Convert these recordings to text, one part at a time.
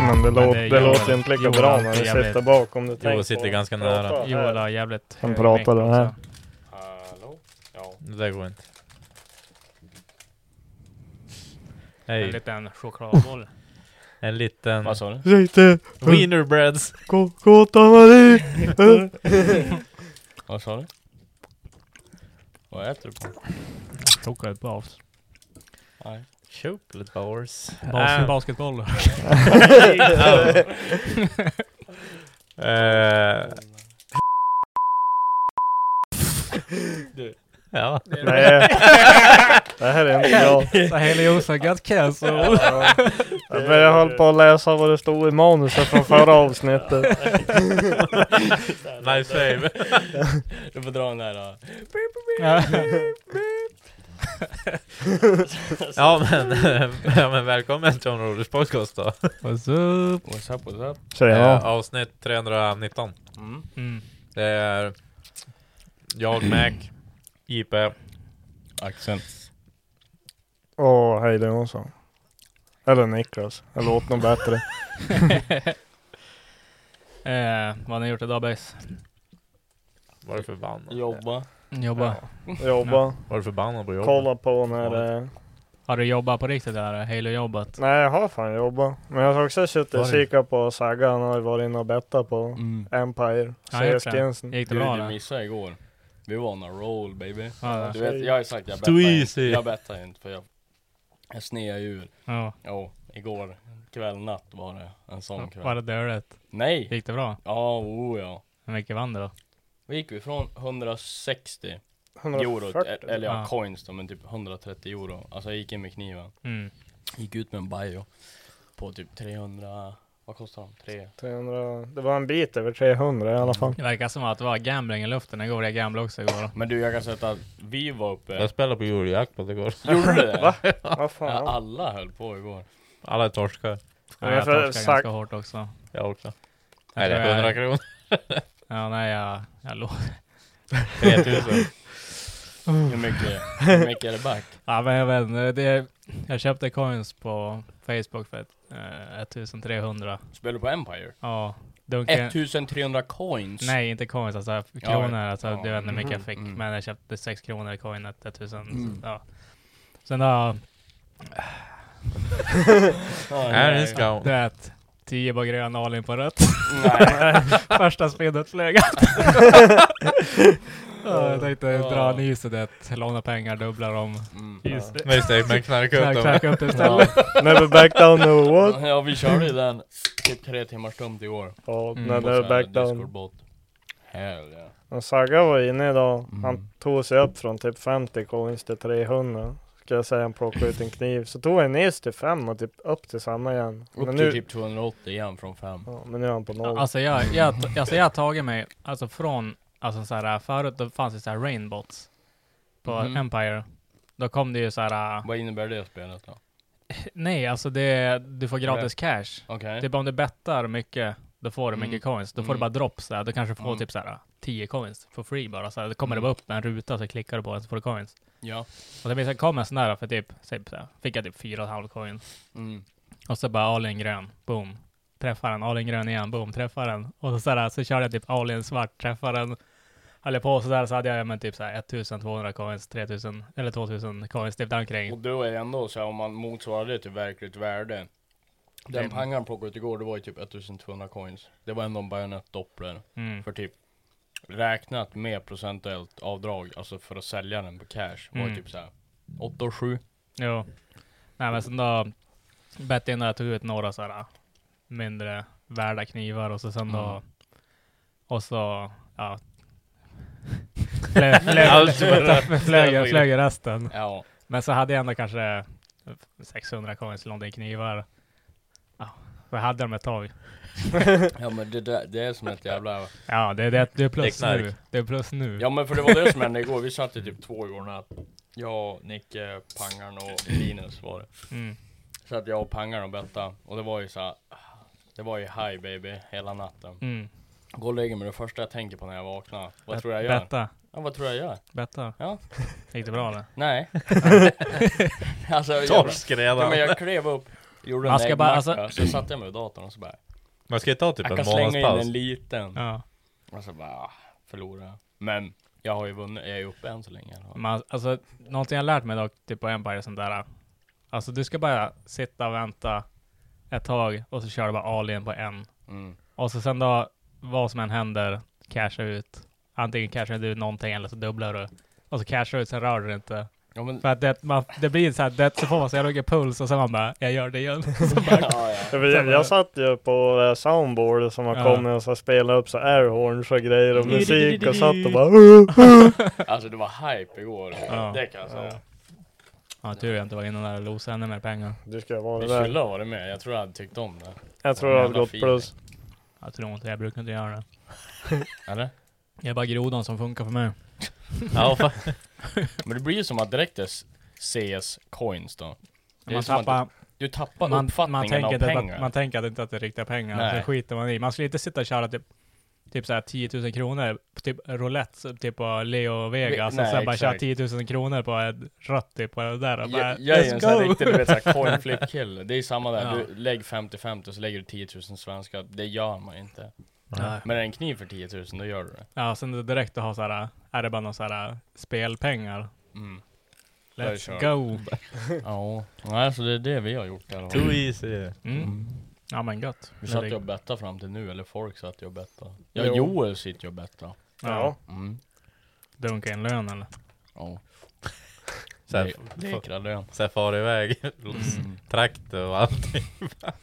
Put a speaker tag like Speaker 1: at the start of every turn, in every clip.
Speaker 1: Men det, låt,
Speaker 2: det är
Speaker 1: det
Speaker 2: Joel.
Speaker 1: låter inte lika
Speaker 2: Joel
Speaker 1: bra
Speaker 2: alltid
Speaker 1: när du
Speaker 2: jävligt.
Speaker 1: sitter bakom. Du tänker
Speaker 3: sitter
Speaker 1: på-
Speaker 3: ganska
Speaker 1: prata
Speaker 3: nära.
Speaker 1: här.
Speaker 2: Joel har jävligt
Speaker 1: Han
Speaker 2: hög
Speaker 1: pratar
Speaker 2: mick
Speaker 1: den här.
Speaker 2: också.
Speaker 3: Det där går inte.
Speaker 2: En
Speaker 3: Hej,
Speaker 2: liten chokladboll.
Speaker 3: en liten
Speaker 4: Vad sa du?
Speaker 1: Lite
Speaker 3: wienerbreads.
Speaker 1: gå- Kåta Marie! eh.
Speaker 4: Vad sa du? Vad äter du på?
Speaker 2: Chokladbas.
Speaker 4: Nej.
Speaker 3: Chocolate bars.
Speaker 2: Bas,
Speaker 4: Äh.
Speaker 3: Ah.
Speaker 2: Basketboll.
Speaker 3: Eh, ja.
Speaker 1: Nej, det här är inte bra.
Speaker 2: Heliosa got cancelled.
Speaker 1: Jag började hålla på att läsa vad det stod i manuset från förra avsnittet.
Speaker 3: Nice save.
Speaker 4: Du får dra den där.
Speaker 3: Ja men, ja men välkommen till Områdets podcast då.
Speaker 2: What's up?
Speaker 4: What's up, what's up?
Speaker 3: Eh,
Speaker 1: Tjena.
Speaker 3: avsnitt 319.
Speaker 4: Mm.
Speaker 2: Mm.
Speaker 3: Det är jag, Mac, JP,
Speaker 4: Axeln.
Speaker 1: Åh, hej det är hon som. Eller Niklas. Det låter nog bättre.
Speaker 2: eh, vad har ni gjort idag boys?
Speaker 3: var du förbannad?
Speaker 4: Jobba.
Speaker 2: Jobba.
Speaker 1: Jobba.
Speaker 3: Var du förbannad på jobbet?
Speaker 1: Kolla på när... eh,
Speaker 2: Har du jobbat på riktigt där? Hela jobbet?
Speaker 1: Nej, jag har fan jobbat. Men jag har också suttit
Speaker 3: Har
Speaker 1: och
Speaker 3: du?
Speaker 1: kikat på Saga. Han har ju varit inne och bettat på
Speaker 4: Mm.
Speaker 1: Empire.
Speaker 2: Ja, just det.
Speaker 1: CS-gränsen.
Speaker 2: Gick det
Speaker 4: Du,
Speaker 2: bra
Speaker 4: du
Speaker 2: eller?
Speaker 4: missade igår. Vi var on a roll baby.
Speaker 2: Ja,
Speaker 4: Du vet, jag har ju sagt jag
Speaker 3: Too
Speaker 4: bettar inte.
Speaker 3: easy.
Speaker 4: Jag bettar inte för jag, jag snear ju ur.
Speaker 2: ja.
Speaker 4: Jo, igår kväll, natt var det. En sån kväll.
Speaker 2: Var det dåligt?
Speaker 4: Nej!
Speaker 2: Gick det bra?
Speaker 4: Ja, oh ja.
Speaker 2: Hur mycket vann du då?
Speaker 4: Då gick vi från 160 euro,
Speaker 1: 140.
Speaker 4: e- eller ja,
Speaker 2: Ja.
Speaker 4: coins då, men typ 130 euro. Alltså jag gick in med kniven.
Speaker 2: Mm.
Speaker 4: Gick ut med en bio på typ 300, vad kostar de? 3?
Speaker 1: 300, det var en bit över 300 i alla fall.
Speaker 2: Det verkar som att det var gambling i luften igår. Jag gamblade också igår.
Speaker 4: Men du jag kan säga att vi var uppe,
Speaker 3: Jag spelade på Eurojackpot igår.
Speaker 4: gjorde du det?
Speaker 1: Vad
Speaker 4: Ja,
Speaker 1: fan.
Speaker 4: alla höll på igår.
Speaker 3: Alla är torskar.
Speaker 2: Ja,
Speaker 1: Men
Speaker 2: jag
Speaker 1: för-
Speaker 2: torskade
Speaker 1: sagt-
Speaker 2: ganska hårt också.
Speaker 3: Jag också.
Speaker 2: Jag
Speaker 3: Nej det
Speaker 2: tror
Speaker 3: är
Speaker 2: jag-
Speaker 3: 100 kronor.
Speaker 2: Ja, nej, jag, jag låg.
Speaker 3: 3000.
Speaker 4: Hur mycket, hur mycket är det back?
Speaker 2: Ja, men jag vet inte. Det, jag köpte coins på Facebook för ett, eh, 1300.
Speaker 4: Spelar du på Empire?
Speaker 2: Ja, dunken.
Speaker 4: 1300 coins?
Speaker 2: Nej, inte coins, alltså
Speaker 4: Ja,
Speaker 2: kronor. Alltså,
Speaker 4: ja.
Speaker 2: Jag vet inte hur mycket jag
Speaker 4: Mhm,
Speaker 2: fick,
Speaker 4: mm.
Speaker 2: men jag köpte 6 kronor i coinet, 1000.
Speaker 4: Mm.
Speaker 2: Ja. Sen då,
Speaker 4: Ja,
Speaker 3: Här är en scout.
Speaker 2: du vet, 10 på grön, all in på rött.
Speaker 4: Nej.
Speaker 2: Första spelet flög ja, Jag tänkte dra
Speaker 4: Ja.
Speaker 2: nyset, det, låna pengar, dubbla dem.
Speaker 4: Mm.
Speaker 2: Just det.
Speaker 3: Nej steg men knarka
Speaker 2: Knack,
Speaker 3: upp dem.
Speaker 2: knack upp det istället.
Speaker 4: Ja.
Speaker 1: Never back down no what?
Speaker 4: ja, vi körde ju den typ tre timmar stumt igår.
Speaker 1: Ja,
Speaker 2: Mm.
Speaker 1: nej,
Speaker 4: På
Speaker 1: never
Speaker 4: så här
Speaker 1: back down.
Speaker 4: Discord-bot. Hell yeah.
Speaker 1: Men Saga var inne idag.
Speaker 4: Mm.
Speaker 1: Han tog sig upp från typ 50 coins till 300. Ska jag säga han plockade ut en kniv. Så tog han ner sig till 5 och typ upp till samma igen.
Speaker 4: Upp
Speaker 1: Men
Speaker 4: till
Speaker 1: nu,
Speaker 4: typ 280 igen från fem.
Speaker 1: ja, men nu är han på noll.
Speaker 2: Alltså jag, jag, alltså jag har tagit mig, alltså från, alltså så här, förut då fanns det så här rainbots på
Speaker 4: Mhm.
Speaker 2: Empire. Då kom det ju så här,
Speaker 4: Vad innebär det spelet då?
Speaker 2: nej alltså det, du får gratis cash.
Speaker 4: Okej.
Speaker 2: Typ om du bettar mycket, då får du
Speaker 4: Mm.
Speaker 2: mycket coins. Då får du
Speaker 4: Mm.
Speaker 2: bara drops där. Du kanske får
Speaker 4: Mm.
Speaker 2: typ så här 10 coins for free bara. Så här, då kommer det
Speaker 4: Mm.
Speaker 2: bara upp en ruta så klickar du på den så får du coins.
Speaker 4: Ja.
Speaker 2: Och det blir så här, kom en sån där för typ, typ så här, fick jag typ 4,5 coins.
Speaker 4: Mm.
Speaker 2: Och så bara all in grön, boom. Träffar den, all in grön igen, boom, träffar den. Och så, så, här, så körde jag typ all in svart, träffar den. Höll jag på sådär så hade jag men typ så här 1200 coins, 3000 eller 2000 coins, typ där
Speaker 4: Och
Speaker 2: omkring.
Speaker 4: då är det ändå så här, om man motsvarar det till verkligt värde. Den
Speaker 2: Det-
Speaker 4: pangaren plockade ut igår, det var ju typ 1200 coins. Det var ändå en bajonettdoppler.
Speaker 2: Mm.
Speaker 4: För typ räknat med procentuellt avdrag, alltså för att sälja den på cash, var
Speaker 2: Mm.
Speaker 4: ju typ såhär 8 och 7.
Speaker 2: Jo. Nej men sen då bett in där jag tog ut några så här äh, mindre värda knivar och så sen då
Speaker 4: Mm.
Speaker 2: och så ja. Flög, flög,
Speaker 3: Allt bara-
Speaker 2: flög, flög, flög ju resten.
Speaker 4: Ja.
Speaker 2: Men så hade jag ändå kanske 600 coins eller någonting knivar. Ja, För jag hade dem ett tag.
Speaker 4: Ja men det, där, det är som ett jävla...
Speaker 2: Ja, det, det, det är plus
Speaker 3: Det är knark.
Speaker 2: nu. Det är plus nu.
Speaker 4: Ja men för det var det som hände igår, vi satt ju typ två igår natt. Jag, Nicke, Pangaren och Linus var det.
Speaker 2: Mm.
Speaker 4: Så att jag och Pangaren och Betta, och det var ju så här, Det var ju high baby hela natten.
Speaker 2: Mm.
Speaker 4: Gå och lägger mig, det första jag tänker på när jag vaknar. Vad
Speaker 2: Bet-
Speaker 4: tror jag gör?
Speaker 2: Betta.
Speaker 4: Ja vad tror jag gör?
Speaker 2: Betta.
Speaker 4: Ja.
Speaker 2: Gick det bra eller?
Speaker 4: Nej. alltså, jag-
Speaker 3: Torsk
Speaker 4: Ja,
Speaker 3: redan!
Speaker 4: men jag klev upp, gjorde en
Speaker 2: Man ska bara-
Speaker 4: äggmacka,
Speaker 2: alltså-
Speaker 4: så satte jag mig vid datorn och så bara
Speaker 3: Man ska ju ta typ
Speaker 4: Jag
Speaker 3: en
Speaker 4: kan slänga in
Speaker 3: månadspaus.
Speaker 4: en liten
Speaker 2: Ja.
Speaker 4: Och så bara, ah, förlora Men jag har ju vunnit, jag är ju uppe än så länge
Speaker 2: Man, alltså, någonting jag har lärt mig dock, typ på Empire, är sånt där. Alltså du ska bara sitta och vänta ett tag och så kör du bara all in på en.
Speaker 4: mm.
Speaker 2: Och så sen då, vad som än händer, casha ut. Antingen cashar du någonting eller så dubblar du. Och så cashar du ut, sen rör du det inte.
Speaker 4: Ja men,
Speaker 2: För att det, man, det blir så här, det, så får man så jävla mycket puls och sen man bara, jag gör det igen.
Speaker 4: ja, ja.
Speaker 1: Jag, jag, jag satt ju på eh, soundboard som har
Speaker 2: Ja.
Speaker 1: kommit och så spelade upp så airhorns och grejer och
Speaker 2: Mm.
Speaker 1: musik och satt och bara
Speaker 4: Alltså det var hype igår,
Speaker 2: Ja.
Speaker 4: det kan jag säga
Speaker 2: Ja, tur jag inte var inne där och losade ännu mer pengar.
Speaker 1: Du ska vara
Speaker 4: Vi
Speaker 1: det där.
Speaker 4: skulle ha varit med, jag tror jag hade tyckt om det
Speaker 1: Jag tror det hade
Speaker 4: Jävla
Speaker 1: gått
Speaker 4: fin.
Speaker 1: plus.
Speaker 2: Jag tror inte, jag brukar inte göra det.
Speaker 4: Eller?
Speaker 2: Jag är bara grodan som funkar för mig.
Speaker 3: Ja, fan.
Speaker 4: Men det blir ju som att direkt är CS coins då Det är
Speaker 2: Man
Speaker 4: som att
Speaker 2: tappar,
Speaker 4: Du tappar
Speaker 2: man,
Speaker 4: uppfattningen
Speaker 2: man, tänker
Speaker 4: av
Speaker 2: inte
Speaker 4: pengar
Speaker 2: att, man tänker att det inte att det är riktiga pengar,
Speaker 4: Nej.
Speaker 2: så skiter man i. Man skulle inte sitta och köra typ, typ så här 10 000 kronor, typ roulette, så typ på Leo Vegas,
Speaker 4: nej,
Speaker 2: och sen bara köra
Speaker 4: exakt.
Speaker 2: 10 000 kronor på ett rött typ, på det där och bara,
Speaker 4: Jag, jag är ju en sån här
Speaker 2: go!
Speaker 4: riktig, du vet såhär coin flip kille Det är ju samma där,
Speaker 2: Ja.
Speaker 4: du lägg 50-50 och så lägger du 10 000 svenska Det gör man ju inte
Speaker 2: Nej.
Speaker 4: Men är det en kniv för 10 000 då gör du det
Speaker 2: Ja, sen direkt att ha så här, är det bara någon så här spelpengar?
Speaker 4: mm. Där
Speaker 2: Let's
Speaker 4: kör.
Speaker 2: go!
Speaker 4: Ja, nej så det är det vi har gjort i alla fall
Speaker 3: Too easy.
Speaker 2: Mm. Ja men gött.
Speaker 4: Vi
Speaker 2: Det
Speaker 4: satt ju
Speaker 2: ligger-
Speaker 4: och bettade fram till nu, eller folk satt ju och bettade Ja
Speaker 1: Jo.
Speaker 4: Joel sitter ju och bettar
Speaker 2: Ja.
Speaker 1: Ja.
Speaker 4: mm.
Speaker 2: Dunka in lön eller?
Speaker 4: Ja,
Speaker 3: Sen,
Speaker 4: lekra lön
Speaker 3: sen far iväg.
Speaker 4: mm.
Speaker 3: Traktor och allt.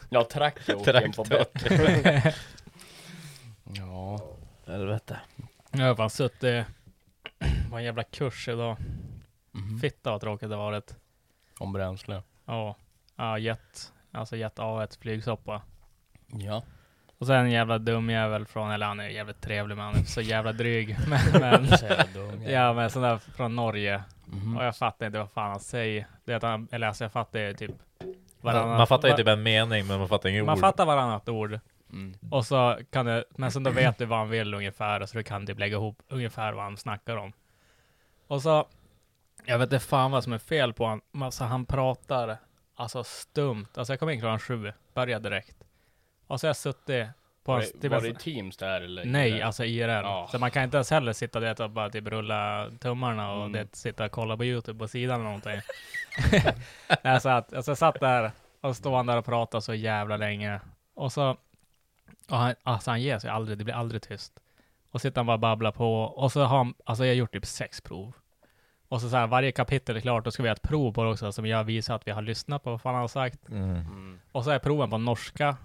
Speaker 4: Ja traktorn på
Speaker 3: Traktor.
Speaker 4: bett Ja,
Speaker 3: Helvete.
Speaker 2: Jag har fan suttit på en jävla kurs idag.
Speaker 4: mm.
Speaker 2: Fitta vad tråkigt det varit.
Speaker 4: om bränsle
Speaker 2: Ja, ja jet, alltså jet A1 flygsoppa.
Speaker 4: Ja,
Speaker 2: Och sen en jävla dum jävel från, eller han är jävligt trevlig men han är så jävla dryg. Men, men,
Speaker 4: så är det dum,
Speaker 2: ja men sån där från Norge.
Speaker 4: Mhm.
Speaker 2: Och jag fattar inte vad fan han säger. Det att han, eller alltså jag fattar ju typ varannat.
Speaker 3: Man fattar ju typ en mening men man fattar inget
Speaker 2: Man
Speaker 3: ord.
Speaker 2: fattar varannat ord.
Speaker 4: Mm.
Speaker 2: Och så kan du, men sen då vet du vad han vill ungefär, och så du kan typ lägga ihop ungefär vad han snackar om. Och så, jag vet inte fan vad som är fel på honom, men alltså han pratar alltså stumt. Alltså jag kom in klockan sju, började direkt. Och så har jag suttit på
Speaker 4: Var
Speaker 2: en,
Speaker 4: det,
Speaker 2: typ
Speaker 4: var
Speaker 2: en-
Speaker 4: det Teams där eller?
Speaker 2: Nej,
Speaker 4: eller?
Speaker 2: alltså IRL.
Speaker 4: Ja.
Speaker 2: Så man kan inte ens heller sitta det och bara typ rulla tummarna och
Speaker 4: Mm.
Speaker 2: det, sitta och kolla på YouTube på sidan eller någonting. Nej, så att, alltså jag satt där och stod han där och pratade så jävla länge. Och så, och han, alltså han ger sig aldrig, det blir aldrig tyst. Och sitter han bara och babblar på. Och så har han, alltså jag har gjort typ sex prov. Och så, så här, varje kapitel är klart, då ska vi ha ett prov på det också, som jag visar att vi har lyssnat på vad fan han har sagt.
Speaker 3: Mm.
Speaker 4: Mm.
Speaker 2: Och så är proven på norska.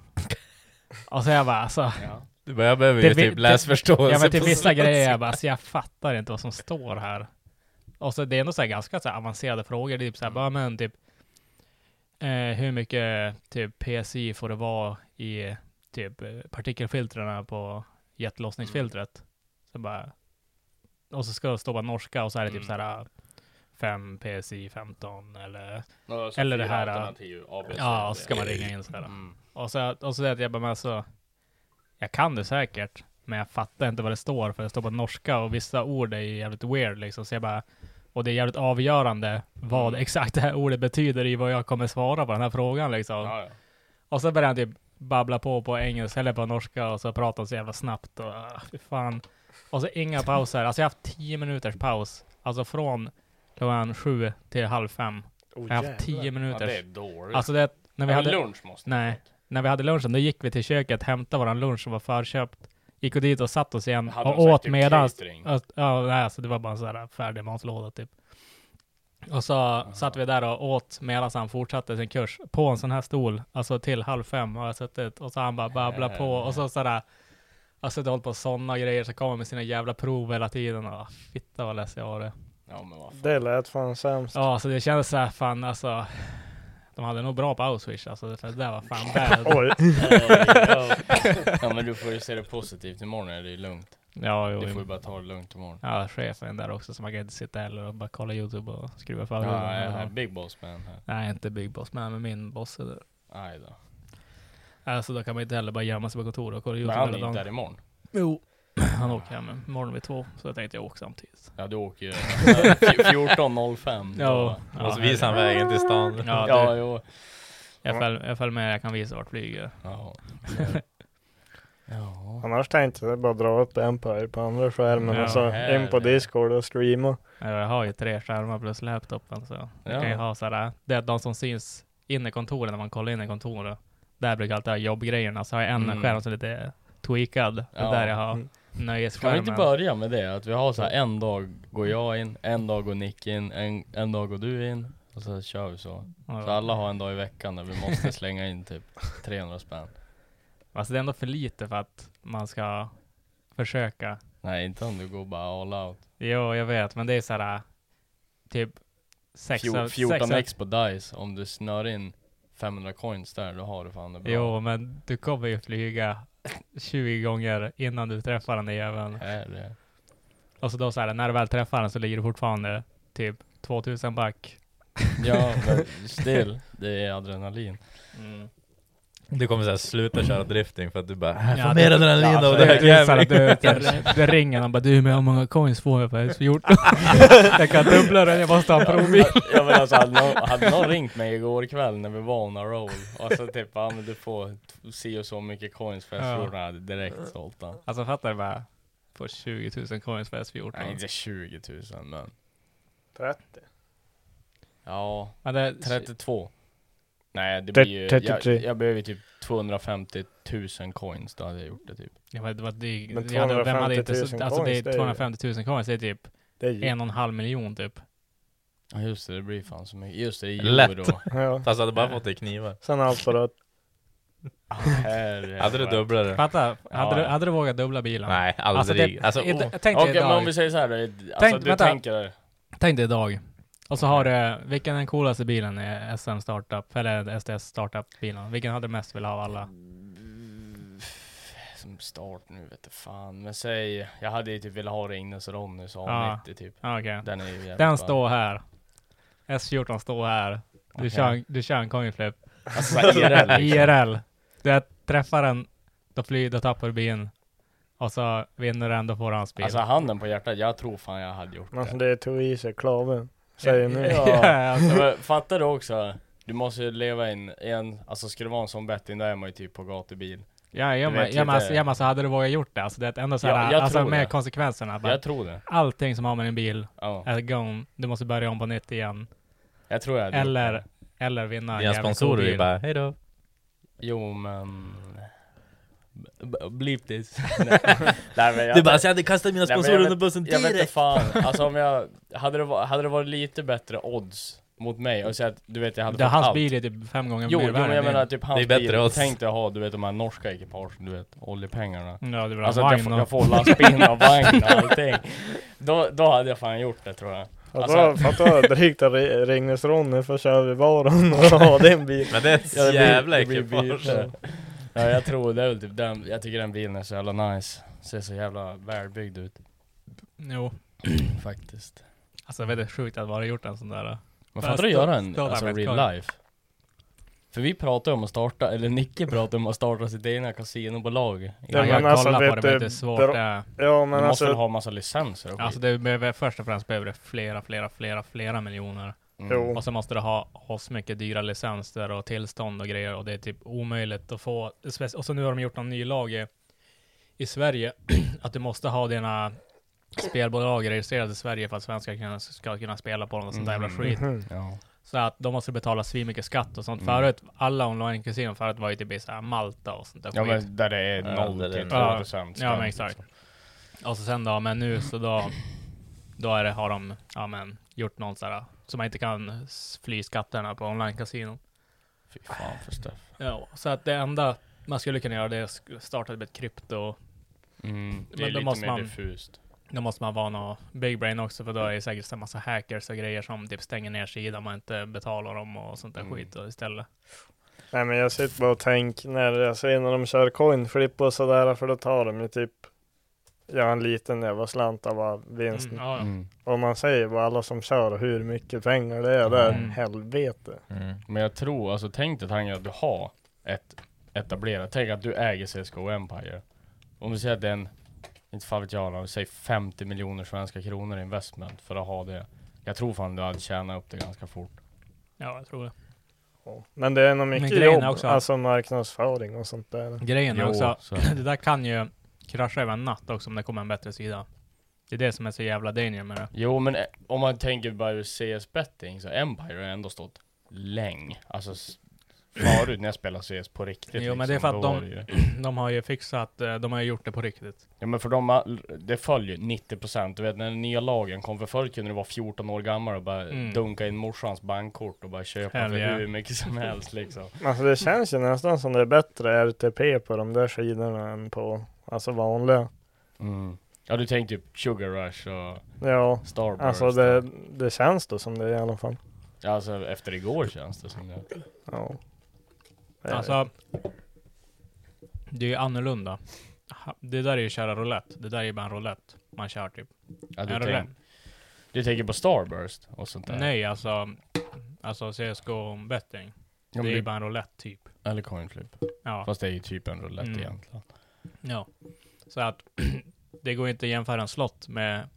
Speaker 2: och så är jag bara alltså,
Speaker 4: Ja.
Speaker 3: Du bara, Jag behöver
Speaker 2: Det
Speaker 3: ju
Speaker 2: vi-
Speaker 3: typ
Speaker 2: det-
Speaker 3: läsförståelse.
Speaker 2: Ja men till
Speaker 3: på
Speaker 2: vissa
Speaker 3: svenska.
Speaker 2: grejer jag bara, alltså jag fattar inte vad som står här. Och så det är ändå så här ganska så här avancerade frågor, det är typ så
Speaker 3: Mm.
Speaker 2: här, bara men typ eh, hur mycket typ PSI får det vara i typ eh, partikelfiltrerna på
Speaker 3: Mm.
Speaker 2: jetlossningsfiltret? Så bara, och så ska det stå bara norska och så är det typ
Speaker 4: Mm.
Speaker 2: så här 5 PSI 15 eller
Speaker 4: Ja, så
Speaker 2: Eller det
Speaker 4: fyra
Speaker 2: här, äh,
Speaker 4: alternativ, A, B, C,
Speaker 2: ja, och
Speaker 4: D.
Speaker 2: så ska man ringa in så här.
Speaker 4: Mm.
Speaker 2: Och så, och så att jag bara, men alltså, jag kan det säkert, men jag fattar inte vad det står, för det står på norska och vissa ord är ju jävligt weird liksom, så jag bara, och det är jävligt avgörande vad
Speaker 4: Mm.
Speaker 2: exakt det här ordet betyder i vad jag kommer svara på den här frågan liksom.
Speaker 4: Ja, ja.
Speaker 2: Och så börjar han typ babbla på på engelska eller på norska och så pratar han så jävla snabbt och ah, fy fan. Och så inga pauser, alltså jag har haft 10 minuters paus, alltså från klockan sju till halv fem.
Speaker 1: Oh,
Speaker 2: Jag har haft 10
Speaker 4: ja, det
Speaker 2: minuters.
Speaker 4: är dåligt.
Speaker 2: Alltså det, när
Speaker 4: Men
Speaker 2: vi hade...
Speaker 4: lunch måste
Speaker 2: Nej.
Speaker 4: man
Speaker 2: När vi hade lunchen, då gick vi till köket, hämtade våran lunch som var förköpt. Gick och dit och satt oss igen
Speaker 4: ta. Hade
Speaker 2: och
Speaker 4: de sagt
Speaker 2: åt
Speaker 4: typ
Speaker 2: medan...
Speaker 4: catering?
Speaker 2: Ja, nej, alltså det var bara en sån här färdig matlåda typ. Och så satt vi där och åt medan han fortsatte sin kurs på en sån här stol, alltså till halv fem har jag suttit och så har han bara babblar på och så sådär. Alltså det håller på sådana grejer så kommer med sina jävla prov hela tiden och ah, fitta vad less jag var det.
Speaker 4: Ja men vad fan.
Speaker 1: Det lät fan sämst.
Speaker 2: Ja, alltså det kändes såhär fan alltså. De hade nog bra på Auschwitz alltså, för det där var fan bad.
Speaker 1: Oj,
Speaker 4: ja men du får ju se det positivt, imorgon är det ju lugnt.
Speaker 2: ja, jo,
Speaker 4: Du får ju
Speaker 2: jo.
Speaker 4: bara ta det lugnt imorgon.
Speaker 2: Ja, chefen där också, så man kan inte sitta heller och bara kolla YouTube och skruva för
Speaker 4: Ja, jag
Speaker 2: ja,
Speaker 4: är big boss man här.
Speaker 2: Nej, inte Big Boss, men men min boss är där.
Speaker 4: Aj då.
Speaker 2: Alltså då kan man inte heller bara gömma sig på kontoret och kolla
Speaker 4: Men
Speaker 2: YouTube
Speaker 4: han är
Speaker 2: hela
Speaker 4: inte
Speaker 2: dagen.
Speaker 4: där imorgon.
Speaker 2: Jo. Han åker hem imorgon vid två, så jag tänkte jag åker samtidigt.
Speaker 4: Ja du åker ju 14.05. då.
Speaker 2: Ja.
Speaker 3: Och så visar han vägen till stan.
Speaker 2: Ja, du,
Speaker 4: Ja, jo.
Speaker 2: Jag, följ, jag följer med, jag kan visa vart flyget är.
Speaker 4: Ja.
Speaker 1: annars tänkte jag bara dra upp Empire på andra skärmen
Speaker 2: Ja,
Speaker 1: och så in på
Speaker 4: härligt.
Speaker 1: Discord och streama.
Speaker 2: Ja, Jag har ju tre skärmar plus laptopen så jag
Speaker 4: Ja.
Speaker 2: kan ju ha sådär, det är de som syns inne i kontoret när man kollar in i kontoret. Där brukar jag alltid ha jobbgrejerna, så har jag en
Speaker 4: Mm.
Speaker 2: skärm som är lite tweakad. Det
Speaker 4: Ja.
Speaker 2: är där jag har
Speaker 1: Mm.
Speaker 4: Kan
Speaker 2: nöjesskärmen.
Speaker 4: vi inte börja med det? Att vi har så här en dag går jag in, en dag går Nick in, en, en dag går du in. Och så kör vi så. Så alla har en dag i veckan där vi måste slänga in typ 300 spänn.
Speaker 2: Alltså det är ändå för lite för att man ska försöka.
Speaker 4: Nej inte om du går bara all out.
Speaker 2: Jo, jag vet, men det är sådär typ sex
Speaker 4: Fjor-
Speaker 2: av- sex
Speaker 4: 14
Speaker 2: av-
Speaker 4: x på Dice, om du snör in 500 coins där, då har du fan det bra.
Speaker 2: Jo, men du kommer ju flyga 20 gånger innan du träffar den där jäveln.
Speaker 4: Är det.
Speaker 2: Och så då så här, när du väl träffar den så ligger du fortfarande typ 2000 back.
Speaker 4: Ja, men still, det är adrenalin.
Speaker 3: Du kommer såhär sluta köra drifting för att du bara
Speaker 2: Ja,
Speaker 3: "Äh,
Speaker 2: det-
Speaker 3: Fan mer adrenalin
Speaker 2: Ja,
Speaker 3: av
Speaker 2: det
Speaker 3: det
Speaker 2: är så här, att
Speaker 3: här
Speaker 2: du, du, du ringer och bara du, men hur många coins får jag för det? Så gjort. jag kan dubbla den, jag måste ha en provbil.
Speaker 4: Ja men alltså hade någon, hade någon ringt mig igår kväll när vi var on a roll, och så typ ja men du får t- si och så mycket coins för
Speaker 2: Ja.
Speaker 4: S14, hade direkt sålt den.
Speaker 2: Alltså fattar du bara, får 20 000 coins för
Speaker 4: Nej
Speaker 2: S14.
Speaker 4: inte 20 000 men,
Speaker 1: 30.
Speaker 4: ja,
Speaker 2: Men det,
Speaker 4: 32. Nej det
Speaker 1: Tre-
Speaker 4: blir ju, jag,
Speaker 1: 33.
Speaker 4: jag behöver ju typ 250 000 coins, då hade jag gjort det typ.
Speaker 2: jag vet, det var dyrt.
Speaker 1: Men
Speaker 2: Jag hade- vem hade
Speaker 1: 250
Speaker 2: inte
Speaker 1: 000
Speaker 2: så- Alltså det
Speaker 1: coins, det är
Speaker 2: är
Speaker 1: ju-
Speaker 2: 250 000 coins, det är typ
Speaker 1: Det är ju...
Speaker 2: en och en halv miljon typ.
Speaker 4: Ja just det, det blir fan så mycket. Just det, det är
Speaker 3: Lätt.
Speaker 4: euro.
Speaker 1: Ja.
Speaker 3: Fast hade bara fått dig knivar.
Speaker 1: Sen allt på rött.
Speaker 4: Herre.
Speaker 3: Hade du dubblat det?
Speaker 2: Fatta, hade,
Speaker 4: Ja.
Speaker 2: du, hade du vågat dubbla bilen?
Speaker 3: Nej,
Speaker 2: Alltså,
Speaker 3: aldrig.
Speaker 2: det,
Speaker 3: Alltså,
Speaker 2: i-
Speaker 3: åh.
Speaker 2: tänk dig
Speaker 4: Okej men
Speaker 2: idag.
Speaker 4: om vi säger såhär, alltså
Speaker 2: Tänk-
Speaker 4: du
Speaker 2: vänta.
Speaker 4: tänker
Speaker 2: Tänk dig idag. Och så har du, vilken är den coolaste bilen i SM startup, eller STS startup bilen? Vilken hade du mest velat ha av alla? Mm.
Speaker 4: som start nu vet du fan. Men säg, jag hade ju typ velat ha Ringnes och Ronnys
Speaker 2: Ja.
Speaker 4: A90 typ.
Speaker 2: Ja, Okej.
Speaker 4: Den är ju jävligt bra.
Speaker 2: Den står här. S14 står här. Du,
Speaker 4: Okej.
Speaker 2: kör, en- du kör en coin flip.
Speaker 4: Alltså såhär IRL liksom.
Speaker 2: IRL. Du träffar den, då flyr, då tappar du bilen. Och så vinner du den, då får du hans bil.
Speaker 4: Alltså handen på hjärtat, jag tror fan jag hade gjort
Speaker 1: Alltså
Speaker 4: det.
Speaker 1: det är too easy, klaven. Säger nu.
Speaker 4: Ja.
Speaker 2: ja, alltså.
Speaker 4: Ja, men Fattar du också? Du måste ju leva in i en, alltså skulle det vara en sån betting, då är man ju typ på gatubil.
Speaker 2: ja, ja,
Speaker 4: Du
Speaker 2: men,
Speaker 4: vet
Speaker 2: ja,
Speaker 4: lite-
Speaker 2: men, alltså, ja, men alltså hade du vågat gjort det. Alltså det är ändå så här,
Speaker 4: Ja, jag
Speaker 2: alltså
Speaker 4: tror
Speaker 2: med
Speaker 4: det.
Speaker 2: konsekvenserna. Bara,
Speaker 4: Jag tror det.
Speaker 2: Allting som har med en bil
Speaker 4: Ja.
Speaker 2: är gone. Du måste börja om på nytt igen.
Speaker 4: Jag tror jag hade gjort det.
Speaker 2: Eller, eller vinna en
Speaker 3: Dina
Speaker 2: jävligt cool
Speaker 3: sponsorer är
Speaker 2: bil.
Speaker 3: bara hejdå.
Speaker 4: Jo men... B- b- Bleep this. Nej, men jag,
Speaker 3: Du bara, så jag hade kastat mina
Speaker 4: Nej, men
Speaker 3: sponsorer
Speaker 4: jag
Speaker 3: under bussen
Speaker 4: jag vet inte
Speaker 3: direkt.
Speaker 4: fan. Alltså om jag... Hade det, va- hade det varit lite bättre odds mot mig och säga att du vet jag hade
Speaker 2: Det,
Speaker 4: fått
Speaker 2: hans
Speaker 4: allt.
Speaker 2: bil är typ fem gånger
Speaker 4: Jo,
Speaker 2: mer
Speaker 4: jo men jag
Speaker 2: än din.
Speaker 4: menar typ
Speaker 3: Det är
Speaker 4: hans
Speaker 3: bättre
Speaker 4: bil.
Speaker 3: odds.
Speaker 4: Tänkte jag ha du vet de här norska ekipagen, du vet oljepengarna.
Speaker 2: Ja, det blir
Speaker 4: Alltså
Speaker 2: alltså,
Speaker 4: att jag, får-
Speaker 2: vagn
Speaker 4: jag
Speaker 2: och...
Speaker 4: får lastbilen och vagn och allting. Då, då hade jag fan gjort det tror jag.
Speaker 1: Fatta
Speaker 4: Alltså-
Speaker 1: fatta drygt att Ri- Ringnes Ronny får köra vid varan och ha din bil.
Speaker 3: Men det är ett
Speaker 4: Ja, det blir-
Speaker 3: jävla
Speaker 4: det blir
Speaker 3: ekipage.
Speaker 4: bilar. Ja jag tror det är väl typ den, jag tycker den bilen är så jävla nice. Ser så jävla välbyggd ut
Speaker 2: Jo.
Speaker 4: faktiskt.
Speaker 2: Alltså det är väldigt sjukt att bara gjort en sån där.
Speaker 4: Men
Speaker 2: Fast
Speaker 4: fattar du
Speaker 2: då-
Speaker 4: göra en
Speaker 2: då hade
Speaker 4: alltså,
Speaker 2: jag varit
Speaker 4: real
Speaker 2: kvar.
Speaker 4: life? För vi pratade om att starta, eller Nicke pratade om att starta sitt egna kasinobolag.
Speaker 2: Ja,
Speaker 1: Ja,
Speaker 2: jag
Speaker 1: men alltså,
Speaker 2: kollar på det,
Speaker 1: vet
Speaker 2: men
Speaker 1: du,
Speaker 2: det är svårt.
Speaker 1: bra-
Speaker 2: Det är,
Speaker 1: Ja
Speaker 4: Men
Speaker 1: men
Speaker 4: du måste väl
Speaker 1: alltså,
Speaker 4: ha massa licenser och
Speaker 2: alltså
Speaker 4: skit?
Speaker 2: du behöver, först och främst behöver du flera, flera, flera, flera miljoner.
Speaker 4: Mm.
Speaker 1: jo.
Speaker 2: Och så måste du ha asmycket dyra licenser och tillstånd och grejer och det är typ omöjligt att få. Spec- Och så nu har de gjort någon ny lag i, i Sverige att du måste ha dina spelbolag registrerade i Sverige för att svenskar kan, ska kunna spela på dem och sånt där jävla
Speaker 4: Mm.
Speaker 2: skit.
Speaker 1: Mhm.
Speaker 4: Ja.
Speaker 2: Så att de måste betala svinmycket skatt och sånt.
Speaker 4: Mm.
Speaker 2: Förut, alla online-kasinon förut var ju typ i så här Malta och sånt där
Speaker 4: ja
Speaker 2: skit.
Speaker 4: men där det är
Speaker 3: Ja,
Speaker 4: noll
Speaker 3: där det är
Speaker 4: till
Speaker 2: noll.
Speaker 4: två procent. liksom.
Speaker 2: Ja, men exakt. Och så sen då, men nu så då, då är det, har de ja, men, gjort någon sådär, så man inte kan s- fly skatterna på online-kasinon.
Speaker 4: Fy fan för stuff.
Speaker 2: Ja, så att det enda man skulle kunna göra det är att sk- starta typ ett krypto.
Speaker 4: Mm, det är
Speaker 2: Men då
Speaker 4: lite
Speaker 2: måste
Speaker 4: mer
Speaker 2: man-
Speaker 4: diffust.
Speaker 2: Då måste man vara någon big brain också, för då är det säkert en massa hackers och grejer som typ stänger ner sidan man inte betalar dem och sånt där
Speaker 3: Mm.
Speaker 2: skit då, istället.
Speaker 1: Nej men jag sitter bara och tänker när jag ser när de kör coinflip och sådär för då tar de ju typ Ja en liten jävla slant av all vinsten.
Speaker 2: Mm, ja, ja.
Speaker 4: Mm.
Speaker 1: Och man säger vad alla som kör och hur mycket pengar det är där.
Speaker 2: Mm.
Speaker 1: Helvete.
Speaker 3: Mm.
Speaker 4: Men jag tror, alltså tänk dig tanken att du har ett etablerat, tänk att du äger CSGO Empire. Om du säger att den, inte fan vet jag, om du säger 50 miljoner svenska kronor i investment för att ha det. Jag tror fan du hade tjänat upp det ganska fort.
Speaker 2: ja, jag tror det.
Speaker 1: Ja. Men det är nog mycket
Speaker 2: grejen är
Speaker 1: jobb,
Speaker 2: också-
Speaker 1: alltså marknadsföring och sånt där.
Speaker 2: Grejen är också,
Speaker 4: så.
Speaker 2: det där kan ju krascha över en natt också om det kommer en bättre sida. Det är det som är så jävla danger med det.
Speaker 4: Jo men eh, om man tänker bara ur CS betting så Empire har ändå stått länge. Alltså s- förut när jag spelade CS på riktigt. liksom,
Speaker 2: Jo, men det är för att
Speaker 4: då
Speaker 2: de-
Speaker 4: var det ju-
Speaker 2: De har ju fixat, eh, de har ju gjort det på riktigt.
Speaker 4: Ja men för de, det följer 90% Du vet när den nya lagen kom, för förr kunde du vara 14 år gammal och bara
Speaker 2: Mm.
Speaker 4: dunka in morsans bankkort och bara köpa
Speaker 2: Hell
Speaker 4: för
Speaker 2: yeah.
Speaker 4: hur mycket som helst liksom
Speaker 1: Alltså det känns ju nästan som det är bättre RTP på de där skidorna än på alltså vanliga.
Speaker 4: Ja du tänkte typ Sugar Rush och
Speaker 1: Ja,
Speaker 4: Starburst
Speaker 1: alltså det, det känns då som det i alla fall.
Speaker 4: Ja, Alltså efter igår känns det som det
Speaker 1: Ja. Det är-
Speaker 2: Alltså, det är ju annorlunda. Ha- Det där är ju köra roulette. Det där är ju bara en roulette man kör typ.
Speaker 4: ja,
Speaker 2: En
Speaker 4: du,
Speaker 2: roulette.
Speaker 4: tänk, du tänker på Starburst och sånt där?
Speaker 2: Nej, alltså, alltså CSGO betting.
Speaker 4: ja, men
Speaker 2: det är ju
Speaker 4: du,
Speaker 2: bara en roulette typ.
Speaker 4: Eller coinflip
Speaker 2: Ja.
Speaker 4: Fast det är ju typ en roulette
Speaker 2: Mm.
Speaker 4: egentligen
Speaker 2: Ja, så att det går inte att jämföra en slott med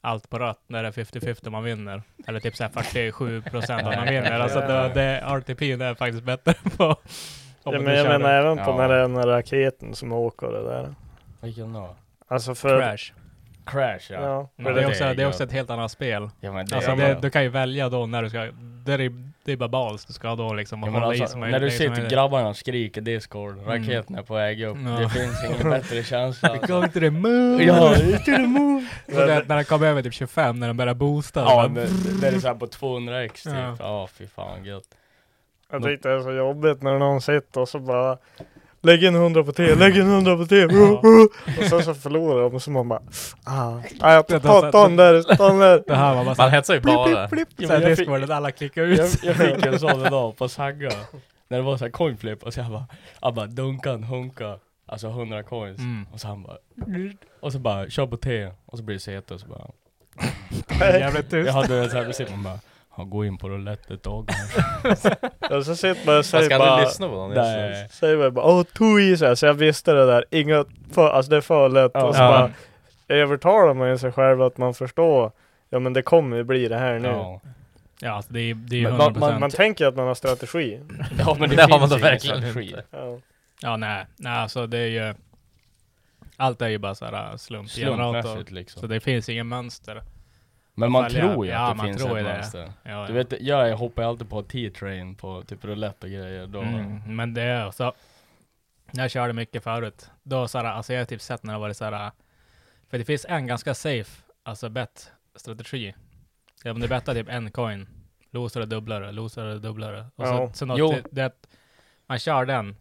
Speaker 2: allt på rött när det är 50-50 man vinner. Eller typ såhär 47 procent man vinner. Alltså det, det RTP det är faktiskt bättre på. Om
Speaker 1: ja,
Speaker 2: du
Speaker 1: men jag
Speaker 2: kör
Speaker 1: menar även på
Speaker 4: Ja.
Speaker 1: när det är den här raketen som åker och det där.
Speaker 4: Vilken då?
Speaker 1: Alltså för...
Speaker 2: Crash.
Speaker 4: Crash ja, ja.
Speaker 1: Ja.
Speaker 2: Men
Speaker 1: för
Speaker 2: det,
Speaker 4: det
Speaker 2: är
Speaker 4: är
Speaker 2: också, det är
Speaker 4: gött.
Speaker 2: också ett helt annat spel.
Speaker 4: men det,
Speaker 2: Alltså
Speaker 4: är
Speaker 2: det, du kan ju välja då när du ska, det är, det är bara bals du ska ha då liksom. och
Speaker 4: Ja, men
Speaker 2: hålla i
Speaker 4: alltså,
Speaker 2: som
Speaker 4: när
Speaker 2: möjligt,
Speaker 4: du
Speaker 2: det är som
Speaker 4: sitter
Speaker 2: möjligt.
Speaker 4: grabbarna och skriker Discord, raketen är på väg upp,
Speaker 2: Ja.
Speaker 4: det finns ingen bättre känsla alltså.
Speaker 2: Go to the moon!
Speaker 4: Ja,
Speaker 2: Och det, när den kom över typ 25, när den började boosta.
Speaker 4: ja
Speaker 2: bara-
Speaker 4: det, det är såhär på 200x typ,
Speaker 2: Ja.
Speaker 4: ja fy fan gött
Speaker 1: Jag tyckte det är så jobbigt när någon sitter och så bara Lägg in 100 på te, lägg in 100 på te!
Speaker 2: Ja.
Speaker 1: Och sen så förlorar de och så man bara ah, ah, jag
Speaker 2: Det-
Speaker 1: tar ta den där, ta den där!
Speaker 2: det här var bara
Speaker 3: Man
Speaker 2: såhär,
Speaker 3: hetsar ju bara.
Speaker 2: blipp, blipp, blipp.
Speaker 4: Ja,
Speaker 2: Såhär
Speaker 4: men jag fick-
Speaker 2: Discorden, alla klickar ut.
Speaker 4: jag, jag fick en sån idag på Sagga, när det var såhär coinflip och så jag bara, jag bara dunkan, hunka, alltså 100 coins
Speaker 2: Mm.
Speaker 4: och så han bara och så bara kör på T och så blir det CT och så bara
Speaker 2: Jävligt tyst.
Speaker 4: Jag hade en sån här musik, man bara "Ja, Gå in på roulette ett tag
Speaker 1: Och så sitter man och
Speaker 3: Man
Speaker 1: säger
Speaker 3: ska aldrig
Speaker 1: bara
Speaker 3: lyssna på någon.
Speaker 4: Nej.
Speaker 1: Säger man bara åh tog i så här, så jag visste det där, inget för, alltså det är för lätt
Speaker 4: Ja.
Speaker 1: och så bara övertalar man ju sig själv att man förstår Ja men det kommer ju bli det här nu
Speaker 4: Ja.
Speaker 2: Ja, alltså det är, det är ju
Speaker 4: Men vad-
Speaker 2: 100%.
Speaker 4: man-
Speaker 1: Man tänker att man har strategi
Speaker 4: ja men det,
Speaker 3: Det har man
Speaker 4: finns
Speaker 3: då
Speaker 4: ingen
Speaker 3: verkligen
Speaker 4: strategi
Speaker 3: inte.
Speaker 1: ja.
Speaker 2: ja, nej, nej, alltså det är ju... Allt är ju bara såhär slumpgenerator.
Speaker 4: Slumpmässigt liksom
Speaker 2: Så det finns ingen mönster.
Speaker 4: Men man
Speaker 2: Följa.
Speaker 4: tror ju
Speaker 2: Ja,
Speaker 4: att det
Speaker 2: man
Speaker 4: finns
Speaker 2: tror
Speaker 4: ett
Speaker 2: det.
Speaker 4: mönster.
Speaker 2: Ja, ja.
Speaker 4: Du vet, jag hoppar ju alltid på T-train på typ roulette och grejer. Då,
Speaker 2: mm. Men det är också... När jag körde mycket förut, då såhär, alltså jag har typ sett när det har varit såhär... För det finns en ganska safe, alltså bet-strategi. Ja, Om du bettar typ en coin, losar och dubblare, losar och dubblare. Och så,
Speaker 1: Ja.
Speaker 2: så något,
Speaker 4: Jo.
Speaker 2: det, det, att man kör den,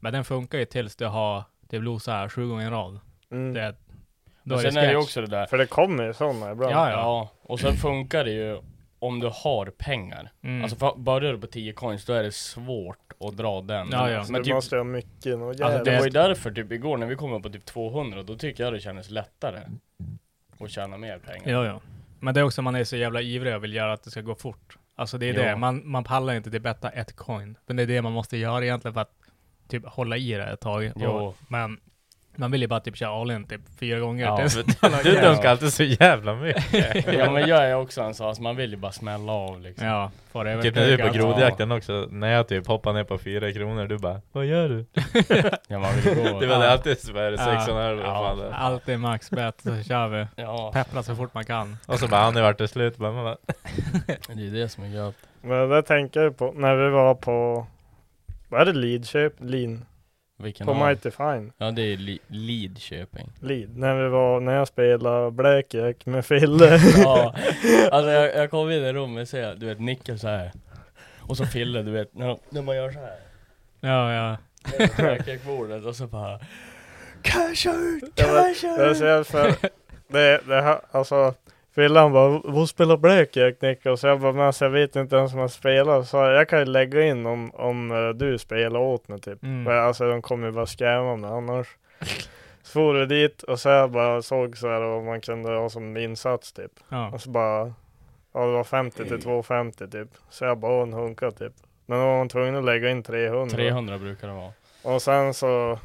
Speaker 2: men den funkar ju tills du har typ losar sju gånger i rad.
Speaker 1: mm.
Speaker 2: Det, då
Speaker 4: Men
Speaker 2: är det
Speaker 4: sen är det ju
Speaker 2: scratch.
Speaker 4: också det där.
Speaker 1: För det kommer ju sådana ibland
Speaker 2: Ja,
Speaker 4: Ja, och sen funkar det ju om du har pengar.
Speaker 2: Mm.
Speaker 4: Alltså för, börjar du på 10 coins, då är det svårt att dra den.
Speaker 2: Ja, ja.
Speaker 1: Så
Speaker 4: Men
Speaker 1: du
Speaker 4: typ,
Speaker 1: måste ha mycket och
Speaker 4: alltså
Speaker 2: det-
Speaker 4: det var ju därför typ igår när vi kom upp på typ 200, då tycker jag det kändes lättare att tjäna mer pengar.
Speaker 2: ja, ja. Men det är också man är så jävla ivrig och vill göra att det ska gå fort. Alltså det är
Speaker 4: Ja.
Speaker 2: det, man, man pallar inte till betta ett coin. Men det är det man måste göra egentligen för att typ hålla i det ett tag. Och,
Speaker 4: Jo.
Speaker 2: men man vill ju bara typ köra all in typ fyra gånger.
Speaker 4: Ja,
Speaker 2: tills-
Speaker 3: Du dunkar alltid så jävla mycket.
Speaker 4: ja men jag är också en sån, alltså man vill ju bara smälla av liksom.
Speaker 2: ja får det
Speaker 3: Typ när du är på
Speaker 2: eventuellt.
Speaker 3: grodjakten också, när jag typ hoppar ner på fyra kronor, du bara Vad gör du?
Speaker 4: Ja, man vill gå.
Speaker 3: Det var det alltid så är det
Speaker 2: Ja.
Speaker 3: sex och en halv vad fan det är.
Speaker 2: Allt är max bet, så kör vi.
Speaker 4: Ja,
Speaker 2: Peppra så fort man kan.
Speaker 3: Och så bara, han nu vart det slut. Bara, man bara,
Speaker 4: det är det som är gött.
Speaker 1: Men det tänker jag på när vi var på Vad är det Lidköping? Lin?
Speaker 4: Vilken
Speaker 1: På
Speaker 4: av-
Speaker 1: Mighty Fine?
Speaker 4: Ja det är li- Lidköping.
Speaker 1: Lid? När vi var, när jag spelade Blackjack med Fille
Speaker 4: Ja, alltså jag, jag kom in i rummet och ser, du vet Nicke så här. Och så Fille, du vet, när, de, när man gör så här.
Speaker 2: Ja, ja.
Speaker 4: Mm. Käkbordet och så bara
Speaker 1: Jag var- jag ser för det, det här, alltså Frillan bara, vad spelar Blackjack Nico? Så jag bara, men alltså, jag vet inte ens om jag spelar. Så jag kan ju lägga in om, om eh, du spelar åt mig typ.
Speaker 2: Mm.
Speaker 1: Men, alltså de kommer ju bara skämma mig annars. Så for vi dit och så jag bara såg så här vad man kunde ha som insats typ.
Speaker 2: Ja.
Speaker 1: Och så bara, ja det var 50 till 250 typ. Så jag bara, åh, en hunka typ. Men då var man tvungen att lägga in 300.
Speaker 4: 300 brukar det vara.
Speaker 1: Och sen så,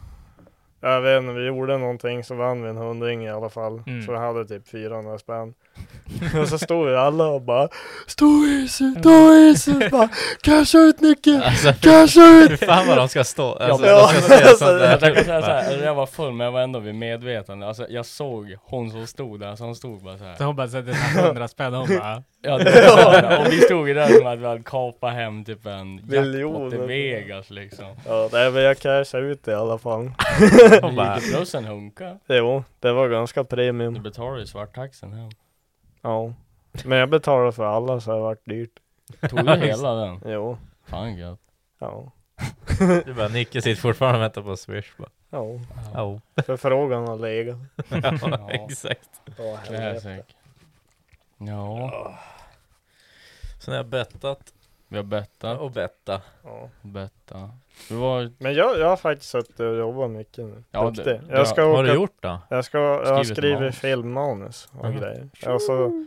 Speaker 1: jag vet inte, vi gjorde någonting så vann vi en hundring i alla fall.
Speaker 2: Mm.
Speaker 1: Så vi hade typ 400 spänn. och så stod vi alla och bara Storhuset, Storhuset! Bara casha ut Nicke!
Speaker 3: Alltså,
Speaker 1: Casha
Speaker 3: hur
Speaker 1: ut!
Speaker 3: fan vad de ska stå. Alltså,
Speaker 1: Ja,
Speaker 3: de ska
Speaker 1: men
Speaker 3: säga
Speaker 1: alltså,
Speaker 3: sånt där.
Speaker 4: Jag kan säga så här, jag var full men jag var ändå vid medvetande. Alltså jag såg hon som stod där, så hon stod bara så
Speaker 2: Så
Speaker 4: här.
Speaker 2: hon bara sätter sig 100 spänn och hon bara,
Speaker 4: Ja, det var det. Och vi stod ju där som att vi hade kapat hem typ en jackpot i
Speaker 1: Miljoner.
Speaker 4: Vegas liksom.
Speaker 1: Ja, nej men jag cashade ut det i alla fall.
Speaker 3: Hon bara,
Speaker 4: Lite plus en hunka.
Speaker 1: Jo, det var ganska
Speaker 4: Du
Speaker 1: premium.
Speaker 4: betalade ju svarttaxen hem.
Speaker 1: Ja. Men jag betalade för alla så det vart dyrt.
Speaker 4: Tog du hela den?
Speaker 1: Jo.
Speaker 4: Fan gött.
Speaker 1: Ja.
Speaker 3: du bara, Nicke sitter fortfarande och väntar på swish. Bara,
Speaker 1: Ja.
Speaker 3: oh.
Speaker 1: Förfrågan har legat.
Speaker 3: ja, exakt.
Speaker 1: Ja,
Speaker 4: Classic. Ja,
Speaker 3: Så när jag bettat
Speaker 4: vi har bettat.
Speaker 3: och betta.
Speaker 1: Ja.
Speaker 4: Betta. Vi var...
Speaker 1: Men jag, jag har faktiskt suttit och jobbat mycket nu.
Speaker 4: Ja,
Speaker 1: Duktig.
Speaker 4: det-
Speaker 1: jag ska
Speaker 4: ja.
Speaker 3: Vad har
Speaker 1: åka
Speaker 3: du gjort då?
Speaker 1: Jag, ska, jag har
Speaker 4: Skrivit
Speaker 1: skrivit
Speaker 4: manus.
Speaker 1: filmmanus och
Speaker 3: Jaha.
Speaker 1: grejer. Och så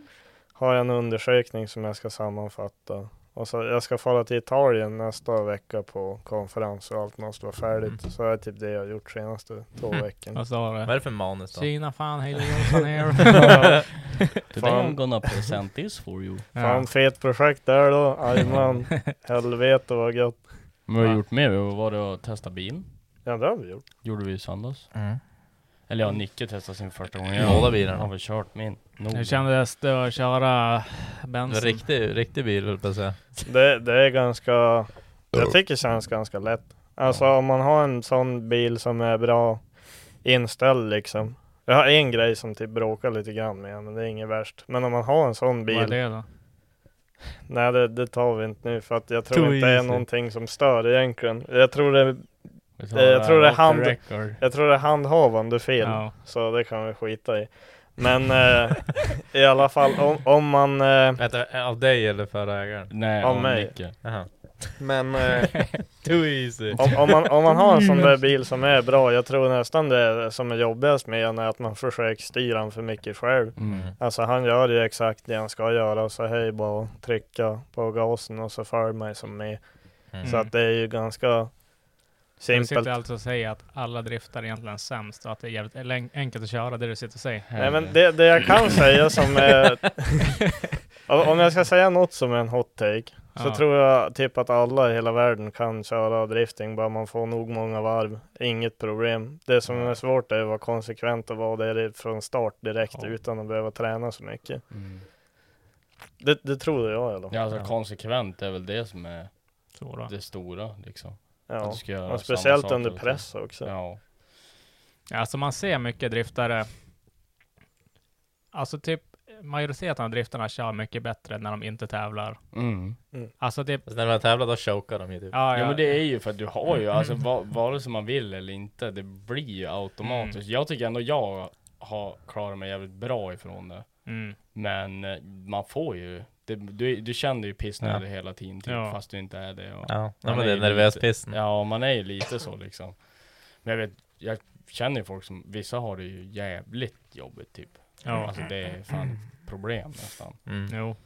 Speaker 1: har jag en undersökning som jag ska sammanfatta. Och så jag ska fara till Italien nästa vecka på konferens och allt måste vara färdigt. Så det är typ det jag har gjort senaste två
Speaker 3: Mm.
Speaker 1: veckorna.
Speaker 2: vad sa
Speaker 3: Vad
Speaker 2: du?
Speaker 3: är det för manus då?
Speaker 2: Tjena fan, Hailey Johnson here.
Speaker 4: Today I'm gonna present this for you.
Speaker 1: Fan fet projekt där då. Jajamän. Helvete vad gött.
Speaker 4: Men vi har gjort mer, vi var det att testa bilen.
Speaker 1: Ja det har vi gjort.
Speaker 4: Gjorde vi i söndags.
Speaker 3: Mm.
Speaker 4: Eller ja, Nicke testade sin första gången.
Speaker 3: Mm.
Speaker 4: Jag
Speaker 3: Båda bilarna.
Speaker 4: har väl kört min. Nog.
Speaker 2: Hur kändes det att köra
Speaker 3: Det var
Speaker 2: Benson?
Speaker 3: Riktig, riktig bil höll jag på att säga.
Speaker 1: Det, det är ganska, jag tycker det känns ganska lätt. Alltså om man har en sån bil som är bra inställd liksom. Jag har en grej som typ bråkar lite grann med, men det är inget värst. Men om man har en sån
Speaker 2: Vad är
Speaker 1: bil,
Speaker 2: det då?
Speaker 1: nej det, det tar vi inte nu för att jag
Speaker 3: Too
Speaker 1: tror inte det är
Speaker 3: easy.
Speaker 1: någonting som stör egentligen. Jag tror det,
Speaker 4: Vi
Speaker 1: Eh, jag tror det är
Speaker 4: off the
Speaker 1: hand-
Speaker 4: record.
Speaker 1: jag tror det är handhavande fel.
Speaker 2: Ja.
Speaker 1: Så det kan vi skita i. Men eh, i alla fall om, om man eh,
Speaker 3: Vänta, av dig eller förra ägaren?
Speaker 4: Nej,
Speaker 1: Av
Speaker 4: av
Speaker 1: mig.
Speaker 4: Nicke.
Speaker 3: Jaha.
Speaker 1: men, eh,
Speaker 3: Too easy.
Speaker 1: Om, om, man, om man har en sån där bil som är bra, jag tror nästan det som är jobbigast med den är att man försöker styra den för mycket själv.
Speaker 4: Mm.
Speaker 1: Alltså han gör ju exakt det han ska göra, så hej bara att trycka på gasen och så för mig som med.
Speaker 3: Mm.
Speaker 1: Så att det är ju ganska
Speaker 2: Du sitter
Speaker 1: simpelt.
Speaker 2: alltså och säger att alla driftar egentligen sämst och att det är jävligt en- enkelt att köra det du sitter och säger.
Speaker 1: Nej men det, det jag kan säga som är... Om om jag ska säga något som är en hot take, så
Speaker 2: Ja.
Speaker 1: tror jag typ att alla i hela världen kan köra drifting, bara man får nog många varv. Inget problem. Det som är svårt är att vara konsekvent och vara där från start direkt
Speaker 4: Ja.
Speaker 1: utan att behöva träna så mycket.
Speaker 4: Mm.
Speaker 1: Det, det tror jag i alla fall.
Speaker 4: Ja, alltså
Speaker 2: Ja.
Speaker 4: konsekvent är väl det som är
Speaker 2: Så då.
Speaker 4: det stora liksom. Att
Speaker 1: Ja.
Speaker 4: du ska göra samma
Speaker 1: Och speciellt
Speaker 4: sak
Speaker 1: under
Speaker 4: hela
Speaker 1: press
Speaker 4: tiden.
Speaker 1: också.
Speaker 4: Ja.
Speaker 2: Alltså man ser mycket driftare. Alltså typ majoriteten av driftarna kör mycket bättre när de inte tävlar.
Speaker 4: Mm.
Speaker 2: Alltså typ.
Speaker 3: Fast när de har tävlat då chokar de ju typ.
Speaker 2: Ja,
Speaker 4: Ja
Speaker 2: ja, Mm.
Speaker 4: men det är ju för att du har ju, alltså va- vare sig man vill eller inte, det blir ju automatiskt.
Speaker 2: Mm.
Speaker 4: Jag tycker ändå jag har klarat mig jävligt bra ifrån det.
Speaker 2: Mm.
Speaker 4: Men eh, man får ju, det, du, du känner ju pissnödig hela tiden typ,
Speaker 2: Ja.
Speaker 4: fast du inte är det. Och,
Speaker 3: Ja,
Speaker 4: Man
Speaker 3: men
Speaker 4: är
Speaker 3: det är
Speaker 4: ju
Speaker 3: nervös
Speaker 4: lite-
Speaker 3: pissen.
Speaker 4: Ja, man är ju lite så liksom. Men jag vet, jag känner ju folk som, vissa har det ju jävligt jobbigt typ.
Speaker 2: ja.
Speaker 4: Alltså det är fan ett problem nästan.
Speaker 3: Mm.
Speaker 2: Jo.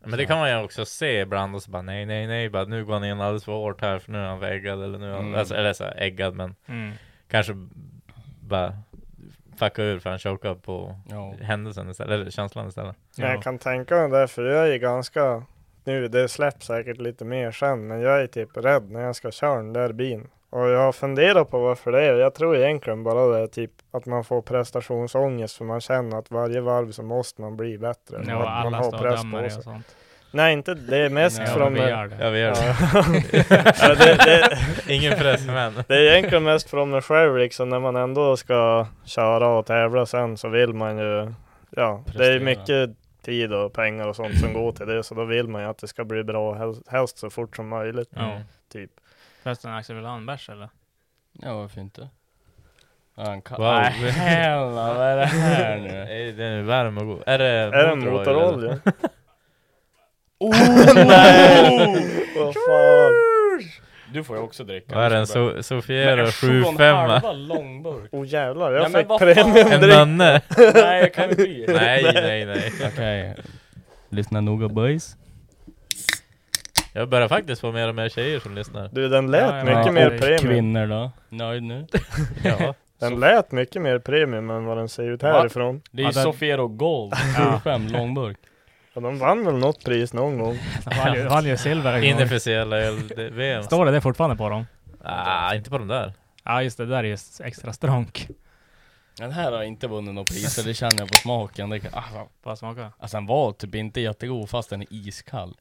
Speaker 3: Men det kan man ju också se ibland och så bara nej, nej, nej, bara nu går han in alldeles för hårt här för nu är han väggad eller nu är han,
Speaker 4: Mm.
Speaker 3: alltså, eller så här, äggad men
Speaker 2: Mm.
Speaker 3: kanske bara fucka ur för han chokar på
Speaker 4: Ja.
Speaker 3: händelsen istället, eller känslan istället.
Speaker 1: Men jag kan tänka mig det, för jag är ju ganska... Nu, det släpps säkert lite mer sen, men jag är typ rädd när jag ska köra den där bilen. Och jag har funderat på varför det är. Jag tror egentligen bara det är typ att man får prestationsångest för man känner att varje varv så måste man bli bättre.
Speaker 2: Ja,
Speaker 1: Att
Speaker 2: och alla
Speaker 1: man
Speaker 2: står och dömer det och sånt.
Speaker 1: Nej, inte det. är Mest
Speaker 4: Nej,
Speaker 2: Ja,
Speaker 1: från...
Speaker 2: vi gör det.
Speaker 3: Ja, vi gör det.
Speaker 1: Ja. Ja, det, det,
Speaker 3: Ingen press men.
Speaker 1: det är egentligen mest från mig själv liksom när man ändå ska köra och tävla sen så vill man ju Ja, det är
Speaker 4: Prestera.
Speaker 1: mycket tid och pengar och sånt som går till det så då vill man ju att det ska bli bra helst, helst så fort som möjligt
Speaker 2: Ja.
Speaker 1: typ.
Speaker 2: Förresten, Axel vill du ha en bärs eller?
Speaker 4: Ja, varför inte? Ja, Han kan...
Speaker 3: Wow.
Speaker 4: Nej, hella, vad är det här nu?
Speaker 3: Nej, det är ju värme och go- Är det
Speaker 1: Är det en
Speaker 3: motorolja, eller?
Speaker 1: motorolja?
Speaker 4: Oh!
Speaker 3: Nej!
Speaker 1: Vad fan.
Speaker 4: Du får ju också dricka.
Speaker 3: Vad är det? En
Speaker 4: så?
Speaker 3: so Sofiero 75
Speaker 4: långburk.
Speaker 1: Åh jävlar,
Speaker 4: Nej,
Speaker 1: jag
Speaker 4: men
Speaker 1: fick
Speaker 4: vad
Speaker 3: En
Speaker 1: premiumdrink.
Speaker 3: nanne?
Speaker 4: Nej, jag kan inte bli.
Speaker 3: Nej, nej, nej.
Speaker 4: Okej. Lyssna noga boys.
Speaker 3: Jag börjar faktiskt få mer och mer tjejer som lyssnar.
Speaker 1: Du den
Speaker 2: Ja, ja,
Speaker 1: lät mycket
Speaker 2: ja.
Speaker 1: mer
Speaker 2: Och
Speaker 1: premium.
Speaker 4: Kvinnor då? Nöjd nu?
Speaker 3: Ja.
Speaker 1: Den lät mycket mer premium än vad den ser ut
Speaker 4: Va?
Speaker 1: härifrån.
Speaker 4: Det är ju
Speaker 2: Ja, den-
Speaker 4: Sofiero Gold, 75 långburk.
Speaker 1: Ja, de vann väl något pris någon gång.
Speaker 2: Vann ju- Vann ju silver en gång.
Speaker 3: Inofficiella LD-VM.
Speaker 2: Står det det fortfarande på dem?
Speaker 3: Ah, inte på de där.
Speaker 2: Ja just det, där är ju s- extra stronk.
Speaker 4: Den här har inte vunnit något pris, så det känner jag på smaken. Det kan, ah, fan.
Speaker 2: Bara smaka.
Speaker 4: alltså den var typ inte jättegod fast den är iskall.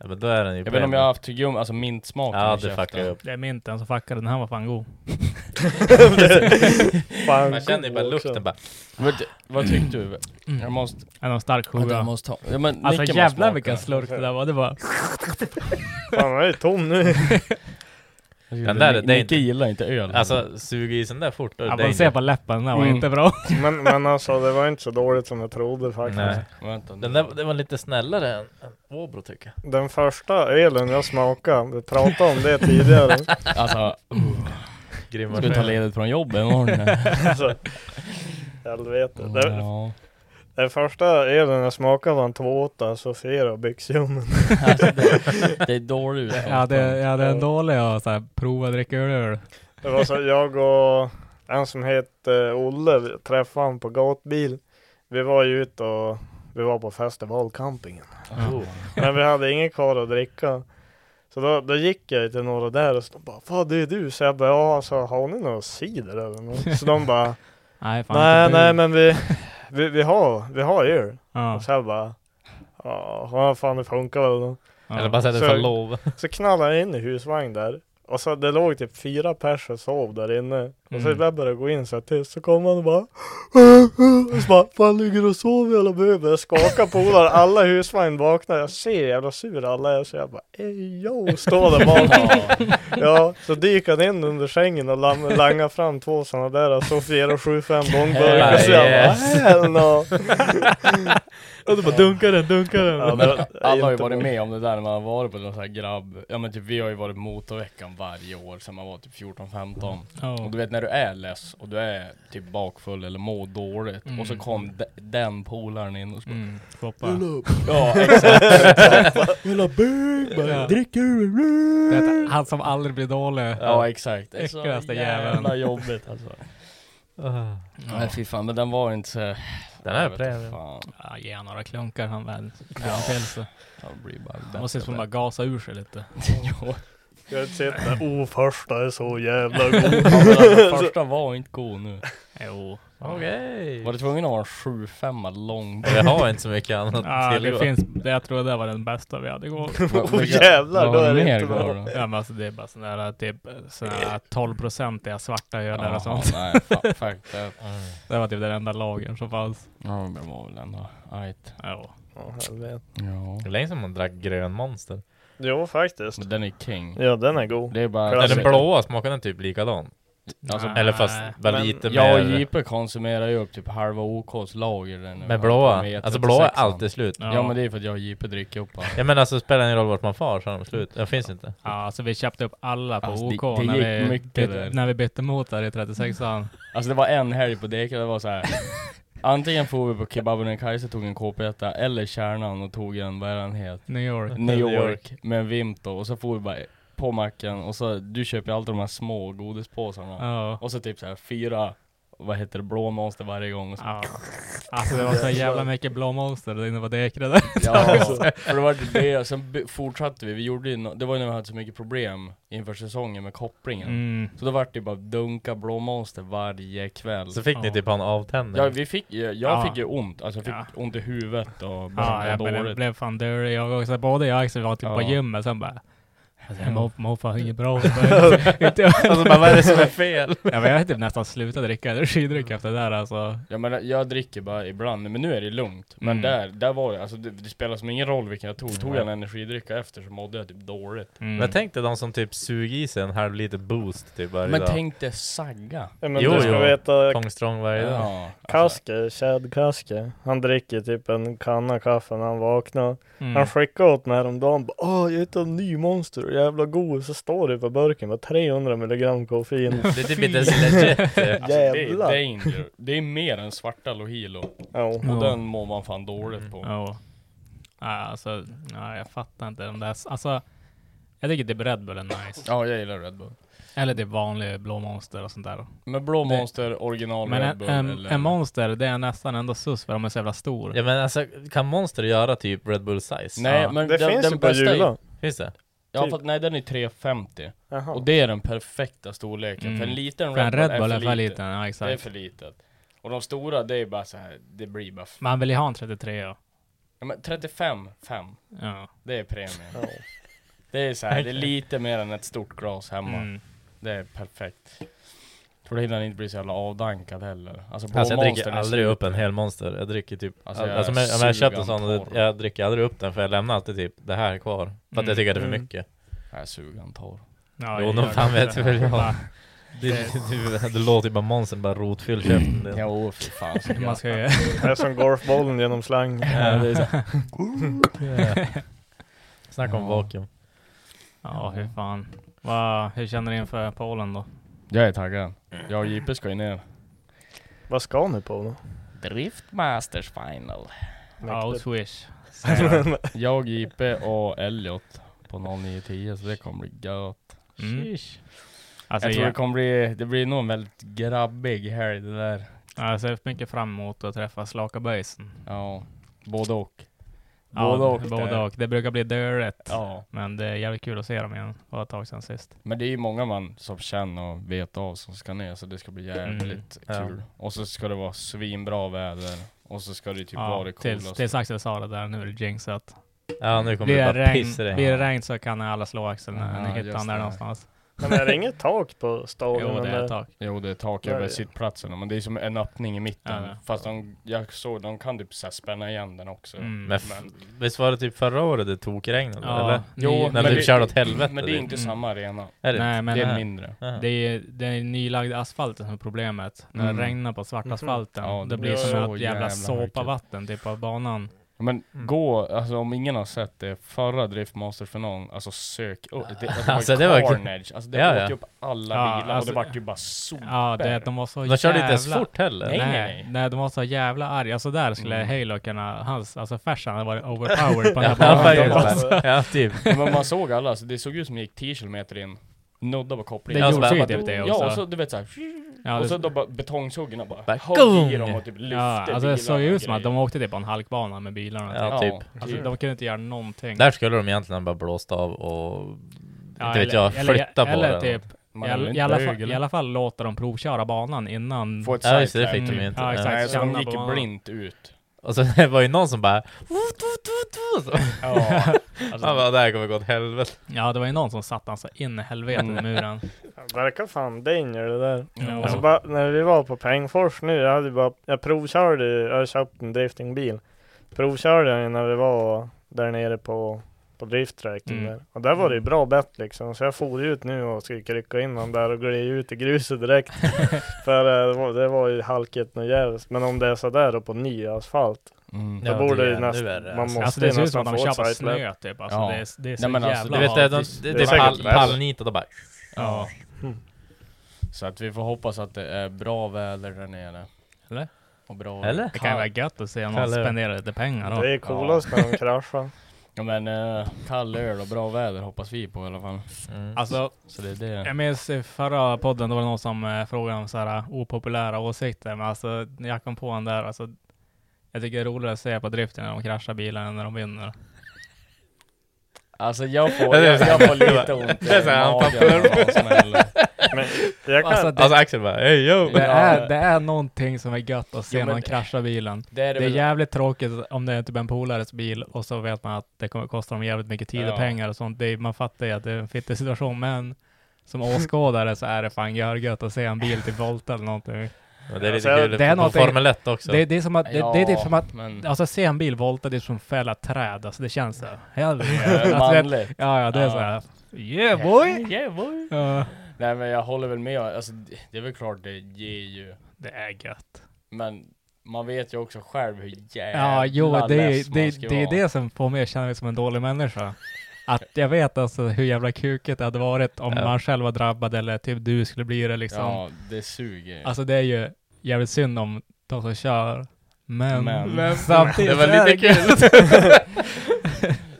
Speaker 3: Ja, men då är den ju
Speaker 4: Jag vet inte om jag har haft tuggummi, alltså mintsmaken
Speaker 3: Ja,
Speaker 4: i
Speaker 3: det
Speaker 4: käften.
Speaker 3: fuckar jag upp.
Speaker 2: Det är minten som fuckar, den här var fan god.
Speaker 1: Fan,
Speaker 3: Man känner ju bara
Speaker 1: god också.
Speaker 3: lukten bara.
Speaker 4: Vad, vad tyckte du? Jag måste...
Speaker 2: En av stark
Speaker 4: Vänta,
Speaker 2: sjua.
Speaker 4: jag måste ta... Ja, men
Speaker 2: Alltså
Speaker 4: Nicke måste
Speaker 2: jävlar
Speaker 4: smaka.
Speaker 2: vilken slurk det där var. Det var...
Speaker 1: Fan, jag är tom nu.
Speaker 3: Den där, det är
Speaker 4: Nicke
Speaker 3: inte-
Speaker 4: gillar inte öl.
Speaker 3: Alltså, sug i sig där fort. då är
Speaker 2: Ja,
Speaker 3: det
Speaker 2: man ser
Speaker 3: danger.
Speaker 2: på läppen, den där var
Speaker 4: Mm.
Speaker 2: inte bra.
Speaker 1: Men, men alltså, det var inte så dåligt som jag trodde faktiskt.
Speaker 4: Mm.
Speaker 3: Nej.
Speaker 4: Vänta, nu.
Speaker 3: Den där den var lite snällare än än Åbro tycker jag.
Speaker 1: Den första ölen jag smakade, vi pratade om det tidigare.
Speaker 4: Alltså,
Speaker 3: Grymma
Speaker 4: ska du ta
Speaker 3: skillnad.
Speaker 4: ledigt från jobbet imorgon?
Speaker 1: Alltså, helvete. Den,
Speaker 4: ja.
Speaker 1: den första ölen jag smakade var en 2,8 Sofiero Byxljummen.
Speaker 4: alltså, det, det är dålig utgångspunkt.
Speaker 2: Ja, det, ja, det är en dålig att så här, prova att dricka ur öl.
Speaker 1: Det var så jag och en som hette eh, Olle vi träffade han på gatbil. Vi var ju ute och vi var på festivalcampingen.
Speaker 4: Oh.
Speaker 1: Men vi hade ingen kvar att dricka. Så då, då gick jag till några där och så de bara Vad det är du? Så jag bara ja, så har ni någon cider eller något? Så de bara
Speaker 2: Nej, fan
Speaker 1: Nej
Speaker 2: inte
Speaker 1: nej
Speaker 2: kul.
Speaker 1: men vi, vi, vi har, vi har öl.
Speaker 2: Ja,
Speaker 1: Och så jag bara Ja, vad fan det funkar väl då.
Speaker 2: ja.
Speaker 3: Eller bara säga det
Speaker 1: Så-
Speaker 3: för lov.
Speaker 1: Så knallade jag in i husvagn där Och så det låg typ fyra pers och sov där inne Och så
Speaker 2: Mm.
Speaker 1: jag började gå in så här tyst Så kom han och bara Och så bara Fan ligger du och sover jävla böbe Jag skakar polare Alla i husvagn vaknar Jag ser hur jävla sur alla är Så jag bara Ey yo Står där bak Ja Så dyker han in under sängen Och lam- langar fram två sådana där Sofiero 75 långburkar Så jag bara
Speaker 3: Yes.
Speaker 1: Hell no
Speaker 2: Och du bara dunkar den, dunkar den.
Speaker 1: Ja,
Speaker 4: Men
Speaker 1: det- det är
Speaker 4: alla har ju
Speaker 1: inte
Speaker 4: varit
Speaker 1: bra.
Speaker 4: med om det där när man har varit på någon sån här grabb... Ja men typ vi har ju varit motorveckan varje år sen man var typ 14-15. Och
Speaker 2: Ja.
Speaker 4: du vet när du är less och du är typ bakfull eller mår dåligt
Speaker 2: Mm.
Speaker 4: och så kom de, den polaren in och så bara,
Speaker 2: Mm, Foppa.
Speaker 4: Ja exakt.
Speaker 2: Ja.
Speaker 4: Dricker
Speaker 2: Det
Speaker 4: du?
Speaker 2: är Han som aldrig blir dålig.
Speaker 4: Ja exakt. Det är så
Speaker 2: Äckligaste
Speaker 4: jävla
Speaker 2: jäveln.
Speaker 4: jobbigt alltså.
Speaker 3: Ah.
Speaker 4: Nej fy fan men den var inte så...
Speaker 3: Den här
Speaker 4: Jag vet inte
Speaker 3: premium.
Speaker 4: fan.
Speaker 2: Ja, ge han några klunkar han väl. Ja. Pilsen.
Speaker 4: Jag blir bara
Speaker 2: Han
Speaker 4: bättre
Speaker 2: måste liksom bara
Speaker 4: och
Speaker 2: gasa ur sig lite.
Speaker 4: bättre.
Speaker 1: Jag har inte sett det. Oh första är så jävla god
Speaker 4: Ja, men alltså, Första var inte god nu.
Speaker 2: Jo.
Speaker 3: Okej.
Speaker 4: Var du tvungen att ha en 7-5 lång
Speaker 3: Vi har inte så mycket annat
Speaker 2: Ja, det
Speaker 3: tillgå.
Speaker 2: finns, det, jag tror det var den bästa vi hade igår.
Speaker 1: Åh, jävlar, då är det inte bra.
Speaker 2: Ja, men alltså det är bara sådana där typ såna här 12-procentiga svarta öl
Speaker 4: Jaha,
Speaker 2: och sånt.
Speaker 4: Nej, fa- fuck that.
Speaker 3: Mm.
Speaker 2: Det var typ den enda lagern som fanns.
Speaker 4: Ja, men det var väl ändå ajt.
Speaker 2: Jo.
Speaker 1: Åh, helvete.
Speaker 4: Ja.
Speaker 3: Det är länge sedan man drack grön monster.
Speaker 1: Jo faktiskt
Speaker 4: Men Den är king.
Speaker 1: Ja den är god
Speaker 4: Det är bara...
Speaker 1: Är
Speaker 3: Är
Speaker 1: Alltså-
Speaker 3: den blåa smakar den typ likadan?
Speaker 4: Alltså,
Speaker 2: Nej.
Speaker 3: Eller fast bara
Speaker 1: Men-
Speaker 3: lite
Speaker 4: Jag och
Speaker 3: mer...
Speaker 4: JP konsumerar ju upp typ halva OKs lager där nu.
Speaker 3: Med blåa.
Speaker 4: Med
Speaker 3: Alltså blåa är
Speaker 4: 36an.
Speaker 3: alltid slut.
Speaker 4: Ja. men det är för att jag och JP dricker upp allt.
Speaker 3: Ja men alltså spelar ingen roll vart man far så är de slut. Den finns inte.
Speaker 2: Ja, alltså vi köpte upp alla på
Speaker 4: Alltså, det-
Speaker 2: OK
Speaker 4: det gick
Speaker 2: när, vi
Speaker 4: mycket
Speaker 2: bytte,
Speaker 4: där.
Speaker 2: när vi bytte mot där i 36an.
Speaker 4: Alltså det var en helg på Deka, det var så här. Antingen får vi på kebaben och Kajsa tog en KP1 eller Kärnan och tog en, vad är den het?
Speaker 2: New
Speaker 4: New
Speaker 2: York.
Speaker 3: New
Speaker 4: York med en Vimp då, och så får vi bara på macken och så, du köper ju alltid de här små godispåsarna.
Speaker 2: Ja.
Speaker 4: Och så typ så här fyra, vad heter det, blå monster varje gång. Och så,
Speaker 2: ja. Alltså det var så jävla mycket blå monster där inne på Dekra där.
Speaker 4: Ja, för det var det det. och Sen by- fortsatte vi. Vi gjorde ju nå- det var ju när vi hade så mycket problem inför säsongen med kopplingen.
Speaker 2: Mm.
Speaker 4: Så då vart det ju bara dunka blå monster varje kväll.
Speaker 3: Så fick ni
Speaker 2: Ja.
Speaker 3: typ ha en avtändning.
Speaker 4: Ja, vi fick, jag, jag
Speaker 2: Ja.
Speaker 4: fick ju ont. Alltså jag fick
Speaker 2: Ja.
Speaker 4: ont i huvudet och bara
Speaker 2: Ja,
Speaker 4: ja,
Speaker 2: jag blev,
Speaker 4: dåligt.
Speaker 2: blev fan dålig jag också. Både jag och Axel var typ på
Speaker 4: Ja.
Speaker 2: gymmet, sen bara Alltså, jag mår, mår fan inget bra.
Speaker 3: Alltså bara, vad är det som är fel?
Speaker 2: ja, men jag har typ nästan slutat dricka energidryck efter det där alltså.
Speaker 4: Jag menar, jag dricker bara ibland, men nu är det lugnt. Men
Speaker 2: Mm.
Speaker 4: där, där var det, alltså det, det spelar som ingen roll vilken jag tog. Tog jag en
Speaker 3: Nej.
Speaker 4: energidricka efter så mådde jag typ dåligt.
Speaker 2: Mm.
Speaker 3: Men jag tänkte de som typ suger i sig en halv liter boost typ varje
Speaker 4: Men
Speaker 3: dag.
Speaker 4: tänk dig sagga.
Speaker 1: Ja, men
Speaker 3: Jo,
Speaker 1: du ska
Speaker 3: jo.
Speaker 1: veta,
Speaker 3: Tång strong varje dag.
Speaker 4: alltså,
Speaker 1: Kaske, Chad Kaske, han dricker typ en kanna kaffe när han vaknar.
Speaker 2: Mm.
Speaker 1: Han skickade åt mig häromdagen bara, Åh, jag hittade en ny monster, jävla god. Så står det på burken med 300 milligram koffein.
Speaker 3: Det är typ inte ens legit. typ. det.
Speaker 4: alltså, det, är
Speaker 1: Jävlar.
Speaker 4: danger. det är mer än svarta Lohilo. Och
Speaker 1: Ja.
Speaker 2: Ja. Mm.
Speaker 4: den mår man fan dåligt på.
Speaker 2: Ja. Nej, alltså, nej, jag fattar inte. De där, alltså, jag tycker typ Red Bull är nice.
Speaker 4: Ja, jag gillar Red Bull.
Speaker 2: Eller typ vanlig Blå Monster och sånt där.
Speaker 4: Men blå
Speaker 2: Det-
Speaker 4: monster, original
Speaker 2: Men
Speaker 4: Red
Speaker 2: en,
Speaker 4: Bull
Speaker 2: en,
Speaker 4: eller...
Speaker 2: en Monster, det är nästan ändå sus för de är så jävla stor.
Speaker 3: Ja men alltså, kan monster göra typ Red Bull size?
Speaker 4: Nej
Speaker 2: Ja.
Speaker 4: men
Speaker 1: Det
Speaker 4: den,
Speaker 1: finns
Speaker 4: den
Speaker 1: ju på
Speaker 4: bästa är-
Speaker 1: Jula.
Speaker 3: Finns det?
Speaker 4: Ja
Speaker 1: typ.
Speaker 4: fast nej den är 350. Och
Speaker 1: Jaha.
Speaker 4: det är den perfekta storleken.
Speaker 2: Mm.
Speaker 4: För en liten
Speaker 2: För en Red Bull är för
Speaker 4: liten.
Speaker 2: liten. Ja,
Speaker 4: Det är
Speaker 2: exakt.
Speaker 4: för litet. Och de stora, det är bara så här, det blir bara... F-
Speaker 2: Man vill ju ha en 33 ja.
Speaker 4: ja, men 35, 5,
Speaker 2: ja.
Speaker 4: det är premium.
Speaker 1: Ja.
Speaker 4: Det är så här, det är lite mer än ett stort glas hemma.
Speaker 2: Mm.
Speaker 4: Det är perfekt. Tror du hinner inte bli så jävla avdankad heller. Alltså, blå
Speaker 3: Alltså jag dricker
Speaker 4: Monstern är
Speaker 3: aldrig
Speaker 4: slut.
Speaker 3: upp en hel monster. Jag dricker typ,
Speaker 4: Alltså,
Speaker 3: alltså,
Speaker 4: jag
Speaker 3: jag,
Speaker 4: är
Speaker 3: alltså, om jag, om jag köpt en
Speaker 4: sugen
Speaker 3: sån,
Speaker 4: på
Speaker 3: och det- jag dricker aldrig upp den för jag lämnar alltid typ det här kvar. För att
Speaker 2: Mm.
Speaker 3: jag tycker att det är för
Speaker 1: Mm.
Speaker 3: mycket.
Speaker 4: Jag är sugen torr.
Speaker 2: Ja,
Speaker 3: Jo,
Speaker 2: jag
Speaker 3: nog
Speaker 2: gör
Speaker 3: fan
Speaker 2: det.
Speaker 3: vet väl jag.
Speaker 2: Ja,
Speaker 3: Det, det, det, låter ju bara monstern bara rotfyll käften. Det-
Speaker 4: Jo fy fan så
Speaker 2: Man
Speaker 4: gött.
Speaker 2: ska ju...
Speaker 1: Det är som golfbollen genom slang.
Speaker 3: Ja, det är så. Snacka om vakuum.
Speaker 2: Ja, hur fan. Va, hur känner ni inför Polen då?
Speaker 4: Jag är taggad. Jag och JP ska ju ner.
Speaker 1: Vad ska ni på då?
Speaker 4: Drift Masters Final.
Speaker 2: Ja, Swish.
Speaker 4: Jag, JP och Elliot på 0910 så det kommer bli gött.
Speaker 2: Mm.
Speaker 3: Sheesh.
Speaker 2: Alltså,
Speaker 4: jag tror
Speaker 2: ja.
Speaker 4: det kommer bli, det blir nog en väldigt grabbig helg det där.
Speaker 2: Ja, jag ser mycket fram emot att träffa Slaka Böjsen.
Speaker 4: Ja, både och.
Speaker 2: Ja,
Speaker 4: Både och.
Speaker 2: Både
Speaker 4: det.
Speaker 2: och. Det brukar bli dörret.
Speaker 4: Ja, Typ
Speaker 2: Men det är jävligt kul att se dem igen. Det var ett tag sedan sist.
Speaker 4: men det är ju många man som känner och vet av som ska ner så det ska bli jävligt
Speaker 3: Mm, ja.
Speaker 4: kul. Och så ska det vara svinbra väder och så ska det ju typ vara det
Speaker 2: tills,
Speaker 4: coolaste.
Speaker 2: tills Axel sa det där, nu är det jinxat.
Speaker 3: Ja nu kommer
Speaker 2: Blir det,
Speaker 3: det bara
Speaker 2: regn,
Speaker 3: pissregn.
Speaker 2: blir det regn så kan alla slå Axel när
Speaker 4: Ja,
Speaker 2: ni hittar
Speaker 4: just
Speaker 2: honom där
Speaker 4: det.
Speaker 2: någonstans.
Speaker 1: Men är det inget tak på
Speaker 2: Jo,
Speaker 1: stadion?
Speaker 2: det är
Speaker 1: eller?
Speaker 2: ett tag.
Speaker 4: Jo det är tak
Speaker 1: Ja,
Speaker 4: över
Speaker 1: ja.
Speaker 4: sittplatserna men det är som en öppning i mitten.
Speaker 2: Ja, ja.
Speaker 4: Fast de, jag såg, de kan typ så här spänna igen den också.
Speaker 2: Mm.
Speaker 3: Men f- visst var det typ förra året det tokregnade
Speaker 2: Ja,
Speaker 3: eller?
Speaker 4: Jo,
Speaker 2: ny-
Speaker 4: men,
Speaker 3: När
Speaker 4: det,
Speaker 3: du körde åt helvete typ.
Speaker 4: men det är
Speaker 3: dit.
Speaker 4: inte
Speaker 2: Mm.
Speaker 4: samma arena.
Speaker 3: Är det?
Speaker 2: Nej, men eh,
Speaker 4: det är
Speaker 2: nej.
Speaker 4: mindre.
Speaker 3: Aha.
Speaker 2: det är den nylagda asfalten som är problemet. När
Speaker 4: Mm.
Speaker 2: det regnar på svartasfalten,
Speaker 4: Ja,
Speaker 2: det,
Speaker 4: det
Speaker 2: blir
Speaker 1: blir
Speaker 2: som
Speaker 4: så
Speaker 2: ett jävla,
Speaker 4: jävla
Speaker 2: såpavatten typ av banan.
Speaker 4: Men
Speaker 3: Mm.
Speaker 4: gå, alltså om ingen har sett det, förra Driftmasterfinalen, alltså sök upp. Det, alltså,
Speaker 3: Alltså,
Speaker 4: det
Speaker 3: det
Speaker 4: var
Speaker 3: var-
Speaker 4: carnage, alltså det
Speaker 3: Ja,
Speaker 4: åt
Speaker 3: ja.
Speaker 4: ju upp alla
Speaker 2: Ja,
Speaker 4: bilar
Speaker 2: alltså-
Speaker 4: och det vart ju bara sopor.
Speaker 2: Ja, det, de var så
Speaker 3: De körde inte ens
Speaker 2: jävla-
Speaker 3: fort heller.
Speaker 4: Nej,
Speaker 2: Nej,
Speaker 4: nej,
Speaker 2: nej, de var så jävla arga. Alltså där skulle
Speaker 4: Mm.
Speaker 2: Halo kunna, hans, alltså farsan hade varit overpowered på den
Speaker 3: Ja,
Speaker 2: här banan.
Speaker 3: faktiskt.
Speaker 1: Alltså.
Speaker 3: ja typ.
Speaker 4: Men man såg alla, alltså, det såg ut som det gick 10 kilometer in, nudda på kopplingen.
Speaker 2: Det
Speaker 4: Alltså,
Speaker 3: gjorde
Speaker 4: bara-
Speaker 2: ju typ det
Speaker 4: Ja,
Speaker 2: också.
Speaker 4: och så du vet såhär,
Speaker 2: Ja,
Speaker 4: och
Speaker 2: det,
Speaker 4: så då bara betongsuggarna bara,
Speaker 3: Bara
Speaker 4: högg i
Speaker 3: gung!
Speaker 4: dem och typ lyfte
Speaker 2: alltså, ja, alltså det såg
Speaker 4: bilar och
Speaker 2: ut som att de
Speaker 4: grejer.
Speaker 2: åkte typ på en halkbana med bilarna. typ.
Speaker 3: Ja, typ.
Speaker 4: Ja,
Speaker 2: Alltså de kunde inte göra någonting.
Speaker 3: Där skulle de egentligen bara blåst av och
Speaker 2: Ja,
Speaker 3: inte vet jag, flytta på
Speaker 2: eller
Speaker 3: den.
Speaker 2: Typ,
Speaker 4: Man
Speaker 2: i,
Speaker 4: är väl
Speaker 2: all, i,
Speaker 4: inte
Speaker 2: alla
Speaker 4: bög,
Speaker 2: fall,
Speaker 4: eller?
Speaker 2: I alla fall låter de provköra banan innan.
Speaker 4: Få ett
Speaker 3: Ja just det, det
Speaker 4: sidetrack.
Speaker 3: fick de
Speaker 2: Mm.
Speaker 3: ju inte.
Speaker 2: Ja, exakt.
Speaker 4: Nej, så de
Speaker 2: Känna
Speaker 4: gick
Speaker 2: på
Speaker 4: ju
Speaker 2: banan.
Speaker 4: blint ut.
Speaker 3: Och så det var ju någon som bara...
Speaker 4: Ja,
Speaker 3: Han
Speaker 4: alltså,
Speaker 3: bara, det här kommer gå åt helvete.
Speaker 2: Ja, det var ju någon som satt han så in i helvete i
Speaker 3: Mm.
Speaker 2: muren.
Speaker 1: Det Verkar fan danger det där.
Speaker 2: Ja.
Speaker 1: Alltså bara, när vi var på Pengfors nu, jag, hade bara, jag provkörde, ju- jag hade köpt en driftingbil. Provkörde jag ju när vi var där nere på, på drifttracken
Speaker 2: Mm.
Speaker 1: där. Och där var det ju bra bett liksom. Så jag for ut nu och skulle krycka in dem där och gled ut i gruset direkt. För eh, det var, det var ju halkigt och jävligt. Men om det är sådär och på ny asfalt.
Speaker 4: mm.
Speaker 1: Då
Speaker 3: Ja,
Speaker 1: borde
Speaker 3: det
Speaker 1: ju
Speaker 3: är
Speaker 1: näst-
Speaker 3: ännu värre,
Speaker 1: man
Speaker 3: alltså.
Speaker 1: måste
Speaker 2: alltså det ser ut som
Speaker 1: nästan
Speaker 2: att de
Speaker 1: få
Speaker 2: kör
Speaker 1: ett
Speaker 2: på
Speaker 1: sidesläp.
Speaker 2: snö typ. Alltså
Speaker 4: Ja.
Speaker 2: det, är, det är så
Speaker 4: Nej, men alltså,
Speaker 2: jävla
Speaker 3: Du vet, det, de,
Speaker 2: hatiskt.
Speaker 3: det,
Speaker 1: det är
Speaker 3: det är typ pall,
Speaker 1: säkert värre.
Speaker 3: pallnit och de bara...
Speaker 2: Ja.
Speaker 4: Så att vi får hoppas att det är bra väder där nere.
Speaker 2: Eller?
Speaker 4: Och bra
Speaker 3: Eller?
Speaker 2: Det kan ju vara gött att se om någon
Speaker 3: Kalle.
Speaker 2: spenderar lite pengar då.
Speaker 1: Det är coolast när de kraschar.
Speaker 4: Ja men eh, kall öl och bra väder hoppas vi på i alla fall.
Speaker 3: Mm.
Speaker 2: Alltså,
Speaker 4: Så det är det.
Speaker 2: jag minns i förra podden, då var det någon som eh, frågade om så här opopulära åsikter, men alltså när jag kom på en där, alltså jag tycker det är roligare att se på driften när de kraschar bilar än när de vinner.
Speaker 4: Alltså jag får,
Speaker 3: Ja, det är
Speaker 4: jag,
Speaker 3: så
Speaker 4: Alltså, jag
Speaker 3: här.
Speaker 4: får lite ont
Speaker 3: Det är så
Speaker 4: i
Speaker 3: här, han
Speaker 4: magen när någon smäller.
Speaker 1: Men jag kan,
Speaker 2: Alltså, det,
Speaker 3: Alltså Axel bara hey yo!
Speaker 2: det,
Speaker 4: Ja.
Speaker 2: är, det är någonting som är gött att se
Speaker 4: Jo,
Speaker 2: när
Speaker 4: men-
Speaker 2: man kraschar bilen.
Speaker 4: Det är det
Speaker 2: Det är
Speaker 4: väl-
Speaker 2: jävligt tråkigt om det är typ en polares bil och så vet man att det kommer kosta dem jävligt mycket tid och
Speaker 4: Ja.
Speaker 2: pengar och sånt. Det är, man fattar ju att det är en fittig situation, men som åskådare så är det fan görgött att se en bil typ volta eller någonting.
Speaker 3: Men det är lite
Speaker 1: Alltså,
Speaker 3: kul
Speaker 2: det är
Speaker 3: på- på
Speaker 2: någonting-
Speaker 3: Formel 1 också.
Speaker 2: Det, det är som att, det, det är typ som att,
Speaker 4: men...
Speaker 2: alltså se en bil volta, det är som att fälla ett träd. Alltså det känns så.
Speaker 4: Eh,
Speaker 2: Helvete. Alltså, det-
Speaker 4: Manligt.
Speaker 2: ja, ja, det är
Speaker 4: Ja.
Speaker 2: så här. Yeah boy!
Speaker 4: Yeah, boy.
Speaker 2: Ja,
Speaker 4: Nej men jag håller väl med, alltså, det- det är väl klart det ger ju,
Speaker 2: det är gött.
Speaker 4: men man vet ju också själv hur jävla
Speaker 2: Ja, jo, det
Speaker 4: less
Speaker 2: är
Speaker 4: man
Speaker 2: det,
Speaker 4: ska
Speaker 2: det, är
Speaker 4: vara.
Speaker 2: det som får mig att känna mig som en dålig människa. Att jag vet alltså hur jävla kuket det hade varit om
Speaker 3: Ja.
Speaker 2: man själv var drabbad eller typ du skulle bli det liksom.
Speaker 4: Ja, det suger ju.
Speaker 2: Alltså det är ju jävligt synd om de som kör. Men,
Speaker 4: Men-
Speaker 2: samtidigt
Speaker 3: Det var
Speaker 2: så är
Speaker 3: lite
Speaker 2: gött.
Speaker 3: kul.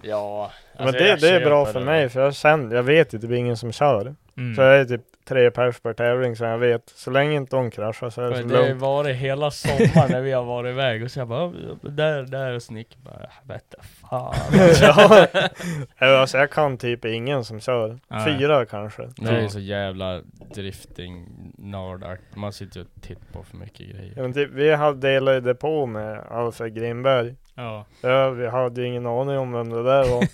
Speaker 4: ja.
Speaker 1: men
Speaker 4: alltså,
Speaker 1: det,
Speaker 4: jag
Speaker 1: det är bra
Speaker 4: köper
Speaker 1: för
Speaker 4: det.
Speaker 1: mig för jag känner, jag vet ju typ ingen som kör.
Speaker 2: Mm.
Speaker 1: Så jag är typ tre pers per tävling så jag vet, så länge inte de kraschar så är det,
Speaker 4: Men
Speaker 1: som
Speaker 4: det har ju
Speaker 1: lugnt.
Speaker 4: varit hela sommaren när vi har varit iväg och så jag bara, där, där och Snick bara, vete fan.
Speaker 1: ja. Alltså jag kan typ ingen som kör.
Speaker 2: Nej.
Speaker 1: Fyra kanske.
Speaker 4: Det är ju så jävla drifting nördakt. Man sitter ju och tittar på för mycket
Speaker 1: Ja,
Speaker 4: grejer.
Speaker 1: men typ, vi hade- delade ju depå med Alfred Grimberg.
Speaker 2: Ja.
Speaker 1: Ja, vi hade ju ingen aning om vem det där var.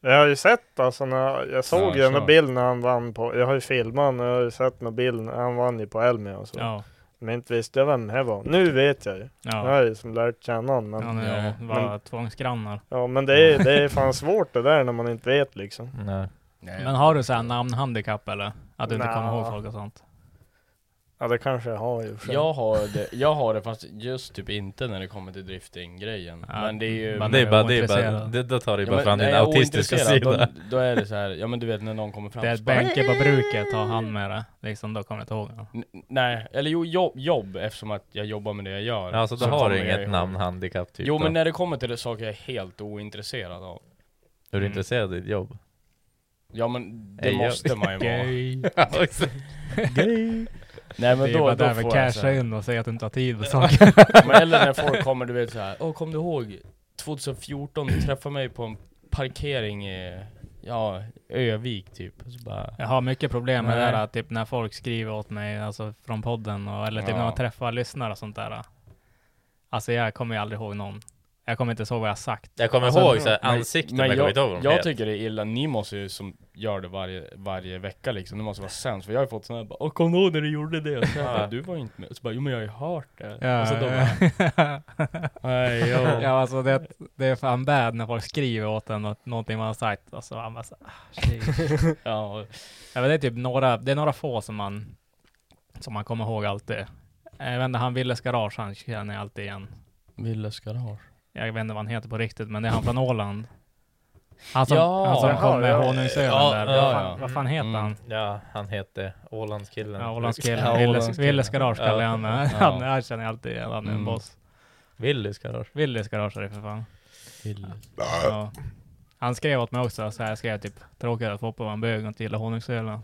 Speaker 1: jag har ju sett alltså, när jag såg
Speaker 4: Ja,
Speaker 1: ju en
Speaker 4: så.
Speaker 1: bild när han vann på, jag har ju filmat honom, jag har ju sett en bild när han vann ju på Elmia och så.
Speaker 2: Ja.
Speaker 1: Men inte visste jag vem det var. Nu vet jag ju. Jag
Speaker 2: Ja.
Speaker 1: har ju som lärt känna honom. Men,
Speaker 2: Ja,
Speaker 1: ja.
Speaker 2: nu
Speaker 4: Ja,
Speaker 2: var
Speaker 1: men-
Speaker 2: tvångsgrannar.
Speaker 1: men det är, det är fan svårt det där när man inte vet liksom.
Speaker 3: Nej.
Speaker 2: Men har du så här namnhandikapp eller? Att du inte
Speaker 1: Nja.
Speaker 2: kommer ihåg folk och sånt?
Speaker 1: Ja det kanske jag har ju. för sig.
Speaker 4: Jag har, det, jag har det fast just typ inte när det kommer till drifting-grejen.
Speaker 2: Ja,
Speaker 4: men det är ju...
Speaker 2: man
Speaker 3: Det är bara, det är bara,
Speaker 2: ointresserad.
Speaker 3: det, då tar det ju
Speaker 4: Ja,
Speaker 3: bara
Speaker 4: men
Speaker 3: fram
Speaker 4: när
Speaker 3: din
Speaker 4: jag är
Speaker 3: autistiska
Speaker 4: ointresserad,
Speaker 3: sida.
Speaker 4: Då, då är det så här, ja men du vet när någon kommer fram
Speaker 2: Det är
Speaker 4: så
Speaker 2: ett
Speaker 4: bara,
Speaker 2: bänke på bruket, har han med det. Liksom, då kommer jag inte ihåg honom.
Speaker 4: "N- Nej, eller jo jobb, jobb eftersom att jag jobbar med det jag gör.
Speaker 3: Ja, så då
Speaker 4: Så
Speaker 3: har
Speaker 4: kommer
Speaker 3: du
Speaker 4: jag
Speaker 3: inget
Speaker 4: ihåg.
Speaker 3: namnhandikapp typ
Speaker 4: Jo men
Speaker 3: då.
Speaker 4: när det kommer till det saker jag är helt ointresserad av.
Speaker 3: Är du
Speaker 2: Mm.
Speaker 3: intresserad av ditt jobb?
Speaker 4: Ja men det
Speaker 3: Nej, jag-
Speaker 4: måste man ju vara.
Speaker 2: Gay.
Speaker 3: Gay!
Speaker 4: Nej
Speaker 2: Det
Speaker 4: men
Speaker 2: är
Speaker 4: då,
Speaker 2: bara
Speaker 4: då
Speaker 2: därför
Speaker 4: får jag så
Speaker 2: Typ casha
Speaker 4: här-
Speaker 2: in och säga att du inte har tid med saker.
Speaker 4: Men eller när folk kommer, du vet såhär, åh kom du ihåg 2014, du träffade mig på en parkering i, ja, Övik typ. Så bara,
Speaker 2: Jag har mycket problem med det
Speaker 4: Nej.
Speaker 2: där, typ när folk skriver åt mig, alltså från podden och eller typ när
Speaker 4: Ja.
Speaker 2: man träffar lyssnare och sånt där. Alltså jag kommer ju aldrig ihåg någon. Jag kommer inte ihåg vad jag har sagt.
Speaker 3: Jag kommer
Speaker 2: Alltså,
Speaker 3: ihåg så här,
Speaker 4: men-
Speaker 3: ansikten, men
Speaker 4: men
Speaker 3: jag kommer inte ihåg vad
Speaker 4: jag,
Speaker 3: de
Speaker 4: jag
Speaker 3: heter.
Speaker 4: tycker det är illa, ni måste ju som gör det varje, varje vecka liksom, det måste vara sämst. För jag har ju fått sådana här bara, åh kom du ihåg när du gjorde det? Och Så jag bara, du var ju inte med. Och Så bara, jo men jag har ju hört det. och så då bara,
Speaker 2: ja.
Speaker 4: nej jo.
Speaker 2: ja, alltså det, det är fan bad när folk skriver åt en att någonting man har sagt och så man bara så, ah, shit.
Speaker 4: Ja,
Speaker 2: ja, men det är typ några, det är några få som man, som man kommer ihåg alltid. Även när han ville garage, han känner jag alltid igen.
Speaker 4: Willes garage.
Speaker 2: Jag vet inte vad han heter på riktigt, men det är han från Åland. Han som,
Speaker 4: Ja.
Speaker 2: han som
Speaker 4: Jaha,
Speaker 2: kom med
Speaker 1: ja.
Speaker 2: honungsölen
Speaker 3: Ja,
Speaker 2: där.
Speaker 3: ja,
Speaker 2: vad, fan,
Speaker 4: ja.
Speaker 2: vad fan heter
Speaker 4: Mm.
Speaker 2: han?
Speaker 3: Ja, han hette Ålandskillen.
Speaker 2: Ja, Ålandskillen.
Speaker 4: Ja,
Speaker 2: Willes,
Speaker 4: Ålandskillen.
Speaker 2: Willes Garage kallar jag
Speaker 3: Ja.
Speaker 2: han med.
Speaker 4: Ja.
Speaker 2: Han han känner jag alltid igen. Han är en
Speaker 4: Mm.
Speaker 2: boss.
Speaker 3: Willys garage.
Speaker 2: Willes Garage är det för fan.
Speaker 4: Wille.
Speaker 2: Ja. Han skrev åt mig också, så här skrev jag typ tråkigt att Foppa var en bög och inte gillade honungsölen.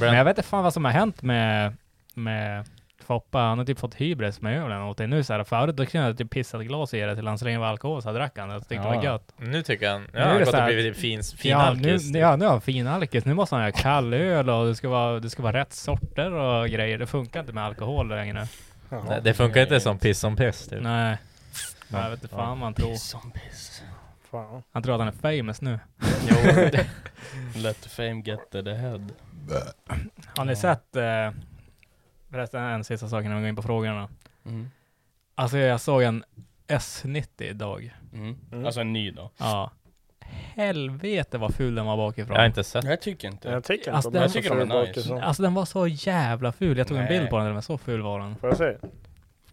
Speaker 2: Men jag vet inte fan vad som har hänt med, med Foppa. Han har typ fått hybris med ölen åt dig nu så här. Förut då kunde jag typ pissa ett glas i det till han slängde med alkohol så här drack han det. Jag tyckte det
Speaker 4: Ja.
Speaker 2: var gött.
Speaker 3: Nu tycker han,
Speaker 2: Nu
Speaker 3: ja,
Speaker 2: är
Speaker 3: han
Speaker 2: det
Speaker 3: har
Speaker 2: så
Speaker 3: gått och
Speaker 2: här-
Speaker 3: blivit fin, fin
Speaker 2: ja, nu,
Speaker 3: alkis.
Speaker 2: ja, nu har han fin alkis. Nu måste han ha kall öl och det ska, vara, det ska vara rätt sorter och grejer. Det funkar inte med alkohol längre.
Speaker 1: Jaha.
Speaker 3: Nej, det funkar inte som piss som pest. Typ.
Speaker 2: Nej. Nej, jag vet inte fan vad han tror.
Speaker 4: Som piss.
Speaker 1: Fan.
Speaker 2: Han tror att han är famous nu.
Speaker 4: Jo, det- let the fame get to the head.
Speaker 2: Har ni sett, eh, förresten en sista sak innan vi går in på frågorna.
Speaker 4: Mm.
Speaker 2: Alltså jag såg en S90 idag.
Speaker 4: Mm.
Speaker 1: Mm.
Speaker 4: Alltså en ny då.
Speaker 2: Ja. Helvete vad ful den var
Speaker 3: Jag
Speaker 2: bakifrån.
Speaker 3: har inte sett.
Speaker 4: Jag tycker inte.
Speaker 1: Jag tycker inte
Speaker 2: Alltså,
Speaker 1: om det.
Speaker 2: den-
Speaker 1: så
Speaker 4: Jag tycker de är
Speaker 1: ful
Speaker 4: nice.
Speaker 1: bakifrån.
Speaker 2: Alltså den var så jävla ful. Jag tog en
Speaker 4: Nej.
Speaker 2: bild på den, men så ful var den.
Speaker 1: Får jag se?
Speaker 4: Nej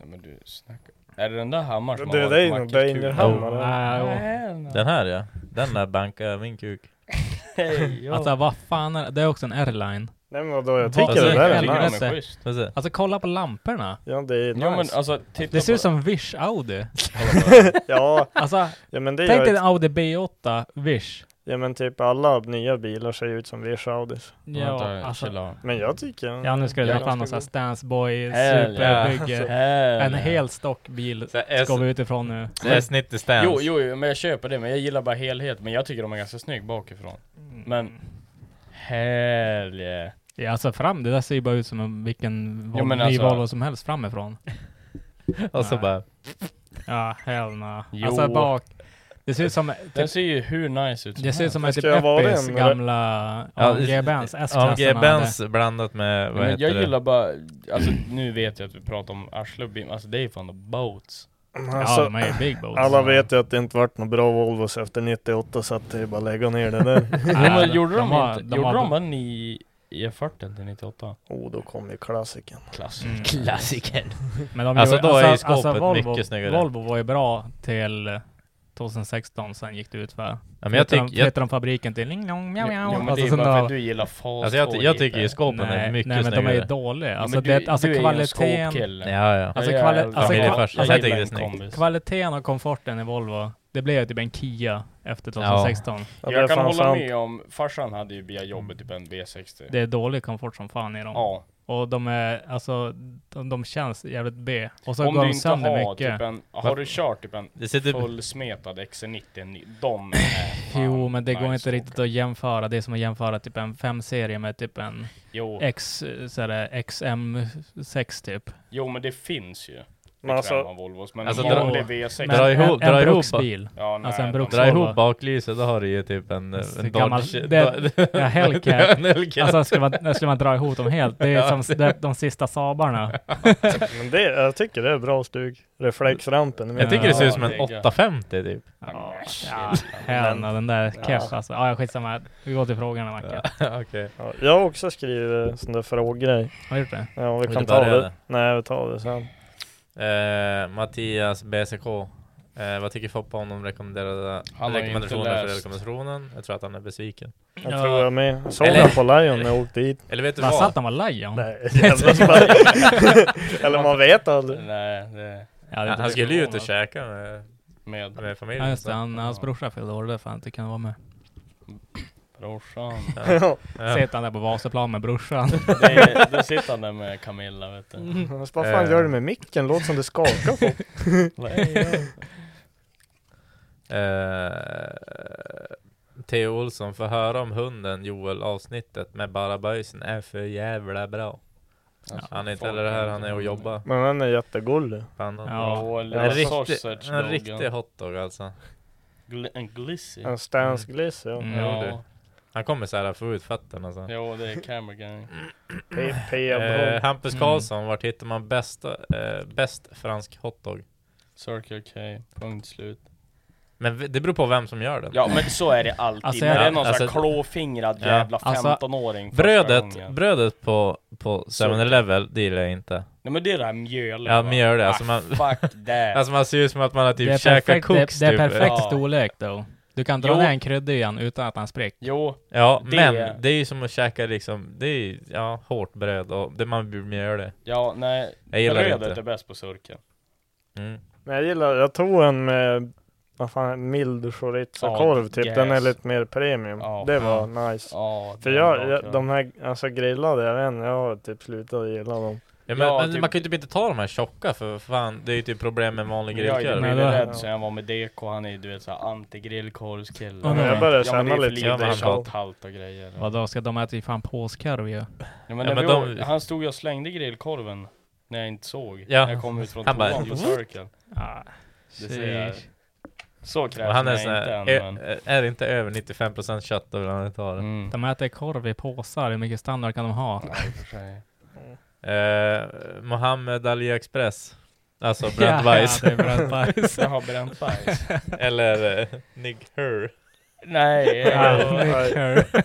Speaker 4: men du snackar. Är det den där hammaren som
Speaker 1: Det-
Speaker 4: har
Speaker 1: det är
Speaker 4: varit
Speaker 1: nog
Speaker 4: på Mackes
Speaker 1: Beinerhamn.
Speaker 3: Oh.
Speaker 4: kul?
Speaker 1: Ja,
Speaker 2: Nej, och-
Speaker 3: Den här ja. Den där bankar min kuk.
Speaker 4: Hej, ja.
Speaker 2: Alltså vad fan är det? Det är också en airline.
Speaker 1: Nej men vadå, jag
Speaker 2: Vad
Speaker 4: Alltså,
Speaker 1: tycker det
Speaker 2: säger
Speaker 1: där är
Speaker 2: Helge?
Speaker 1: nice.
Speaker 2: helvete.
Speaker 4: schysst.
Speaker 3: Får se.
Speaker 2: Alltså kolla på lamporna.
Speaker 1: Ja det är nice.
Speaker 4: Ja men alltså titta
Speaker 2: Det ser
Speaker 4: på
Speaker 2: ut som Wish Audi.
Speaker 1: ja,
Speaker 2: Alltså,
Speaker 1: ja men det
Speaker 2: tänk
Speaker 1: gör
Speaker 2: dig
Speaker 1: ju
Speaker 2: en Audi B8 Wish.
Speaker 1: Ja men typ alla nya bilar ser ju ut som Wish Audis.
Speaker 2: Ja,
Speaker 4: Vänta,
Speaker 2: alltså,
Speaker 4: chilla.
Speaker 1: Men jag tycker...
Speaker 2: ja nu ska du
Speaker 4: Jag
Speaker 2: dra fram någon
Speaker 4: ganska
Speaker 2: sån här Stance Boy
Speaker 4: Hell
Speaker 2: superbygge.
Speaker 4: Här.
Speaker 2: En hel stockbil
Speaker 3: Så här, S-
Speaker 2: ska vi utifrån nu.
Speaker 3: S90 stands.
Speaker 4: Jo, jo, jo, men jag köper det, men jag gillar bara helhet, men jag tycker de är ganska snygg bakifrån. Men- Helge.
Speaker 2: Ja, alltså fram, det där ser ju bara ut som en, vilken Vol-
Speaker 4: Jo, men
Speaker 2: ny
Speaker 4: alltså-
Speaker 2: Volvo som helst framifrån.
Speaker 3: Och så
Speaker 2: Nej.
Speaker 3: bara,
Speaker 2: Ja, hell no.
Speaker 4: Jo.
Speaker 2: Alltså bak. Det ser ut som,
Speaker 4: Den ser ju hur nice ut som
Speaker 2: Typ- det ser ut
Speaker 4: helst.
Speaker 2: som en typ
Speaker 1: Ska jag vara
Speaker 2: Eppis
Speaker 1: den,
Speaker 2: gamla
Speaker 3: Ja,
Speaker 2: AMG-Benz, S-klassen. han hade.
Speaker 3: AMG-Benz blandat med, vad
Speaker 4: Men
Speaker 3: heter
Speaker 4: jag
Speaker 3: det?
Speaker 4: gillar bara, alltså nu vet jag att vi pratar om arsle och bim, alltså det är ju fan the boats.
Speaker 2: Ja,
Speaker 1: Alltså,
Speaker 2: de är ju big boats.
Speaker 1: alla vet ju att det inte vart några bra Volvos efter 98 så att det är bara att lägga ner det där.
Speaker 4: Ja,
Speaker 2: Nej,
Speaker 4: men gjorde de,
Speaker 2: har-
Speaker 4: inte,
Speaker 2: de
Speaker 4: gjorde
Speaker 2: har-
Speaker 4: de bara ni i 40 till 98?
Speaker 1: Oh, då kom ju klassiken.
Speaker 4: Klass.
Speaker 2: Mm.
Speaker 3: Klassiken.
Speaker 2: Men de
Speaker 3: Alltså,
Speaker 2: gjorde,
Speaker 3: då är ju
Speaker 2: alltså, alltså,
Speaker 3: skåpet
Speaker 2: Volvo,
Speaker 3: mycket snyggare.
Speaker 2: Volvo var ju bra till 2016, sen gick det ut för.
Speaker 3: Ja, men jag, tyck,
Speaker 2: Flyttade de,
Speaker 3: jag,
Speaker 2: flyttade de fabriken till Ling Long Miao Miao.
Speaker 4: Jo, men
Speaker 2: Alltså,
Speaker 4: det är
Speaker 2: sen
Speaker 4: bara för
Speaker 2: då-
Speaker 4: att du gillar fast
Speaker 3: alltså, jag, jag tycker ju skåpen
Speaker 2: nej,
Speaker 3: är mycket
Speaker 2: nej, men de är
Speaker 3: snyggare.
Speaker 2: ju dåliga. Alltså,
Speaker 4: Alltså, du,
Speaker 2: det, alltså
Speaker 4: du är ju en
Speaker 2: kvaliteten.
Speaker 4: skåpkille.
Speaker 3: ja, ja.
Speaker 2: Alltså,
Speaker 4: Jag
Speaker 2: kvali-
Speaker 4: gillar-
Speaker 2: alltså,
Speaker 4: jag
Speaker 2: kvali-
Speaker 4: gillar
Speaker 3: jag tycker det är
Speaker 4: en
Speaker 3: snyggt.
Speaker 4: kombis.
Speaker 2: Kvaliteten och komforten i Volvo, det blev ju typ en Kia efter 2016.
Speaker 1: Ja, det är
Speaker 4: Jag kan
Speaker 1: fan
Speaker 4: hålla
Speaker 1: sant.
Speaker 4: med om, farsan hade ju via jobbet typ en B60.
Speaker 2: Det är dålig komfort som fan i dem.
Speaker 4: ja,
Speaker 2: Och de är, alltså, de, de känns jävligt B. Och så
Speaker 4: om
Speaker 2: går
Speaker 4: du
Speaker 2: de
Speaker 4: inte
Speaker 2: sönder
Speaker 4: har
Speaker 2: mycket.
Speaker 4: typ en, har du kört typ en
Speaker 3: Det sitter,
Speaker 4: fullsmetad XC90, ny- de är fan
Speaker 2: Jo, men det går
Speaker 4: nice
Speaker 2: inte
Speaker 4: att
Speaker 2: riktigt
Speaker 4: åka.
Speaker 2: att jämföra. Det är som att jämföra typ en 5-serie med typ en
Speaker 4: Jo,
Speaker 2: X, eh, så här, XM6 typ.
Speaker 4: jo, men det finns ju.
Speaker 1: Men alltså,
Speaker 4: bekväma Volvos, men
Speaker 3: Alltså,
Speaker 4: alltså,
Speaker 2: dra-
Speaker 4: vanlig V60.
Speaker 2: Men
Speaker 3: Dra ihop-
Speaker 2: en,
Speaker 3: dra
Speaker 2: en
Speaker 3: ihop-
Speaker 2: bruksbil.
Speaker 4: ja, nej,
Speaker 2: alltså en
Speaker 4: de-
Speaker 2: bruks-
Speaker 3: dra
Speaker 2: Volvo.
Speaker 3: ihop baklyset, då har du ju typ en, eh,
Speaker 2: Så
Speaker 3: en
Speaker 2: gammal-
Speaker 3: Dodge.
Speaker 2: det- ja, Hellcat.
Speaker 3: en Hellcat.
Speaker 2: Alltså skulle man, skulle man dra ihop dem helt, det är
Speaker 3: Ja.
Speaker 2: som de, de sista Saabarna.
Speaker 1: men det, jag tycker det är bra stug. Reflexrampen. men-
Speaker 3: jag tycker det ser ut som en
Speaker 4: Ja, det är gött.
Speaker 3: 850 typ.
Speaker 2: Ja,
Speaker 4: men shit.
Speaker 2: ja, Helena, den där
Speaker 1: Ja.
Speaker 2: keff alltså. Ja, ja, skitsamma. Vi går till frågorna Macke.
Speaker 3: Okej.
Speaker 1: Ja, jag har också skrivit sån där fråggrej.
Speaker 2: Har du gjort det?
Speaker 1: Ja, vi
Speaker 3: du
Speaker 1: kan ta
Speaker 3: börja,
Speaker 1: det. Nej, vi tar det sen.
Speaker 3: Eh, Mattias BCK. Eh, vad tycker Foppa om de rekommenderade
Speaker 4: Han har ju
Speaker 3: rekommendationerna
Speaker 4: inte
Speaker 3: för
Speaker 4: läst.
Speaker 3: rekommendationen? Jag tror att han är besviken.
Speaker 1: Jag
Speaker 2: Ja.
Speaker 1: tror jag med. Såg
Speaker 3: Eller-
Speaker 1: jag på Lion när jag åkte hit?
Speaker 3: Eller vet du
Speaker 2: Man satt
Speaker 3: vad?
Speaker 2: han var Lion?
Speaker 1: Nej, jävla spärr. Eller man vet aldrig.
Speaker 4: Nej, det
Speaker 2: Ja, det är
Speaker 3: Han,
Speaker 2: inte
Speaker 3: han skulle ju ut och
Speaker 2: förvånad.
Speaker 3: käka med,
Speaker 4: med
Speaker 3: med familjen.
Speaker 2: Ja just det, han, hans brorsa fyllde år, därför han inte kunde vara med.
Speaker 4: brorsan.
Speaker 1: Ja,
Speaker 3: Ja. Typ
Speaker 2: Sitter han där på Vasaplan med brorsan.
Speaker 4: Det, det sitter han där med Camilla vet du.
Speaker 1: Vad fan gör du med micken? Låter som det skakar på.
Speaker 3: Eh, Theo Olsson, får höra om hunden Joel avsnittet med bara böjsen är för jävla bra. Han är inte heller här, han är och jobbar.
Speaker 1: Men den är jättegullig.
Speaker 3: Pannan.
Speaker 2: Ja.
Speaker 4: Ja,
Speaker 3: En
Speaker 4: en
Speaker 3: riktig,
Speaker 4: riktig,
Speaker 3: en riktig hotdog alltså.
Speaker 4: Gl en glissy.
Speaker 1: En Stans Gliss ja.
Speaker 2: Mm.
Speaker 3: Jo, du.
Speaker 4: Ja,
Speaker 3: Han kommer såhär få ut fötterna så.
Speaker 4: jo det är camera gang.
Speaker 3: Eh,
Speaker 1: PP
Speaker 3: Hampus
Speaker 2: Mm.
Speaker 3: Karlsson, vart hittar man bästa, eh, bäst fransk hotdog?
Speaker 4: Circle K, punkt slut.
Speaker 3: Men v- det beror på vem som gör den.
Speaker 4: Ja men så är det alltid,
Speaker 2: Alltså,
Speaker 4: när
Speaker 2: jag-
Speaker 4: det är någon sån här
Speaker 3: alltså-
Speaker 4: klåfingrad
Speaker 3: Ja.
Speaker 4: jävla
Speaker 2: Alltså,
Speaker 4: 15-åring första
Speaker 3: Brödet,
Speaker 4: gången.
Speaker 3: brödet på, på 7-Eleven, det gillar jag inte.
Speaker 4: Nej men det är det här mjölet
Speaker 3: Ja,
Speaker 4: va?
Speaker 3: mjöl, alltså,
Speaker 4: ah,
Speaker 3: man-
Speaker 4: Fuck that!
Speaker 3: Alltså man ser ut som att man har typ
Speaker 2: det, är
Speaker 3: käkat
Speaker 2: perfekt,
Speaker 3: koks
Speaker 2: det, det är
Speaker 3: typ.
Speaker 2: perfekt
Speaker 4: Ja.
Speaker 2: storlek då. Du kan dra
Speaker 4: Jo.
Speaker 2: ner en krydda igen utan att han spricker.
Speaker 4: Jo,
Speaker 3: Ja,
Speaker 4: Det-
Speaker 3: men det är ju som att käka liksom, det är ju, ja, hårt bröd och det man blir mjölig.
Speaker 4: ja nej,
Speaker 3: Jag gillar det
Speaker 4: brödet
Speaker 3: inte.
Speaker 4: är bäst på surken.
Speaker 3: Mm.
Speaker 1: Men jag gillar, jag tog en med vad fan, mild chorizo-korv
Speaker 4: Ja,
Speaker 1: typ.
Speaker 4: yes.
Speaker 1: Den är lite mer premium.
Speaker 4: Ja.
Speaker 1: Det var nice.
Speaker 4: Ja,
Speaker 1: För
Speaker 4: den
Speaker 1: jag,
Speaker 4: var
Speaker 1: jag,
Speaker 4: kul.
Speaker 1: de här alltså grillade, jag vet inte, jag har typ slutat gilla dem.
Speaker 3: Ja, men,
Speaker 4: Ja,
Speaker 3: men
Speaker 4: typ-
Speaker 3: man kan ju typ inte ta de här tjocka för fan, det är ju typ problem med en vanlig
Speaker 4: Jag
Speaker 3: grillkorv.
Speaker 4: är
Speaker 2: Men
Speaker 4: blivit
Speaker 2: det-
Speaker 4: rädd sen jag var med DK, han är ju du vet såhär anti-grillkorvskille
Speaker 2: Ja, men jag
Speaker 1: börjar
Speaker 4: Ja, men det är
Speaker 1: känna
Speaker 4: för
Speaker 1: lite
Speaker 4: lite
Speaker 3: grann.
Speaker 4: kötthalt och grejer
Speaker 3: Mm.
Speaker 2: Vadå, ska de äta ju fan påskorv ju?
Speaker 4: ja, men
Speaker 3: Ja,
Speaker 4: när
Speaker 3: men
Speaker 4: vi var-
Speaker 3: de-
Speaker 4: Han stod och slängde grillkorven när jag inte såg,
Speaker 3: Ja.
Speaker 4: när jag kom ut från
Speaker 3: Han bara-
Speaker 4: toan på Circle
Speaker 2: Ah,
Speaker 4: Det ser jag.
Speaker 2: sheesh.
Speaker 4: Så
Speaker 3: Och
Speaker 4: kräsen
Speaker 3: han
Speaker 4: är
Speaker 3: är
Speaker 4: jag
Speaker 3: sån
Speaker 4: inte än
Speaker 3: här,
Speaker 4: men
Speaker 3: är, är det inte över 95% kött då vill han inte ha det.
Speaker 4: Mm.
Speaker 2: De äter korv i påsar, hur mycket standard kan de ha?
Speaker 4: Ja, i och för sig.
Speaker 3: Eh, Mohammed Ali Express. Alltså
Speaker 2: Ja,
Speaker 3: bränt bajs.
Speaker 2: det är bränt bajs.
Speaker 4: Jag har bränt bajs
Speaker 3: Eller eh, Nick Her.
Speaker 4: Nej,
Speaker 2: Ja,
Speaker 4: jag- alltså,
Speaker 2: mycket korv.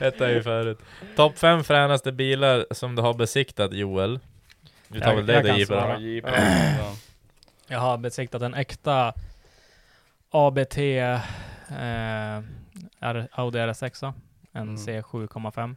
Speaker 3: Hette han ju förut. Topp 5 fränaste bilar som du har besiktat Joel. Vi tar
Speaker 2: Jag-
Speaker 3: väl det
Speaker 2: jag
Speaker 3: där
Speaker 2: kan
Speaker 3: Jibril.
Speaker 2: svara.
Speaker 4: Ja, jeepen, ja.
Speaker 2: Jag har besiktat en äkta ABT eh, R, Audi RS6, en
Speaker 4: Mm.
Speaker 2: C7,5.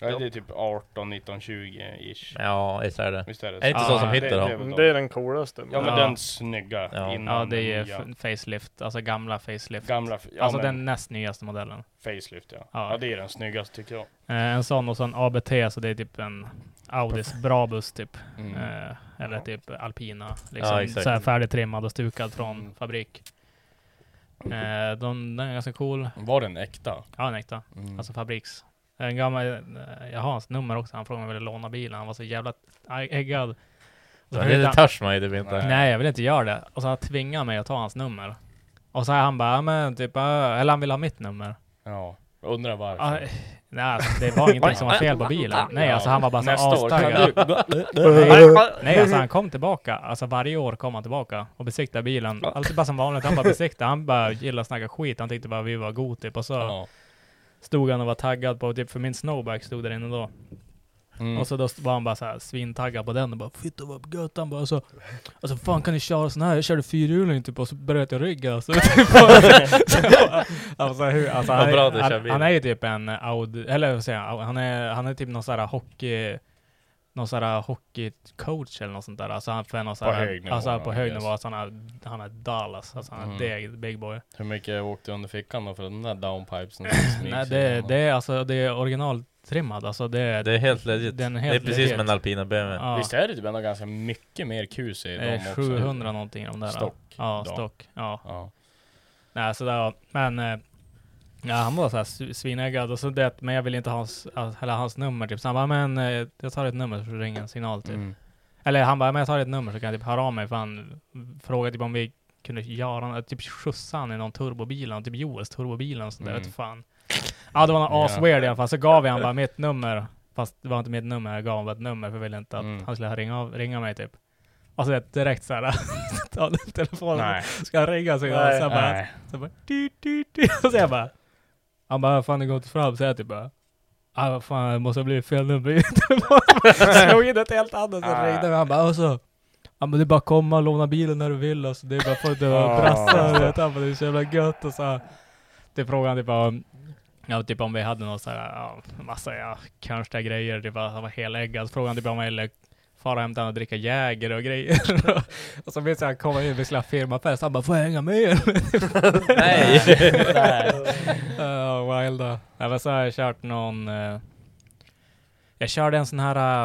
Speaker 4: Ja, det är typ 18, 19, 20 ish
Speaker 3: Ja, visst är det.
Speaker 4: Visst är det
Speaker 3: Är det inte
Speaker 2: så som
Speaker 3: Hitler har?
Speaker 4: det är väl
Speaker 1: Det
Speaker 4: de.
Speaker 1: är den coolaste.
Speaker 4: Ja men
Speaker 2: Ja.
Speaker 4: den snygga
Speaker 3: Ja.
Speaker 4: innan
Speaker 2: Ja, det är ju
Speaker 4: den nya.
Speaker 2: f- facelift, alltså gamla facelift.
Speaker 4: Gamla, f- ja,
Speaker 2: alltså
Speaker 4: men
Speaker 2: den näst nyaste modellen.
Speaker 4: facelift ja.
Speaker 2: Ja.
Speaker 4: ja. det är den snyggaste tycker jag.
Speaker 2: Eh, en sån och så en ABT, så det är typ en Audis Brabus typ.
Speaker 4: Mm.
Speaker 2: Eh, eller
Speaker 4: Ja.
Speaker 2: typ Alpina. Liksom,
Speaker 3: Ja, exakt.
Speaker 2: så här färdigtrimmad och stukad från
Speaker 4: Mm.
Speaker 2: fabrik. Eh, de, den är ganska cool.
Speaker 4: Var den äkta?
Speaker 2: Ja, en äkta.
Speaker 4: Mm.
Speaker 2: Alltså fabriks. En gammal, eh, jag har hans nummer också, han frågade om jag ville låna bilen, han var så jävla äggad. Och så
Speaker 3: Det
Speaker 2: ville
Speaker 3: är
Speaker 2: han-
Speaker 3: törs man ju det inte.
Speaker 2: Nej, jag vill inte göra det. Och så han tvingade mig att ta hans nummer. Och så här, han bara, ja, men typ, äh, eller han vill ha mitt nummer.
Speaker 4: Ja. Undrar varför.
Speaker 2: Ah, nej, alltså, det var ingenting som var fel på bilen. Nej, alltså han var bara så
Speaker 4: Nästa år kan
Speaker 2: astaggad.
Speaker 4: du...
Speaker 2: Nej, alltså han kom tillbaka. Alltså varje år kom han tillbaka och besiktade bilen. Alltså bara som vanligt. Han bara besiktade. Han bara gillade att snacka skit. Han tyckte bara vi var god typ. Och så
Speaker 4: ja.
Speaker 2: stod han och var taggad på, typ för min snowback stod där inne då.
Speaker 4: Mm.
Speaker 2: Och så då var han bara så här svintaggad på den och bara Fitta vad gött! Han bara alltså, alltså fan kan ni köra sån här? Jag körde fyrhjuling typ och så bröt jag ryggen alltså. Typ. alltså, hur, alltså
Speaker 3: Vad
Speaker 2: han,
Speaker 3: bra du
Speaker 2: är-
Speaker 3: kör
Speaker 2: han,
Speaker 3: bil.
Speaker 2: han är ju typ en Audi, eller vad säger jag? Han är, han är typ någon sån här hockey någon sån här hockeycoach eller något sånt där. Alltså han för någon sån
Speaker 4: På
Speaker 2: här,
Speaker 4: hög nivå,
Speaker 2: Alltså på
Speaker 4: I
Speaker 2: hög
Speaker 4: guess.
Speaker 2: nivå. Alltså han är, han är Dallas. Alltså han är
Speaker 4: Mm.
Speaker 2: deg, big boy.
Speaker 4: Hur mycket åkte under fickan då för den där downpipesen? som smygs
Speaker 2: Nej det,
Speaker 4: igenom?
Speaker 2: det är alltså, det är originaltrimmad. Alltså det är...
Speaker 3: Det är helt legit.
Speaker 2: Den är
Speaker 3: det är
Speaker 2: helt
Speaker 3: precis
Speaker 2: legit.
Speaker 3: som en alpina BMW.
Speaker 2: ja.
Speaker 4: Visst är det typ ändå ganska mycket mer QC i dem
Speaker 2: Eh,
Speaker 4: också?
Speaker 2: 700 någonting i de där.
Speaker 4: Stock.
Speaker 2: Ja,
Speaker 4: då.
Speaker 2: stock. Ja.
Speaker 4: Ja.
Speaker 2: Nej, så där, men eh, ja, han var så här sv- svinäggad och så det, men jag ville inte ha hans, eller hans nummer typ. Så han bara, men eh, jag tar ditt nummer så ringer en signal typ.
Speaker 4: Mm.
Speaker 2: Eller han bara, men jag tar ditt nummer så kan jag typ höra av mig. För han frågade typ om vi kunde göra, nå- typ skjutsa han i någon turbobil, någon typ Joels turbobil och sånt där.
Speaker 4: Mm.
Speaker 2: Mm. Vet fan. Ja, det var
Speaker 4: Ja.
Speaker 2: något asweird i alla fall. Så gav jag han bara mitt nummer. Fast det var inte mitt nummer, jag gav honom bara ett nummer för jag ville inte att
Speaker 4: Mm.
Speaker 2: han skulle ringa, av- ringa mig typ. Och så vet, direkt såhär, ta den telefonen.
Speaker 4: Nej.
Speaker 2: Ska han ringa så jag
Speaker 1: Nej,
Speaker 2: så bara,
Speaker 4: Nej.
Speaker 2: så bara, du, du, du. Och så jag bara, han bara, fan det går inte fram. Så jag typ bara, ah vad fan det måste ha blivit fel nummer. Slog in ett helt annat och
Speaker 4: Nej.
Speaker 2: ringde mig. Han bara, alltså. Han bara, det är bara att komma och låna bilen när du vill. Alltså, det är bara för att du
Speaker 1: Ah.
Speaker 2: brassar. du vet. Han bara, det är så jävla gött. Och så, det frågade han typ om, ja, typ om vi hade någon så här, ja, massa ja, konstiga grejer. Typ att han var heläggad. Så frågade han typ om jag ville fara och hämta honom och dricka Jäger och grejer. och så minns jag han kom in, vi skulle ha firmafest. Han bara, får jag hänga med er?
Speaker 3: Nej!
Speaker 2: Ja, wild då. Nej, men så har jag kört någon... eh, jag körde en sån här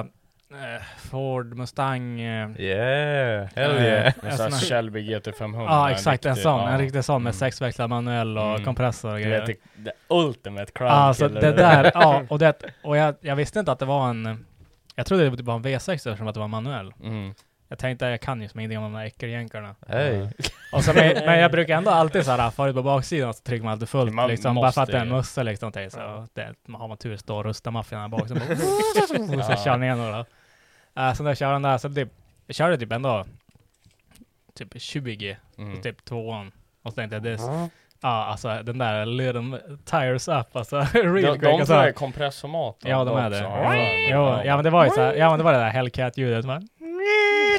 Speaker 2: eh, Ford Mustang... eh,
Speaker 3: yeah! Hell
Speaker 2: eh,
Speaker 3: yeah!
Speaker 2: en
Speaker 4: En sån
Speaker 2: sån
Speaker 4: här
Speaker 2: här-
Speaker 4: Shelby GT500.
Speaker 2: Ja, exakt. En
Speaker 4: riktig-
Speaker 2: sån.
Speaker 4: ja.
Speaker 2: En riktig sån med
Speaker 4: Mm.
Speaker 2: sexväxlad manuell och
Speaker 4: Mm.
Speaker 2: kompressor och
Speaker 4: Du
Speaker 2: grejer.
Speaker 4: vet, det- the ultimate crank.
Speaker 2: alltså
Speaker 4: eller
Speaker 2: det där, ja. Och, det, och jag, jag visste inte att det var en... Jag trodde det var en V6 eftersom att det var manuell.
Speaker 4: Mm.
Speaker 2: Jag tänkte, jag kan ju som ingenting om de där äckeljänkarna.
Speaker 3: Hey.
Speaker 2: Och så, men, men jag brukar ändå alltid såhär, förut på baksidan så trycker man alltid fullt
Speaker 4: Man
Speaker 2: liksom, bara för att
Speaker 4: måste
Speaker 2: det är en
Speaker 4: ju.
Speaker 2: mössa liksom. Till, så det, har man tur står och rustar maffian här bak, så bara, och så kör ner några. Uh, sen när jag körde den där, så typ, jag körde typ ändå typ 20,
Speaker 4: Mm.
Speaker 2: typ tvåan. Och så tänkte jag, det, ja alltså den där little tires up alltså, real
Speaker 4: De,
Speaker 2: quick.
Speaker 4: de
Speaker 2: alltså.
Speaker 4: tror jag är kompressomat.
Speaker 2: Ja, de är det.
Speaker 4: Ja,
Speaker 2: Jo, ja men det var ju såhär, ja men det var det där Hellcat-ljudet. Man,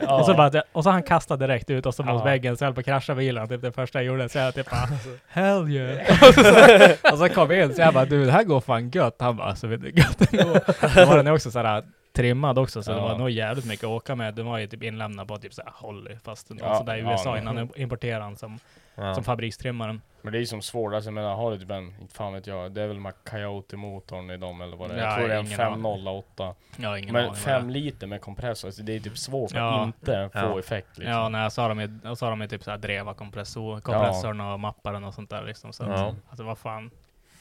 Speaker 4: Ja.
Speaker 2: Och, så bara, det- och så han kastade direkt ut och så mot
Speaker 4: Ja. Alltså.
Speaker 2: väggen, så jag höll på att krascha bilen. Typ det första jag gjorde. Så jag typ bara, hell yeah. och, så, och så kom jag in, så jag bara, du det här går fan gött. Han bara, alltså vet du hur gött det går. Då var den ju också såhär trimmad också, så det
Speaker 4: Ja.
Speaker 2: var nog jävligt mycket att åka med. Den var ju typ inlämnad på typ såhär Holly, fast någon
Speaker 4: Ja,
Speaker 2: sån där i
Speaker 4: ja,
Speaker 2: USA
Speaker 4: men-
Speaker 2: innan de importerade den som,
Speaker 3: Ja.
Speaker 2: som fabrikstrimmaren.
Speaker 4: Men det är ju som svårast, jag menar har du typ en, inte fan vet jag, det är väl de här Coyote-motorn i dem eller vad det är.
Speaker 2: Nej,
Speaker 4: jag tror det är en
Speaker 2: ingen
Speaker 4: 508.
Speaker 2: Jag har ingen
Speaker 4: Men
Speaker 2: aning vad
Speaker 4: 5
Speaker 2: det
Speaker 4: liter med kompressor, så det är typ svårt
Speaker 2: Ja.
Speaker 4: att inte få
Speaker 3: Ja.
Speaker 4: effekt
Speaker 2: är.
Speaker 4: liksom.
Speaker 2: Ja, nej, så har de ju, och så har de ju typ såhär dreva kompressor, kompressorn och mapparen och sånt där liksom. Så att,
Speaker 3: Ja.
Speaker 2: alltså vad fan.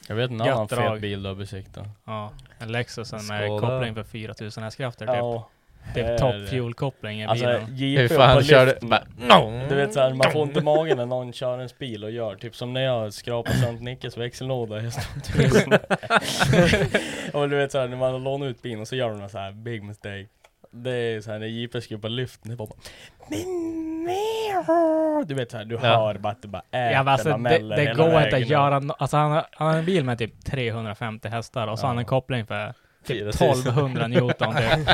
Speaker 4: Jag vet en
Speaker 2: Gött
Speaker 4: annan
Speaker 2: drag.
Speaker 4: fet bil du har besiktat.
Speaker 2: Ja, en Lexusen med
Speaker 3: Skåda.
Speaker 2: koppling för 4000 hästkrafter typ.
Speaker 4: Ja.
Speaker 2: Det är
Speaker 4: Herre.
Speaker 2: top fuel-koppling i
Speaker 4: Alltså
Speaker 2: bilen.
Speaker 4: JP
Speaker 3: Hur
Speaker 4: på
Speaker 3: fan kör du?
Speaker 4: lyften.
Speaker 3: Bara, no.
Speaker 4: Du vet såhär, man får inte magen när någon kör ens bil och gör typ som när jag skrapar sönder Nickes växellåda i Stockholm. Och du vet såhär, när man lånar ut bilen och så gör de en sån här big mistake. Det är såhär när JP skulle på lyften, det är bara "Men mer." Du vet såhär, du
Speaker 3: Ja.
Speaker 4: hör bara att det bara äter
Speaker 2: Ja, men alltså, det
Speaker 4: lameller
Speaker 2: det
Speaker 4: hela
Speaker 2: går inte
Speaker 4: vägen
Speaker 2: att göra no- alltså, han, har, han har en bil med typ 350 hästar och så
Speaker 4: Ja.
Speaker 2: har han en koppling för typ
Speaker 3: 4 000.
Speaker 2: 1200 Newton typ.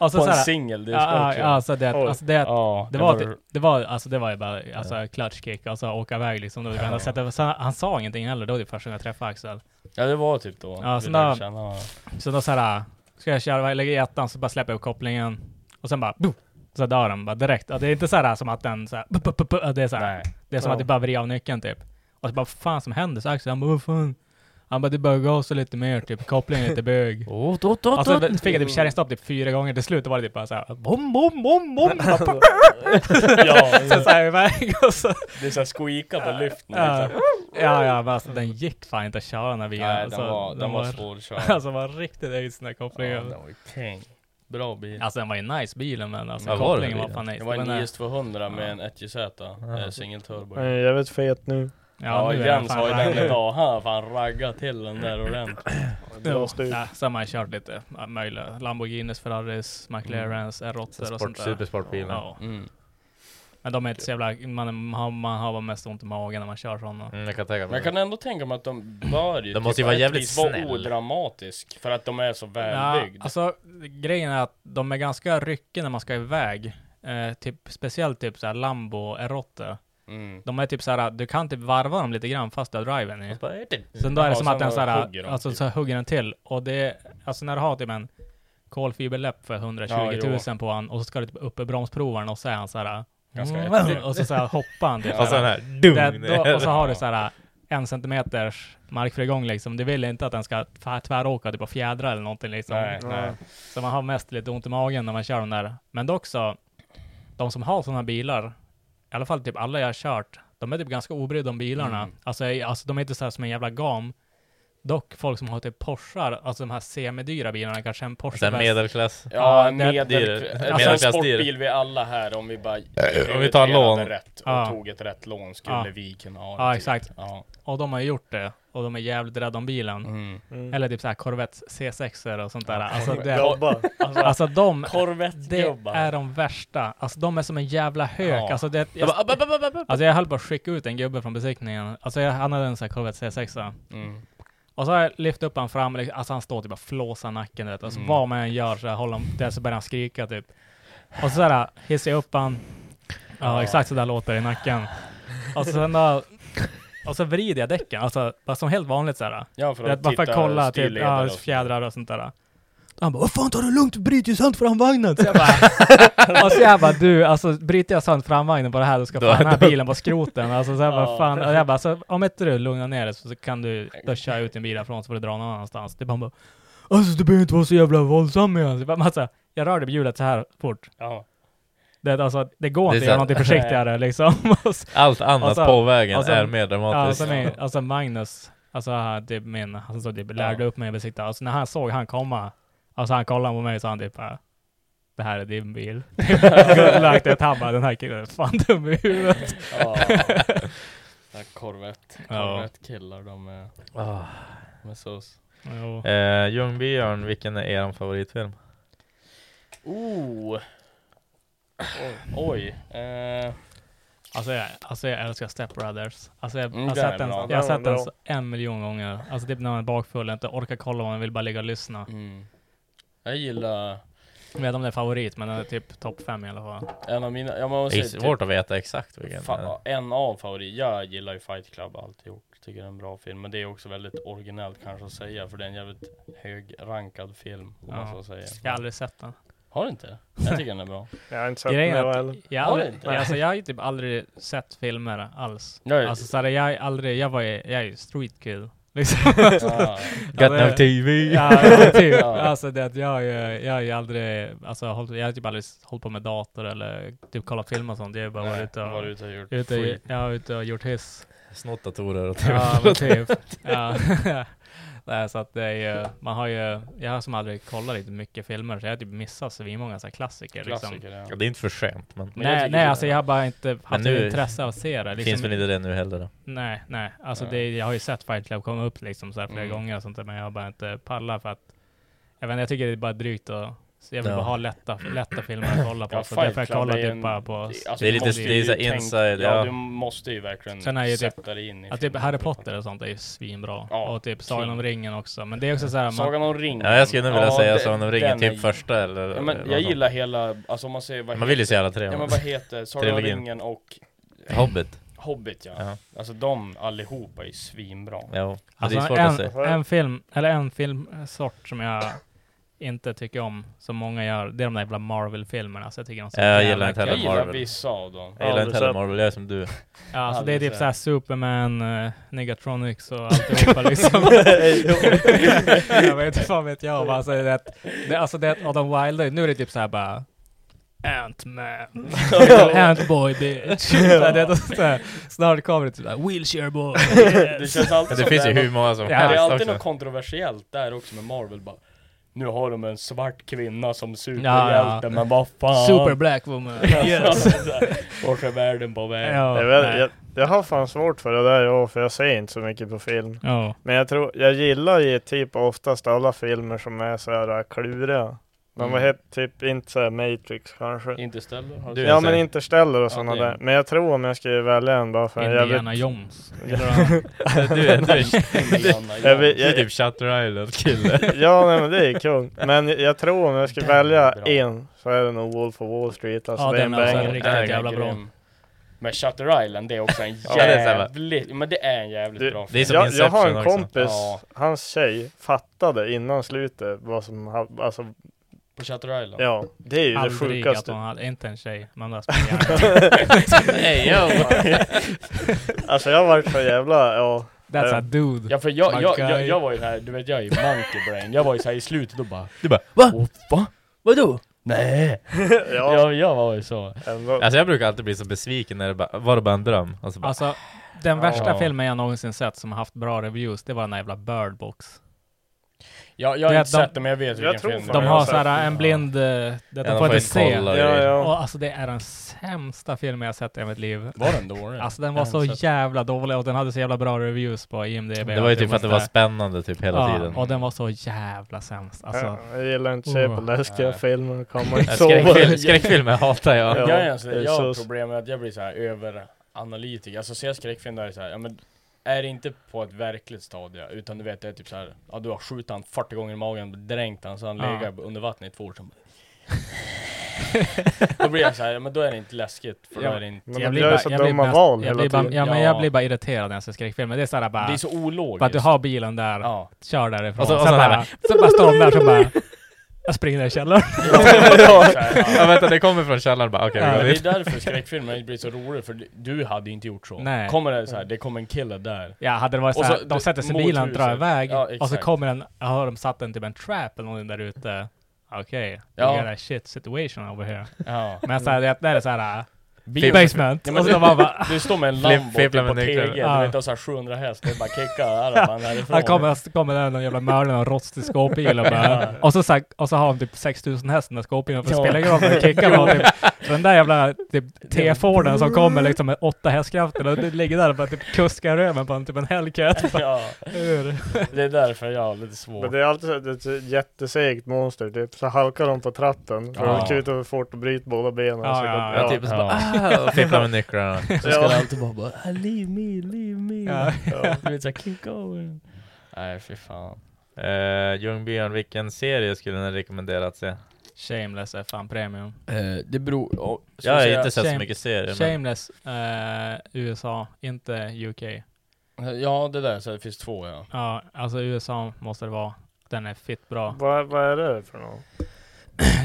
Speaker 2: Och så
Speaker 4: På en
Speaker 2: såhär,
Speaker 4: singel, det är
Speaker 2: ja, ja,
Speaker 4: skott ju.
Speaker 2: alltså det,
Speaker 1: Oj.
Speaker 2: alltså det,
Speaker 4: Ja,
Speaker 2: det
Speaker 4: jag
Speaker 2: var,
Speaker 4: bara-
Speaker 2: typ- det var, alltså det var ju bara, alltså clutch kick, alltså åka iväg liksom. Det var det enda sättet. Så han, han sa ingenting heller, då var det första gången jag träffade Axel.
Speaker 4: Ja det var typ då.
Speaker 2: Ja,
Speaker 4: Vi
Speaker 2: sen
Speaker 4: lärde
Speaker 2: då-
Speaker 4: känna varandra.
Speaker 2: Så då såhär, ska jag köra, jag lägger i ettan så bara släpper jag upp kopplingen. Och sen bara, boom, så dör den bara direkt. Och det är inte såhär som att den såhär, bu- bu- bu- bu- det är såhär.
Speaker 4: Nej.
Speaker 2: Det är som
Speaker 4: Ja.
Speaker 2: att det bara vrider av nyckeln typ. Och så bara, vad fan som händer? Så Axel, han bara, vad fan? Han bara, du bör gasa lite mer, typ kopplingen är lite bög.
Speaker 3: Oh, då, då,
Speaker 2: Och så fick jag typ kärringstopp typ fyra gånger, till slut var det typ bara såhär bom, bom, bom, bom. Bara, pop,
Speaker 4: ja,
Speaker 2: så så här iväg och så,
Speaker 4: det är såhär squeaka på lyften.
Speaker 2: ja,
Speaker 4: liksom.
Speaker 2: ja, ja, men alltså den gick fan inte att köra den här bilen.
Speaker 4: Nej,
Speaker 2: alltså,
Speaker 4: den var, den var svårkörd.
Speaker 2: Alltså den var riktigt öjs den här
Speaker 4: Ja,
Speaker 2: kopplingen.
Speaker 4: den var ju king. Bra bil.
Speaker 2: Alltså den var ju nice bilen men alltså
Speaker 3: Vad var det för
Speaker 2: kopplingen var
Speaker 3: bil?
Speaker 2: fan nice.
Speaker 4: Det var en
Speaker 2: Men,
Speaker 4: 9200
Speaker 2: eh,
Speaker 4: med en 1JZ,
Speaker 3: Ja.
Speaker 4: eh, singelturbo.
Speaker 1: Jag är jävligt fet nu.
Speaker 4: Ja,
Speaker 2: nu är
Speaker 4: Jens
Speaker 2: fan
Speaker 4: har ju
Speaker 2: raggad.
Speaker 4: den idag. Han har fan raggat till den där ordentligt.
Speaker 2: Jo,
Speaker 1: Blåst ut.
Speaker 2: nej, sen har man kört lite ja, möjliga. Lamborghinis, Ferraris, McLarens, R8 och sånt
Speaker 3: Mm. Sport,
Speaker 2: där.
Speaker 3: supersportbilen.
Speaker 2: Ja. Men de är inte så jävla... Man, man, man har bara mest ont i magen när man kör sådana.
Speaker 3: Mm, jag kan tänka
Speaker 4: Men
Speaker 3: mig
Speaker 4: jag
Speaker 3: det.
Speaker 4: kan ändå tänka mig att de bör ju
Speaker 3: De måste ju
Speaker 4: på
Speaker 3: vara
Speaker 4: ett
Speaker 3: jävligt
Speaker 4: vis vara
Speaker 3: snäll.
Speaker 4: odramatisk. För att de är så
Speaker 2: Ja,
Speaker 4: välbyggd.
Speaker 2: alltså grejen är att de är ganska ryckiga när man ska iväg. Eh, typ, speciellt typ såhär Lambo, R8.
Speaker 4: Mm.
Speaker 2: De är typ såhär, du kan typ varva dem lite grann fast du har driven i.
Speaker 3: Och så bara, eh, det-
Speaker 2: Sen då är
Speaker 4: Ja,
Speaker 2: det som
Speaker 4: Mm. sen
Speaker 2: att den
Speaker 4: då hugger
Speaker 2: såhär,
Speaker 4: de
Speaker 2: alltså
Speaker 4: typ.
Speaker 2: så hugger den till. Och det, alltså när du har typ en kolfiberläpp för 120
Speaker 4: Ja,
Speaker 2: 000
Speaker 4: jo.
Speaker 2: på han och så ska du typ uppe i bromsprovaren och så är han såhär, mm.
Speaker 4: Ganska äcklig.
Speaker 2: och så såhär hoppar han typ
Speaker 3: Och så den
Speaker 2: såhär.
Speaker 3: här, dung
Speaker 2: Det, då, och så har du
Speaker 4: Ja.
Speaker 2: såhär en centimeters markfrigång liksom. Du vill inte att den ska tvär, tväråka typ på fjädrar eller någonting liksom.
Speaker 4: Nej, nej.
Speaker 2: Så man har mest lite ont i magen när man kör de där. Men dock så, de som har sådana bilar, i alla fall typ alla jag har kört, de är typ ganska obrydda om bilarna.
Speaker 4: Mm.
Speaker 2: Alltså, jag- alltså de är inte så här som en jävla gam. Dock folk som har typ Porschar, alltså de här semidyra bilarna, kanske en
Speaker 4: Alltså,
Speaker 2: Porsche
Speaker 3: Sen
Speaker 2: West-
Speaker 3: medelklass.
Speaker 4: Ja,
Speaker 2: Ja,
Speaker 4: en
Speaker 2: det-
Speaker 4: medel...
Speaker 3: det-
Speaker 4: Alltså en
Speaker 3: medelklass-
Speaker 4: sportbil vi alla här om vi bara
Speaker 3: om vi tar lån.
Speaker 4: rätt och
Speaker 2: Ja.
Speaker 4: tog ett rätt lån skulle
Speaker 2: Ja.
Speaker 4: vi kunna ha
Speaker 2: Ja,
Speaker 4: det, typ.
Speaker 2: exakt.
Speaker 4: Ja.
Speaker 2: Och de har ju gjort det, och de är jävligt rädda om bilen.
Speaker 4: Mm.
Speaker 1: Mm.
Speaker 2: Eller typ såhär Corvette C6 och sånt där.
Speaker 4: Ja,
Speaker 2: Alltså, det,
Speaker 1: Jobba.
Speaker 2: alltså de, det
Speaker 4: Corvette-gubbar.
Speaker 2: är de värsta. Alltså de är som en jävla hök.
Speaker 4: Ja.
Speaker 2: Alltså, det,
Speaker 3: Jag
Speaker 2: jag,
Speaker 3: bara, upp, upp, upp, upp, upp.
Speaker 2: alltså jag höll på att skicka ut en gubbe från besiktningen. Alltså jag, han hade en sån här Corvette C6. a
Speaker 4: Mm.
Speaker 2: Och så har jag lyft upp han fram, liksom, alltså han står typ och flåsar nacken du vet. Alltså
Speaker 4: Mm.
Speaker 2: vad man än gör så här, håller han, där så börjar han skrika typ. Och så såhär hissar jag upp han. Ja
Speaker 4: Ja.
Speaker 2: exakt sådär låter det i nacken. Och så sen då, och så vrider jag däcken, alltså bara som helt vanligt såhär.
Speaker 4: Ja, för
Speaker 2: Vet,
Speaker 4: att
Speaker 2: bara för att
Speaker 4: titta
Speaker 2: kolla typ,
Speaker 4: styrleder
Speaker 2: ja,
Speaker 4: och så.
Speaker 2: fjädrar och sånt där. Då Han bara ”Vad fan tar du lugnt, du bryter ju sönder framvagnen”. Så jag bara, och så jag bara ”Du, alltså bryter jag sönder framvagnen på det här, då ska
Speaker 3: Då-
Speaker 2: fan den här
Speaker 3: då-
Speaker 2: bilen vara skroten”. Alltså så jag bara
Speaker 4: Ja.
Speaker 2: ”Fan”. Och jag bara så, ”Om inte du lugnar ner dig så så kan du duscha ut din bil härifrån så får du dra någon annanstans”. Det bara, han bara ”Alltså du behöver inte vara så jävla våldsam igen”. Så jag, bara, men alltså, jag rörde på hjulet så här fort.
Speaker 4: Ja.
Speaker 2: Det, alltså, det går
Speaker 3: Det är
Speaker 2: inte att göra
Speaker 3: så-
Speaker 2: någonting försiktigare liksom. Och så-
Speaker 3: Allt annat
Speaker 2: Alltså,
Speaker 3: på vägen
Speaker 2: alltså,
Speaker 3: är mer
Speaker 2: Ja,
Speaker 3: dramatiskt.
Speaker 2: alltså, min, alltså Magnus, alltså han typ min, han så typ lärde upp mig att besikta. Alltså när han såg han komma, alltså han kollade på mig och sa han typ äh, det här är din bil. Good luck, det han bara den här killen är fan dum i huvudet.
Speaker 4: Ja. Ja, Corvette. Corvette-killar, de är...
Speaker 3: Ah.
Speaker 4: de är sås.
Speaker 2: Jo.
Speaker 3: Eh, Ljungbyarn, vilken är er favoritfilm?
Speaker 4: Oh! Oj. Oj. Eh,
Speaker 2: Alltså, jag, alltså jag älskar Step Brothers. Alltså jag,
Speaker 4: Mm,
Speaker 2: jag har
Speaker 4: den är
Speaker 2: sett den,
Speaker 4: bra.
Speaker 2: jag
Speaker 1: Den
Speaker 2: har
Speaker 1: var
Speaker 2: sett den
Speaker 1: bra.
Speaker 2: så en miljon gånger. Alltså typ när man är bakfull och inte orkar kolla vad man vill bara ligga och lyssna.
Speaker 4: mm. Jag gillar
Speaker 2: Jag vet inte om det är favorit, men den är typ topp fem i alla fall.
Speaker 4: en av mina, ja, man typ-
Speaker 3: Det är
Speaker 4: måste
Speaker 3: svårt att veta exakt vilken. det är.
Speaker 4: Fan, en av favorit. Jag gillar ju Fight Club alltihop. Tycker det är en bra film. Men det är också väldigt originellt kanske att säga. För det är en jävligt högrankad film. Om man
Speaker 2: Ja.
Speaker 4: så säger.
Speaker 2: Jag har aldrig sett den.
Speaker 4: Har du inte? Jag tycker den är bra.
Speaker 1: Jag har inte sett
Speaker 2: Grejen är
Speaker 1: den
Speaker 2: att-
Speaker 1: heller.
Speaker 2: Jag, har
Speaker 4: Har du
Speaker 2: aldrig,
Speaker 4: inte?
Speaker 2: jag, alltså, jag har ju typ aldrig sett filmer alls.
Speaker 4: Nej.
Speaker 2: Alltså så här, jag är aldrig, jag var ju, jag är ju street kid. Liksom.
Speaker 4: Ja,
Speaker 3: Got
Speaker 2: Alltså,
Speaker 3: no TV!
Speaker 2: Ja, ja, typ.
Speaker 4: Ja.
Speaker 2: Alltså det att jag har ju, jag har ju aldrig, alltså hållit, jag har typ aldrig hållit på med dator eller typ kollat film och sånt. Jag har ju bara
Speaker 4: Nej,
Speaker 2: varit ute
Speaker 4: Var
Speaker 2: och,
Speaker 4: ute och gjort
Speaker 2: ute,
Speaker 4: skit.
Speaker 2: jag har ute och gjort hiss.
Speaker 3: Snott datorer och TV.
Speaker 2: Ja, men typ. Ja. Nej, så att det är ju, man har ju, jag har som aldrig kollat riktigt mycket filmer så jag har typ missat svinmånga så här klassiker. Liksom.
Speaker 4: Klassiker ja.
Speaker 3: Ja, det är inte för sent, men
Speaker 4: Men jag
Speaker 2: Nej,
Speaker 4: tycker
Speaker 2: nej
Speaker 4: det-
Speaker 2: alltså jag har bara inte haft
Speaker 3: nu-
Speaker 2: ett intresse av att se det. Liksom,
Speaker 3: finns väl inte det nu heller då?
Speaker 2: Nej, nej. Alltså
Speaker 4: Nej.
Speaker 2: det, jag har ju sett Fight Club komma upp liksom så här flera
Speaker 4: Mm.
Speaker 2: gånger och sånt där, men jag har bara inte pallat för att jag, vet, inte, jag tycker det är bara drygt och så jag vill
Speaker 3: Ja.
Speaker 2: bara ha lätta, lätta filmer att kolla på.
Speaker 4: Ja,
Speaker 2: så
Speaker 4: Fight
Speaker 2: därför jag
Speaker 4: Club
Speaker 2: kollar
Speaker 4: är ju
Speaker 2: typ
Speaker 4: en-
Speaker 2: bara på...
Speaker 4: Alltså,
Speaker 3: Det är
Speaker 4: du
Speaker 3: lite-
Speaker 4: måste ju
Speaker 3: det är så här
Speaker 4: tänka-
Speaker 3: inside,
Speaker 4: ja.
Speaker 3: ja.
Speaker 4: du måste ju verkligen
Speaker 2: Sen är ju typ-
Speaker 4: sätta dig in i
Speaker 2: Ja, typ
Speaker 4: filmen.
Speaker 2: Harry Potter och sånt är ju svinbra.
Speaker 4: Ja,
Speaker 2: och typ Sagan om
Speaker 4: kul.
Speaker 2: ringen också. Men det är också såhär... Man,
Speaker 4: Sagan om ringen.
Speaker 3: Ja, jag skulle nog vilja
Speaker 4: Mm. Ja,
Speaker 3: säga
Speaker 4: det-
Speaker 3: Sagan om ringen,
Speaker 4: den
Speaker 3: typ
Speaker 4: är-
Speaker 3: första eller...
Speaker 4: Ja,
Speaker 3: eller
Speaker 4: men jag
Speaker 3: något
Speaker 4: gillar hela, alltså om man säger vad
Speaker 3: sånt. Man vill ju se alla tre.
Speaker 4: Ja
Speaker 3: men-
Speaker 4: men vad heter Sagan om
Speaker 3: Trilogin.
Speaker 4: ringen och
Speaker 3: Hobbit.
Speaker 4: Hobbit ja.
Speaker 3: Ja.
Speaker 4: Alltså de allihopa är ju svinbra.
Speaker 3: Jo. Men det är
Speaker 2: alltså
Speaker 3: svårt att se.
Speaker 2: en, en film, eller en filmsort som jag inte tycker om, som många gör, det är de där jävla Marvel-filmerna. Så jag tycker de är så
Speaker 3: Ja, jag
Speaker 2: jävla
Speaker 3: gillar inte
Speaker 4: Jag
Speaker 3: heller
Speaker 2: kul.
Speaker 4: gillar
Speaker 3: Marvel.
Speaker 4: vissa av dem.
Speaker 3: Jag gillar inte heller
Speaker 1: Aldrig sett.
Speaker 3: Marvel, jag är som du.
Speaker 2: Ja, alltså det är
Speaker 4: Aldrig
Speaker 2: typ
Speaker 4: sett.
Speaker 2: såhär Superman, eh, Negatronics och alltihopa liksom. jag vet inte fan vet jag. Men alltså, det, är att- det, alltså det är att Adam Wilder, nu är det typ såhär bara Ant-Man, Ant-boy bitch. Så här, det är så här, snart kommer det typ såhär wheelchair boy.
Speaker 4: Det känns alltid
Speaker 3: Det
Speaker 4: som
Speaker 3: finns ju
Speaker 4: är
Speaker 3: hur många som
Speaker 2: Ja,
Speaker 4: Det är
Speaker 3: helst
Speaker 4: alltid
Speaker 3: också.
Speaker 4: något kontroversiellt där också med Marvel bara Nu har de en svart kvinna som
Speaker 2: Ja,
Speaker 4: superhjälte
Speaker 2: ja.
Speaker 4: men vad fan
Speaker 2: Super black woman. Yes.
Speaker 4: Alltså, så här, Vart är världen på väg?
Speaker 2: Ja,
Speaker 1: jag, vet,
Speaker 2: nej.
Speaker 1: jag, jag har fan svårt för det där jag, för jag ser inte så mycket på film.
Speaker 2: Ja.
Speaker 1: Men jag tror, jag gillar ju typ oftast alla filmer som är så här äh, kluriga. Men vad
Speaker 4: Mm.
Speaker 1: heter typ inte så här Matrix kanske?
Speaker 4: Interstellar har
Speaker 3: Du-
Speaker 4: sett.
Speaker 1: ja
Speaker 3: jag
Speaker 1: men
Speaker 3: säger.
Speaker 1: Interstellar och sådana
Speaker 4: det är-
Speaker 1: där. Men jag tror om jag skulle välja en bara för en jävligt...
Speaker 2: Indiana Jones. Gillar han?
Speaker 3: Du är, du är,
Speaker 4: Indiana
Speaker 1: Jag vet-
Speaker 4: Jones.
Speaker 3: du är typ Shutter Island-kille.
Speaker 1: Ja nej, men det är kul. Men jag tror om jag skulle välja
Speaker 4: bra.
Speaker 1: en så är det nog Wolf of Wall Street. Alltså
Speaker 2: Ja,
Speaker 1: det är en
Speaker 2: den är också
Speaker 1: banger.
Speaker 2: riktigt
Speaker 4: Den är
Speaker 2: jävla bra.
Speaker 4: grym. Men Shutter Island det är också en
Speaker 3: Ja, det är så här, va?
Speaker 4: jävligt, men det är en jävligt
Speaker 1: Du-
Speaker 4: bra
Speaker 3: det är
Speaker 4: film
Speaker 3: som
Speaker 1: jag, jag har en
Speaker 3: Inception också.
Speaker 1: kompis,
Speaker 4: Ja.
Speaker 1: hans tjej fattade innan slutet vad som, ha- alltså
Speaker 4: på Shutter Island.
Speaker 1: ja, det är ju det
Speaker 2: Aldrig att hon
Speaker 1: sjukaste.
Speaker 2: hade, inte en tjej, men bara spelade.
Speaker 3: Hey, yo.
Speaker 1: Alltså jag har varit så jävla, ja.
Speaker 2: That's a dude.
Speaker 4: Ja för jag, jag,
Speaker 2: Monkey.
Speaker 4: jag, jag var ju här, du vet jag är ju monkey brain, jag var ju såhär i slutet och bara
Speaker 3: Du bara
Speaker 4: Åh, va?
Speaker 3: vadå?
Speaker 4: Nej!
Speaker 1: ja,
Speaker 4: Jag, jag var ju så
Speaker 1: ändå.
Speaker 3: Alltså jag brukar alltid bli så besviken när det bara, var det bara en dröm? Alltså bara,
Speaker 2: Alltså, den
Speaker 1: Ja.
Speaker 2: värsta filmen jag någonsin sett som har haft bra reviews, det var den där jävla Bird Box.
Speaker 4: Jag, jag har
Speaker 2: Det
Speaker 4: inte
Speaker 2: är att de-
Speaker 4: sett den men jag vet
Speaker 1: Jag
Speaker 4: vilken
Speaker 1: tror
Speaker 4: film
Speaker 1: fan
Speaker 4: det
Speaker 2: De
Speaker 4: är.
Speaker 1: jag
Speaker 2: har
Speaker 1: har sett
Speaker 2: såhär
Speaker 1: den.
Speaker 2: en blind... eh, Det,
Speaker 3: ja,
Speaker 2: de får inte se.
Speaker 3: kolla
Speaker 1: ja,
Speaker 3: och grejer.
Speaker 1: ja.
Speaker 2: Och alltså det är den sämsta film jag sett i mitt liv.
Speaker 4: Var den dålig?
Speaker 2: Alltså den var
Speaker 4: Jag har
Speaker 2: så
Speaker 4: inte sett
Speaker 2: jävla dålig och den hade så jävla bra reviews på IMDB.
Speaker 3: Det var ju
Speaker 2: och
Speaker 3: typ för att det var
Speaker 2: sådär.
Speaker 3: spännande typ hela
Speaker 2: ja,
Speaker 3: tiden.
Speaker 2: och den var så jävla sämst. Alltså,
Speaker 1: Ja, jag gillar inte att se på
Speaker 2: Oh.
Speaker 1: läskiga
Speaker 4: Nej.
Speaker 1: filmer, kommer inte
Speaker 3: Ja,
Speaker 1: sova.
Speaker 3: Skräckfilm, skräckfilmer hatar jag.
Speaker 1: Ja.
Speaker 4: Jag, är en sån-
Speaker 1: det är
Speaker 4: jag har
Speaker 1: så-
Speaker 4: problem med att jag blir så här överanalytiker, alltså ser jag skräckfilm där är det så här, ja men är det inte på ett verkligt stadie, utan du vet det är typ så här, ja du har skjutit han 40 gånger i magen, dränkt han så han
Speaker 2: Ja.
Speaker 4: ligger under vattnet i två år sen Då blir jag så här, ja, men då är det inte läskigt, för
Speaker 2: Ja.
Speaker 4: då är det inte
Speaker 1: Men
Speaker 2: jag
Speaker 1: man
Speaker 2: blir
Speaker 1: gör ju
Speaker 2: bara-
Speaker 1: så
Speaker 2: jag blir
Speaker 1: dumma
Speaker 2: mest-
Speaker 1: val
Speaker 2: jag
Speaker 1: hela
Speaker 2: blir bara,
Speaker 1: tiden.
Speaker 2: ja, men jag
Speaker 4: Ja.
Speaker 2: blir bara irriterad när jag ser skräckfilmer. Det är såhär bara...
Speaker 4: Det är så ologiskt
Speaker 2: För att du har bilen där,
Speaker 4: Ja,
Speaker 2: kör därifrån.
Speaker 3: Och så- och
Speaker 2: sen,
Speaker 3: så här
Speaker 2: bara, sen bara står de där och bara... Jag springer ner i källaren.
Speaker 4: ja. Så här, ja.
Speaker 3: Ja vänta, det kommer från källaren bara, okej
Speaker 4: Ja,
Speaker 3: vi
Speaker 4: men
Speaker 3: går
Speaker 4: det är
Speaker 3: dit.
Speaker 4: därför skräckfilmer blir så roliga, för du- du hade ju inte gjort så.
Speaker 2: Nej.
Speaker 4: Kommer det så här, det kommer en kille där.
Speaker 2: Ja, hade det varit
Speaker 4: Och
Speaker 2: såhär,
Speaker 4: så-
Speaker 2: de sätter sig i
Speaker 4: mot
Speaker 2: bilen, drar
Speaker 4: huset.
Speaker 2: iväg
Speaker 4: Ja,
Speaker 2: och så
Speaker 4: exakt.
Speaker 2: kommer en, jag har de satt en typ en trap eller någonting där ute. Okej,
Speaker 4: Ja.
Speaker 2: we got a shit situation over here.
Speaker 4: Ja.
Speaker 2: Men såhär, det, det är såhär,
Speaker 4: Bil-
Speaker 2: basement.
Speaker 4: Ja,
Speaker 2: och
Speaker 4: men
Speaker 2: så de bara, bara
Speaker 4: Du står med en
Speaker 3: Flipp-
Speaker 4: Lambo typ
Speaker 3: fippla
Speaker 4: på
Speaker 3: med nyckeln.
Speaker 4: TG,
Speaker 2: Ja.
Speaker 4: du vet, och så här 700 häst, det är bara kicka armarna härifrån.
Speaker 2: här kommer, så kommer den någon jävla mördare och rostig skåpbil och bara, och så, så här, och så har de typ 6000 häst den där skåpbilen, för det
Speaker 4: Ja.
Speaker 2: spelar ingen roll om den kickar någon. Typ. Så den där jävla typ, T-Forden som kommer liksom med åtta hästkrafter och du ligger där och bara typ kuskar röven på en, typ en Hellcat. Bara,
Speaker 4: Ja,
Speaker 2: hur?
Speaker 4: det är därför jag har lite svårt.
Speaker 1: Men det är alltid så- det är ett jättesegt monster typ, så halkar de på tratten, för
Speaker 4: Ja.
Speaker 1: de kutar för fort och bryter båda benen.
Speaker 2: Ja,
Speaker 1: så
Speaker 2: ja,
Speaker 1: går-
Speaker 3: Ja, typ så bara, ah, och fipplar med nycklarna.
Speaker 4: Så
Speaker 1: Ja.
Speaker 4: ska det alltid vara bara "Ah, leave me, leave me.
Speaker 2: Ja.
Speaker 4: Du vet såhär keep going. Nej fy fan.
Speaker 3: Uh, Ljungbyen, vilken serie skulle ni rekommendera att se?
Speaker 2: Shameless är fan premium.
Speaker 4: det beror... Oh,
Speaker 3: Jag har inte sett
Speaker 2: Shame-
Speaker 3: så mycket serier. Men,
Speaker 2: Shameless, eh, USA, inte UK.
Speaker 4: Ja det där, så det finns två ja.
Speaker 2: Ja, alltså USA måste det vara. Den är fitt bra.
Speaker 1: Vad, vad är det för något?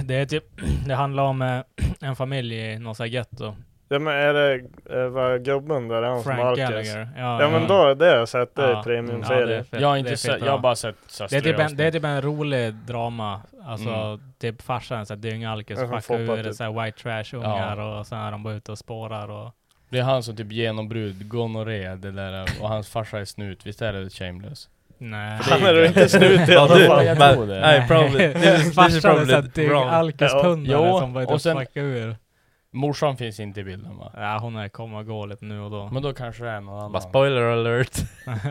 Speaker 2: Det, är typ, det handlar om eh, en familj i något sånt här getto.
Speaker 1: Ja men är det, eh, vad gubben där, är han som
Speaker 2: Frank
Speaker 1: Marcus?
Speaker 2: Gallagher. Ja,
Speaker 1: Ja men då, är det har jag sett, det är
Speaker 2: Ja. Ja, det Mm, är
Speaker 1: premiumserie.
Speaker 2: fett-
Speaker 4: Jag har
Speaker 2: det är
Speaker 4: inte
Speaker 2: fett
Speaker 4: sett,
Speaker 2: bra.
Speaker 4: jag har bara sett så här
Speaker 2: det är, typ en,
Speaker 4: ströavsnitt.
Speaker 2: det är typ en rolig drama, alltså typ farsan är såhär dyngalkis,
Speaker 1: Ja,
Speaker 2: fuckar
Speaker 1: som foppar
Speaker 2: ur det
Speaker 1: typ.
Speaker 2: såhär white trash ungar och sen är de bara ute och spårar och...
Speaker 4: Det är han som typ genombrud, gonorré, det där och hans farsa är snut, visst är det shameless?
Speaker 2: Nej.
Speaker 4: Han är
Speaker 1: du inte snut i
Speaker 3: Ja,
Speaker 1: alla
Speaker 3: du-
Speaker 1: fall.
Speaker 4: jag
Speaker 3: men-
Speaker 4: tror det.
Speaker 3: Nej, probably. This is, this is
Speaker 2: Farsan är såhär
Speaker 3: probably wrong.
Speaker 2: dyngalkispundare
Speaker 4: Ja. Jo,
Speaker 2: som bara är
Speaker 4: och
Speaker 2: ute och
Speaker 4: sen-
Speaker 2: fuckar ur.
Speaker 4: Morsan finns inte i bilden va?
Speaker 2: Ja, hon är kommer och går lite nu och då.
Speaker 4: Men då kanske det är någon
Speaker 3: Bara
Speaker 4: annan.
Speaker 3: spoiler alert.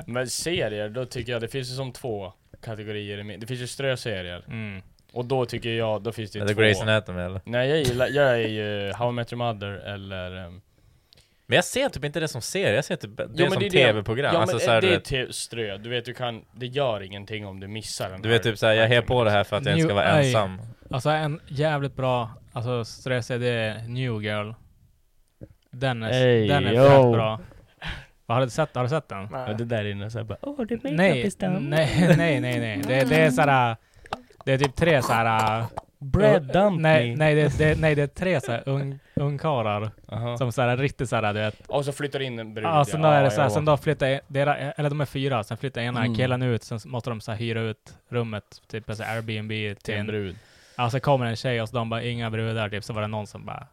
Speaker 4: Men serier, då tycker jag det finns ju som två kategorier i min. Det finns ju ströserier.
Speaker 2: Mm.
Speaker 4: Och då tycker jag, då finns det
Speaker 3: Är
Speaker 4: ju
Speaker 3: det
Speaker 4: två.
Speaker 3: Grey's Anatomy eller?
Speaker 4: Nej jag gillar, jag är ju How I Met Your Mother eller... ehm,
Speaker 3: Men jag ser typ inte det som serie, jag ser typ det
Speaker 4: men
Speaker 3: som
Speaker 4: det är det.
Speaker 3: tv-program.
Speaker 4: ja
Speaker 3: alltså,
Speaker 4: men
Speaker 3: så här,
Speaker 4: det
Speaker 3: du,
Speaker 4: är
Speaker 3: vet,
Speaker 4: typ strö, du vet du kan, det gör ingenting om du missar den
Speaker 3: du vet
Speaker 4: här
Speaker 3: typ såhär, jag är på det här för att jag inte ska vara
Speaker 2: New-
Speaker 3: ensam.
Speaker 2: Alltså en jävligt bra, alltså stressig, det är New Girl. Den är,
Speaker 4: Ey,
Speaker 2: den är
Speaker 4: yo.
Speaker 2: fett bra. Vad Har du sett, har du sett den?
Speaker 3: oh.
Speaker 4: Ja, det där inne såhär bara
Speaker 2: Nej, nej, nej, nej, nej. Det, det är såhär, äh, Det är typ tre så här... äh,
Speaker 4: Bread
Speaker 2: ö-
Speaker 4: dumpling.
Speaker 2: Nej, nej, det, det, nej, det är tre så här ung- ungkarlar
Speaker 4: Aha.
Speaker 2: som så här riktigt så här, du vet,
Speaker 4: Och så flyttar in en brud.
Speaker 2: Ja, sen då
Speaker 4: Ja,
Speaker 2: är det så här,
Speaker 4: jo.
Speaker 2: sen då flyttar deras, eller de är fyra, sen flyttar ena
Speaker 4: Mm.
Speaker 2: killen ut, sen måste de så här hyra ut rummet, typ så här Airbnb till
Speaker 4: till en
Speaker 2: en...
Speaker 4: brud.
Speaker 2: Ja, så kommer en tjej och så de bara, inga brudar typ, så var det någon som bara,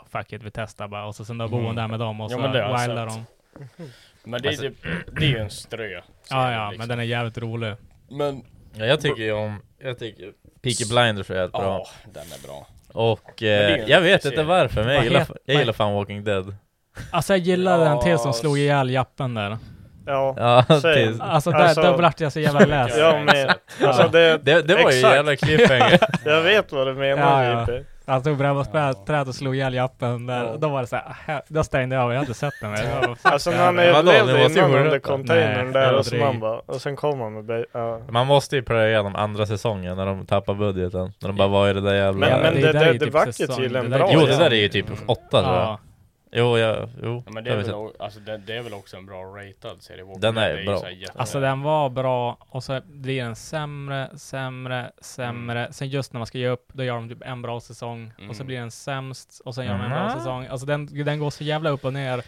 Speaker 2: "Ah, fuck it, vi testar bara. Och så sen då bor hon
Speaker 4: Mm.
Speaker 2: där med dem och
Speaker 4: Ja,
Speaker 2: så
Speaker 4: men det har jag
Speaker 2: wildar
Speaker 4: sett.
Speaker 2: de.
Speaker 4: Men det är,
Speaker 3: Alltså-
Speaker 4: typ, det är ju en strö.
Speaker 2: Ja, ja,
Speaker 4: liksom.
Speaker 2: men den är jävligt rolig.
Speaker 4: Men,
Speaker 3: Ja, jag tycker ju om... Jag tycker Peaky Blinders är helt bra.
Speaker 4: ja, den är bra.
Speaker 3: Och
Speaker 4: det är
Speaker 3: eh,
Speaker 4: en
Speaker 3: jag vet
Speaker 4: serie.
Speaker 3: inte varför, men jag
Speaker 2: Vad
Speaker 3: gillar,
Speaker 2: heter-
Speaker 3: jag gillar fan Walking Dead.
Speaker 2: Alltså jag gillar den till
Speaker 4: Ja,
Speaker 2: som slog ihjäl jappen där.
Speaker 1: Ja.
Speaker 3: Ja,
Speaker 1: Säg.
Speaker 3: tills,
Speaker 2: Alltså där,
Speaker 1: Alltså-
Speaker 2: där vart jag så jävla less.
Speaker 4: Ja.
Speaker 1: Jag med. Alltså det,
Speaker 3: det, det var ju
Speaker 1: Exakt.
Speaker 3: en jävla cliffhanger.
Speaker 1: jag vet vad du menar
Speaker 2: Ja, ja.
Speaker 1: JP.
Speaker 2: Han tog brännbollsträet och slog ihjäl jappen där.
Speaker 1: Ja.
Speaker 2: Då var det så här, "Ah, då stängde jag av, jag hade inte sett den. mer." Jag bara, "Fuck
Speaker 1: Alltså
Speaker 2: det
Speaker 1: när
Speaker 2: här."
Speaker 1: han
Speaker 3: Vadå, nu
Speaker 1: överlevde
Speaker 3: måste
Speaker 1: innan
Speaker 3: jag gå
Speaker 1: under
Speaker 3: runt då.
Speaker 1: containern
Speaker 2: Nej,
Speaker 1: där och
Speaker 2: aldrig.
Speaker 1: så man bara, och sen kom han med be- ja.
Speaker 3: Man måste ju pröva igenom andra säsongen när de tappar budgeten. När de bara, vad är det där jävla...
Speaker 1: Men, men
Speaker 2: det där
Speaker 1: det, det,
Speaker 2: är
Speaker 1: det,
Speaker 2: ju typ
Speaker 1: vart ju
Speaker 2: säsong- det
Speaker 1: tydligen
Speaker 2: där är
Speaker 1: bra.
Speaker 2: ju-
Speaker 3: jo, det där är ju typ åtta tror jag.
Speaker 2: Ja.
Speaker 3: Jo, jag, jo.
Speaker 4: Ja, men det
Speaker 3: det har
Speaker 4: är,
Speaker 3: vi
Speaker 4: väl,
Speaker 3: sett.
Speaker 4: o- alltså, det, det är väl också en bra ratad serie. Walking
Speaker 3: Den
Speaker 4: Dead.
Speaker 3: är
Speaker 4: Det ju
Speaker 3: bra.
Speaker 4: så här jätte-
Speaker 2: Alltså den var bra och så blir den sämre, sämre, sämre. Sen just när man ska ge upp, då gör de typ en bra säsong och så
Speaker 4: Mm.
Speaker 2: blir den sämst och sen gör de en
Speaker 3: Mhm.
Speaker 2: bra säsong. Alltså den, den går så jävla upp och ner.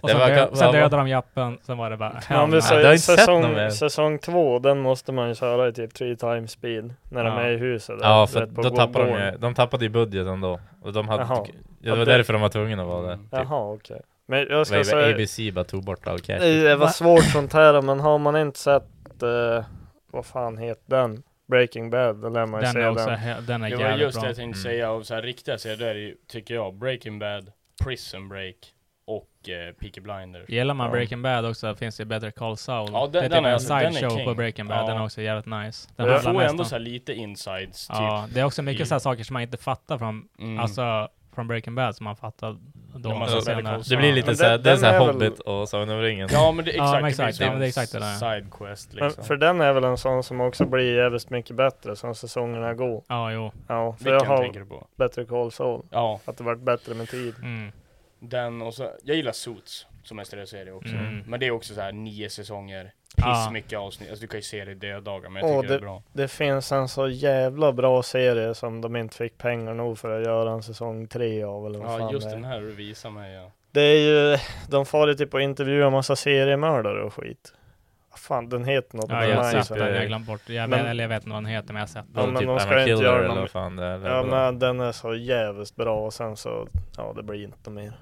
Speaker 2: Och
Speaker 3: Det
Speaker 2: sen,
Speaker 3: var-
Speaker 2: dö,
Speaker 3: vad-
Speaker 2: sen
Speaker 3: vad-
Speaker 2: dödar de jappen, sen var det bara
Speaker 1: Ja,
Speaker 2: hell
Speaker 1: men
Speaker 2: no.
Speaker 3: jag har
Speaker 1: så,
Speaker 3: inte sett någon mer.
Speaker 1: säsong, säsong två, den måste man ju köra i typ three times speed när de
Speaker 2: Ja.
Speaker 1: är i huset. där,
Speaker 3: Ja, för
Speaker 1: rätt på
Speaker 3: då tappade de
Speaker 1: gården.
Speaker 3: ju, typ. de tappade ju budgeten då. Och de hade,
Speaker 1: Jaha.
Speaker 3: ja, det var
Speaker 1: Att det-
Speaker 3: därför de var tvungna att vara där.
Speaker 4: Mm.
Speaker 3: Typ.
Speaker 1: Jaha, okej. Men jag ska
Speaker 3: Vad- vad
Speaker 1: säga,
Speaker 3: ABC bara tog bort all cash.
Speaker 1: det var
Speaker 2: Va?
Speaker 1: svårt sånt här, men har man inte sett, eh, vad fan heter den? Breaking Bad, då lär man ju
Speaker 2: den,
Speaker 1: se
Speaker 2: är också,
Speaker 1: den.
Speaker 2: he- den är
Speaker 4: Det var
Speaker 2: jävligt
Speaker 4: just det
Speaker 2: bra.
Speaker 4: jag tänkte
Speaker 3: Mm.
Speaker 4: säga av så här riktiga serier, då är det ju, tycker jag, Breaking Bad, Prison Break och eh, Peaky Blinders.
Speaker 2: Gillar man
Speaker 3: Ja.
Speaker 2: Breaking Bad också finns det Better Call Saul.
Speaker 4: Ja, den-
Speaker 2: det är
Speaker 4: den
Speaker 2: typ
Speaker 4: är-
Speaker 2: en
Speaker 4: den är
Speaker 2: sideshow på
Speaker 4: king.
Speaker 2: Breaking Bad,
Speaker 4: Ja.
Speaker 2: den är också jävligt nice. Den
Speaker 4: Man
Speaker 2: handlar
Speaker 4: får
Speaker 2: mest
Speaker 4: ändå
Speaker 2: om-
Speaker 4: så här lite insides, typ.
Speaker 2: Ja, det är också mycket
Speaker 4: i-
Speaker 2: så här saker som man inte fattar från,
Speaker 4: Mm. alltså,
Speaker 2: alltså, från Breaking Bad som man fattar då.
Speaker 4: man
Speaker 2: sen
Speaker 3: ser
Speaker 2: senare.
Speaker 4: Better Call Saul.
Speaker 3: Det blir
Speaker 1: Men
Speaker 3: lite såhär,
Speaker 1: den-
Speaker 3: det är såhär
Speaker 1: den är väl-
Speaker 3: Hobbit och Sagan om ringen.
Speaker 4: Ja, men det,
Speaker 2: Ja,
Speaker 4: exakt,
Speaker 2: men exakt,
Speaker 4: det
Speaker 2: ja, men det är
Speaker 4: blir
Speaker 2: exakt det där.
Speaker 4: sidequest
Speaker 1: Men
Speaker 4: liksom.
Speaker 1: för den är väl en sån som också blir jävligt mycket bättre som säsongerna går.
Speaker 2: Ja, jo.
Speaker 1: Ja, för jag
Speaker 4: Vilken
Speaker 1: har
Speaker 4: tänker du på?
Speaker 1: Better Call Saul.
Speaker 4: Ja,
Speaker 1: Att det vart bättre med tid.
Speaker 2: Mm.
Speaker 4: den och så, jag gillar Suits som en stereoserie också.
Speaker 2: Mm.
Speaker 4: Men det är också så här nio säsonger,
Speaker 2: Ja.
Speaker 4: piss mycket avsnitt. Alltså du kan ju se det i döddagar, men
Speaker 1: Åh,
Speaker 4: jag tycker det är
Speaker 1: det-
Speaker 4: bra.
Speaker 1: Det finns en så jävla bra serie som de inte fick pengar nog för att göra en säsong tre av eller vad
Speaker 4: Ja,
Speaker 1: fan
Speaker 4: just
Speaker 1: det är.
Speaker 4: den här du visar mig ja.
Speaker 1: Det är ju, de far ju typ och intervjuar massa seriemördare och skit. Vad Fan, den heter något
Speaker 2: Ja,
Speaker 1: med
Speaker 2: jag
Speaker 3: nice,
Speaker 2: har
Speaker 1: Liza.
Speaker 2: sett den, jag har glömt bort. Jag,
Speaker 1: Men-
Speaker 2: eller jag vet inte vad den heter, men jag har sett
Speaker 1: Ja,
Speaker 2: den.
Speaker 3: Eller
Speaker 1: men
Speaker 3: typ
Speaker 1: de
Speaker 3: I'm
Speaker 1: ska
Speaker 3: a
Speaker 1: inte
Speaker 3: killer
Speaker 1: göra
Speaker 3: eller
Speaker 1: någon-
Speaker 3: vad fan det är. eller
Speaker 1: Ja
Speaker 3: vad-
Speaker 1: men den är så jävligt bra och sen så, ja det blir inte mer.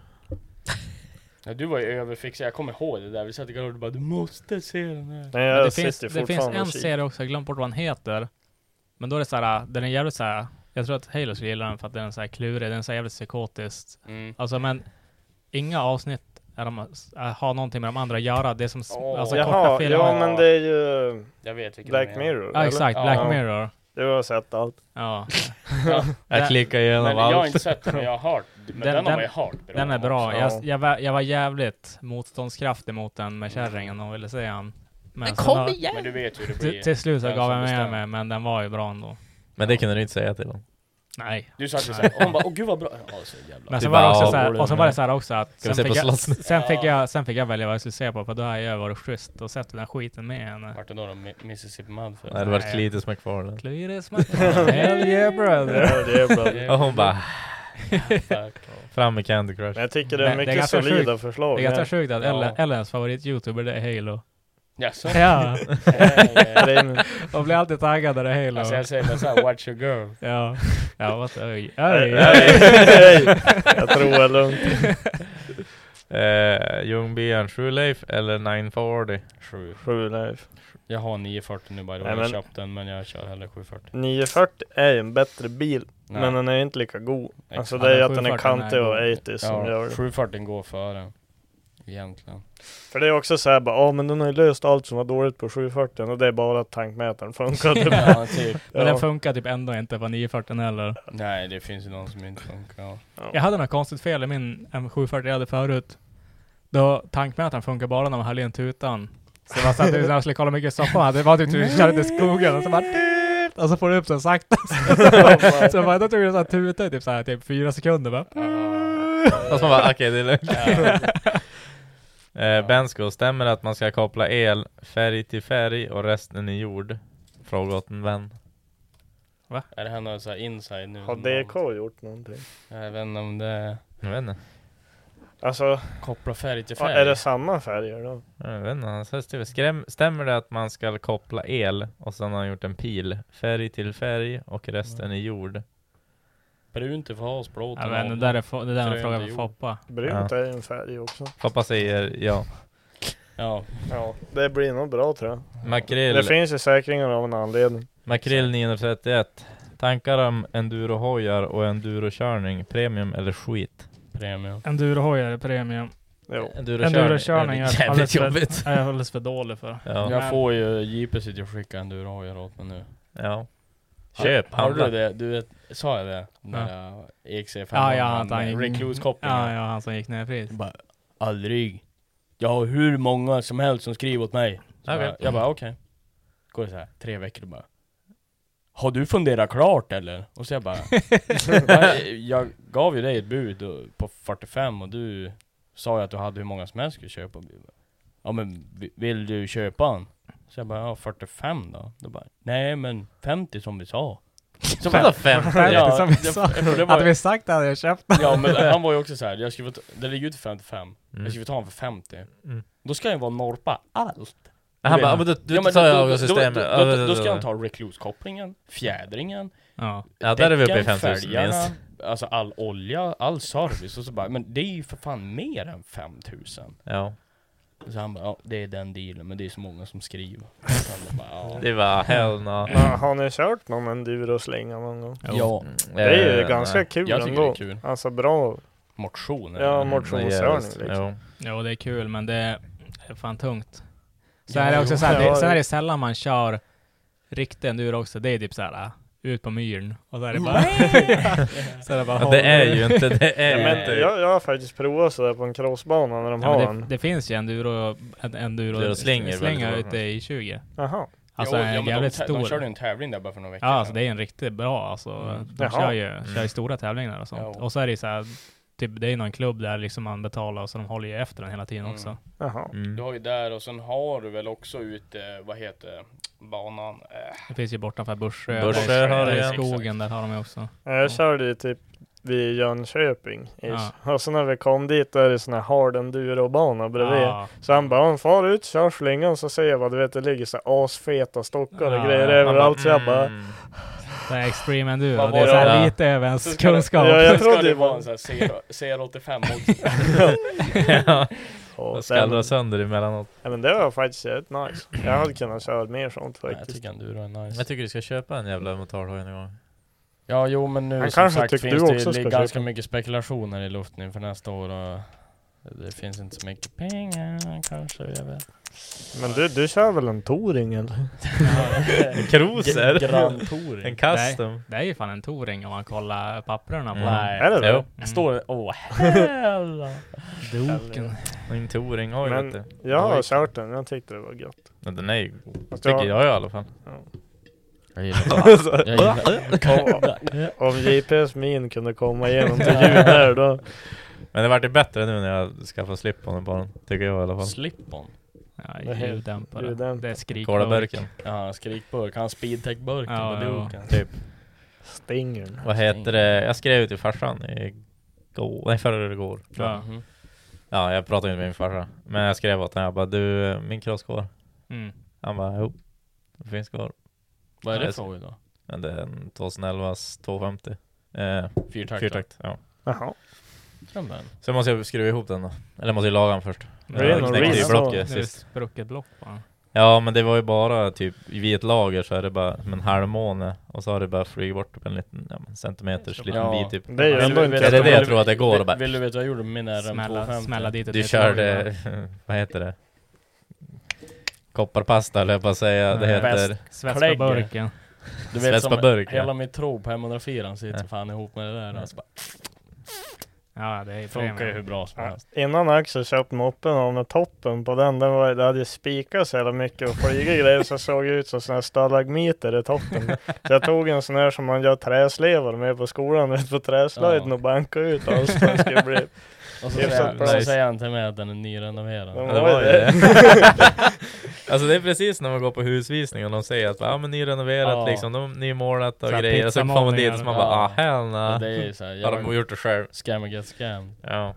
Speaker 4: ja. Du var ju överfixad, jag kommer ihåg det där. Vi satt i garderoben och bara du måste se den här.
Speaker 1: Nej
Speaker 2: Men
Speaker 1: jag
Speaker 2: det,
Speaker 1: sitter
Speaker 2: finns,
Speaker 1: finns,
Speaker 2: det finns
Speaker 1: fortfarande
Speaker 2: en
Speaker 1: och kikar.
Speaker 2: serie också, jag har glömt bort vad den heter. Men då är det så här, äh, den är jävligt så här. Jag tror att Halo skulle gilla den för att den är så här klurig, den är så här jävligt psykotisk.
Speaker 4: Mm.
Speaker 2: Alltså men, inga avsnitt är de, äh, har någonting med de andra att göra. Det är som s-
Speaker 4: Åh.
Speaker 2: alltså, korta
Speaker 1: Jaha,
Speaker 2: filmer.
Speaker 1: ja men det är ju
Speaker 4: Jag vet vilken du
Speaker 1: Black
Speaker 4: menar.
Speaker 1: Mirror
Speaker 2: ja, exakt, Black
Speaker 4: Ja.
Speaker 2: Mirror.
Speaker 1: Du har sett allt.
Speaker 2: Ja.
Speaker 4: Ja.
Speaker 3: Jag
Speaker 2: Den-
Speaker 3: klickar
Speaker 4: Men
Speaker 3: igenom
Speaker 4: jag har
Speaker 3: allt.
Speaker 4: inte sett den, men jag har hört. Men
Speaker 2: Den-
Speaker 4: den, har man ju
Speaker 2: den-
Speaker 4: hört. bra
Speaker 2: Den är
Speaker 4: om också.
Speaker 2: bra.
Speaker 1: Ja.
Speaker 2: Jag, jag, var, jag var jävligt motståndskraftig mot den med kärringen, hon ville se han. Men, sen har-
Speaker 4: Men du vet hur det
Speaker 2: Till,
Speaker 4: blir.
Speaker 2: till slut så
Speaker 4: Den
Speaker 2: gav
Speaker 4: som
Speaker 2: jag med
Speaker 4: bestämmer.
Speaker 2: mig, men den var ju bra ändå.
Speaker 3: Men det kunde du inte säga till dem.
Speaker 2: Nej.
Speaker 4: Du satt ju såhär, och hon bara åh gud vad bra. Ja, så jävla.
Speaker 2: Men
Speaker 3: Det
Speaker 2: sen var det
Speaker 3: var
Speaker 2: också så
Speaker 3: roligt,
Speaker 2: här, och sen var det
Speaker 3: men-
Speaker 2: så här också att
Speaker 3: Ska
Speaker 2: sen
Speaker 3: vi se på
Speaker 2: fick, jag,
Speaker 3: slottet?
Speaker 2: sen, fick
Speaker 4: Ja.
Speaker 2: jag, sen fick jag välja vad jag skulle se på, för då hade jag varit schysst och sett den här skiten med henne.
Speaker 4: Vart det då då? Mi- Mississippi Mudford?
Speaker 3: Det hade varit
Speaker 2: Nej.
Speaker 3: Cletus McFarlane.
Speaker 2: Cletus McFarlane, Hell yeah brother!
Speaker 1: Ja, det är bra.
Speaker 4: Det-
Speaker 3: Och hon bara,
Speaker 4: Fuck.
Speaker 3: fram med Candy Crush.
Speaker 1: Men jag tycker det är
Speaker 2: Men det är
Speaker 1: mycket
Speaker 2: ganska
Speaker 1: solida förslag.
Speaker 2: Det är ganska sjukt att
Speaker 4: Ja.
Speaker 2: Ellen- Ellens favorit-youtuber det är Halo.
Speaker 4: Jaså?
Speaker 2: Ja,
Speaker 4: Eh,
Speaker 1: Det är-
Speaker 2: de blir alltid taggade när det är
Speaker 4: Alltså
Speaker 2: Halo.
Speaker 4: jag säger bara såhär, watch your girl.
Speaker 2: Ja, ja what the oj,
Speaker 1: Nej,
Speaker 2: oj,
Speaker 1: nej,
Speaker 2: oj.
Speaker 1: nej. Jag tror det är lugnt.
Speaker 3: Eh, Ljungbyarn, True Life eller 940?
Speaker 4: Sju.
Speaker 1: Sju life.
Speaker 4: Jag har 940 nu by the way,
Speaker 1: Nej,
Speaker 4: jag
Speaker 1: men-
Speaker 4: köpte den men jag kör hellre 740.
Speaker 1: 940 är ju en bättre bil,
Speaker 4: Nej,
Speaker 1: men den är ju inte lika god. Alltså
Speaker 4: exakt.
Speaker 1: det är ju
Speaker 2: Ja,
Speaker 1: att den är
Speaker 2: 740
Speaker 1: kantig och
Speaker 2: är god.
Speaker 1: 80 som gör
Speaker 4: ja,
Speaker 1: det.
Speaker 4: 740 går före. Egentligen.
Speaker 1: För det är också såhär bara, ja men den har ju löst allt som var dåligt på 740 och det är bara att tankmätaren funkade.
Speaker 4: Ja, typ.
Speaker 2: Men den
Speaker 1: ja.
Speaker 2: funkar typ ändå inte på 940 heller.
Speaker 4: Nej, det finns ju någon som inte funkar. Ja.
Speaker 2: Jag hade något konstigt fel i min M740 jag hade förut. Då tankmätaren funkar bara när man höll in tutan. Så jag bara satt ut när jag skulle kolla hur mycket soppa man hade. Det var typ du körde till skogen och så bara tut, och så får du upp den sakta. Så jag bara, då tog det så här tuta i typ så här, typ fyra sekunder bara.
Speaker 3: Fast man bara, okej det är lugnt.
Speaker 4: Ja.
Speaker 3: Eh, Bensko, stämmer det att man ska koppla el färg till färg och resten är jord? Fråga åt en vän.
Speaker 2: Va?
Speaker 4: Är det här något så här inside nu?
Speaker 1: Har DK gjort någonting?
Speaker 4: Jag vet inte om det är
Speaker 3: Jag vet inte.
Speaker 1: Alltså,
Speaker 4: koppla färg till
Speaker 1: ja,
Speaker 4: färg.
Speaker 1: är det samma färger då?
Speaker 3: Jag vet inte. Han sa Steve, skräm, stämmer det att man ska koppla el och sen har han gjort en pil färg till färg och
Speaker 1: Mm.
Speaker 3: resten är jord?
Speaker 4: Brunt är för has, blått
Speaker 2: Ja,
Speaker 4: är
Speaker 2: men det
Speaker 4: noll.
Speaker 2: där är, fo- det där är en
Speaker 4: Grönt
Speaker 2: fråga
Speaker 4: är
Speaker 2: för
Speaker 4: jord.
Speaker 2: Foppa.
Speaker 1: Brunt är ju en färg också.
Speaker 3: Pappa säger ja.
Speaker 4: Ja,
Speaker 1: Ja, det blir nog bra tror jag. Det
Speaker 3: Makrill,
Speaker 1: finns ju säkringar av en anledning.
Speaker 3: makrill 931. Tankar om endurohojar och endurokörning, premium eller skit?
Speaker 4: premium.
Speaker 2: Endurohojar är premium.
Speaker 1: Jo.
Speaker 2: Endurokörning
Speaker 3: är
Speaker 2: är
Speaker 3: jävligt
Speaker 2: alldeles för,
Speaker 3: jobbigt.
Speaker 2: är alldeles för dålig för.
Speaker 3: Ja,
Speaker 4: Jag får ju jeepet sitt jag skickar en durojer åt mig nu.
Speaker 3: ja. Köp,
Speaker 4: Har du
Speaker 3: handla.
Speaker 4: det? Du vet, sa jag det? Den där EXC500,
Speaker 2: Ja, ja, att han-
Speaker 4: recluse-kopplingen.
Speaker 2: Ja, ja, han som gick ner i pris.
Speaker 4: Jag bara, aldrig. Jag har hur många som helst som skriver åt mig. Så
Speaker 3: Okej.
Speaker 4: jag, jag bara, okej. Går det så här, tre veckor och bara, har du funderat klart eller? Och så jag bara, jag, jag gav ju dig ett bud och- på 45 och du sa ju att du hade hur många som helst skulle köpa. Och vi bara, Ja men vi- vill du köpa en? Så jag bara, ja 45 då? Då bara, nej men 50 som vi sa. Så
Speaker 3: Vadå fem?
Speaker 4: Ja,
Speaker 2: som
Speaker 4: det-
Speaker 2: vi sa.
Speaker 4: för det var-
Speaker 2: Hade vi sagt det hade jag köpt den.
Speaker 4: Ja men han var ju också så här, jag skulle få ta, det ligger ju till 55. Jag skulle
Speaker 3: Mm.
Speaker 4: ta honom för 50.
Speaker 3: Mm.
Speaker 4: Då ska han ju vara norpa allt.
Speaker 3: Han bara, "Ja, men du, du
Speaker 4: Ja, men
Speaker 3: sa
Speaker 4: då-
Speaker 3: ju
Speaker 4: då-
Speaker 3: av systemet.
Speaker 4: Då, då, då, då ska han ta recluse-kopplingen, fjädringen,
Speaker 2: Ja.
Speaker 3: Ja, där är vi uppe i
Speaker 4: däcken,
Speaker 3: 5000
Speaker 4: fälgarna,
Speaker 3: minst.
Speaker 4: Alltså all olja, all service och så bara, men det är ju för fan mer än 5000.
Speaker 3: Ja.
Speaker 4: Så han bara, ja det är den dealen, men det är så många som skriver. Så han bara, ja.
Speaker 3: Det var hell no.
Speaker 1: Men har ni kört någon enduroslinga någon gång?
Speaker 4: ja,
Speaker 3: Mm.
Speaker 1: Det är
Speaker 3: Eh,
Speaker 1: ju ganska kul
Speaker 4: jag tycker det
Speaker 1: ändå.
Speaker 4: är kul.
Speaker 1: Alltså bra.
Speaker 4: Motioner.
Speaker 3: Mm,
Speaker 1: Ja, motionskörning liksom.
Speaker 3: liksom.
Speaker 2: Jo, det är kul, men det är är fan tungt. Sen
Speaker 4: Ja,
Speaker 2: är det också
Speaker 4: jo.
Speaker 2: så här,
Speaker 1: Ja,
Speaker 2: det, sen
Speaker 1: ja.
Speaker 2: är det sällan man kör riktig enduro också. Det är typ så här, äh, ut på myren och så är det bara... så är det, bara
Speaker 3: Ja, det är ju inte, det är
Speaker 1: Ja,
Speaker 3: ju
Speaker 1: men
Speaker 3: inte.
Speaker 1: Eh, jag, jag har faktiskt provat sådär på en crossbana när de
Speaker 2: Ja,
Speaker 1: har
Speaker 2: men det,
Speaker 1: en.
Speaker 2: det finns ju enduro, en- enduro
Speaker 3: Enduro slänger
Speaker 2: slänger
Speaker 3: väldigt bra.
Speaker 2: ute i 20.
Speaker 1: Jaha.
Speaker 2: Alltså
Speaker 4: ja,
Speaker 2: en
Speaker 4: men
Speaker 2: jävligt
Speaker 4: de, tä- De
Speaker 2: stor.
Speaker 4: körde ju en tävling där bara för några
Speaker 2: ja,
Speaker 4: veckor
Speaker 2: alltså det är en riktigt bra alltså.
Speaker 3: Mm.
Speaker 2: De
Speaker 1: Jaha.
Speaker 2: kör ju, kör ju stora tävlingar och sånt.
Speaker 4: Ja.
Speaker 2: Och så är det ju så här, typ, det är ju någon klubb där liksom man betalar och så de håller ju efter den hela tiden
Speaker 4: Mm.
Speaker 2: också.
Speaker 1: Jaha.
Speaker 4: Du
Speaker 3: Mm.
Speaker 4: har ju där och sen har du väl också ute, vad heter banan? Eh,
Speaker 2: Det finns ju bortanför Börsö.
Speaker 3: Börsö
Speaker 2: där-
Speaker 3: har
Speaker 2: där
Speaker 3: det,
Speaker 2: i
Speaker 3: ja.
Speaker 2: skogen, där har de ju också.
Speaker 1: Jag körde ju typ vid Jönköping.
Speaker 2: Ja.
Speaker 1: ish. Och så när vi kom dit där är det sån här hard endurobana bredvid.
Speaker 2: Ja.
Speaker 1: Så han bara, "Ja, far ut, kör slingan så ser jag vad du vet, det ligger så här asfeta stockar och
Speaker 2: Ja,
Speaker 1: grejer
Speaker 2: man
Speaker 1: överallt. Så jag bara,
Speaker 3: mm.
Speaker 2: Det är extreme enduro,
Speaker 4: Vad
Speaker 2: det är
Speaker 4: var
Speaker 2: så här
Speaker 3: det?
Speaker 2: lite över
Speaker 4: Så
Speaker 2: ens
Speaker 4: ska det-
Speaker 2: kunskap.
Speaker 1: Ja, jag
Speaker 4: Sen
Speaker 1: trodde
Speaker 4: ska det
Speaker 1: ju
Speaker 4: vara
Speaker 1: bara-
Speaker 4: en sån här CR CR85 också.
Speaker 3: mm. Ja,
Speaker 1: "Åh,
Speaker 3: och
Speaker 1: den,
Speaker 3: skallra sönder emellanåt.
Speaker 1: ja, men det var faktiskt jävligt nice. Jag hade kunnat köra mer sånt faktiskt.
Speaker 4: enduro är
Speaker 3: Jag tycker du ska köpa en jävla motorhoj någon gång.
Speaker 4: Ja jo men nu
Speaker 1: Han
Speaker 4: som
Speaker 1: kanske
Speaker 4: sagt
Speaker 1: tyckte
Speaker 4: finns
Speaker 1: du
Speaker 4: det
Speaker 1: också
Speaker 4: ju
Speaker 1: ska
Speaker 4: ganska
Speaker 1: köpa.
Speaker 4: mycket spekulationer i luften inför nästa år och det finns inte så mycket pengar kanske, jag vet.
Speaker 1: Men du, du kör väl en touring eller?
Speaker 3: En Cruiser?
Speaker 4: Grand Touring.
Speaker 3: En custom?
Speaker 2: Det är ju fan en touring om man kollar papperna på
Speaker 3: Mm.
Speaker 2: den.
Speaker 4: Nej.
Speaker 1: Är det det?
Speaker 3: Jo,
Speaker 2: Mm.
Speaker 4: Står det, åh hell.
Speaker 2: Doken.
Speaker 3: en touringhoj
Speaker 1: Men-
Speaker 3: vet du.
Speaker 1: Jag har
Speaker 4: Oj.
Speaker 1: kört den, jag tyckte det var gött.
Speaker 3: Men den är ju,
Speaker 1: Fast
Speaker 3: tycker
Speaker 1: jag,
Speaker 3: jag i alla fall.
Speaker 4: Jag gillar det. Jag gillar det.
Speaker 1: om GPS min kunde komma igenom till ljud där då.
Speaker 3: Men det vart ju bättre nu när jag skaffade slip på den på den. Tycker jag i alla fall.
Speaker 4: Slip-on.
Speaker 2: Ja,
Speaker 1: Det är helt-
Speaker 2: ljuddämpare.
Speaker 1: ljuddämpare.
Speaker 2: Det är skrik.
Speaker 3: Kolaburken.
Speaker 4: Ja, skrikburk. Han speedtech-burk
Speaker 2: Ja,
Speaker 4: på
Speaker 2: ja.
Speaker 4: duken.
Speaker 3: Typ.
Speaker 1: Stingern.
Speaker 3: Vad heter det? Jag skrev ju till farsan igår. Nej förrgår. tror jag.
Speaker 2: Ja.
Speaker 4: Mhm.
Speaker 3: Ja, jag pratade inte med min farsa. Men jag skrev åt honom. Jag bara du, min cross går.
Speaker 2: Mm.
Speaker 3: Han bara jo. Det finns kvar.
Speaker 4: Vad är
Speaker 3: Ja,
Speaker 4: det
Speaker 3: det-
Speaker 4: för hoj då?
Speaker 3: Men det är en 2011 250. Eh,
Speaker 4: Fyrtaktare?
Speaker 3: Fyrtakt. Ja.
Speaker 1: Jaha.
Speaker 4: Ja, men.
Speaker 3: Så måste jag skruva ihop den då. Eller måste jag laga den först.
Speaker 1: Det är
Speaker 3: Jag
Speaker 1: nog
Speaker 3: knäckte ju
Speaker 1: reason.
Speaker 3: blocket
Speaker 2: Det är
Speaker 3: sist.
Speaker 2: sprucket block bara.
Speaker 3: Ja men det var ju bara typ vid ett lager så är det bara som en halvmåne och så har det bara flugit bort upp en liten ja, men centimeters
Speaker 2: Ja.
Speaker 3: liten bit typ.
Speaker 1: Det är ju
Speaker 4: Men
Speaker 1: ändå
Speaker 4: vet-
Speaker 1: inte...
Speaker 3: Är det det jag
Speaker 4: vill-
Speaker 3: tror att det går?
Speaker 4: vill,
Speaker 3: Bara-
Speaker 4: vill du veta vad jag gjorde med min RM250?
Speaker 2: Smälla, smälla dit ett
Speaker 3: Du
Speaker 2: nytt lager bara.
Speaker 3: körde, vad heter det? Kopparpasta eller jag på att säga. Det
Speaker 2: Nej.
Speaker 3: heter
Speaker 2: Svets på
Speaker 4: Klägg.
Speaker 2: burken.
Speaker 4: Du
Speaker 3: Svets
Speaker 4: vet som
Speaker 3: på burk, ja.
Speaker 4: hela mitt tro på M104 sitter
Speaker 3: Ja.
Speaker 4: fan ihop med det där.
Speaker 3: Ja.
Speaker 4: Alltså, bara,
Speaker 2: Ja, det är
Speaker 4: funkar ju hur
Speaker 2: premium.
Speaker 4: bra som helst.
Speaker 1: Innan Axel köpte moppen av med toppen på den, den var, det hade ju spikat så jävla mycket och flugit grejer så såg det ut som sådana här stalagmiter i toppen. Så jag tog en sån här som man gör träslevar med på skolan, vet, på träslöjden
Speaker 4: Ja.
Speaker 1: och bankade ut allt som det skulle bli.
Speaker 4: Och så,
Speaker 1: Det är
Speaker 4: säger,
Speaker 1: så
Speaker 4: så
Speaker 3: nice.
Speaker 4: säger han till mig att den är nyrenoverad.
Speaker 1: Ja,
Speaker 3: Ja, det var ju det. Alltså det är precis när man går på husvisning och de säger att ja ah, men nyrenoverat
Speaker 4: Ja.
Speaker 3: liksom, de, nymålat och
Speaker 2: Så här
Speaker 3: grejer. Och så kommer man dit och så man bara
Speaker 4: pizzamålningar.
Speaker 3: ah hell
Speaker 4: Ja,
Speaker 3: nah.
Speaker 4: det är ju såhär,
Speaker 3: Ja, de har
Speaker 4: jag
Speaker 3: gjort det själv.
Speaker 4: scam and get scam.
Speaker 3: Ja.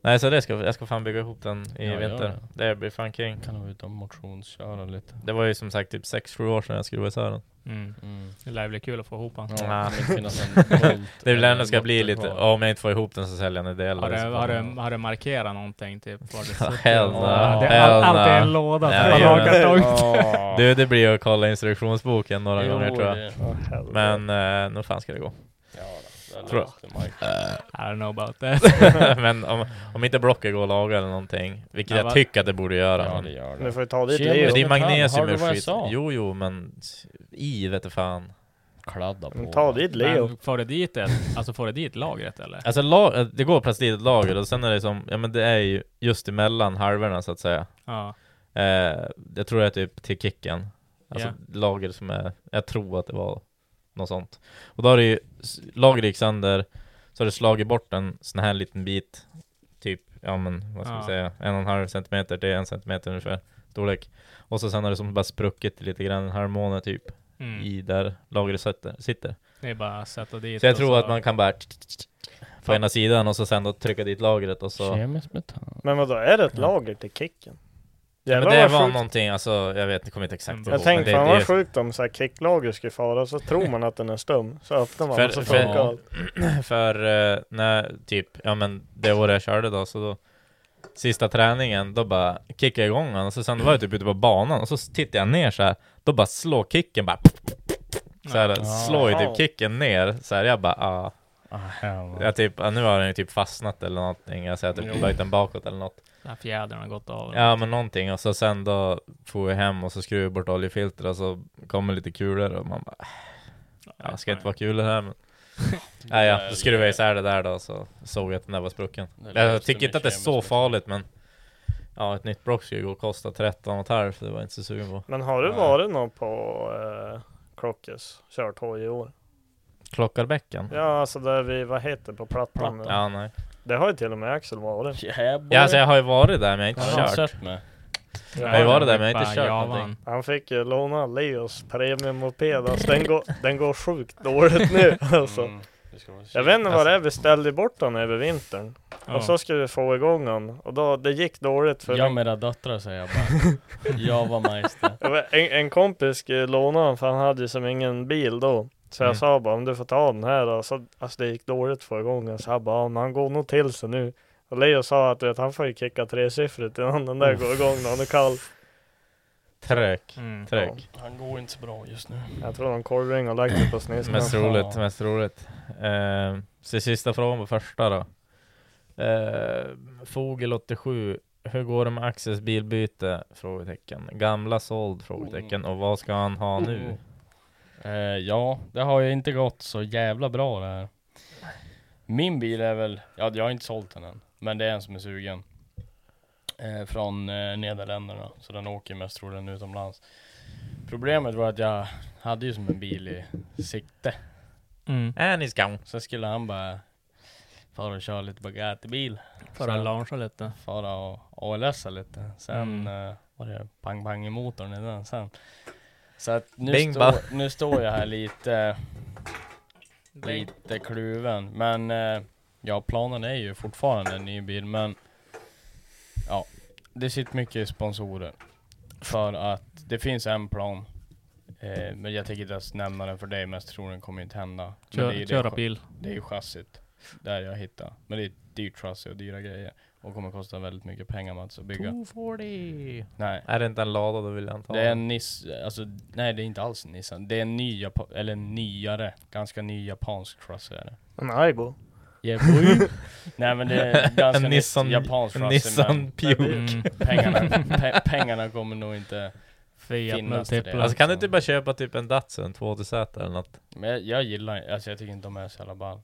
Speaker 3: Nej så det ska, jag ska fan bygga ihop den i
Speaker 4: Ja, gör
Speaker 3: vinter. Det blir fan king.
Speaker 4: Kan vara ute och motionsköra lite.
Speaker 3: Det var ju som sagt typ 6-7 år sedan jag skruvade isär den.
Speaker 2: Mm.
Speaker 4: Mm.
Speaker 2: Det lär bli kul att få ihop den.
Speaker 4: Ja,
Speaker 3: Ja.
Speaker 4: det kan finnas en bolt
Speaker 3: Det är väl
Speaker 4: eller
Speaker 3: ändå ska
Speaker 4: en
Speaker 3: bli
Speaker 4: motor
Speaker 3: lite,
Speaker 4: kvar.
Speaker 3: om jag inte får ihop den så säljer jag den i delar.
Speaker 2: Har du,
Speaker 3: Så-
Speaker 2: har, du, har du markerat någonting? Typ, var det sitter?
Speaker 3: hell
Speaker 4: no,
Speaker 2: Ja, det är
Speaker 3: hell
Speaker 2: all, allt är en
Speaker 3: no.
Speaker 2: låda.
Speaker 3: Nej,
Speaker 2: Ja,
Speaker 3: jag gör
Speaker 2: ja,
Speaker 3: det. Du, det blir ju att kolla instruktionsboken några
Speaker 4: Jo,
Speaker 3: gånger tror jag.
Speaker 4: det-
Speaker 1: Åh, helvete.
Speaker 3: Men eh, nog fan ska det gå.
Speaker 4: Ja, då, där
Speaker 3: Tror-
Speaker 4: löste Mike.
Speaker 2: I don't know about that.
Speaker 3: men om, om inte blocket går att laga eller någonting, vilket
Speaker 2: Ja,
Speaker 3: jag
Speaker 2: va-
Speaker 3: tycker att det borde göra.
Speaker 4: Ja,
Speaker 3: men-
Speaker 4: det gör
Speaker 1: Du
Speaker 4: det.
Speaker 1: får ju ta ditt
Speaker 4: Tjena,
Speaker 3: men
Speaker 1: liv.
Speaker 3: det är ju
Speaker 4: men fan,
Speaker 3: magnesium
Speaker 4: hörde
Speaker 3: och
Speaker 4: du vad jag
Speaker 3: skit.
Speaker 4: sa?
Speaker 3: Jo, jo, men i vete fan.
Speaker 4: Kladda på.
Speaker 1: Men Ta ditt liv.
Speaker 2: Men får du dit ett, alltså får du dit lagret eller?
Speaker 3: Alltså la- det går plötsligt ett lager och sen är det som, ja men det är ju just emellan halvorna så att säga.
Speaker 2: Ja.
Speaker 3: Eh, jag tror det är typ till kicken. Alltså
Speaker 2: Ja.
Speaker 3: lager som är, jag tror att det var något sånt. Och då har det ju, s- lagret gick sönder, så har det slagit bort en sån här liten bit, typ, ja men vad ska vi
Speaker 2: Ja.
Speaker 3: säga, en och en halv centimeter till en centimeter ungefär, storlek. Och så sen har det som bara spruckit lite grann, en harmona typ,
Speaker 2: Mm.
Speaker 3: i där lagret sitter. sitter.
Speaker 2: Det är bara att sätta dit.
Speaker 3: Så jag
Speaker 2: och
Speaker 3: tror att man kan bara på ena sidan och så sen då trycka dit lagret och så
Speaker 4: Kemisk metall.
Speaker 1: Men vadå, är det ett lager till kicken?
Speaker 3: Ja, men
Speaker 1: Jävlar
Speaker 3: det
Speaker 1: vad
Speaker 3: var
Speaker 1: sjukt.
Speaker 3: någonting, alltså jag vet, jag kommer inte exakt
Speaker 2: Jag
Speaker 3: ihåg.
Speaker 1: Jag
Speaker 3: men
Speaker 1: tänkte
Speaker 3: det-
Speaker 1: fan
Speaker 3: det är-
Speaker 1: vad sjukt om så här kicklager skulle fara, så tror man att den är stum, så öppnar man
Speaker 3: För-
Speaker 1: och så
Speaker 3: för-
Speaker 1: funkar allt.
Speaker 3: För eh, när typ, ja men det året jag körde då, så då Sista träningen, då bara kickade jag igång den, och så sen var jag typ ute på banan och så tittade jag ner så här. Då bara slår kicken bara så här,
Speaker 2: Ja.
Speaker 3: slår ju typ kicken ner så här, jag bara ah.
Speaker 4: Ah, hell.
Speaker 3: jag typ, ah, nu har den ju typ fastnat eller någonting, jag säger typ
Speaker 4: Jo.
Speaker 3: böjt den bakåt eller något
Speaker 2: Den här fjädern har gått av.
Speaker 3: Ja men någonting, och så sen då får jag hem och så skruvar jag bort oljefilter och så kommer lite kulor och man bara "Äh, Ja, det ska inte vara kul det här men... Nej ja, då skruvade jag isär det där då så såg jag att den där var sprucken.
Speaker 4: Det
Speaker 3: Jag
Speaker 4: löser
Speaker 3: tycker inte att det är
Speaker 4: med
Speaker 3: så
Speaker 4: kemisk
Speaker 3: farligt men... Ja, ett nytt block skulle gå och kosta 13 och halv, för det var jag inte så sugen på.
Speaker 1: Men har du
Speaker 4: Nej.
Speaker 1: varit någon på eh, Crockes kört hoj i år?
Speaker 3: Klockarbäcken? Ja,
Speaker 1: Ja alltså där vi, vad heter det, på plattan?
Speaker 4: Plattan.
Speaker 1: Ja.
Speaker 3: nej.
Speaker 1: Det har ju till och med Axel varit.
Speaker 4: metall. Yeah, boy.
Speaker 3: Ja, alltså jag har ju varit där men jag har
Speaker 4: Jag
Speaker 3: inte
Speaker 4: har inte
Speaker 3: kört.
Speaker 4: sett mig.
Speaker 2: Ja,
Speaker 3: jag var
Speaker 2: den
Speaker 3: där, men jag har inte
Speaker 2: fick bara
Speaker 3: kört
Speaker 2: javan.
Speaker 3: någonting.
Speaker 1: Han fick ju låna Leos premiummoped, alltså den går, den går sjukt dåligt nu alltså.
Speaker 4: Mm, det ska vara
Speaker 1: Jag vet inte vad det
Speaker 3: Alltså-
Speaker 1: är, vi ställde bort den över vintern.
Speaker 2: Ja.
Speaker 1: Och så skulle vi få igång den, och då, det gick dåligt för
Speaker 4: Jag och mina döttrar säger jag bara. jag var majster.
Speaker 1: Det var En, en kompis skulle låna den för han hade ju som ingen bil då Så jag
Speaker 3: Mm.
Speaker 1: sa bara om du får ta den här då så, Alltså det gick dåligt förra gången så han bara "Ja, men han går nog till sig nu Och Leo sa att du vet, han får ju kicka tresiffrigt innan den där går igång när han är kall
Speaker 3: Trög.
Speaker 2: Mm.
Speaker 3: Trög.
Speaker 4: Han går inte så bra just nu.
Speaker 1: Jag tror någon korvring har lagt sig på sniskan
Speaker 3: Mest roligt, mest roligt. Eh, så sista frågan på första då. Eh, Fogel 87. Hur går det med Axels bilbyte? Frågetecken. Gamla såld? Frågetecken. Och vad ska han ha nu?
Speaker 4: Eh, ja, det har ju inte gått så jävla bra det här. Min bil är väl, ja jag har inte sålt den än, men det är en som är sugen. Eh, från eh, Nederländerna, så den åker mest troligen utomlands. Problemet var att jag hade ju som en bil i sikte.
Speaker 2: Mm.
Speaker 3: Är ni skam?
Speaker 4: Sen skulle han bara fara och köra lite Bugatti-bil.
Speaker 2: För att launcha lite.
Speaker 4: Fara och ALSa lite. Sen
Speaker 2: Mm.
Speaker 4: eh, var det pang-pang i motorn i den sen. Så att nu,
Speaker 3: Bing,
Speaker 4: stå,
Speaker 3: bang.
Speaker 4: nu står jag här lite lite kluven. Men eh, ja, planen är ju fortfarande en ny bil, men ja, det sitter mycket sponsorer. För att det finns en plan. Eh, men jag tänker inte ens nämna den för dig, mest troligen kommer inte hända. Men det är ju
Speaker 2: Kör,
Speaker 4: det
Speaker 2: köra
Speaker 4: sk-
Speaker 2: bil.
Speaker 4: Det är ju chassit där jag hittar. Men det är ett dyrt chassi och dyra grejer. Och kommer kosta väldigt mycket pengar Mats att bygga.
Speaker 3: 240.
Speaker 4: Nej.
Speaker 3: Är det inte en lada då vill jag inte ha
Speaker 4: Det är en Niss, alltså nej det är inte alls en Nissan. Det är en ny, Japa- eller en nyare, ganska ny japansk chassi är det.
Speaker 1: En Aigo
Speaker 4: Yeah, boy. Nej men det är ganska
Speaker 3: En Nissan,
Speaker 4: japanskt
Speaker 3: en Nissan Puke.
Speaker 2: Mm.
Speaker 4: pengarna, pe pengarna kommer nog inte...
Speaker 2: Fiat
Speaker 4: Finnas det
Speaker 2: Multipla.
Speaker 4: det?
Speaker 3: Alltså kan du inte bara köpa typ en Datsun 200Z eller något?
Speaker 4: Men jag, jag gillar alltså jag tycker inte de är så jävla ball.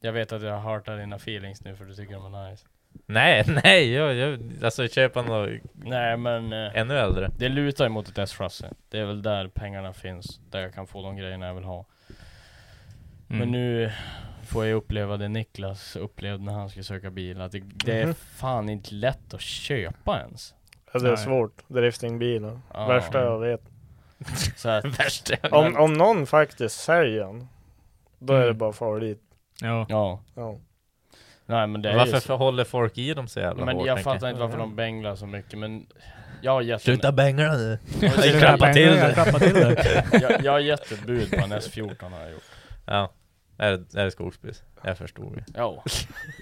Speaker 4: Jag vet att jag heartar dina feelings nu för du tycker de är nice.
Speaker 3: Nej, nej, jag, jag, alltså köpa något
Speaker 4: Nej men, eh,
Speaker 3: ännu äldre.
Speaker 4: det lutar ju mot ett S-chassi. Det är väl där pengarna finns, där jag kan få de grejerna jag vill ha.
Speaker 2: Mm.
Speaker 4: Men nu får jag uppleva det Niklas upplevde när han skulle söka bil, att det, det är
Speaker 1: Mhm.
Speaker 4: fan inte lätt att köpa ens.
Speaker 1: Ja, det är
Speaker 2: Nej.
Speaker 1: svårt. Driftingbilar.
Speaker 4: Ja.
Speaker 1: Värsta jag vet.
Speaker 4: Så att,
Speaker 3: Värst jag
Speaker 1: Om, om någon faktiskt säljer den, då är det
Speaker 2: Mm.
Speaker 1: bara far dit.
Speaker 2: Ja.
Speaker 4: ja.
Speaker 1: Ja.
Speaker 4: Nej men det är ju
Speaker 3: Varför
Speaker 4: så.
Speaker 3: håller folk i dem så jävla
Speaker 4: Men
Speaker 3: hårt?
Speaker 4: jag
Speaker 3: tänker
Speaker 4: fattar inte varför de bänglar så mycket men Jag har gett
Speaker 3: Sluta bänga nu!
Speaker 4: Jag-
Speaker 3: Klappa till
Speaker 2: Jag
Speaker 3: det.
Speaker 2: klappar till det.
Speaker 4: jag, jag har gett ett bud på en S14 har jag gjort
Speaker 3: Ja, är det, är det skogsbys? Jag förstod ju.
Speaker 4: Ja,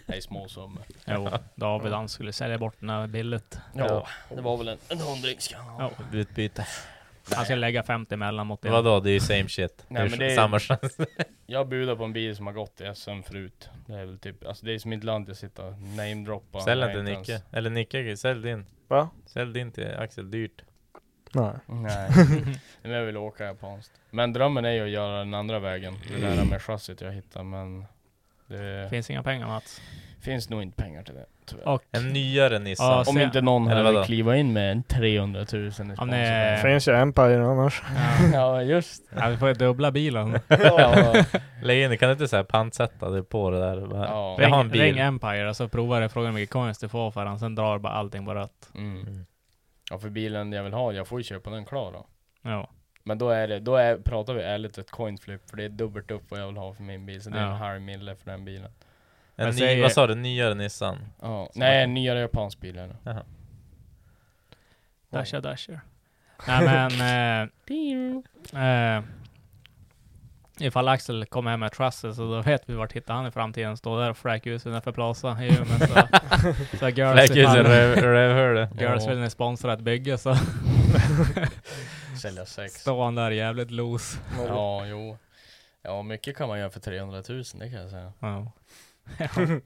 Speaker 4: det är små summor
Speaker 2: Jo, David han skulle sälja bort den här billigt.
Speaker 4: Ja, det var väl en, en hundring ska han ha.
Speaker 2: Ja.
Speaker 3: Utbyte.
Speaker 2: Han skulle lägga 50 mellan mot det.
Speaker 3: Vadå, det är ju same shit.
Speaker 4: Nej,
Speaker 3: det
Speaker 4: men
Speaker 3: är ju
Speaker 4: det är-
Speaker 3: samma chans.
Speaker 4: Jag budar på en bil som har gått i SM förut Det är väl typ, alltså det är som inte lönt att sitta och namedroppa
Speaker 3: Sälj
Speaker 4: Jag
Speaker 3: den till
Speaker 4: är
Speaker 3: Nicke.
Speaker 4: ens-
Speaker 3: Eller Nicke, sälj din.
Speaker 1: Va?
Speaker 3: Sälj din till Axel dyrt.
Speaker 1: Nej.
Speaker 4: Nej, men jag vill åka japanskt Men drömmen är ju att göra den andra vägen Det
Speaker 3: Mm.
Speaker 4: där med chassit jag hittar men Det
Speaker 2: Finns inga pengar Mats.
Speaker 4: finns nog inte pengar till det tyvärr
Speaker 2: Och
Speaker 3: En nyare Nissan.
Speaker 2: Ja,
Speaker 4: Om
Speaker 2: se-
Speaker 4: inte någon
Speaker 3: Eller
Speaker 4: här
Speaker 3: vadå?
Speaker 4: vill kliva in med en 300 000 i
Speaker 2: Om
Speaker 4: sponsor.
Speaker 2: ni-
Speaker 1: Finns ju Empire annars.
Speaker 2: ja,
Speaker 4: Ja just
Speaker 2: ja, vi får ju dubbla bilen.
Speaker 4: ja,
Speaker 3: Lägg in, kan du inte säga pantsätta dig på det där? Bara,
Speaker 4: ja.
Speaker 3: Jag har en
Speaker 2: Ring,
Speaker 3: bil.
Speaker 2: ring Empire och så provar det, frågar hur mycket coins du får för den, sen drar bara allting på rött.
Speaker 4: Mm. ja för bilen jag vill ha, jag får ju köpa den klar då
Speaker 2: Ja.
Speaker 4: Men då är det, då är, pratar vi ärligt ett coinflip för det är dubbelt upp vad jag vill ha för min bil så det är
Speaker 2: Ja.
Speaker 4: en halv mille för den bilen
Speaker 3: En
Speaker 2: Jag
Speaker 3: ny,
Speaker 2: säger-
Speaker 3: Vad sa du? Nyare Nissan?
Speaker 4: Ja, nej en nyare japansk bil är det
Speaker 2: Dasha dasher. Nej men... Eh, eh, ifall Axel kommer hem med Trussel så då vet vi vart hittar han i framtiden. Står där och fläker ut sig innanför Plaza i Umeå. Så, så girls,
Speaker 3: Fläckhuset
Speaker 2: ifall,
Speaker 3: rövhörde.
Speaker 2: girls vill ni sponsra ett bygge så
Speaker 4: Sälja sex
Speaker 2: står han där jävligt loose.
Speaker 4: Ja jo Ja mycket kan man göra för 300 000 det kan jag säga
Speaker 2: Ja.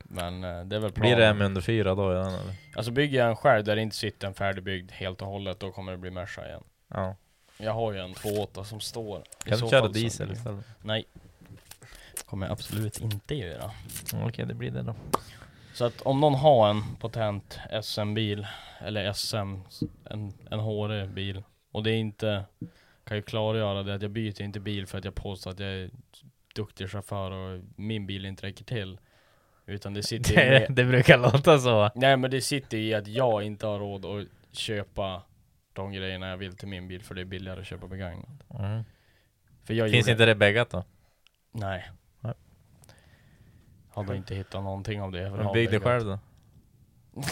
Speaker 4: Men eh, det är väl
Speaker 3: Blir
Speaker 4: planen
Speaker 3: det M under fyra då? igen, Eller?
Speaker 4: Alltså bygger jag en själv där det inte sitter en färdigbyggd helt och hållet då kommer det bli Merca igen
Speaker 3: Ja.
Speaker 4: Jag har ju en 2.8 som står I
Speaker 3: Kan
Speaker 4: så
Speaker 3: du köra
Speaker 4: fall så-
Speaker 3: diesel istället?
Speaker 4: Nej Kommer jag absolut inte göra
Speaker 3: Okej, det blir det då.
Speaker 4: Så att om någon har en potent SM-bil Eller SM En, en hårig bil Och det är inte Kan ju klargöra det att jag byter inte bil för att jag påstår att jag är duktig chaufför och min bil inte räcker till Utan det sitter ju
Speaker 3: Det,
Speaker 4: med,
Speaker 3: brukar låta så.
Speaker 4: Nej men det sitter i att jag inte har råd att köpa De grejerna jag vill till min bil för det är billigare att köpa begagnat
Speaker 3: Mm.
Speaker 4: För jag
Speaker 3: Finns
Speaker 4: gjorde-
Speaker 3: inte det bäggat då?
Speaker 4: Nej.
Speaker 3: Nej.
Speaker 4: Har du inte hittat någonting av det? för
Speaker 3: Men
Speaker 4: att
Speaker 3: Bygg det
Speaker 4: avlägga.
Speaker 3: själv då?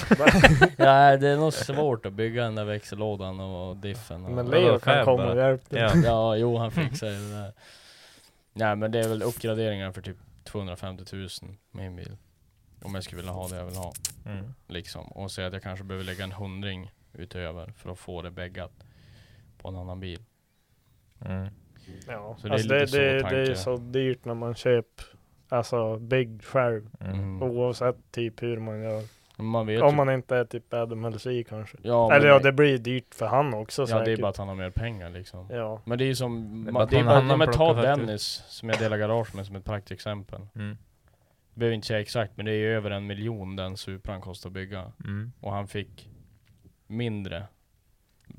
Speaker 4: Nej, det är nog svårt att bygga den där växellådan och diffen. Och
Speaker 1: Men
Speaker 3: Vadå,
Speaker 1: Leo
Speaker 3: fem
Speaker 1: kan komma
Speaker 3: bara?
Speaker 1: och hjälpa dig.
Speaker 3: Ja.
Speaker 4: Ja, jo han fixar ju det där. Nej men det är väl uppgraderingar för typ 250 000 min bil. Om jag skulle vilja ha det jag vill ha.
Speaker 3: Mm.
Speaker 4: Liksom. Och säga att jag kanske behöver lägga en hundring utöver för att få det bäggat på en annan bil.
Speaker 3: Mm.
Speaker 1: Ja.
Speaker 4: Så det är
Speaker 1: alltså, det,
Speaker 4: lite så
Speaker 1: det, det
Speaker 4: tanke.
Speaker 1: är ju så dyrt när man köper Alltså byggd själv.
Speaker 3: Mm.
Speaker 1: Oavsett typ hur man gör.
Speaker 4: Man vet
Speaker 1: Om
Speaker 4: ju-
Speaker 1: man inte är typ Adam kanske.
Speaker 4: ja,
Speaker 1: Eller
Speaker 4: men-
Speaker 1: ja, det blir dyrt för han också
Speaker 4: ja,
Speaker 1: säkert.
Speaker 4: det är bara att han har mer pengar liksom.
Speaker 1: Ja.
Speaker 4: Men det är ju som,
Speaker 3: Det är
Speaker 4: det
Speaker 3: bara att
Speaker 4: det är
Speaker 3: någon
Speaker 4: bara,
Speaker 3: annan
Speaker 4: ja, men ta
Speaker 3: plockar faktiskt.
Speaker 4: Dennis som jag delar garage med som ett praktexempel.
Speaker 3: Mm.
Speaker 4: Behöver inte säga exakt men det är ju över en miljon den Supran kostar att bygga.
Speaker 3: Mm.
Speaker 4: Och han fick mindre,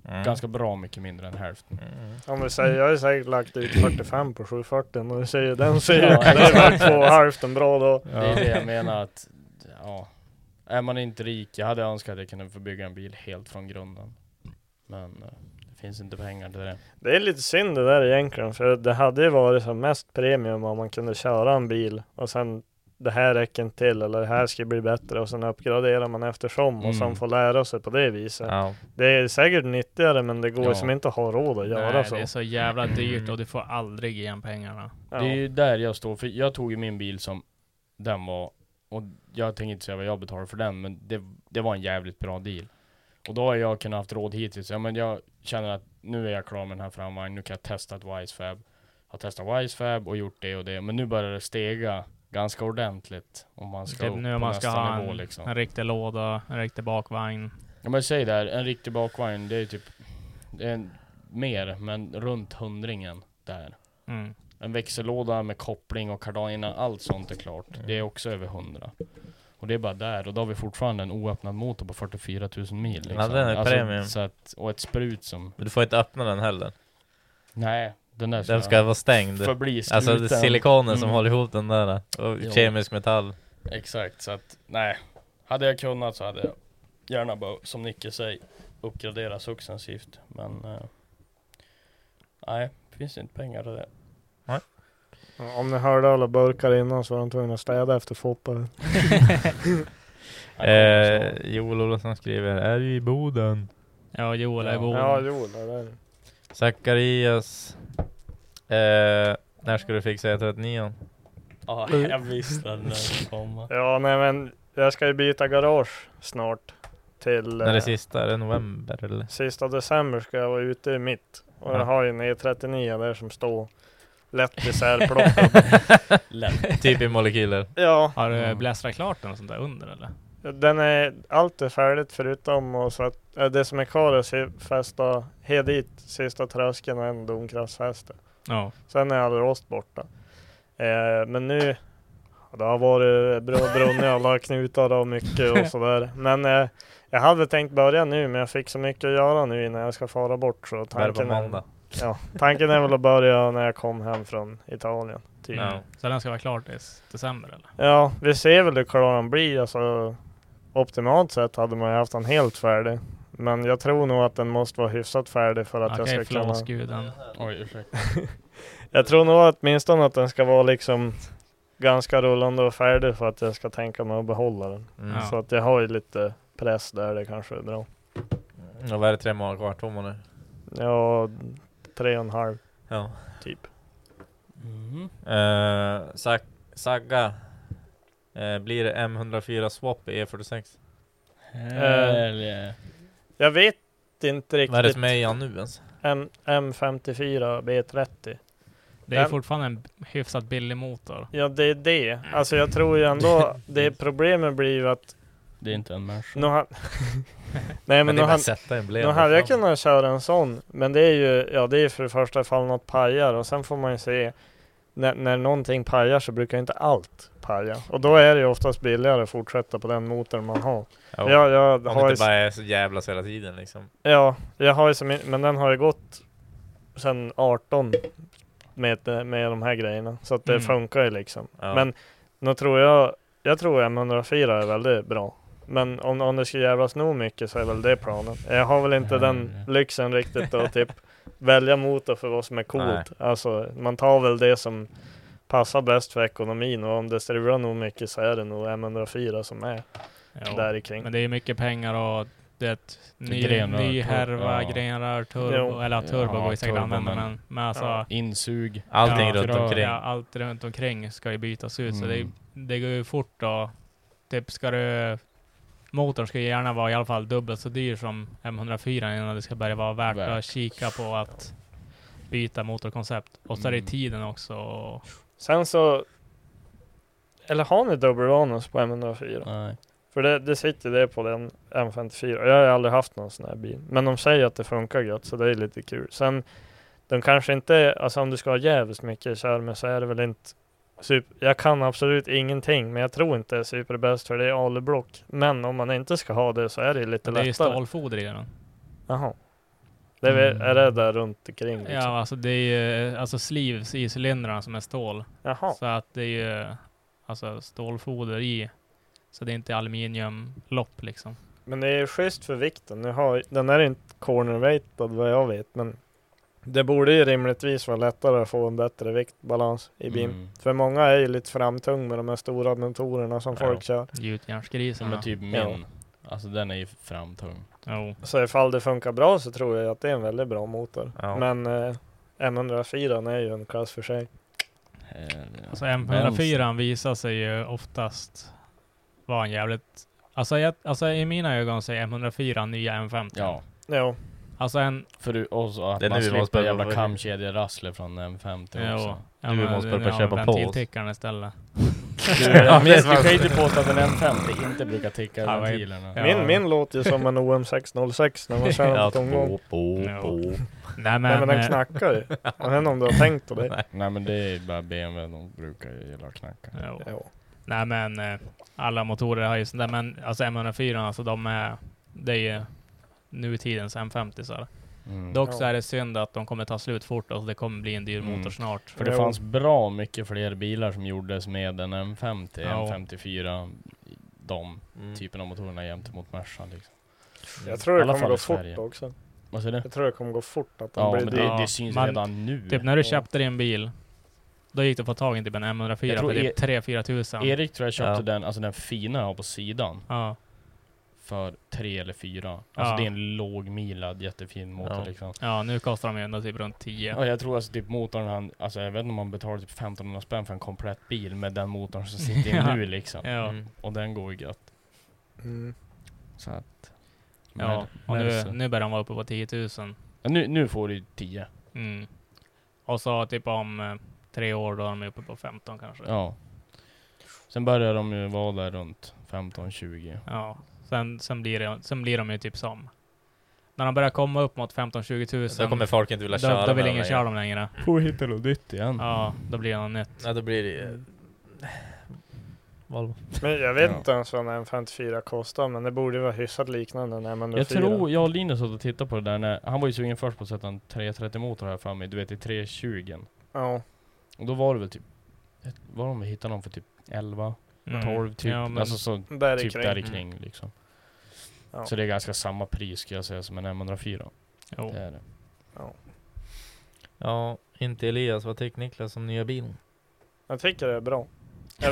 Speaker 3: Mm.
Speaker 4: ganska bra mycket mindre än hälften.
Speaker 3: Mm.
Speaker 1: Om vi säger, jag har ju säkert lagt ut 45 på 740 och du säger den ser ju
Speaker 4: Ja,
Speaker 1: det är väl
Speaker 4: exakt.
Speaker 1: två och hälften bra då.
Speaker 4: Det är det jag menar att, ja. Är man inte rik, jag hade önskat att jag kunde få bygga en bil helt från grunden. Men eh, det finns inte pengar till det.
Speaker 1: Det är lite synd det där egentligen för det hade ju varit som mest premium om man kunde köra en bil och sen det här räcker inte till eller det här ska bli bättre och sen uppgraderar man eftersom och sen
Speaker 4: Mm.
Speaker 1: får lära sig på det viset.
Speaker 3: Ja.
Speaker 1: Det är säkert nyttigare men det går ju
Speaker 4: Ja.
Speaker 1: som inte att ha råd att göra
Speaker 2: Nej,
Speaker 1: så.
Speaker 2: det är så jävla
Speaker 4: Mm.
Speaker 2: dyrt och du får aldrig igen pengarna.
Speaker 1: Ja.
Speaker 4: Det är ju där jag står, för jag tog ju min bil som den var, och jag tänker inte säga vad jag betalade för den, men det, det var en jävligt bra deal. Och då har jag kunnat haft råd hittills, ja men jag känner att nu är jag klar med den här framvagnen, nu kan jag testa ett Wisefab. Har testat Wisefab och gjort det och det, men nu börjar det stega ganska ordentligt om man ska
Speaker 2: Typ
Speaker 4: upp
Speaker 2: nu
Speaker 4: på
Speaker 2: man
Speaker 4: nästa
Speaker 2: ska ha
Speaker 4: nivå
Speaker 2: en,
Speaker 4: liksom.
Speaker 2: en riktig låda, en riktig bakvagn.
Speaker 4: Ja men säg där, en riktig bakvagn, det är typ, det är en, mer, men runt hundringen där.
Speaker 2: Mm.
Speaker 4: En växellåda med koppling och kardan innan allt sånt är klart. Det är
Speaker 3: Mm.
Speaker 4: också över 100. Och det är bara där, och då har vi fortfarande en oöppnad motor på 44 000 mil. Liksom.
Speaker 3: Ja, den är premium.
Speaker 4: Så att, och ett sprut som...
Speaker 3: Men du får inte öppna den heller.
Speaker 4: Nej, den där
Speaker 3: Den ska vara stängd.
Speaker 4: förbli sluten.
Speaker 3: Alltså det är silikonen som
Speaker 4: Mm.
Speaker 3: håller ihop den där. eh, Och
Speaker 4: Jo.
Speaker 3: kemisk metall.
Speaker 4: Exakt, så att nej. Hade jag kunnat så hade jag gärna bara, som Nicke säger, uppgradera successivt. Men eh, nej, finns inte pengar till det.
Speaker 1: Ja, Om ni hörde alla burkar innan så var de tvungna att städa efter Foppa.
Speaker 3: Eh, Joel Olofsson skriver, är du i Boden?
Speaker 2: Ja, Joel är
Speaker 4: Ja.
Speaker 2: bon.
Speaker 1: Ja, jo, det är det.
Speaker 3: Zacharias, eh, när ska du fixa E 139
Speaker 4: Ja, jag visste att den skulle komma.
Speaker 1: Ja, nej men jag ska ju byta garage snart. Till
Speaker 3: När är det
Speaker 1: eh,
Speaker 3: sista? Är det november eller?
Speaker 1: sista december ska jag vara ute i mitt. Och
Speaker 3: Ja.
Speaker 1: jag har ju en E39 där som står lätt isärplockad.
Speaker 4: Lätt.
Speaker 3: typ i molekyler.
Speaker 1: ja,
Speaker 2: Har du
Speaker 4: Mm.
Speaker 2: blästrat klart den och sånt där under eller?
Speaker 1: den är, allt är färdigt förutom och så att eh, det som är kvar är si- fästa, he dit, sista tröskeln och en domkraftsfäste.
Speaker 2: Ja.
Speaker 1: Sen är all rost borta. Eh, men nu, det har varit bra brunnit alla knutar och mycket och sådär. Men eh, jag hade tänkt börja nu, men jag fick så mycket att göra nu innan jag ska fara bort. Så
Speaker 3: Är det på
Speaker 1: tanken, är,
Speaker 3: måndag?
Speaker 1: ja, tanken är väl att börja när jag kom hem från Italien. Typ.
Speaker 3: Ja.
Speaker 2: Så den ska vara klar till december eller?
Speaker 1: Ja, vi ser väl hur klar han blir. Alltså, optimalt sett hade man ju haft den helt färdig. Men jag tror nog att den måste vara hyfsat färdig för att
Speaker 2: Okej,
Speaker 1: jag ska kunna...
Speaker 2: flåsguden.
Speaker 4: Oj, ursäkta.
Speaker 1: Jag tror nog åtminstone att den ska vara liksom ganska rullande och färdig för att jag ska tänka mig att behålla den.
Speaker 3: Mm.
Speaker 2: Ja.
Speaker 1: Så att jag har ju lite press där det kanske är bra.
Speaker 3: Och vad är det tre månader kvar? Två månader?
Speaker 1: Ja, tre och en halv
Speaker 3: Ja.
Speaker 1: typ.
Speaker 4: Mm.
Speaker 3: Eh, Zach, Sagga, eh, blir det M104 swap i E E46?
Speaker 4: Hell yeah.
Speaker 1: Jag vet inte
Speaker 3: Vad är det
Speaker 1: riktigt.
Speaker 3: som är i han nu ens?
Speaker 1: M- M54 B30.
Speaker 2: Det är ju
Speaker 1: Den-
Speaker 2: fortfarande en hyfsat billig motor.
Speaker 1: Ja, det är det. Alltså jag tror ju ändå, det problemet blir ju att
Speaker 4: Det är inte en människa.
Speaker 1: nu har... Nej men,
Speaker 3: Men det
Speaker 1: nu
Speaker 3: är bara
Speaker 1: har...
Speaker 3: att sätta en
Speaker 1: Nu hade jag kunnat köra en sån, men det är ju, ja det är ju för det första ifall något pajar och sen får man ju se när, när någonting pajar så brukar inte allt paja. Och då är det ju oftast billigare att fortsätta på den motorn man har.
Speaker 3: Ja,
Speaker 1: Jag, jag,
Speaker 3: Om det
Speaker 1: har ju,
Speaker 3: inte bara är så jävlas hela tiden liksom.
Speaker 1: ja, jag har ju som, men den har ju gått sedan 18 med, med de här grejerna. Så att det
Speaker 2: Mm.
Speaker 1: funkar ju liksom.
Speaker 3: Ja.
Speaker 1: Men nu tror jag, jag tror M104 är väldigt bra. Men om, om det ska jävlas nog mycket så är väl det planen. Jag har väl inte
Speaker 4: Ja,
Speaker 1: den
Speaker 4: ja.
Speaker 1: lyxen riktigt att typ välja motor för vad som är coolt.
Speaker 3: Nej.
Speaker 1: Alltså man tar väl det som passar bäst för ekonomin och om det strular nog mycket så är det nog M104 som är
Speaker 2: Jo.
Speaker 1: där i kring.
Speaker 2: Men det är ju mycket pengar och det är ett ny,
Speaker 4: Grenrör,
Speaker 2: ny
Speaker 4: tur-
Speaker 2: härva,
Speaker 4: ja.
Speaker 2: grenrör, turbo,
Speaker 1: Jo.
Speaker 2: eller turbo
Speaker 4: Ja,
Speaker 2: går ju säkert att
Speaker 4: turbo,
Speaker 2: använda
Speaker 4: men-
Speaker 2: men, men alltså
Speaker 1: Ja.
Speaker 4: Insug.
Speaker 3: Allting
Speaker 2: Ja,
Speaker 3: runt
Speaker 4: bra.
Speaker 3: omkring.
Speaker 2: Ja, allt runt omkring ska ju bytas ut, så
Speaker 4: Mm.
Speaker 2: det, det går ju fort och typ ska du... Motorn ska ju gärna vara i alla fall dubbelt så dyr som M104 innan det ska börja vara värt,
Speaker 4: Värt.
Speaker 2: att kika på att byta motorkoncept. Och så är det
Speaker 4: Mm.
Speaker 2: tiden också. och-
Speaker 1: Sen så, eller har ni dubbelvanus på M104?
Speaker 4: Nej.
Speaker 1: För det, det sitter det på den M54. Jag har ju aldrig haft någon sån här bil. Men de säger att det funkar gött, så det är lite kul. Sen, de kanske inte, alltså om du ska ha jävligt mycket kör med så är det väl inte super, Jag kan absolut ingenting, men jag tror inte det är superbäst för det är alublock. Men om man inte ska ha det så är det lite
Speaker 2: Det är ju
Speaker 1: lättare.
Speaker 2: stålfoder i den.
Speaker 1: Jaha. Det är, väl- är det där runt omkring liksom?
Speaker 2: Mm. Ja, alltså det är ju alltså sleeves i cylindrarna som är stål.
Speaker 1: Jaha.
Speaker 2: Så att det är ju alltså stålfoder i. Så det är inte aluminiumlopp liksom.
Speaker 1: Men det är schysst för vikten. Nu har, den är inte corner-weightad vad jag vet, men det borde ju rimligtvis vara lättare att få en bättre viktbalans i bilen.
Speaker 4: Mm.
Speaker 1: För många är ju lite framtung med de här stora motorerna som
Speaker 4: Ja.
Speaker 1: folk kör.
Speaker 4: Som
Speaker 2: Gjutjärnsgrisarna.
Speaker 4: är typ min. Alltså den är ju framtung.
Speaker 2: Jo.
Speaker 1: Så ifall det funkar bra så tror jag att det är en väldigt bra motor.
Speaker 3: Ja.
Speaker 1: Men eh, M104 är ju en klass för sig.
Speaker 4: Hell yeah.
Speaker 2: Alltså M104 visar sig ju oftast vara en jävligt... Alltså, jag, alltså i mina ögon så är M104 nya M50.
Speaker 4: Ja.
Speaker 1: Jo,
Speaker 2: Alltså en...
Speaker 4: För du, och så att
Speaker 3: Det är nu
Speaker 4: man
Speaker 3: vi måste
Speaker 4: slipper
Speaker 3: börja
Speaker 4: jävla
Speaker 3: börja-
Speaker 4: kamkedjerasslor från M50
Speaker 2: Jo.
Speaker 4: också.
Speaker 2: Ja,
Speaker 3: Du
Speaker 2: men
Speaker 3: måste
Speaker 2: det-
Speaker 3: börja
Speaker 2: ja,
Speaker 3: köpa på oss.
Speaker 2: Ventiltickaren istället.
Speaker 4: Du, ja,
Speaker 3: Ja, det är
Speaker 4: men
Speaker 3: sant.
Speaker 4: du kan ju inte påstå att en M50 inte brukar ticka i
Speaker 2: Ja, vad-
Speaker 4: ventilerna.
Speaker 2: Ja.
Speaker 1: min, min låter ju som en OM606 när man kör den
Speaker 3: Ja,
Speaker 1: på tomgång.
Speaker 3: bo, bo,
Speaker 2: Ja.
Speaker 3: bo.
Speaker 2: Nej men...
Speaker 1: Nej men den
Speaker 2: eh,
Speaker 1: knackar ju. Jag vet inte om du har tänkt på det.
Speaker 4: Nej men det är bara BMW, de brukar ju gilla att knacka.
Speaker 2: jo.
Speaker 1: Jo.
Speaker 2: Nej men eh, alla motorer har ju sånt där. Men alltså M104 alltså de är... Det är ju nutidens M50 så här.
Speaker 4: Mm.
Speaker 2: Dock så
Speaker 1: Ja.
Speaker 2: är det synd att de kommer ta slut fort och det kommer bli en dyr
Speaker 4: Mm.
Speaker 2: motor snart.
Speaker 4: För det
Speaker 1: Jo.
Speaker 4: fanns bra mycket fler bilar som gjordes med en M50,
Speaker 2: Ja.
Speaker 4: M54, de
Speaker 3: Mm.
Speaker 2: Typ.
Speaker 4: typen av motorerna jämte mot Mercan liksom.
Speaker 1: Jag tror
Speaker 4: I
Speaker 1: det
Speaker 4: alla
Speaker 1: kommer
Speaker 4: fall
Speaker 1: gå
Speaker 4: i Sverige.
Speaker 1: fort också.
Speaker 4: Vad säger du?
Speaker 1: Jag tror det kommer gå fort att de
Speaker 4: Ja
Speaker 1: blir
Speaker 4: men
Speaker 1: dyr.
Speaker 4: det,
Speaker 2: dyrt.
Speaker 4: det syns
Speaker 2: Man-
Speaker 4: redan nu.
Speaker 2: Typ när du köpte din bil, då gick det att få tag i typ en M104
Speaker 4: Jag
Speaker 2: för
Speaker 4: tror E-
Speaker 2: typ 3-4 tusen.
Speaker 4: Erik tror jag köpte
Speaker 3: Ja.
Speaker 4: den, alltså den fina jag har på sidan.
Speaker 2: Ja.
Speaker 4: För tre eller fyra. Alltså
Speaker 2: Ja.
Speaker 4: det är en lågmilad jättefin motor
Speaker 3: Ja.
Speaker 4: liksom.
Speaker 2: ja, nu kostar de ju ändå typ runt 10.
Speaker 4: Ja, jag tror alltså typ motorn han, alltså jag vet inte om man betalar typ 1500 spänn för en komplett bil med den motorn som sitter
Speaker 2: Ja.
Speaker 4: i nu liksom.
Speaker 2: Ja.
Speaker 3: Mm.
Speaker 4: Och den går ju gött.
Speaker 1: Mm.
Speaker 4: Så att...
Speaker 2: Ja, och
Speaker 4: men
Speaker 2: nu,
Speaker 4: så-
Speaker 2: nu börjar de vara uppe på 10 000.
Speaker 4: Ja, nu, nu får du ju 10.
Speaker 2: Mm. Och så typ om eh, tre år, då är de uppe på 15 kanske.
Speaker 4: Ja. Sen börjar de ju vara där runt 15-20.
Speaker 2: Ja. Sen, sen, blir det, sen blir de ju typ som... När de börjar komma upp mot 15-20 tusen,
Speaker 3: Då kommer folk inte vilja köra
Speaker 2: då, då vill
Speaker 3: med
Speaker 2: ingen
Speaker 3: dem
Speaker 2: köra
Speaker 3: längre.
Speaker 2: dem längre.
Speaker 4: Får hitta något nytt igen.
Speaker 2: Ja, då blir det något nytt.
Speaker 3: Ja, då blir det
Speaker 2: Mm.
Speaker 3: ju... Volvo.
Speaker 1: Men jag vet
Speaker 4: Ja.
Speaker 1: inte ens vad en M54 kostar, men det borde vara hyfsat liknande en M104.
Speaker 4: Jag tror, jag och Linus satt och tittade på det där när, han var ju sugen först på att sätta en 330 motor här framme, du vet i 320.
Speaker 1: Ja.
Speaker 4: Och då var det väl typ, var de vi hittade någon för typ 11, 12 typ.
Speaker 2: Mm. Ja, men,
Speaker 4: alltså så,
Speaker 1: Där
Speaker 4: typ
Speaker 1: kring.
Speaker 4: där i kring
Speaker 2: Mm.
Speaker 4: liksom.
Speaker 1: Ja.
Speaker 4: Så det är ganska samma pris skulle jag säga som en M104.
Speaker 2: jo.
Speaker 4: Det är det.
Speaker 3: Ja, inte Elias. Vad tycker Niklas om nya bilen?
Speaker 1: Jag tycker det är bra. Jag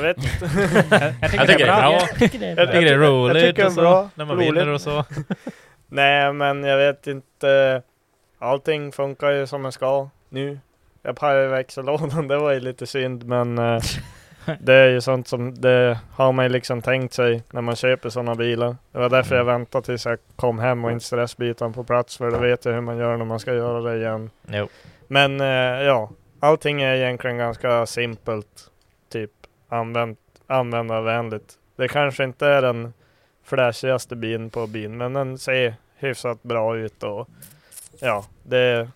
Speaker 1: vet inte.
Speaker 2: Jag tycker det är bra.
Speaker 3: Jag tycker det är roligt
Speaker 1: jag tycker det är
Speaker 3: och så,
Speaker 1: bra.
Speaker 3: när man
Speaker 1: Roligt.
Speaker 3: vinner och så.
Speaker 1: Nej, men jag vet inte. Allting funkar ju som det ska nu. Jag pajade växellådan, det var ju lite synd, men eh, det är ju sånt som det har man ju liksom tänkt sig när man köper sådana bilar. Det var därför jag
Speaker 4: Mm.
Speaker 1: väntade tills jag kom hem och inte stressbytaren på plats, för då vet jag hur man gör när man ska göra det igen.
Speaker 3: Jo.
Speaker 1: Men eh, ja, allting är egentligen ganska simpelt. Typ använd, användarvänligt. Det kanske inte är den flashigaste bilen på bilen, men den ser hyfsat bra ut och ja, det är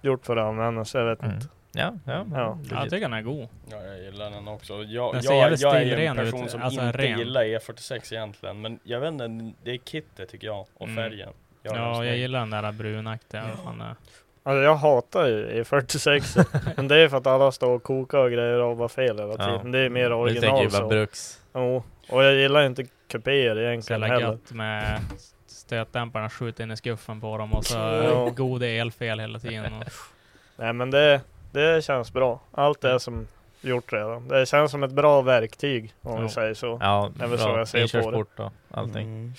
Speaker 1: gjort för att användas. Jag vet
Speaker 3: Mm.
Speaker 1: inte.
Speaker 3: Ja, ja.
Speaker 1: Ja.
Speaker 2: Ja, jag tycker den är god.
Speaker 4: Ja, jag gillar den också. Jag,
Speaker 2: Den ser
Speaker 4: jag,
Speaker 2: jävligt
Speaker 4: jag är ju en
Speaker 2: stilren ut,
Speaker 4: person som
Speaker 2: alltså
Speaker 4: inte
Speaker 2: ren.
Speaker 4: gillar E46 egentligen, men jag vet inte, det är kittet tycker jag, och
Speaker 2: Mm.
Speaker 4: färgen. Gör den
Speaker 2: Ja, jag
Speaker 4: snygg.
Speaker 2: gillar den där brunaktiga. vad fan det är.
Speaker 1: Alltså jag hatar ju E46, men det är för att alla står och kokar och grejer och bara fel hela
Speaker 3: Ja.
Speaker 1: tiden. Det är mer
Speaker 3: Du tänker ju
Speaker 1: original
Speaker 3: bara
Speaker 1: så.
Speaker 3: bruks.
Speaker 1: Jo, och jag gillar ju inte kupéer
Speaker 2: Så
Speaker 1: egentligen
Speaker 2: jävla
Speaker 1: heller.
Speaker 2: gött med stötdämparna, skjuta in i skuffen på dem och så
Speaker 1: Ja.
Speaker 2: goda elfel hela tiden. Och,
Speaker 1: Nej men det, det känns bra. Allt är som gjort redan. Det känns som ett bra verktyg om
Speaker 2: Jo.
Speaker 1: vi säger så.
Speaker 3: Ja,
Speaker 1: Det är väl så jag ser på det. Mm.
Speaker 3: inkörsport och allting.
Speaker 4: Mm.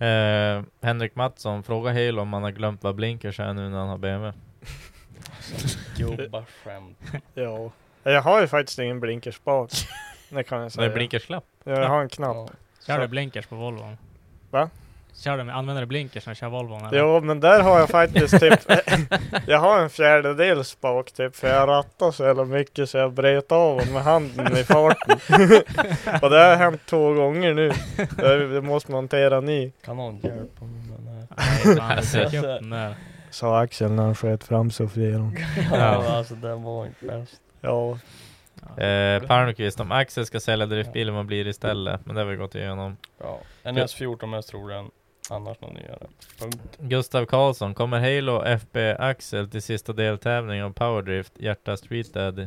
Speaker 3: Eh, Henrik Mattsson, fråga Halo om han har glömt vad blinkers är nu när han har BMW.
Speaker 4: Gubbar skämt.
Speaker 1: Ja. Jag har ju faktiskt ingen blinkers bak. Det kan jag
Speaker 3: Så det
Speaker 1: säga.
Speaker 3: är blinkersklapp.
Speaker 1: jag har en knapp.
Speaker 4: Ja.
Speaker 2: kör
Speaker 1: Så-
Speaker 2: du blinkers på Volvon?
Speaker 1: Va?
Speaker 2: Kör du, använder du blinkers när du kör Volvon? eller?
Speaker 1: Jo, men där har jag faktiskt typ, jag har en fjärdedel spak typ, för jag rattar så jävla mycket så jag bröt av den med handen i farten. och det har hänt två gånger nu. Det, det måste montera en ny.
Speaker 4: Kan någon hjälpa mig med den här?
Speaker 2: Nej, fan, jag fick
Speaker 4: Alltså.
Speaker 2: upp den där.
Speaker 1: Sa Axel när han sköt fram Sofiero.
Speaker 4: Ja, alltså den var inte bäst.
Speaker 1: Ja,
Speaker 3: Eh, Palmqvist, om Axel ska sälja driftbilen, vad blir det istället? Men det har vi gått igenom.
Speaker 4: Ja. En S14 mest troligen, annars någon nyare. Punkt.
Speaker 3: Gustav Karlsson, kommer Halo FB Axel till sista deltävlingen av Powerdrift, hjärta Street Daddy?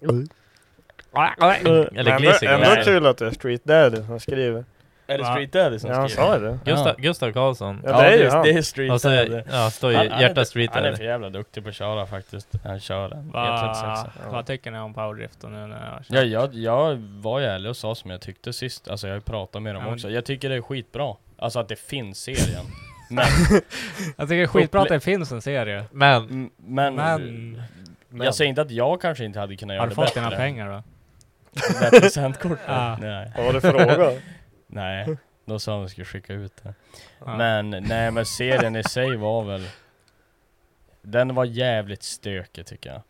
Speaker 3: Eller
Speaker 1: ändå,
Speaker 3: Glizzy
Speaker 1: ändå
Speaker 3: kanske?
Speaker 1: kul att det är Street Daddy som skriver.
Speaker 4: Är det
Speaker 2: Va?
Speaker 4: Street Daddy som
Speaker 1: Ja, han
Speaker 4: skriver?
Speaker 1: sa ju det.
Speaker 3: Gustav, Gustav Karlsson.
Speaker 1: Ja, det är ju han.
Speaker 4: det är Street
Speaker 3: Och så
Speaker 4: Daddy.
Speaker 3: ja, står ju
Speaker 4: Han- han är-
Speaker 3: hjärta Street
Speaker 4: Han är för
Speaker 3: Daddy.
Speaker 4: jävla duktig på att köra faktiskt. Han kör en E36.
Speaker 2: Va, Vad tycker ni om powerdrift och nu när jag kör?
Speaker 4: alltså. Ja, jag, jag var ju ärlig och sa som jag tyckte sist, alltså jag har ju pratat med dem
Speaker 2: Ja, men-
Speaker 4: också. Jag tycker det är skitbra. Alltså att det finns serien. Men,
Speaker 2: Jag tycker det är skitbra att det finns en serie.
Speaker 3: Men,
Speaker 4: m- men,
Speaker 2: Men-
Speaker 4: jag säger inte att jag kanske inte hade kunnat
Speaker 2: Har
Speaker 4: göra
Speaker 2: du
Speaker 4: det
Speaker 2: fått
Speaker 4: bättre.
Speaker 2: dina pengar då?
Speaker 4: Det där presentkortet?
Speaker 2: Ja.
Speaker 4: Nej.
Speaker 1: Vad var det för fråga?
Speaker 4: Nej. Då sa de att vi skulle skicka ut det.
Speaker 2: Ja.
Speaker 4: Men nej men serien i sig var väl Den var jävligt stökig tycker jag.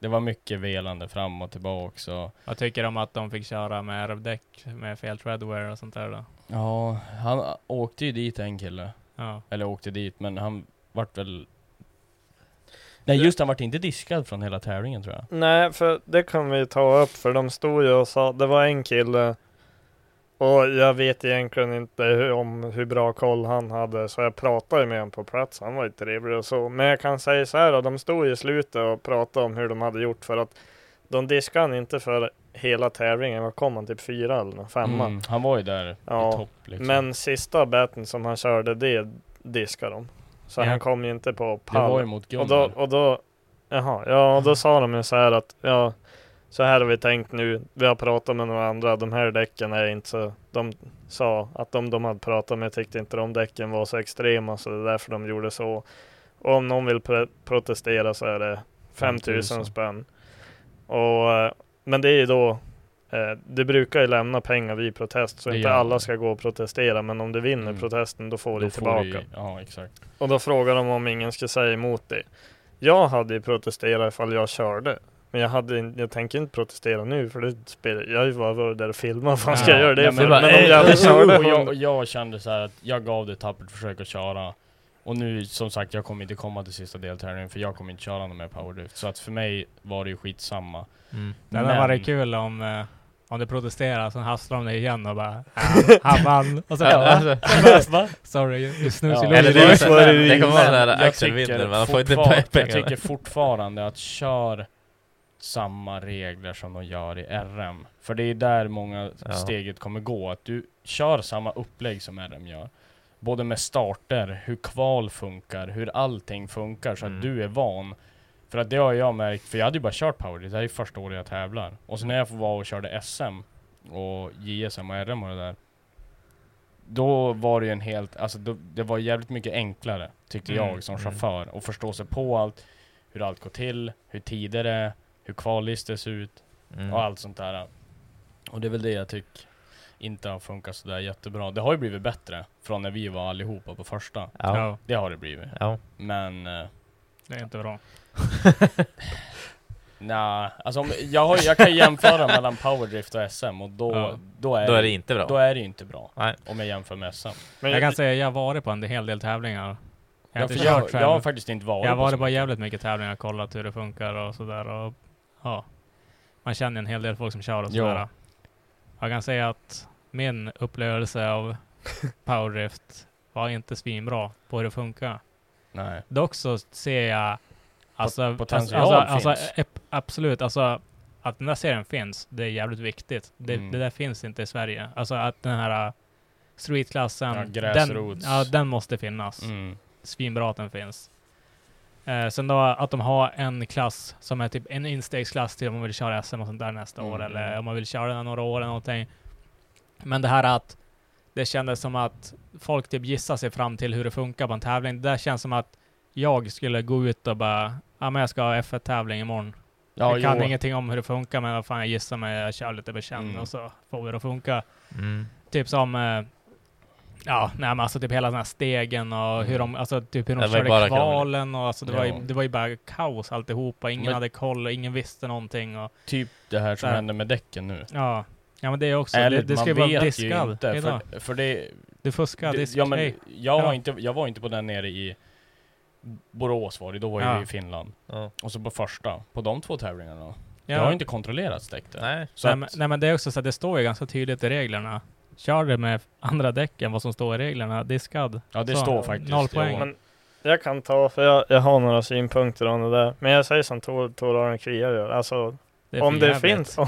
Speaker 4: Det var mycket velande fram och tillbaka och
Speaker 2: Vad tycker du om att de fick köra med rev-däck med fel treadwear och sånt där då?
Speaker 4: Ja, han åkte ju dit en kille.
Speaker 2: Ja.
Speaker 4: Eller åkte dit, men han vart väl... Nej just han vart inte diskad från hela tävlingen tror jag.
Speaker 1: Nej, för det kan vi ta upp för de stod ju och sa, det var en kille och jag vet egentligen inte hur, om hur bra koll han hade så jag pratade ju med honom på plats, han var ju trevlig och så. Men jag kan säga så här, då, de stod ju i slutet och pratade om hur de hade gjort för att de diskade han inte för hela tävlingen, vad kom han? Typ fyra eller något? femma?
Speaker 4: Mm, han var ju där
Speaker 1: Ja,
Speaker 4: i topp liksom.
Speaker 1: Men sista batten som han körde, det diskade de. Så
Speaker 2: Ja.
Speaker 1: han kom ju inte på
Speaker 4: det var ju
Speaker 1: pall.
Speaker 4: mot
Speaker 1: Och
Speaker 4: Gunnar.
Speaker 1: då, och då, jaha, ja och
Speaker 4: Mm.
Speaker 1: då sa de ju så här att ja, så här har vi tänkt nu. Vi har pratat med några andra, de här däcken är inte så, de sa att de de hade pratat med tyckte inte de däcken var så extrema så det är därför de gjorde så. Och om någon vill pre- protestera så är det 5000
Speaker 4: 5000.
Speaker 1: spänn. Och, eh, men det är ju då, eh, det brukar ju lämna pengar vid protest så
Speaker 4: Det
Speaker 1: inte
Speaker 4: gör
Speaker 1: alla
Speaker 4: det.
Speaker 1: ska gå och protestera men om du vinner
Speaker 4: Mm.
Speaker 1: protesten då får
Speaker 4: Då
Speaker 1: du tillbaka.
Speaker 4: du ju- ja exakt.
Speaker 1: Och då frågade de om ingen skulle säga emot det. Jag hade ju protesterat ifall jag körde. Men jag, hade, in- jag tänker inte protestera nu för det spelar, jag har ju bara varit där och filmat, vad fan ska jag
Speaker 4: Ja,
Speaker 1: göra det
Speaker 4: nej,
Speaker 1: för?
Speaker 4: men
Speaker 1: Men
Speaker 4: bara,
Speaker 1: om
Speaker 4: eh,
Speaker 1: jag hade
Speaker 4: och jag, och
Speaker 1: kört
Speaker 4: jag kände så här att jag gav det ett tappert försök att köra. Och nu som sagt, jag kommer inte komma till sista deltävlingen för jag kommer inte köra någon mer powerdrift. Så att för mig var det ju skitsamma.
Speaker 3: Mm,
Speaker 2: Det hade
Speaker 4: Men-
Speaker 2: varit kul om, eh, om du protesterar, så hasslar de dig igen och bara "Ah, han vann. Och så
Speaker 3: Ja,
Speaker 2: bara, "Va?
Speaker 3: alltså,
Speaker 2: Sorry, du snus
Speaker 4: Ja.
Speaker 2: i lungorna.
Speaker 3: Eller det,
Speaker 1: det
Speaker 3: är
Speaker 1: är
Speaker 3: så
Speaker 1: så
Speaker 3: här,
Speaker 1: det är.
Speaker 3: det kan vara
Speaker 4: Men
Speaker 3: såhär
Speaker 4: jag
Speaker 3: Axel
Speaker 4: tycker
Speaker 3: vinner, man får inte
Speaker 4: fortfar- Jag
Speaker 3: pengarna.
Speaker 4: tycker fortfarande att kör samma regler som de gör i RM. För det är där många
Speaker 3: Ja.
Speaker 4: steget kommer gå. Att du kör samma upplägg som RM gör. Både med starter, hur kval funkar, hur allting funkar så att
Speaker 3: Mm.
Speaker 4: du är van. För att det har jag märkt, för jag hade ju bara kört power, det här är ju första året jag tävlar. Och så när jag var och körde SM och JSM och RM och det där. Då var det ju en helt, alltså då, det var jävligt mycket enklare tyckte
Speaker 2: Mm,
Speaker 4: jag som
Speaker 3: mm.
Speaker 4: chaufför och förstå sig på allt, hur allt går till, hur tider är, hur kvallistor ser ut
Speaker 3: Mm.
Speaker 4: och allt sånt där. Och det är väl det jag tycker inte har funkat sådär jättebra. Det har ju blivit bättre från när vi var allihopa på första.
Speaker 3: Ja.
Speaker 2: Ja,
Speaker 4: Det har det blivit.
Speaker 3: Ja.
Speaker 4: Men eh,
Speaker 2: det är inte bra.
Speaker 4: nja, alltså om, jag, har, jag kan jämföra mellan powerdrift och SM och då,
Speaker 2: Ja.
Speaker 4: då, är,
Speaker 3: Då är det
Speaker 4: det,
Speaker 3: inte bra.
Speaker 4: då är det ju inte bra.
Speaker 3: Nej.
Speaker 4: Om jag jämför med SM.
Speaker 1: Men
Speaker 2: jag kan
Speaker 1: jag,
Speaker 2: säga, jag har varit på en hel del tävlingar. Jag har
Speaker 4: Ja,
Speaker 2: inte
Speaker 4: för
Speaker 2: kört
Speaker 4: jag,
Speaker 2: själv.
Speaker 4: jag har faktiskt inte varit
Speaker 2: Jag har
Speaker 4: på så
Speaker 2: varit på
Speaker 4: mycket.
Speaker 2: jävligt mycket tävlingar och kollat hur det funkar och sådär. Och, ja. Man känner en hel del folk som kör
Speaker 4: Ja.
Speaker 2: och sådär. Jag kan säga att min upplevelse av powerdrift var inte svinbra på hur det funkar.
Speaker 4: Nej.
Speaker 2: Dock så ser jag... Alltså,
Speaker 4: potential
Speaker 2: alltså, alltså,
Speaker 4: finns.
Speaker 2: ep- absolut, alltså att den där serien finns, det är jävligt viktigt. Det,
Speaker 4: Mm.
Speaker 2: det där finns inte i Sverige. Alltså att den här äh,
Speaker 4: Ja,
Speaker 2: streetklassen, den,
Speaker 4: gräsrots.
Speaker 2: ja, den måste finnas
Speaker 4: Mm.
Speaker 2: svinbra att den finns. Eh, sen då att de har en klass som är typ en instegsklass till om man vill köra SM och sånt där nästa
Speaker 4: Mm,
Speaker 2: år eller
Speaker 4: mm.
Speaker 2: om man vill köra den här några år eller någonting. Men det här att det kändes som att folk typ gissar sig fram till hur det funkar på en tävling. Det där känns som att jag skulle gå ut och bara Ja men jag ska ha F1-tävling imorgon.
Speaker 4: Ja,
Speaker 2: jag kan
Speaker 4: jo.
Speaker 2: ingenting om hur det funkar men vad fan jag gissar mig, jag kör lite bekänn
Speaker 4: Mm.
Speaker 2: och så får vi det att funka.
Speaker 3: Mm.
Speaker 2: Typ som, eh, ja, nej, men alltså typ hela den här stegen och hur de, alltså typ hur
Speaker 3: Det
Speaker 2: de
Speaker 3: var ju bara
Speaker 2: körde kvalen och alltså det, var ju,
Speaker 4: Ja.
Speaker 2: det var ju bara kaos alltihopa. Ingen
Speaker 4: Men-
Speaker 2: hade koll och ingen visste någonting och
Speaker 4: Typ det här som
Speaker 2: Där.
Speaker 4: hände med däcken nu.
Speaker 2: ja. Ja men det är också,
Speaker 4: Eller,
Speaker 2: det, det
Speaker 4: man
Speaker 2: ska ju vara
Speaker 4: vet ju
Speaker 2: diskad
Speaker 4: inte,
Speaker 2: idag.
Speaker 4: för, för det,
Speaker 2: Du fuskar,
Speaker 4: det-
Speaker 2: disk,
Speaker 4: ja, men
Speaker 2: hej.
Speaker 4: jag,
Speaker 2: Ja.
Speaker 4: var inte, jag var inte på den nere i Borås var det, då var
Speaker 2: Ja.
Speaker 4: jag i Finland.
Speaker 3: Ja.
Speaker 4: Och så på första, på de två tävlingarna.
Speaker 2: Ja.
Speaker 4: Jag har inte kontrollerat däck där.
Speaker 3: Nej.
Speaker 4: Så
Speaker 2: nej,
Speaker 4: att-
Speaker 2: men, nej men det är också så att det står ju ganska tydligt i reglerna. Kör det med andra däck än vad som står i reglerna, diskad.
Speaker 4: ja det
Speaker 2: så,
Speaker 4: står faktiskt.
Speaker 2: noll
Speaker 4: det
Speaker 2: poäng.
Speaker 4: var-
Speaker 1: men jag kan ta, för jag, jag har några synpunkter om det där. Men jag säger som Tor, Tor Aron Kria gör, alltså
Speaker 2: Det är
Speaker 1: om
Speaker 2: för
Speaker 1: det
Speaker 2: jävligt.
Speaker 1: finns om,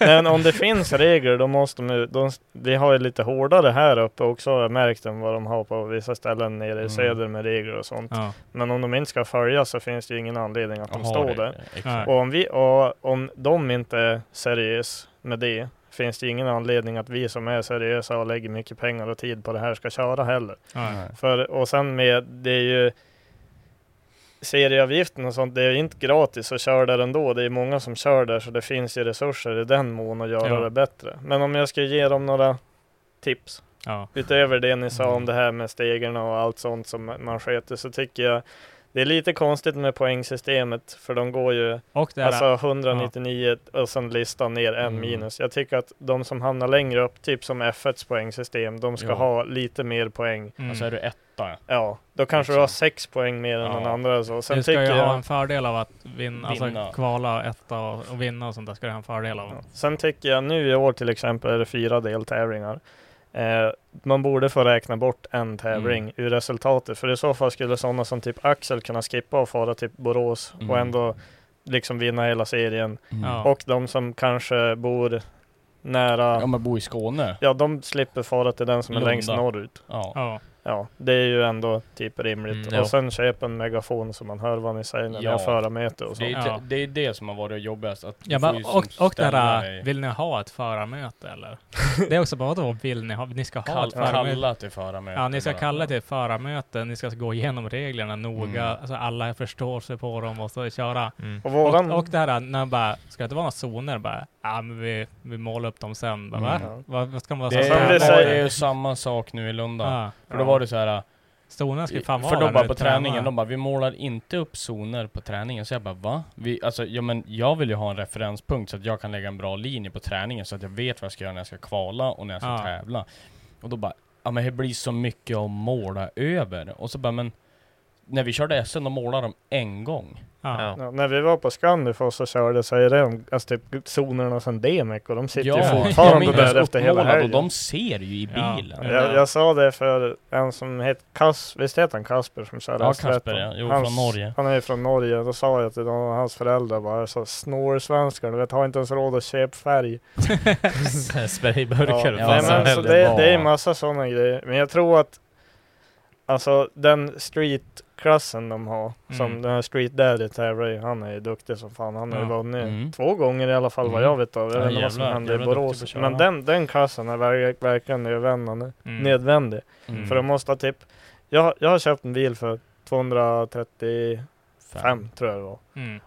Speaker 1: men om det finns regler då måste de, ju- de Vi har ju lite hårdare här uppe också har jag märkt än vad de har på vissa ställen nere i
Speaker 4: Mm.
Speaker 1: söder med regler och sånt.
Speaker 2: Ja.
Speaker 1: Men om de inte ska följas så finns det ju ingen anledning att de
Speaker 4: Jaha,
Speaker 1: står
Speaker 4: det-
Speaker 1: där.
Speaker 4: Exakt.
Speaker 1: Och om, vi, och om de inte är seriös med det finns det ju ingen anledning att vi som är seriösa och lägger mycket pengar och tid på det här ska köra heller.
Speaker 2: Ja.
Speaker 4: Nej.
Speaker 1: För, och sen med, det är ju serieavgiften och sånt, det är ju inte gratis att köra där ändå. Det är många som kör där så det finns ju resurser i den mån att göra
Speaker 2: Ja.
Speaker 1: det bättre. Men om jag ska ge dem några tips
Speaker 2: Ja.
Speaker 1: utöver det ni sa
Speaker 4: Mm.
Speaker 1: om det här med stegen och allt sånt som man sköter så tycker jag det är lite konstigt med poängsystemet för de går ju
Speaker 2: Och det här,
Speaker 1: alltså 199 och sen listan ner en
Speaker 4: Mm.
Speaker 1: minus. Jag tycker att de som hamnar längre upp, typ som F1s poängsystem, de ska
Speaker 4: Ja.
Speaker 1: ha lite mer poäng.
Speaker 2: mm.
Speaker 4: Alltså är du etta,
Speaker 1: Ja, då kanske du har sex poäng mer än
Speaker 4: Ja.
Speaker 1: den andra. Så. Sen
Speaker 2: du ska
Speaker 1: tycker
Speaker 2: ju ha
Speaker 1: jag,
Speaker 2: en fördel av att vinna,
Speaker 4: Vinna.
Speaker 2: alltså kvala etta och, och vinna och sånt där ska du ha en fördel av.
Speaker 1: ja. sen tycker jag nu i år till exempel är det fyra deltävlingar. Eh, man borde få räkna bort en tävling ur resultatet, för i så fall skulle sådana som typ Axel kunna skippa och fara till Borås
Speaker 4: Mm.
Speaker 1: och ändå liksom vinna hela serien.
Speaker 2: Ja.
Speaker 1: Och de som kanske bor nära,
Speaker 4: Ja men bo i Skåne.
Speaker 1: ja de slipper fara till den som är
Speaker 4: Lunda.
Speaker 1: längst norrut.
Speaker 4: Ja.
Speaker 2: Ja.
Speaker 1: Ja, det är ju ändå typ rimligt.
Speaker 3: Mm, ja.
Speaker 1: Och sen köp en megafon så man hör vad ni säger när ni
Speaker 4: Ja.
Speaker 1: har förarmöte och
Speaker 4: Det är,
Speaker 1: så.
Speaker 4: ju
Speaker 2: Ja.
Speaker 4: det, det är det som har varit jobbigast. Att du
Speaker 2: Ja,
Speaker 4: får
Speaker 2: men,
Speaker 4: ju
Speaker 2: och,
Speaker 4: som
Speaker 2: och det
Speaker 4: ställa
Speaker 2: här,
Speaker 4: dig-
Speaker 2: vill ni ha ett förarmöte eller? Det är också bara då vill ni ha, ni ska ha
Speaker 4: Kall,
Speaker 2: ett förarmöte.
Speaker 4: kalla till förarmöte.
Speaker 2: Ja, ni ska
Speaker 4: bara.
Speaker 2: kalla till ett förarmöte, ni ska gå igenom reglerna noga,
Speaker 4: Mm.
Speaker 2: alltså alla förstår sig på dem och så köra.
Speaker 3: Mm.
Speaker 1: Och våran...
Speaker 2: Och, och det här när bara, ska det inte vara några zoner bara, ja men vi, vi målar upp dem sen. Bara,
Speaker 4: Mm.
Speaker 2: va?
Speaker 1: Ja.
Speaker 2: Vad, vad ska man vara
Speaker 4: Det
Speaker 2: så
Speaker 1: Som
Speaker 4: är,
Speaker 1: vi
Speaker 4: det
Speaker 2: tävlande?
Speaker 1: säger-
Speaker 4: är ju samma sak nu i Lunda.
Speaker 2: Alltså, Ja.
Speaker 4: För då var det så här.
Speaker 2: Zonerna ska ju fan vara
Speaker 4: För de
Speaker 2: där
Speaker 4: bara
Speaker 2: nu,
Speaker 4: på
Speaker 2: träna.
Speaker 4: träningen, de bara vi målar inte upp zoner på träningen. Så jag bara va? Vi, alltså, ja, men jag vill ju ha en referenspunkt så att jag kan lägga en bra linje på träningen så att jag vet vad jag ska göra när jag ska kvala och när jag ska
Speaker 2: Ja.
Speaker 4: tävla. Och då bara, ja men det blir så mycket att måla över. Och så bara men, när vi körde SM då målade de en gång.
Speaker 2: Ja.
Speaker 3: Ja.
Speaker 1: Ja, när vi var på Scandifos så körde sig de, alltså typ zonerna som Demek och de sitter ju fortfarande
Speaker 2: men
Speaker 1: där efter hela
Speaker 4: uppmålade och
Speaker 1: helgen.
Speaker 4: de ser ju i
Speaker 2: Ja.
Speaker 4: bilen.
Speaker 2: Ja.
Speaker 1: Jag, jag sa det för en som heter Kas, visst heter han Kasper som kör
Speaker 4: Ja,
Speaker 1: S13?
Speaker 4: Kasper, ja. Jo,
Speaker 1: Hans-
Speaker 4: från Norge.
Speaker 1: Han är ju från Norge, då sa jag till de, hans föräldrar bara så snorsvenskar, du vet, har inte ens råd att köpa färg.
Speaker 3: Sprayburkar och
Speaker 4: Ja,
Speaker 3: fan
Speaker 1: Nej,
Speaker 3: som
Speaker 1: men, så
Speaker 3: helst.
Speaker 4: helvete
Speaker 1: det,
Speaker 4: vad-
Speaker 1: det är massa sådana grejer, men jag tror att Alltså den streetklassen de har,
Speaker 2: Mm.
Speaker 1: som den här street daddy tävlar i, han är ju duktig som fan. Han har ju
Speaker 2: Ja.
Speaker 1: vunnit
Speaker 4: Mm.
Speaker 1: två gånger i alla fall vad
Speaker 4: Mm.
Speaker 1: jag vet av. Jag
Speaker 4: Ja,
Speaker 1: vet inte vad som
Speaker 4: jävlar,
Speaker 1: hände i
Speaker 4: jävla duktig på
Speaker 1: Borås.
Speaker 4: att köra.
Speaker 1: Men den, den klassen är verk- verkligen nödvändig.
Speaker 2: Mm.
Speaker 1: nödvändig.
Speaker 4: Mm.
Speaker 1: För de måste ha typ, jag, jag har köpt en bil för 235 tror jag det var.
Speaker 2: Mm.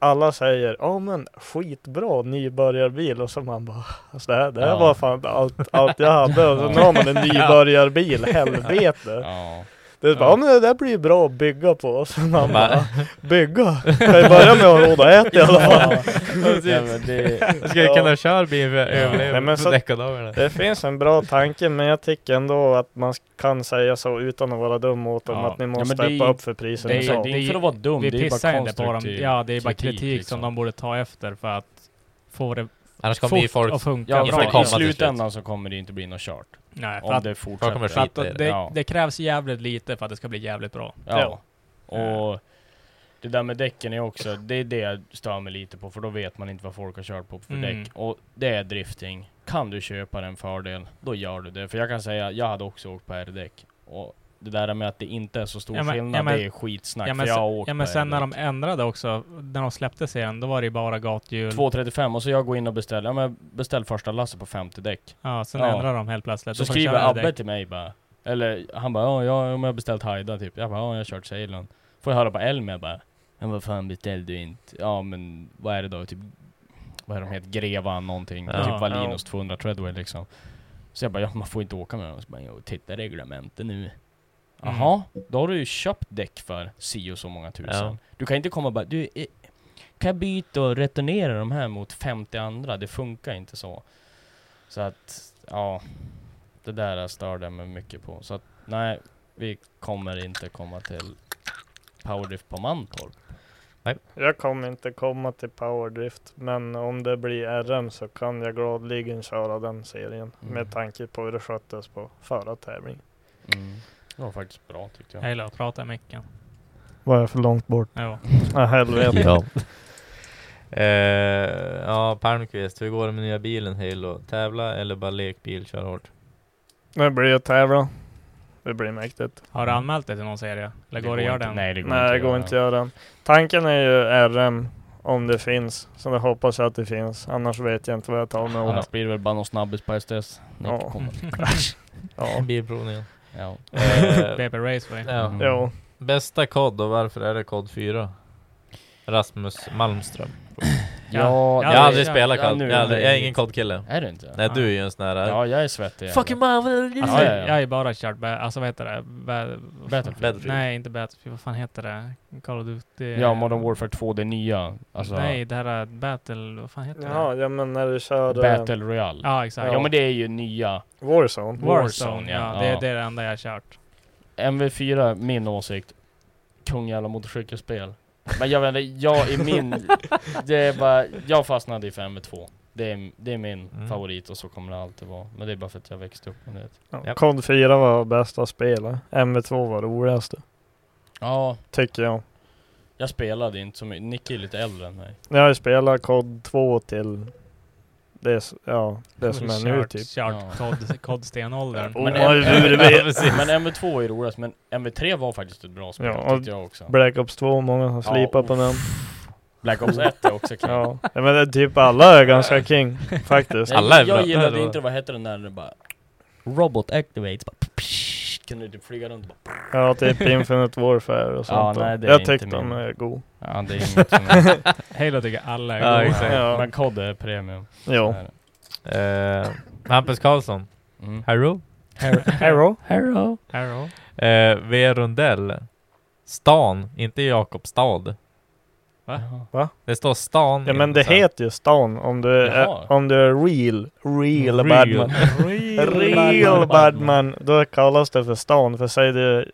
Speaker 1: Alla säger ja men skitbra nybörjarbil och så man bara alltså det här, det här
Speaker 4: Ja.
Speaker 1: var fan allt, allt jag hade och så nu har man en nybörjarbil, helvete!
Speaker 4: Ja.
Speaker 1: Det är bara, ja men det där blir ju bra att bygga på och så man bara,
Speaker 3: Bara-
Speaker 1: bygga? Kan jag börja med att ha råd att äta i alla fall?
Speaker 4: Nej, men det,
Speaker 3: Jag skulle kunna köra bil för jag
Speaker 4: Ja.
Speaker 1: Nej, men så-
Speaker 3: överlever däckadagarna.
Speaker 1: Det finns en bra tanke men jag tycker ändå att man kan säga så utan att vara dum mot dem
Speaker 2: Ja.
Speaker 1: att ni
Speaker 4: Ja,
Speaker 1: måste
Speaker 4: men det är-
Speaker 1: steppa upp för priserna.
Speaker 4: det, är,
Speaker 2: så.
Speaker 4: det är inte för att vara dum,
Speaker 2: Vi
Speaker 4: det är
Speaker 2: pissar
Speaker 4: bara
Speaker 2: inte på dem.
Speaker 4: konstruktiv
Speaker 2: Ja, det är bara kritik,
Speaker 4: liksom.
Speaker 2: som de borde ta efter för att få det
Speaker 3: Annars kommer ju
Speaker 2: fort
Speaker 3: folk...
Speaker 2: att funka
Speaker 4: Ja,
Speaker 3: Inte
Speaker 4: för
Speaker 2: bra.
Speaker 3: komma
Speaker 4: i
Speaker 3: till slut.
Speaker 4: slutändan så kommer det inte bli något kört.
Speaker 2: Nej, för
Speaker 4: Om
Speaker 2: att,
Speaker 4: det
Speaker 3: Folk kommer
Speaker 4: fortsätter.
Speaker 2: för att
Speaker 3: skita i
Speaker 2: det,
Speaker 3: det.
Speaker 4: Ja.
Speaker 2: det krävs jävligt lite för att det ska bli jävligt bra.
Speaker 4: Ja. Och det där med däcken är också, det är det jag stör mig lite på, för då vet man inte vad folk har kört på för
Speaker 2: Mm.
Speaker 4: däck. Och det är drifting. Kan du köpa en fördel, då gör du det. För jag kan säga, jag hade också åkt på R-däck. Och det där med att det inte är så stor
Speaker 2: Ja, men-
Speaker 4: skillnad,
Speaker 2: ja, men-
Speaker 4: det är skitsnack.
Speaker 2: Ja men,
Speaker 4: för jag har
Speaker 2: sen,
Speaker 4: åkt
Speaker 2: ja,
Speaker 4: på
Speaker 2: men sen när de
Speaker 4: R-däck.
Speaker 2: ändrade också, när de släppte serien, då var det ju bara gathjul.
Speaker 4: 2.35 och så jag går in och beställer, ja men beställ första lasset på 50 däck.
Speaker 2: Ja, sen
Speaker 4: Ja.
Speaker 2: ändrade de helt plötsligt.
Speaker 4: Så
Speaker 2: Då får du
Speaker 4: skriver
Speaker 2: köra
Speaker 4: Abbe
Speaker 2: direkt.
Speaker 4: till mig bara, eller han bara ja, jag, om jag har beställt Haida typ. Jag bara ja, jag har kört Ceylon. Får jag höra på Elm, jag bara, men vad fan beställde du inte? Ja men vad är det då? Typ, vad är de heter? Greva någonting.
Speaker 3: Ja,
Speaker 4: typ
Speaker 1: ja.
Speaker 4: Valinos 200 Treadway liksom. Så jag bara, ja man får inte åka med dem. Så bara, jo titta reglementet nu.
Speaker 2: Mm.
Speaker 4: Jaha, då har du ju köpt däck för si och så många tusen.
Speaker 3: Ja.
Speaker 4: Du kan inte komma och bara, du, eh, kan jag byta och returnera de här mot 50 andra? Det funkar inte så. Så att, ja. Det där störde jag mig mycket på. Så att, nej, vi kommer inte komma till Powerdrift på Mantorp.
Speaker 1: Jag kommer inte komma till powerdrift, men om det blir RM så kan jag gladligen köra den serien
Speaker 4: Mm.
Speaker 1: med tanke på hur det sköttes på förra tävlingen.
Speaker 4: Det var faktiskt bra tyckte jag.
Speaker 2: Jag gillar att prata i micken.
Speaker 1: Var jag för långt bort?
Speaker 2: Jo.
Speaker 1: Ja, helvete.
Speaker 3: ja. Eh, ja, Palmqvist, hur går det med nya bilen Halo? Tävla eller bara lekbil, kör hårt?
Speaker 1: Nu blir det tävla. Det blir mäktigt.
Speaker 2: Har du anmält dig till någon serie? Eller går det att göra
Speaker 4: inte-
Speaker 2: den?
Speaker 4: Nej, det går
Speaker 1: Nej,
Speaker 4: inte.
Speaker 1: det
Speaker 4: att
Speaker 1: går
Speaker 4: göra.
Speaker 1: inte att göra. Tanken är ju RM om det finns, så det hoppas jag att det finns. Annars vet jag inte vad jag tar mig åt.
Speaker 4: Annars blir det väl bara någon snabbis på STS. Nick
Speaker 1: Ja.
Speaker 4: kommer.
Speaker 1: Ja.
Speaker 4: Mm.
Speaker 3: Bilprovningen.
Speaker 4: Ja.
Speaker 3: Eh,
Speaker 2: BP Raceway.
Speaker 3: ja.
Speaker 4: Mm.
Speaker 1: Jo,
Speaker 3: Bästa kod och varför är det kod 4? Rasmus Malmström.
Speaker 2: Ja,
Speaker 4: Ja,
Speaker 3: Jag har
Speaker 2: det-
Speaker 3: aldrig spelat
Speaker 4: ja,
Speaker 3: kod,
Speaker 4: nu
Speaker 3: jag, har aldrig, jag är
Speaker 4: det-
Speaker 3: ingen kodkille.
Speaker 4: Är du inte?
Speaker 3: Nej, du är ju en sån här...
Speaker 4: Ja, jag är svettig.
Speaker 3: Fucking man!
Speaker 4: Ja, ja, ja.
Speaker 2: Alltså, Jag har ju bara kört, ba- alltså vad heter det? Ba-
Speaker 4: Battlefield.
Speaker 3: Battlefield.
Speaker 2: Nej, inte Battlefield. Vad fan heter det? Call of Duty? eh,
Speaker 4: Ja, Modern Warfare 2, det nya. Alltså,
Speaker 2: Nej, det här är Battle... Vad fan heter
Speaker 1: ja,
Speaker 2: det?
Speaker 1: ja men när du kör eh,
Speaker 4: Battle Royale.
Speaker 2: Ja, exakt.
Speaker 4: Ja. men det är ju nya.
Speaker 1: Warzone.
Speaker 2: Warzone,
Speaker 4: Warzone,
Speaker 2: ja.
Speaker 4: ja.
Speaker 2: Det,
Speaker 4: Ja.
Speaker 2: det är det enda jag har kört.
Speaker 4: MV4, min åsikt. Kung jävla motorcykelspel. Men jag vet inte, jag i min... Det är bara, jag fastnade i för MV2. Det är, det är min
Speaker 3: Mm.
Speaker 4: favorit och så kommer det alltid vara. Men det är bara för att jag växte upp med det.
Speaker 1: Ja.
Speaker 3: Japp.
Speaker 1: Kod 4 var bästa spelet. MV2 var roligaste,
Speaker 4: Ja,
Speaker 1: tycker jag.
Speaker 4: Jag spelade inte så mycket, Nicky är lite äldre än mig.
Speaker 1: Jag har ju spelat COD 2 till det, s- ja, det som är nu
Speaker 2: Kört-
Speaker 1: typ.
Speaker 4: Ja.
Speaker 2: Kört kod, kodstenåldern.
Speaker 1: Oh,
Speaker 4: Men,
Speaker 1: ja,
Speaker 4: M-
Speaker 1: du vet.
Speaker 4: men MV2 är roligast, men MV3 var faktiskt ett bra spel
Speaker 1: Ja,
Speaker 4: tyckte jag också.
Speaker 1: Black Ops 2, många har
Speaker 4: Ja,
Speaker 1: slipat på
Speaker 4: uff.
Speaker 1: den.
Speaker 4: Black Ops 1 är också kul.
Speaker 1: Ja. ja, men det är typ alla är ganska king faktiskt.
Speaker 3: Alla är
Speaker 4: jag,
Speaker 3: bra.
Speaker 4: jag gillade
Speaker 3: Det var-
Speaker 4: inte, vad hette den där, det bara... Robot activates, bara... psh, Kunde du typ flyga runt och bara...
Speaker 1: Ja, typ Infinite Warfare och sånt.
Speaker 4: nej, det är
Speaker 1: jag
Speaker 4: inte
Speaker 1: tyckte de
Speaker 4: min.
Speaker 1: är god.
Speaker 4: Ja, det är inget som...
Speaker 2: Halo tycker alla är
Speaker 3: Ja,
Speaker 2: goda.
Speaker 3: exakt.
Speaker 1: Ja.
Speaker 4: Men COD är premium.
Speaker 1: Jo.
Speaker 4: Är det.
Speaker 3: Eh, Hampus Karlsson,
Speaker 4: Mm.
Speaker 3: Harro?
Speaker 1: Arrow?
Speaker 3: Harro?
Speaker 2: Arrow.
Speaker 3: Eh, v. Rundell. Stan, inte Jakobstad.
Speaker 2: Va?
Speaker 4: Jaha.
Speaker 3: Det står stan.
Speaker 1: Ja men det
Speaker 3: så här.
Speaker 1: heter ju stan om du,
Speaker 4: Jaha.
Speaker 1: är, om du är real, real,
Speaker 3: Real.
Speaker 1: badman.
Speaker 4: Badman.
Speaker 1: Real badman, då kallas det för stan. För säger du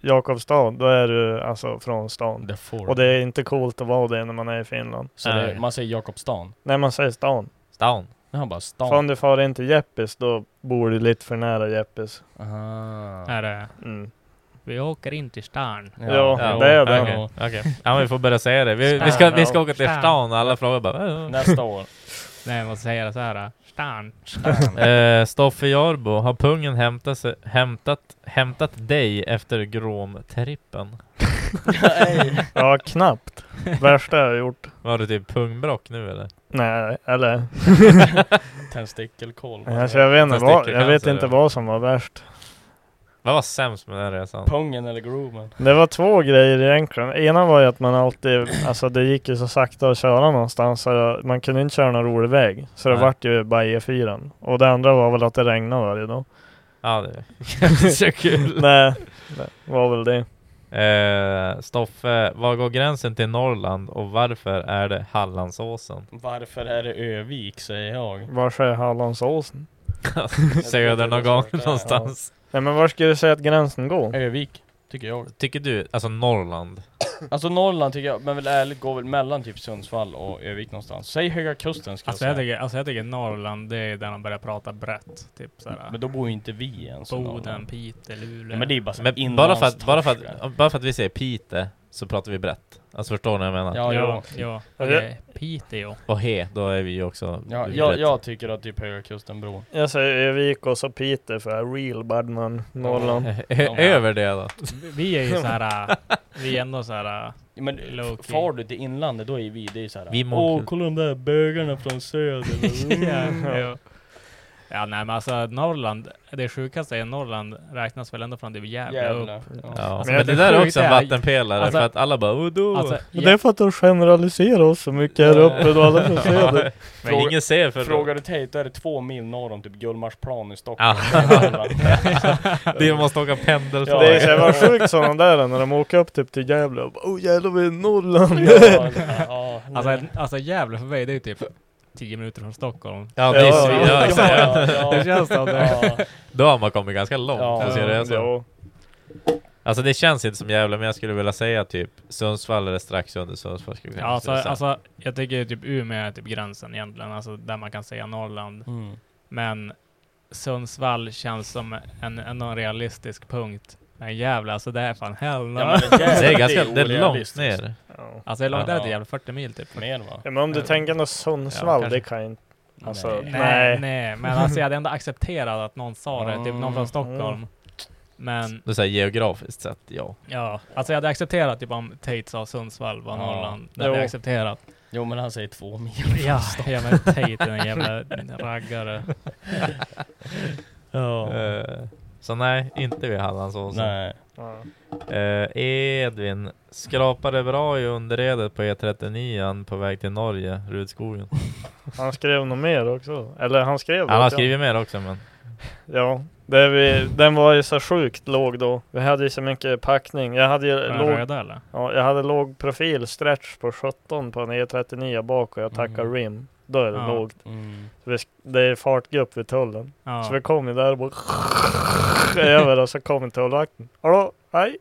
Speaker 1: Jakobstad, då är du alltså från stan.
Speaker 4: The Four.
Speaker 1: Och det är inte coolt att vara det när man är i Finland.
Speaker 4: Så det,
Speaker 3: Nej.
Speaker 4: man säger Jakobstan.
Speaker 1: Nej man säger stan.
Speaker 3: Stan.
Speaker 4: Men han bara
Speaker 1: För om
Speaker 4: stan.
Speaker 1: du far in till Jeppis, då bor du lite för nära Jeppis.
Speaker 4: Aha.
Speaker 2: Är det.
Speaker 1: Mm.
Speaker 2: eh, Vi åker in till stan.
Speaker 1: Ja, det är det.
Speaker 3: Okej, okej. Ja men vi får börja säga det. Vi, vi, ska,
Speaker 2: Stan,
Speaker 3: vi ska
Speaker 1: ja.
Speaker 3: åka till
Speaker 2: Stan.
Speaker 3: stan och alla frågar bara... eh,
Speaker 4: Nästa år.
Speaker 2: Nej, jag måste säga det så här. eh, Stan.
Speaker 4: Stan.
Speaker 3: Eh, Stoffe Jarbo, har pungen hämtat, sig- hämtat, hämtat dig efter gromtrippen?
Speaker 4: Nej.
Speaker 1: Ja, knappt. Värsta jag har gjort.
Speaker 3: Var det typ pungbrock nu eller?
Speaker 1: Nej, eller?
Speaker 4: Tändstickelkolv.
Speaker 1: Alltså, jag vet, inte vad, jag vet
Speaker 3: Testikelcancer,
Speaker 1: inte
Speaker 3: ja.
Speaker 1: vad som var värst.
Speaker 3: Vad var sämst med den här resan?
Speaker 4: Pungen eller grooven.
Speaker 1: Det var två grejer egentligen. Ena var ju att man alltid, alltså det gick ju så sakta att köra någonstans så jag- man kunde inte köra någon rolig väg. Så det
Speaker 3: Nej.
Speaker 1: vart ju bara E4. Och det andra var väl att det regnade varje dag.
Speaker 3: Ja det är så kul.
Speaker 1: Nej, det var väl det.
Speaker 3: Eh, Stoffe, var går gränsen till Norrland och varför är det Hallandsåsen?
Speaker 4: Varför är det Övik säger jag?
Speaker 1: Var är Hallandsåsen?
Speaker 3: Söder någon gång någonstans.
Speaker 1: Nej men var skulle du säga att gränsen går?
Speaker 4: Övik, tycker jag.
Speaker 3: Tycker du, alltså Norrland?
Speaker 4: Alltså Norrland tycker jag, men väl ärligt går väl mellan typ Sundsvall och Övik någonstans. Säg Höga Kusten ska
Speaker 2: Alltså
Speaker 4: jag
Speaker 2: jag,
Speaker 4: säga.
Speaker 2: tycker, alltså jag tycker Norrland, det är där de börjar prata brett. Typ såhär.
Speaker 4: Men då bor ju inte vi ens i
Speaker 2: Boden,
Speaker 4: Norrland.
Speaker 2: Piteå, Luleå.
Speaker 4: Ja, men det är bara så
Speaker 3: Men bara för, att, bara, för att, bara för att vi säger Pite så pratar vi brett. Alltså förstår ni vad jag menar?
Speaker 4: Ja,
Speaker 2: ja,
Speaker 4: ja.
Speaker 2: ja.
Speaker 1: Ja,
Speaker 2: Okej, Piteå.
Speaker 3: Och he, då är vi ju också
Speaker 4: Ja,
Speaker 3: brett.
Speaker 4: jag, jag tycker att typ Höga Kusten-bron.
Speaker 1: Jag säger Övik och så Piteå för jag är real badman, Norrland.
Speaker 3: Ö- Över det då?
Speaker 2: Vi- Vi är ju såhär, vi är ändå såhär,
Speaker 4: Ja, Men
Speaker 2: Low-key.
Speaker 4: far du till inlandet, då är vi, det är ju
Speaker 3: Vi
Speaker 4: såhär
Speaker 3: mår
Speaker 4: Åh,
Speaker 3: kul."
Speaker 4: kolla de där bögarna från söder.
Speaker 2: ja, ja. ja, nej men alltså Norrland, det sjukaste är Norrland räknas väl ändå från typ Gävle upp.
Speaker 4: Jävlar.
Speaker 3: Ja,
Speaker 1: Men
Speaker 3: men,
Speaker 1: jag
Speaker 3: det
Speaker 1: tycker
Speaker 3: där är
Speaker 2: sjukt
Speaker 3: också en
Speaker 2: är-
Speaker 3: vattenpelare
Speaker 2: alltså-
Speaker 3: för att alla bara "Åh, då.
Speaker 2: Alltså,
Speaker 1: Men Det är för att de generaliserar oss så mycket här uppe då alla får se det.
Speaker 3: men ingen ser för
Speaker 4: Frågar du Tate, då är det två mil norr om typ Gullmarsplan i Stockholm.
Speaker 3: Ja. Det måste åka pendel
Speaker 4: Ja,
Speaker 1: Det är så
Speaker 4: jag
Speaker 1: jävla
Speaker 4: var-
Speaker 1: sjukt sådana där när de åker upp typ till Gävle och bara oh jävlar vi är i Norrland.
Speaker 4: Ja, ja,
Speaker 2: Alltså, alltså Gävle för mig, det är ju typ 10 minuter från Stockholm.
Speaker 3: Ja, det är
Speaker 1: Ja,
Speaker 3: svin- ja, exakt.
Speaker 4: ja,
Speaker 2: Det känns som det.
Speaker 4: ja.
Speaker 3: Då har man kommit ganska långt
Speaker 4: Ja.
Speaker 3: på sin resa.
Speaker 1: Ja.
Speaker 3: Alltså det känns inte som Gävle, men jag skulle vilja säga typ Sundsvall eller strax under Sundsvall. Skulle jag
Speaker 2: Ja, alltså,
Speaker 3: säga.
Speaker 2: alltså, jag tycker typ Umeå är typ gränsen egentligen, alltså där man kan säga Norrland.
Speaker 4: Mm.
Speaker 2: Men Sundsvall känns som en, en, en realistisk punkt. Men Gävle, alltså det är fan hell.
Speaker 4: Ja, men
Speaker 3: det är ganska
Speaker 4: ju
Speaker 3: det är långt
Speaker 4: orealistiskt.
Speaker 3: ner.
Speaker 1: Ja.
Speaker 2: Alltså hur långt är det till
Speaker 4: Ja.
Speaker 2: Gävle? 40 mil typ?
Speaker 4: liksom. Mer va?
Speaker 1: Ja, men om du
Speaker 2: Ja.
Speaker 1: tänker något Sundsvall,
Speaker 2: Ja,
Speaker 1: det
Speaker 2: kanske.
Speaker 1: kan jag inte. Alltså,
Speaker 4: Nej.
Speaker 2: Nej,
Speaker 1: Nej.
Speaker 2: nej, men alltså jag hade ändå accepterat att någon sa det, typ någon
Speaker 4: Mm.
Speaker 2: från Stockholm. Men
Speaker 3: Du säger geografiskt sett, ja.
Speaker 2: ja, alltså jag hade accepterat typ om Tate sa Sundsvall var
Speaker 4: Ja.
Speaker 2: Norrland. Det hade
Speaker 1: Jo.
Speaker 2: jag accepterat.
Speaker 4: Jo men han säger två mil.
Speaker 2: Ja, ja men Tate är en jävla raggare.
Speaker 3: Eh, så nej, inte vid Hallandsåsen.
Speaker 4: Nej.
Speaker 1: Ja.
Speaker 3: Eh, Edvin, skrapade bra i underredet på E39 på väg till Norge, Rudskogen.
Speaker 1: Han skrev något mer också. Eller han skrev
Speaker 3: Han har
Speaker 1: något, ja.
Speaker 3: skrivit mer också men.
Speaker 1: Ja. Det vi, den var ju så sjukt låg då. Vi hade ju så mycket packning. Jag hade ju
Speaker 2: Var den
Speaker 1: låg,
Speaker 2: röda eller?
Speaker 1: ja, jag hade låg profil stretch på 17 på en E39 bak och jag tackar
Speaker 4: Mm.
Speaker 1: rim. Då är det
Speaker 2: Ja.
Speaker 1: lågt.
Speaker 4: Mm.
Speaker 1: Så vi sk- Det är fartgupp vid tullen. Så
Speaker 2: Ja.
Speaker 1: vi kom ju där och bara över och så kom tullvakten. Hallå, hej!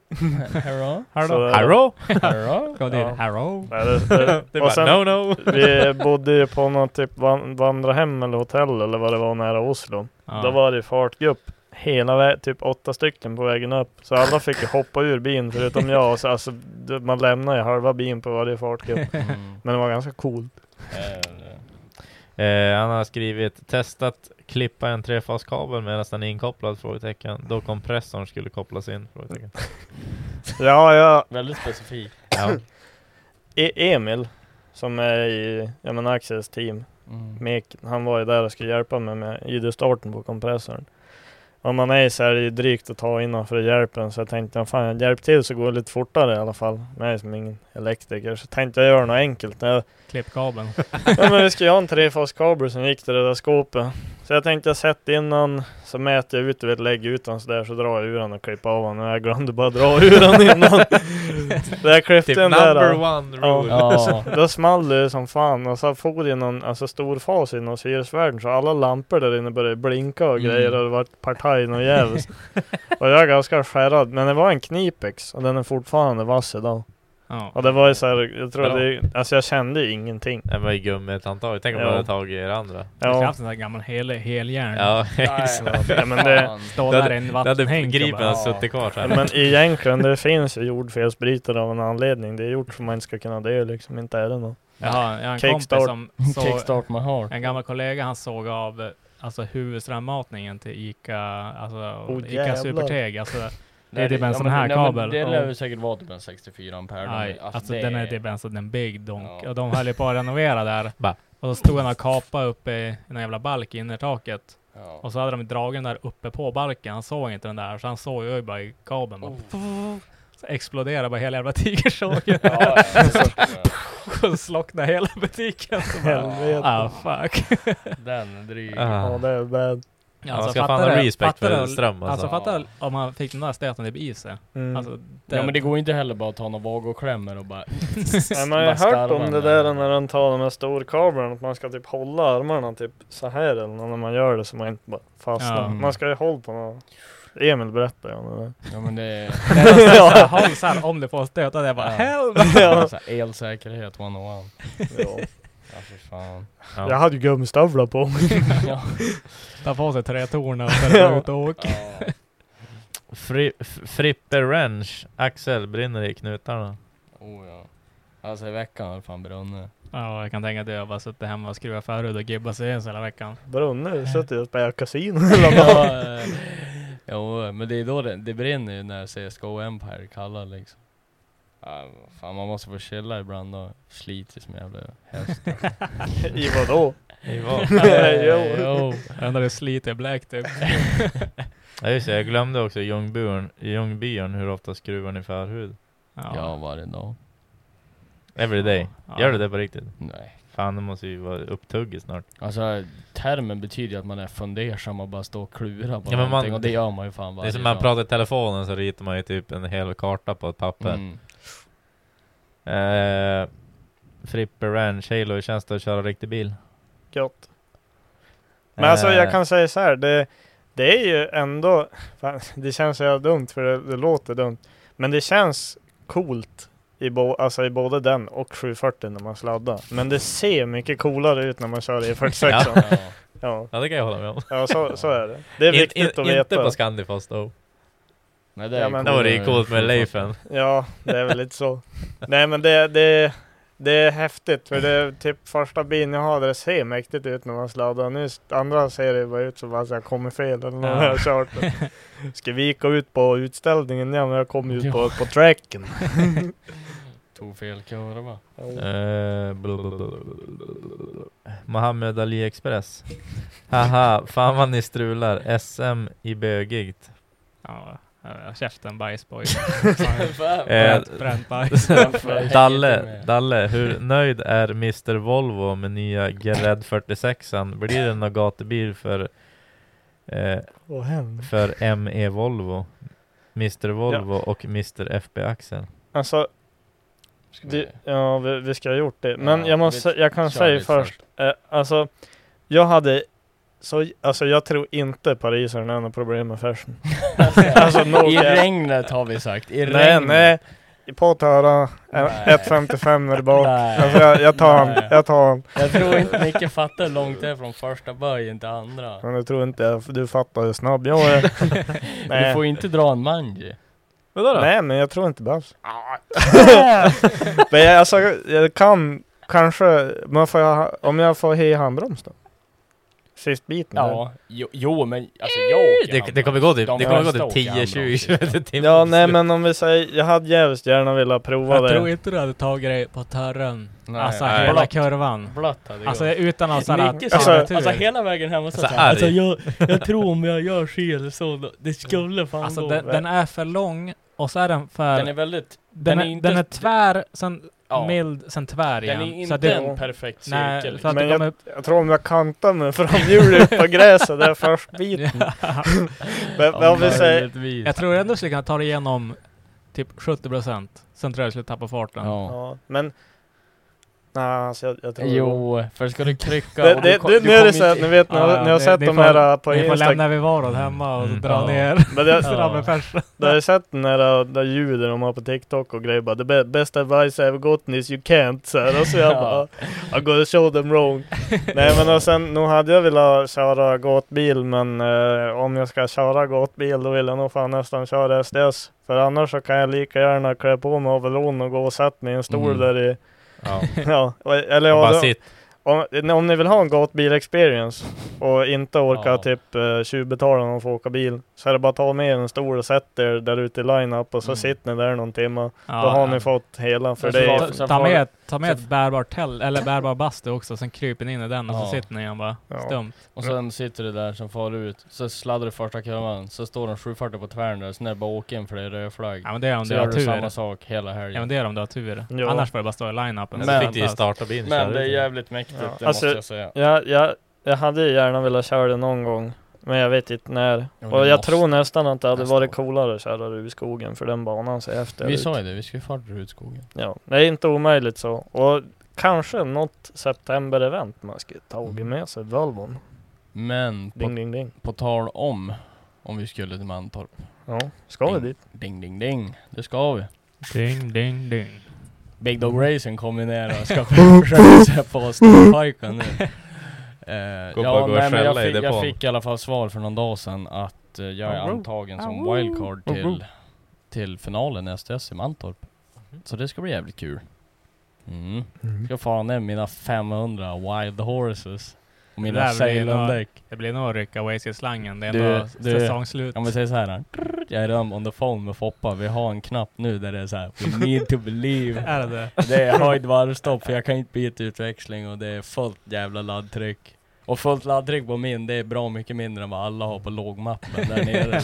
Speaker 4: Hallå?
Speaker 1: Så-
Speaker 3: Hallå?
Speaker 4: Hallå?
Speaker 2: Kom dit.
Speaker 1: Ja.
Speaker 2: Hello?
Speaker 1: Nej, det, det,
Speaker 3: Det är
Speaker 1: och
Speaker 3: bara
Speaker 1: sen-
Speaker 3: no no.
Speaker 1: Vi bodde ju på något typ van, vandrarhem eller hotell eller vad det var nära Oslo.
Speaker 2: Ja.
Speaker 1: Då var det fartgupp hela vägen, typ åtta stycken på vägen upp. Så alla fick ju hoppa ur bilen förutom jag. Så alltså, du- man lämnar ju halva bilen på varje fartgrupp.
Speaker 4: Mm.
Speaker 1: Men det var ganska coolt.
Speaker 4: Eh,
Speaker 3: Eh, han har skrivit testat klippa en trefaskabel medan den är inkopplad? Frågetecken. Då kompressorn skulle kopplas in? Frågetecken.
Speaker 1: Ja, jag
Speaker 4: Väldigt specifik.
Speaker 3: Ja.
Speaker 1: E- Emil, som är i ja, men Axels team,
Speaker 4: Mm.
Speaker 1: Mek, han var ju där och skulle hjälpa mig med ID-starten på kompressorn. Om man är så här, det är ju drygt att ta innanför hjälpen så jag tänkte, "Ja, fan hjälp till så går det lite fortare i alla fall. Men jag är som ingen elektriker så tänkte jag göra något enkelt. Jag,
Speaker 2: Klippkabeln.
Speaker 1: ja men vi ska ju ha en trefaskabel som gick till det där skåpet. Så jag tänkte jag sätter in den, så mäter jag ut, du vet lägger ut den sådär så drar jag ur den och klipper av den. Men jag glömde bara dra ur den innan. så jag klippte
Speaker 3: typ
Speaker 1: den där.
Speaker 3: number one rule.
Speaker 4: Ja.
Speaker 1: Då small det ju som fan och så for det någon alltså, stor fas inom hyresvärden så alla lampor där inne började blinka och
Speaker 4: Mm.
Speaker 1: grejer och det var partaj något jävligt. och jag är ganska skärrad men det var en knipex och den är fortfarande vass idag.
Speaker 2: Ja.
Speaker 1: Och det var ju så här, jag tror
Speaker 4: Bra.
Speaker 1: det, alltså jag kände ju ingenting.
Speaker 3: Det var ju gummit antagligen. Tänk om
Speaker 1: Ja.
Speaker 3: man hade tagit er andra.
Speaker 2: Vi skulle
Speaker 1: Ja,
Speaker 2: haft en sån här gammal hel, heljärn.
Speaker 3: Ja,
Speaker 1: ja men det
Speaker 2: Stå
Speaker 3: Det
Speaker 2: där
Speaker 3: hade-
Speaker 2: i en
Speaker 3: det hade
Speaker 2: vattenhäng. och
Speaker 3: gripen
Speaker 2: bara-
Speaker 3: hade suttit kvar så
Speaker 1: Ja,
Speaker 3: här.
Speaker 1: men egentligen, det finns ju jordfelsbrytare av en anledning. Det är gjort för man inte ska kunna dö liksom, inte är det något.
Speaker 2: Jag har, jag har en
Speaker 1: Kickstart.
Speaker 2: kompis som såg,
Speaker 4: Kickstart my heart.
Speaker 2: En gammal kollega han såg av eh, alltså, huvudströmmatningen till Ica, alltså,
Speaker 1: Åh, Oh, jävlar.
Speaker 2: Ica Superteg. Alltså, det
Speaker 4: Nej,
Speaker 2: är typ en
Speaker 4: ja,
Speaker 2: sån
Speaker 4: men-
Speaker 2: här
Speaker 4: nej, men
Speaker 2: kabel.
Speaker 4: Det
Speaker 2: Och-
Speaker 4: lär ju säkert vara typ en 64 ampere.
Speaker 2: aj, alltså,
Speaker 4: det
Speaker 2: den är typ en sån en big donk.
Speaker 4: Ja.
Speaker 2: Och de höll ju på att renovera där.
Speaker 3: Bara.
Speaker 2: Och så stod han och kapade uppe i en jävla balk i innertaket.
Speaker 4: Ja.
Speaker 2: Och så hade de dragit den där uppe på balken. Han såg inte den där. Så han såg ju bara i kabeln. Bara, Så exploderade bara hela jävla tigersågen.
Speaker 4: Oh. Ja, ja, så-
Speaker 2: och så slocknade hela butiken. Så bara,
Speaker 1: Helvete.
Speaker 2: ah fuck.
Speaker 4: Den är dryg.
Speaker 1: Ja,
Speaker 3: Ah.
Speaker 1: det är bad.
Speaker 3: Ja, man
Speaker 2: Alltså,
Speaker 3: ska fan
Speaker 2: fattar
Speaker 3: ha
Speaker 2: du-
Speaker 3: respekt
Speaker 2: fattar
Speaker 3: för
Speaker 2: du-
Speaker 3: ström alltså.
Speaker 2: Alltså fatta om han fick den där stöten typ i sig.
Speaker 1: Mm.
Speaker 2: Alltså, det,
Speaker 4: Ja men det går inte heller bara att ta någon vag och klämmer och bara...
Speaker 1: Ja, man
Speaker 4: Bara
Speaker 1: har ju hört om
Speaker 4: skarvar
Speaker 1: det
Speaker 4: med-
Speaker 1: där när de tar de här storkablarna, att man ska typ hålla armarna typ så här eller något när man gör det så man inte bara fastnar.
Speaker 2: Ja.
Speaker 1: Man ska ju hålla på något. Emil berättade ju om det där.
Speaker 4: Ja men det är...
Speaker 2: det är nästan så här, håll så här, om du får stöta det är bara helvete.
Speaker 4: Ja. Så här, elsäkerhet 101.
Speaker 1: Ja.
Speaker 4: Ja för fan.
Speaker 3: Ja.
Speaker 1: Jag hade ju gummistövlar på mig.
Speaker 4: Ja.
Speaker 2: Ta på sig trätorna och fälla ut och åk.
Speaker 4: Ja.
Speaker 3: Fri, f- Frippe Wrench, Axel brinner i knutarna.
Speaker 4: Oh, ja. Alltså i veckan har det fan brunnit.
Speaker 2: Ja, jag kan tänka att jag bara suttit hemma och skruvat förhud och gibbat sig hela veckan.
Speaker 1: Brunnit, suttit och spelat kasino
Speaker 4: ja, eh, jo, men det är då det, det brinner ju när CSGO Empire kallar liksom. Ja, vad fan man måste få chilla ibland då. Sliter som en jävla häst.
Speaker 1: I vadå?
Speaker 3: Det var-
Speaker 1: Nej, jo.
Speaker 4: Eh, jo.
Speaker 2: Enda det sliter bläck typ.
Speaker 3: Ja just det, jag glömde också Ljungbyarn, Ljungbyarn hur ofta skruvar ni förhud?
Speaker 4: Ja, varje dag.
Speaker 3: Every day.
Speaker 2: Ja.
Speaker 3: Gör du det på riktigt?
Speaker 4: Nej.
Speaker 3: Fan det måste ju vara upptugget snart.
Speaker 4: Alltså termen betyder ju att man är fundersam och bara står och klurar på
Speaker 3: Ja, men man-
Speaker 4: någonting och det gör man ju fan
Speaker 3: Det
Speaker 4: varje
Speaker 3: är som när man
Speaker 4: dag.
Speaker 3: pratar i telefonen så ritar man ju typ en hel karta på ett papper.
Speaker 4: Mm.
Speaker 3: Eh, Frippe Ranch, Halo, hur känns det att köra riktig bil?
Speaker 1: Gött. Men alltså
Speaker 3: Eh,
Speaker 1: jag kan säga så här, det, det är ju ändå, fan, det känns så jävla dumt för det, det låter dumt. Men det känns coolt i, bo, alltså i både den och 740 när man sladdar. Men det ser mycket coolare ut när man kör i 46
Speaker 4: Ja.
Speaker 1: Ja,
Speaker 3: Ja det kan jag hålla med om.
Speaker 1: ja så, så är det. Det är viktigt
Speaker 3: in, in,
Speaker 1: att
Speaker 3: Inte
Speaker 1: veta.
Speaker 3: på Scandifast då.
Speaker 4: Nej, det
Speaker 1: Ja,
Speaker 4: är
Speaker 1: men-
Speaker 3: Det var det ju
Speaker 4: coolare.
Speaker 3: coolt med Leifen.
Speaker 1: Ja, det är väl lite så. Nej men det, det, det är häftigt för det är typ första bilen jag hade, det ser mäktigt ut när man sladdar. Nu s- andra ser det bara ut som att jag kommer fel eller
Speaker 2: Ja.
Speaker 1: när jag har kört den. Ska vi gå ut på utställningen? Ja men jag kom ut
Speaker 4: Ja.
Speaker 1: på, på tracken.
Speaker 4: Tog fel kurva.
Speaker 3: Eh, blablabla. Mohammed Ali Express. Haha, fan vad ni strular. SM i bögigt.
Speaker 2: Ja, ja, käften bajsboy.
Speaker 3: Eh,
Speaker 2: Bränt, bränt bajs.
Speaker 3: Dalle, Dalle, hur nöjd är Mr Volvo med nya Gerred 46an? Blir det någon gatubil för, eh,
Speaker 1: Åh hem.
Speaker 3: för ME Volvo? Mr Volvo och Mr FB Axel.
Speaker 1: Alltså,
Speaker 4: Ska vi-
Speaker 1: det, ja vi, vi ska ha gjort det. Men
Speaker 4: Ja,
Speaker 1: jag måste,
Speaker 4: vi
Speaker 1: jag kan
Speaker 4: kör
Speaker 1: säga
Speaker 4: lite
Speaker 1: först. Eh, alltså, jag hade så, alltså jag tror inte parisaren är något problem med fashion. Alltså, nog
Speaker 4: I
Speaker 1: jävla-
Speaker 4: regnet har vi sagt, i
Speaker 1: Nej,
Speaker 4: regnet.
Speaker 1: nej. på att höra
Speaker 4: Nej.
Speaker 1: 1.55 eh, är det bak.
Speaker 4: Nej.
Speaker 1: Alltså jag, jag tar han,
Speaker 4: Nej.
Speaker 1: jag tar han.
Speaker 4: Jag tror inte Micke fattar hur långt det är från första böjen till andra.
Speaker 1: Men jag tror inte jag, du fattar hur snabb jag är.
Speaker 4: Du
Speaker 1: Nej.
Speaker 4: får inte dra en manji.
Speaker 3: Vadå då?
Speaker 1: Nej, men jag tror inte det behövs. men jag, alltså, jag kan kanske, men får jag, ha- om jag får he handbroms då? Sist biten?
Speaker 4: Ja, jo, jo men alltså jag åker
Speaker 3: Eh, Det, det
Speaker 4: handbroms.
Speaker 3: kommer gå typ,
Speaker 4: De
Speaker 3: det kommer gå
Speaker 4: flesta
Speaker 3: typ
Speaker 4: åker
Speaker 3: 10, 20
Speaker 4: handbroms.
Speaker 3: kilometer i timmen.
Speaker 1: Ja, nej men om vi säger, jag hade jävligt gärna velat prova
Speaker 2: Jag
Speaker 1: det.
Speaker 2: tror inte du hade tagit dig på törren.
Speaker 4: Nej,
Speaker 2: alltså
Speaker 4: nej.
Speaker 2: hela
Speaker 4: Blött.
Speaker 2: kurvan.
Speaker 4: Blött hade jag.
Speaker 2: Alltså utan att såhär...
Speaker 4: Micke
Speaker 1: alltså-
Speaker 4: alltså,
Speaker 2: alltså,
Speaker 4: alltså hela vägen hem och så
Speaker 3: Alltså,
Speaker 4: såhär, alltså
Speaker 3: arg.
Speaker 4: jag, jag tror om jag gör så eller så, då- det skulle fan
Speaker 2: alltså
Speaker 4: gå.
Speaker 2: den, den är för lång och så är den för...
Speaker 4: den är väldigt,
Speaker 2: den, är,
Speaker 4: inte-
Speaker 2: den är tvär, sen
Speaker 4: ja,
Speaker 2: mild, sen tvär
Speaker 4: den
Speaker 2: igen.
Speaker 4: är
Speaker 2: så
Speaker 4: inte
Speaker 2: att det,
Speaker 4: en perfekt
Speaker 2: Nej,
Speaker 4: cirkel. liksom. typ.
Speaker 2: för att
Speaker 1: Men
Speaker 2: det kommer...
Speaker 1: Jag tror om jag kantar mig framhjulet på gräset, det är först biten. Men, men om vi säger,
Speaker 4: möjligtvis.
Speaker 2: Jag tror ändå att jag kan ta det igenom typ 70%. Sen tror jag jag skulle tappa farten.
Speaker 4: Ja.
Speaker 1: ja, men Nej, alltså jag, jag tror
Speaker 4: Jo, för ska du krycka
Speaker 1: det,
Speaker 4: och
Speaker 1: det,
Speaker 4: du kom-
Speaker 1: det,
Speaker 4: du
Speaker 1: Nu är
Speaker 4: kommer
Speaker 1: det såhär,
Speaker 4: inte-
Speaker 1: ni vet, ni,
Speaker 2: Ja, ja,
Speaker 1: har- ni har
Speaker 2: ni-
Speaker 1: sett
Speaker 2: ni
Speaker 1: de
Speaker 2: får-
Speaker 1: här på
Speaker 2: Ni får lämna
Speaker 1: Instagram,
Speaker 2: vid varod hemma och
Speaker 3: Mm.
Speaker 2: dra
Speaker 4: Ja.
Speaker 2: ner.
Speaker 1: men det,
Speaker 2: Dra med
Speaker 4: Ja.
Speaker 2: pers.
Speaker 1: Där har jag sett den där, där ljuden de har på TikTok och grejer bara The be- best advice I ever gotten is you can't så här. Och så jag bara I gotta show them wrong Nej men och sen, nu hade jag velat köra gatbil men eh, om jag ska köra gatbil då vill jag nog fan nästan köra SDS För annars så kan jag lika gärna klä på mig overallen och gå och sätta mig i en stol
Speaker 3: Mm.
Speaker 1: där i
Speaker 3: Ja.
Speaker 1: Ja, och- eller
Speaker 3: Bara
Speaker 1: ja, då,
Speaker 3: sitt.
Speaker 1: om, om ni vill ha en gatbil experience och inte orka
Speaker 4: Ja.
Speaker 1: typ eh, tjuvbetala någon för att åka bil så är det bara att ta med en stor och sätt er där ute i line-up och så
Speaker 4: Mm.
Speaker 1: sitter ni där någon timme.
Speaker 2: Ja,
Speaker 1: Då har
Speaker 2: ja.
Speaker 1: ni fått hela för
Speaker 4: Men så
Speaker 1: det.
Speaker 4: var-
Speaker 1: Är,
Speaker 4: så-
Speaker 2: Ta, ta, med, ta med
Speaker 4: så-
Speaker 2: ett bärbart tält, eller bärbar bastu också, sen kryper ni in i den och
Speaker 4: Ja.
Speaker 2: så sitter ni igen bara.
Speaker 1: Ja.
Speaker 2: Stumt.
Speaker 4: Och sen sitter du där som far ut, så sladdar du första kurvan, så står den 740 på tvären där, så när det bara åker in för det är röd flagg.
Speaker 2: Ja men det är om
Speaker 4: så
Speaker 2: du
Speaker 4: gör
Speaker 2: har
Speaker 4: du samma
Speaker 2: tur.
Speaker 4: sak hela
Speaker 2: Ja men
Speaker 4: helgen.
Speaker 2: det är om du har tur.
Speaker 1: Ja.
Speaker 2: Annars får du bara stå i line-upen.
Speaker 3: Men
Speaker 4: Men-
Speaker 3: så fick du ju starta bilen.
Speaker 4: Men
Speaker 3: köra
Speaker 4: det är
Speaker 3: ut.
Speaker 4: jävligt mäktigt,
Speaker 1: Ja.
Speaker 4: det
Speaker 1: Alltså,
Speaker 4: måste jag säga.
Speaker 1: jag, jag, jag hade ju gärna velat köra det någon gång. Men jag vet inte när.
Speaker 4: Ja,
Speaker 1: och
Speaker 4: det
Speaker 1: jag
Speaker 4: måste-
Speaker 1: tror nästan att det hade
Speaker 4: nästa
Speaker 1: varit
Speaker 4: år.
Speaker 1: coolare att köra det i skogen för den banan ser efter
Speaker 4: Vi
Speaker 1: ut.
Speaker 4: sa ju det, vi skulle fara ut skogen.
Speaker 1: Ja, det är inte omöjligt så. Och kanske något september-event man skulle
Speaker 4: Mm.
Speaker 1: tagit med sig Volvon.
Speaker 4: Men på,
Speaker 1: Ding ding ding.
Speaker 4: på tal om, om vi skulle till Mantorp.
Speaker 1: Ja, ska vi
Speaker 4: Ding.
Speaker 1: dit?
Speaker 4: Ding ding ding, det ska vi.
Speaker 2: Ding, ding, ding.
Speaker 4: Big Dog Racing kommer ju ner och ska försöka sig på Storpojken nu. Eh,
Speaker 3: Gå
Speaker 4: ja,
Speaker 3: på
Speaker 4: nej, men jag,
Speaker 3: Gårdskälla i
Speaker 4: fick, jag
Speaker 3: depån.
Speaker 4: fick i alla fall svar för någon dag sedan att eh, jag är
Speaker 1: Arro.
Speaker 4: antagen som
Speaker 1: Arro.
Speaker 4: wildcard
Speaker 1: Arro.
Speaker 4: till, till finalen i STS i Mantorp. Så det ska bli jävligt kul. Mm. Ska fara ner mina 500 wild horses. Och mina
Speaker 2: Där blir det några-
Speaker 4: Salem-däck.
Speaker 2: Det blir nog att rycka Oasis-slangen. Det är
Speaker 4: Du-
Speaker 2: ändå
Speaker 4: du-
Speaker 2: säsongsslut.
Speaker 4: Om vi säger så här. Jag är redan on the phone med Foppa. Vi har en knapp nu där det är så här. We need to believe.
Speaker 2: Är det det?
Speaker 4: Det är höjd varvstopp för jag kan inte byta utväxling och det är fullt jävla laddtryck. Och fullt laddtryck på min, det är bra mycket mindre än vad alla har på lågmappen där nere.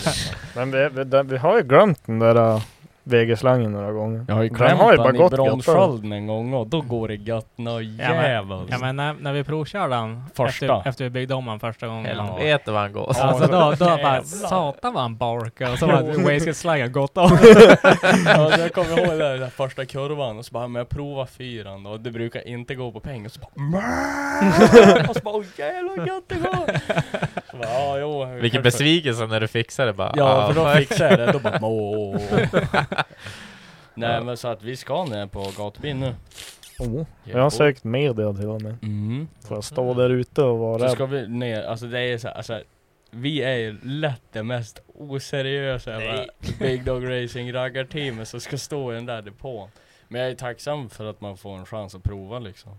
Speaker 1: Men vi, vi, den- vi har ju glömt den där uh, VG-slangen några gånger.
Speaker 4: Jag har ju
Speaker 1: Den har ju bara
Speaker 4: klämt den i
Speaker 1: gått gott,
Speaker 4: bromsskölden en gång och då går det gött nå
Speaker 2: Ja
Speaker 4: jävels.
Speaker 2: men när, när vi provkörde den,
Speaker 4: Första.
Speaker 2: Efter, efter vi byggde om den första gången.
Speaker 4: Helvete.
Speaker 3: Helvete vad han går.
Speaker 4: Ja.
Speaker 2: Alltså då, då bara
Speaker 4: Jävlar.
Speaker 2: satan vad han barkade och så var Oasis-slangen gått av.
Speaker 4: Ja, så jag kommer ihåg den där första kurvan och så bara, men jag provar fyran då och det brukar inte gå på pengar. Så bara, "Mää!" och så bara, åh jävlar vad gött det går. Så bara, ja jo. vi kanske-
Speaker 3: Vilken besvikelse när du fixar det bara. ah,
Speaker 4: Ja, för då
Speaker 3: fuck.
Speaker 4: fixar jag det. Då bara "Åh." Nej men så att vi ska ner på gatubil nu.
Speaker 1: Oh. Jag har sökt media till och med.
Speaker 4: Mm.
Speaker 1: För att stå där ute och vara
Speaker 4: Så
Speaker 1: rädd.
Speaker 4: ska vi ner, alltså det är så här, alltså, vi är ju lätt det mest oseriösa jävla Big Dog Racing raggarteamet som ska stå i den där depån. Men jag är tacksam för att man får en chans att prova liksom.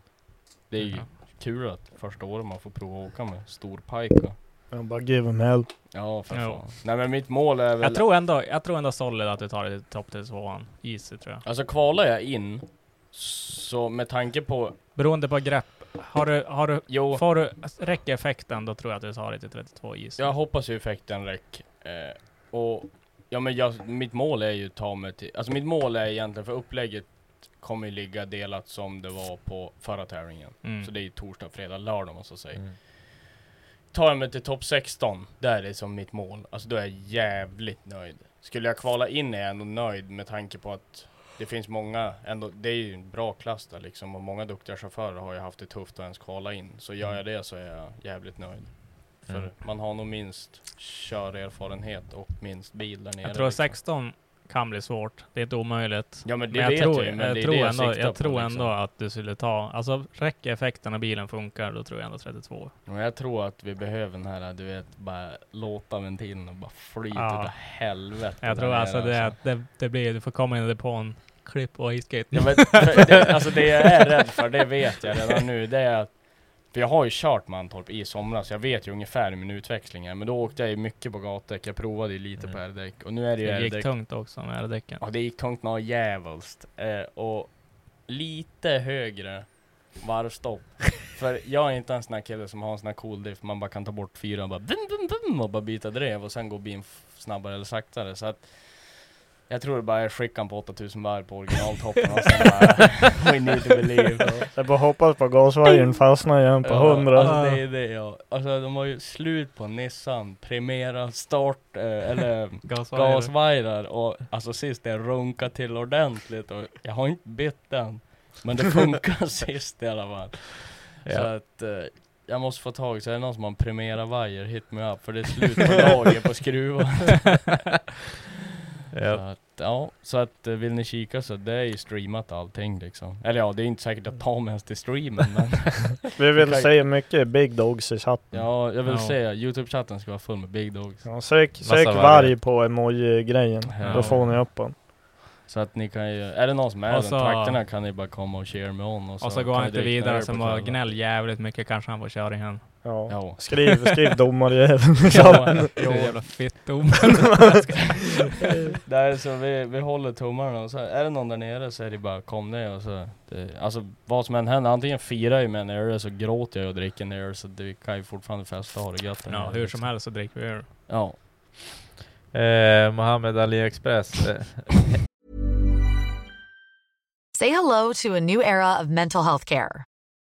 Speaker 4: Det är ju
Speaker 2: Ja.
Speaker 4: kul att första året man får prova att åka med stor pajka.
Speaker 1: Jag bara give him hell.
Speaker 4: Ja för
Speaker 2: Jo.
Speaker 4: fan. Nej men mitt mål är väl
Speaker 2: Jag tror ändå, jag tror ändå solid att du tar det till topp till tvåan. Easy tror jag.
Speaker 4: Alltså kvalar jag in, så med tanke på...
Speaker 2: Beroende på grepp. Har du, har du,
Speaker 4: Jo,
Speaker 2: får du, räcker effekten då tror jag att du tar det till 32 easy.
Speaker 4: jag hoppas ju effekten räck. Eh, och ja, men jag, mitt mål är ju att ta mig till... Alltså mitt mål är egentligen, för upplägget kommer ju ligga delat som det var på förra tävlingen.
Speaker 2: Mm.
Speaker 4: Så det är ju torsdag, fredag, lördag om man så säger.
Speaker 3: Mm.
Speaker 4: Tar jag mig till topp 16, där är som mitt mål. Alltså då är jag jävligt nöjd. Skulle jag kvala in är jag ändå nöjd med tanke på att det finns många, ändå, det är ju en bra klass där liksom och många duktiga chaufförer har ju haft det tufft att ens kvala in. Så gör
Speaker 2: Mm.
Speaker 4: jag det så är jag jävligt nöjd. För
Speaker 3: Mm.
Speaker 4: man har nog minst körerfarenhet och minst bil där nere.
Speaker 2: Jag tror
Speaker 4: liksom.
Speaker 2: 16 kan bli svårt. Det är inte omöjligt.
Speaker 4: Ja men det
Speaker 2: Men jag
Speaker 4: vet
Speaker 2: tror,
Speaker 4: jag ju, men
Speaker 2: jag
Speaker 4: det är
Speaker 2: tror,
Speaker 4: det jag
Speaker 2: ändå,
Speaker 4: siktar
Speaker 2: jag
Speaker 4: på,
Speaker 2: tror
Speaker 4: liksom.
Speaker 2: ändå att du skulle ta, alltså räcker effekten och bilen funkar, då tror jag ändå 32.
Speaker 4: Och jag tror att vi behöver den här, du vet, bara låta ventilen och bara flyta
Speaker 2: Ja.
Speaker 4: utav helvete.
Speaker 2: Jag
Speaker 4: där
Speaker 2: tror
Speaker 4: nere,
Speaker 2: alltså det, det, det blir, du får komma in i depån, klipp och iskate.
Speaker 4: Ja, men, för det, alltså det jag är rädd för, det vet jag redan nu, det är att för jag har ju kört Mantorp i somras, jag vet ju ungefär hur min utväxling är, men då åkte jag ju mycket på gatdäck, jag provade ju lite
Speaker 3: Mm.
Speaker 4: på R-däck, och nu är det ju
Speaker 2: Det gick
Speaker 4: R-däck.
Speaker 2: tungt också med däcken.
Speaker 4: Ja, det gick tungt något jävligt. Eh, och lite högre varvstopp. För jag är inte en sån här kille som har en sån här cool diff, man bara kan ta bort fyran och bara bum, bum, bum, och bara byta drev och sen går bilen f- snabbare eller saktare. Så att jag tror det bara är skickan på 8000 varv på originaltoppen och sen bara we need to believe. Och,
Speaker 1: Jag bara hoppas på gasvajern fastnar igen på
Speaker 4: Ja,
Speaker 1: 100.
Speaker 4: Alltså det är det ja. Alltså de har ju slut på Nissan, Primera, start eh, eller
Speaker 2: Gasvajrar.
Speaker 4: gasvajrar och alltså sist jag runkade till ordentligt och jag har inte bytt den. Men det funkar sist i alla fall.
Speaker 3: Ja.
Speaker 4: Så att eh, jag måste få tag i, så är det någon som har en primera vajer, hit me up för det är slut på lager på skruvar. Så
Speaker 3: Ja.
Speaker 4: att, ja, så att eh, vill ni kika så det är ju streamat allting liksom. Eller ja, det är inte säkert att ta mig ens till streamen men
Speaker 1: Vi vill
Speaker 4: Okej.
Speaker 1: se mycket big dogs i chatten.
Speaker 4: ja, jag vill
Speaker 2: Ja.
Speaker 4: säga Youtube-chatten ska vara full med big dogs.
Speaker 1: Ja, sök
Speaker 3: Massa
Speaker 1: sök
Speaker 3: vargar.
Speaker 1: varg på emoji-grejen.
Speaker 4: Ja.
Speaker 1: Då får ni upp den.
Speaker 4: Så att ni kan ju, är det någon som är
Speaker 2: Och
Speaker 4: i
Speaker 2: så-
Speaker 4: de trakterna kan ni bara komma och cheer med on och så,
Speaker 2: Alltså- Och så går
Speaker 4: kan
Speaker 2: han
Speaker 4: ni
Speaker 2: inte
Speaker 4: direkt ner er
Speaker 2: vidare,
Speaker 4: på
Speaker 2: sen bara
Speaker 4: kvällen.
Speaker 2: gnäll jävligt mycket kanske han får köra igen.
Speaker 1: Ja.
Speaker 4: Ja.
Speaker 1: Skriv, skriv domarjäveln.
Speaker 4: Ja,
Speaker 2: Jo, jävla fittom.
Speaker 4: Nej, så vi, vi håller tummarna och så här, är det någon där nere så är det bara kom ner och så. Det, alltså vad som än händer, antingen firar jag med en öl eller så gråter jag och dricker en öl så det kan ju fortfarande festa och ha det gött. där
Speaker 2: ja,
Speaker 4: nere,
Speaker 2: hur
Speaker 4: liksom.
Speaker 2: som helst så dricker vi öl.
Speaker 4: Ja.
Speaker 3: Eh, Mohammed Ali Express. Eh,
Speaker 5: Say hello to a new era of mental health care.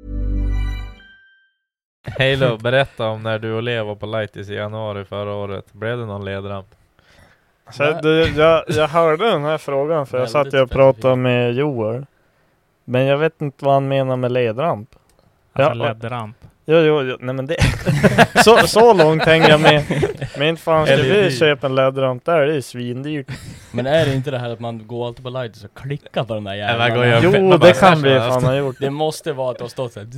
Speaker 3: Halo, berätta om när du och Leo var på Lightis i januari förra året. Blev det någon ledramp?
Speaker 1: Så du, jag, jag hörde den här frågan för jag
Speaker 4: Väldigt
Speaker 1: satt ju och pratade
Speaker 4: specifikt.
Speaker 1: med Joel. Men jag vet inte vad han menar med ledramp.
Speaker 2: Alltså
Speaker 1: Ja.
Speaker 2: ledramp.
Speaker 1: Jo, jo, jo. nej men det... så, så långt hänger jag med. Men inte fan ska
Speaker 3: Eller-
Speaker 1: vi köpa en ledramp där, det är svindyrt.
Speaker 4: Men är det inte det här att man går alltid på light och klickar på den där
Speaker 3: Nej, man går
Speaker 4: jävla...
Speaker 3: ju upp.
Speaker 1: Jo,
Speaker 3: men
Speaker 1: det
Speaker 3: bara
Speaker 1: kan vi
Speaker 3: särskilt.
Speaker 1: fan ha gjort.
Speaker 4: det måste vara att det har stått såhär...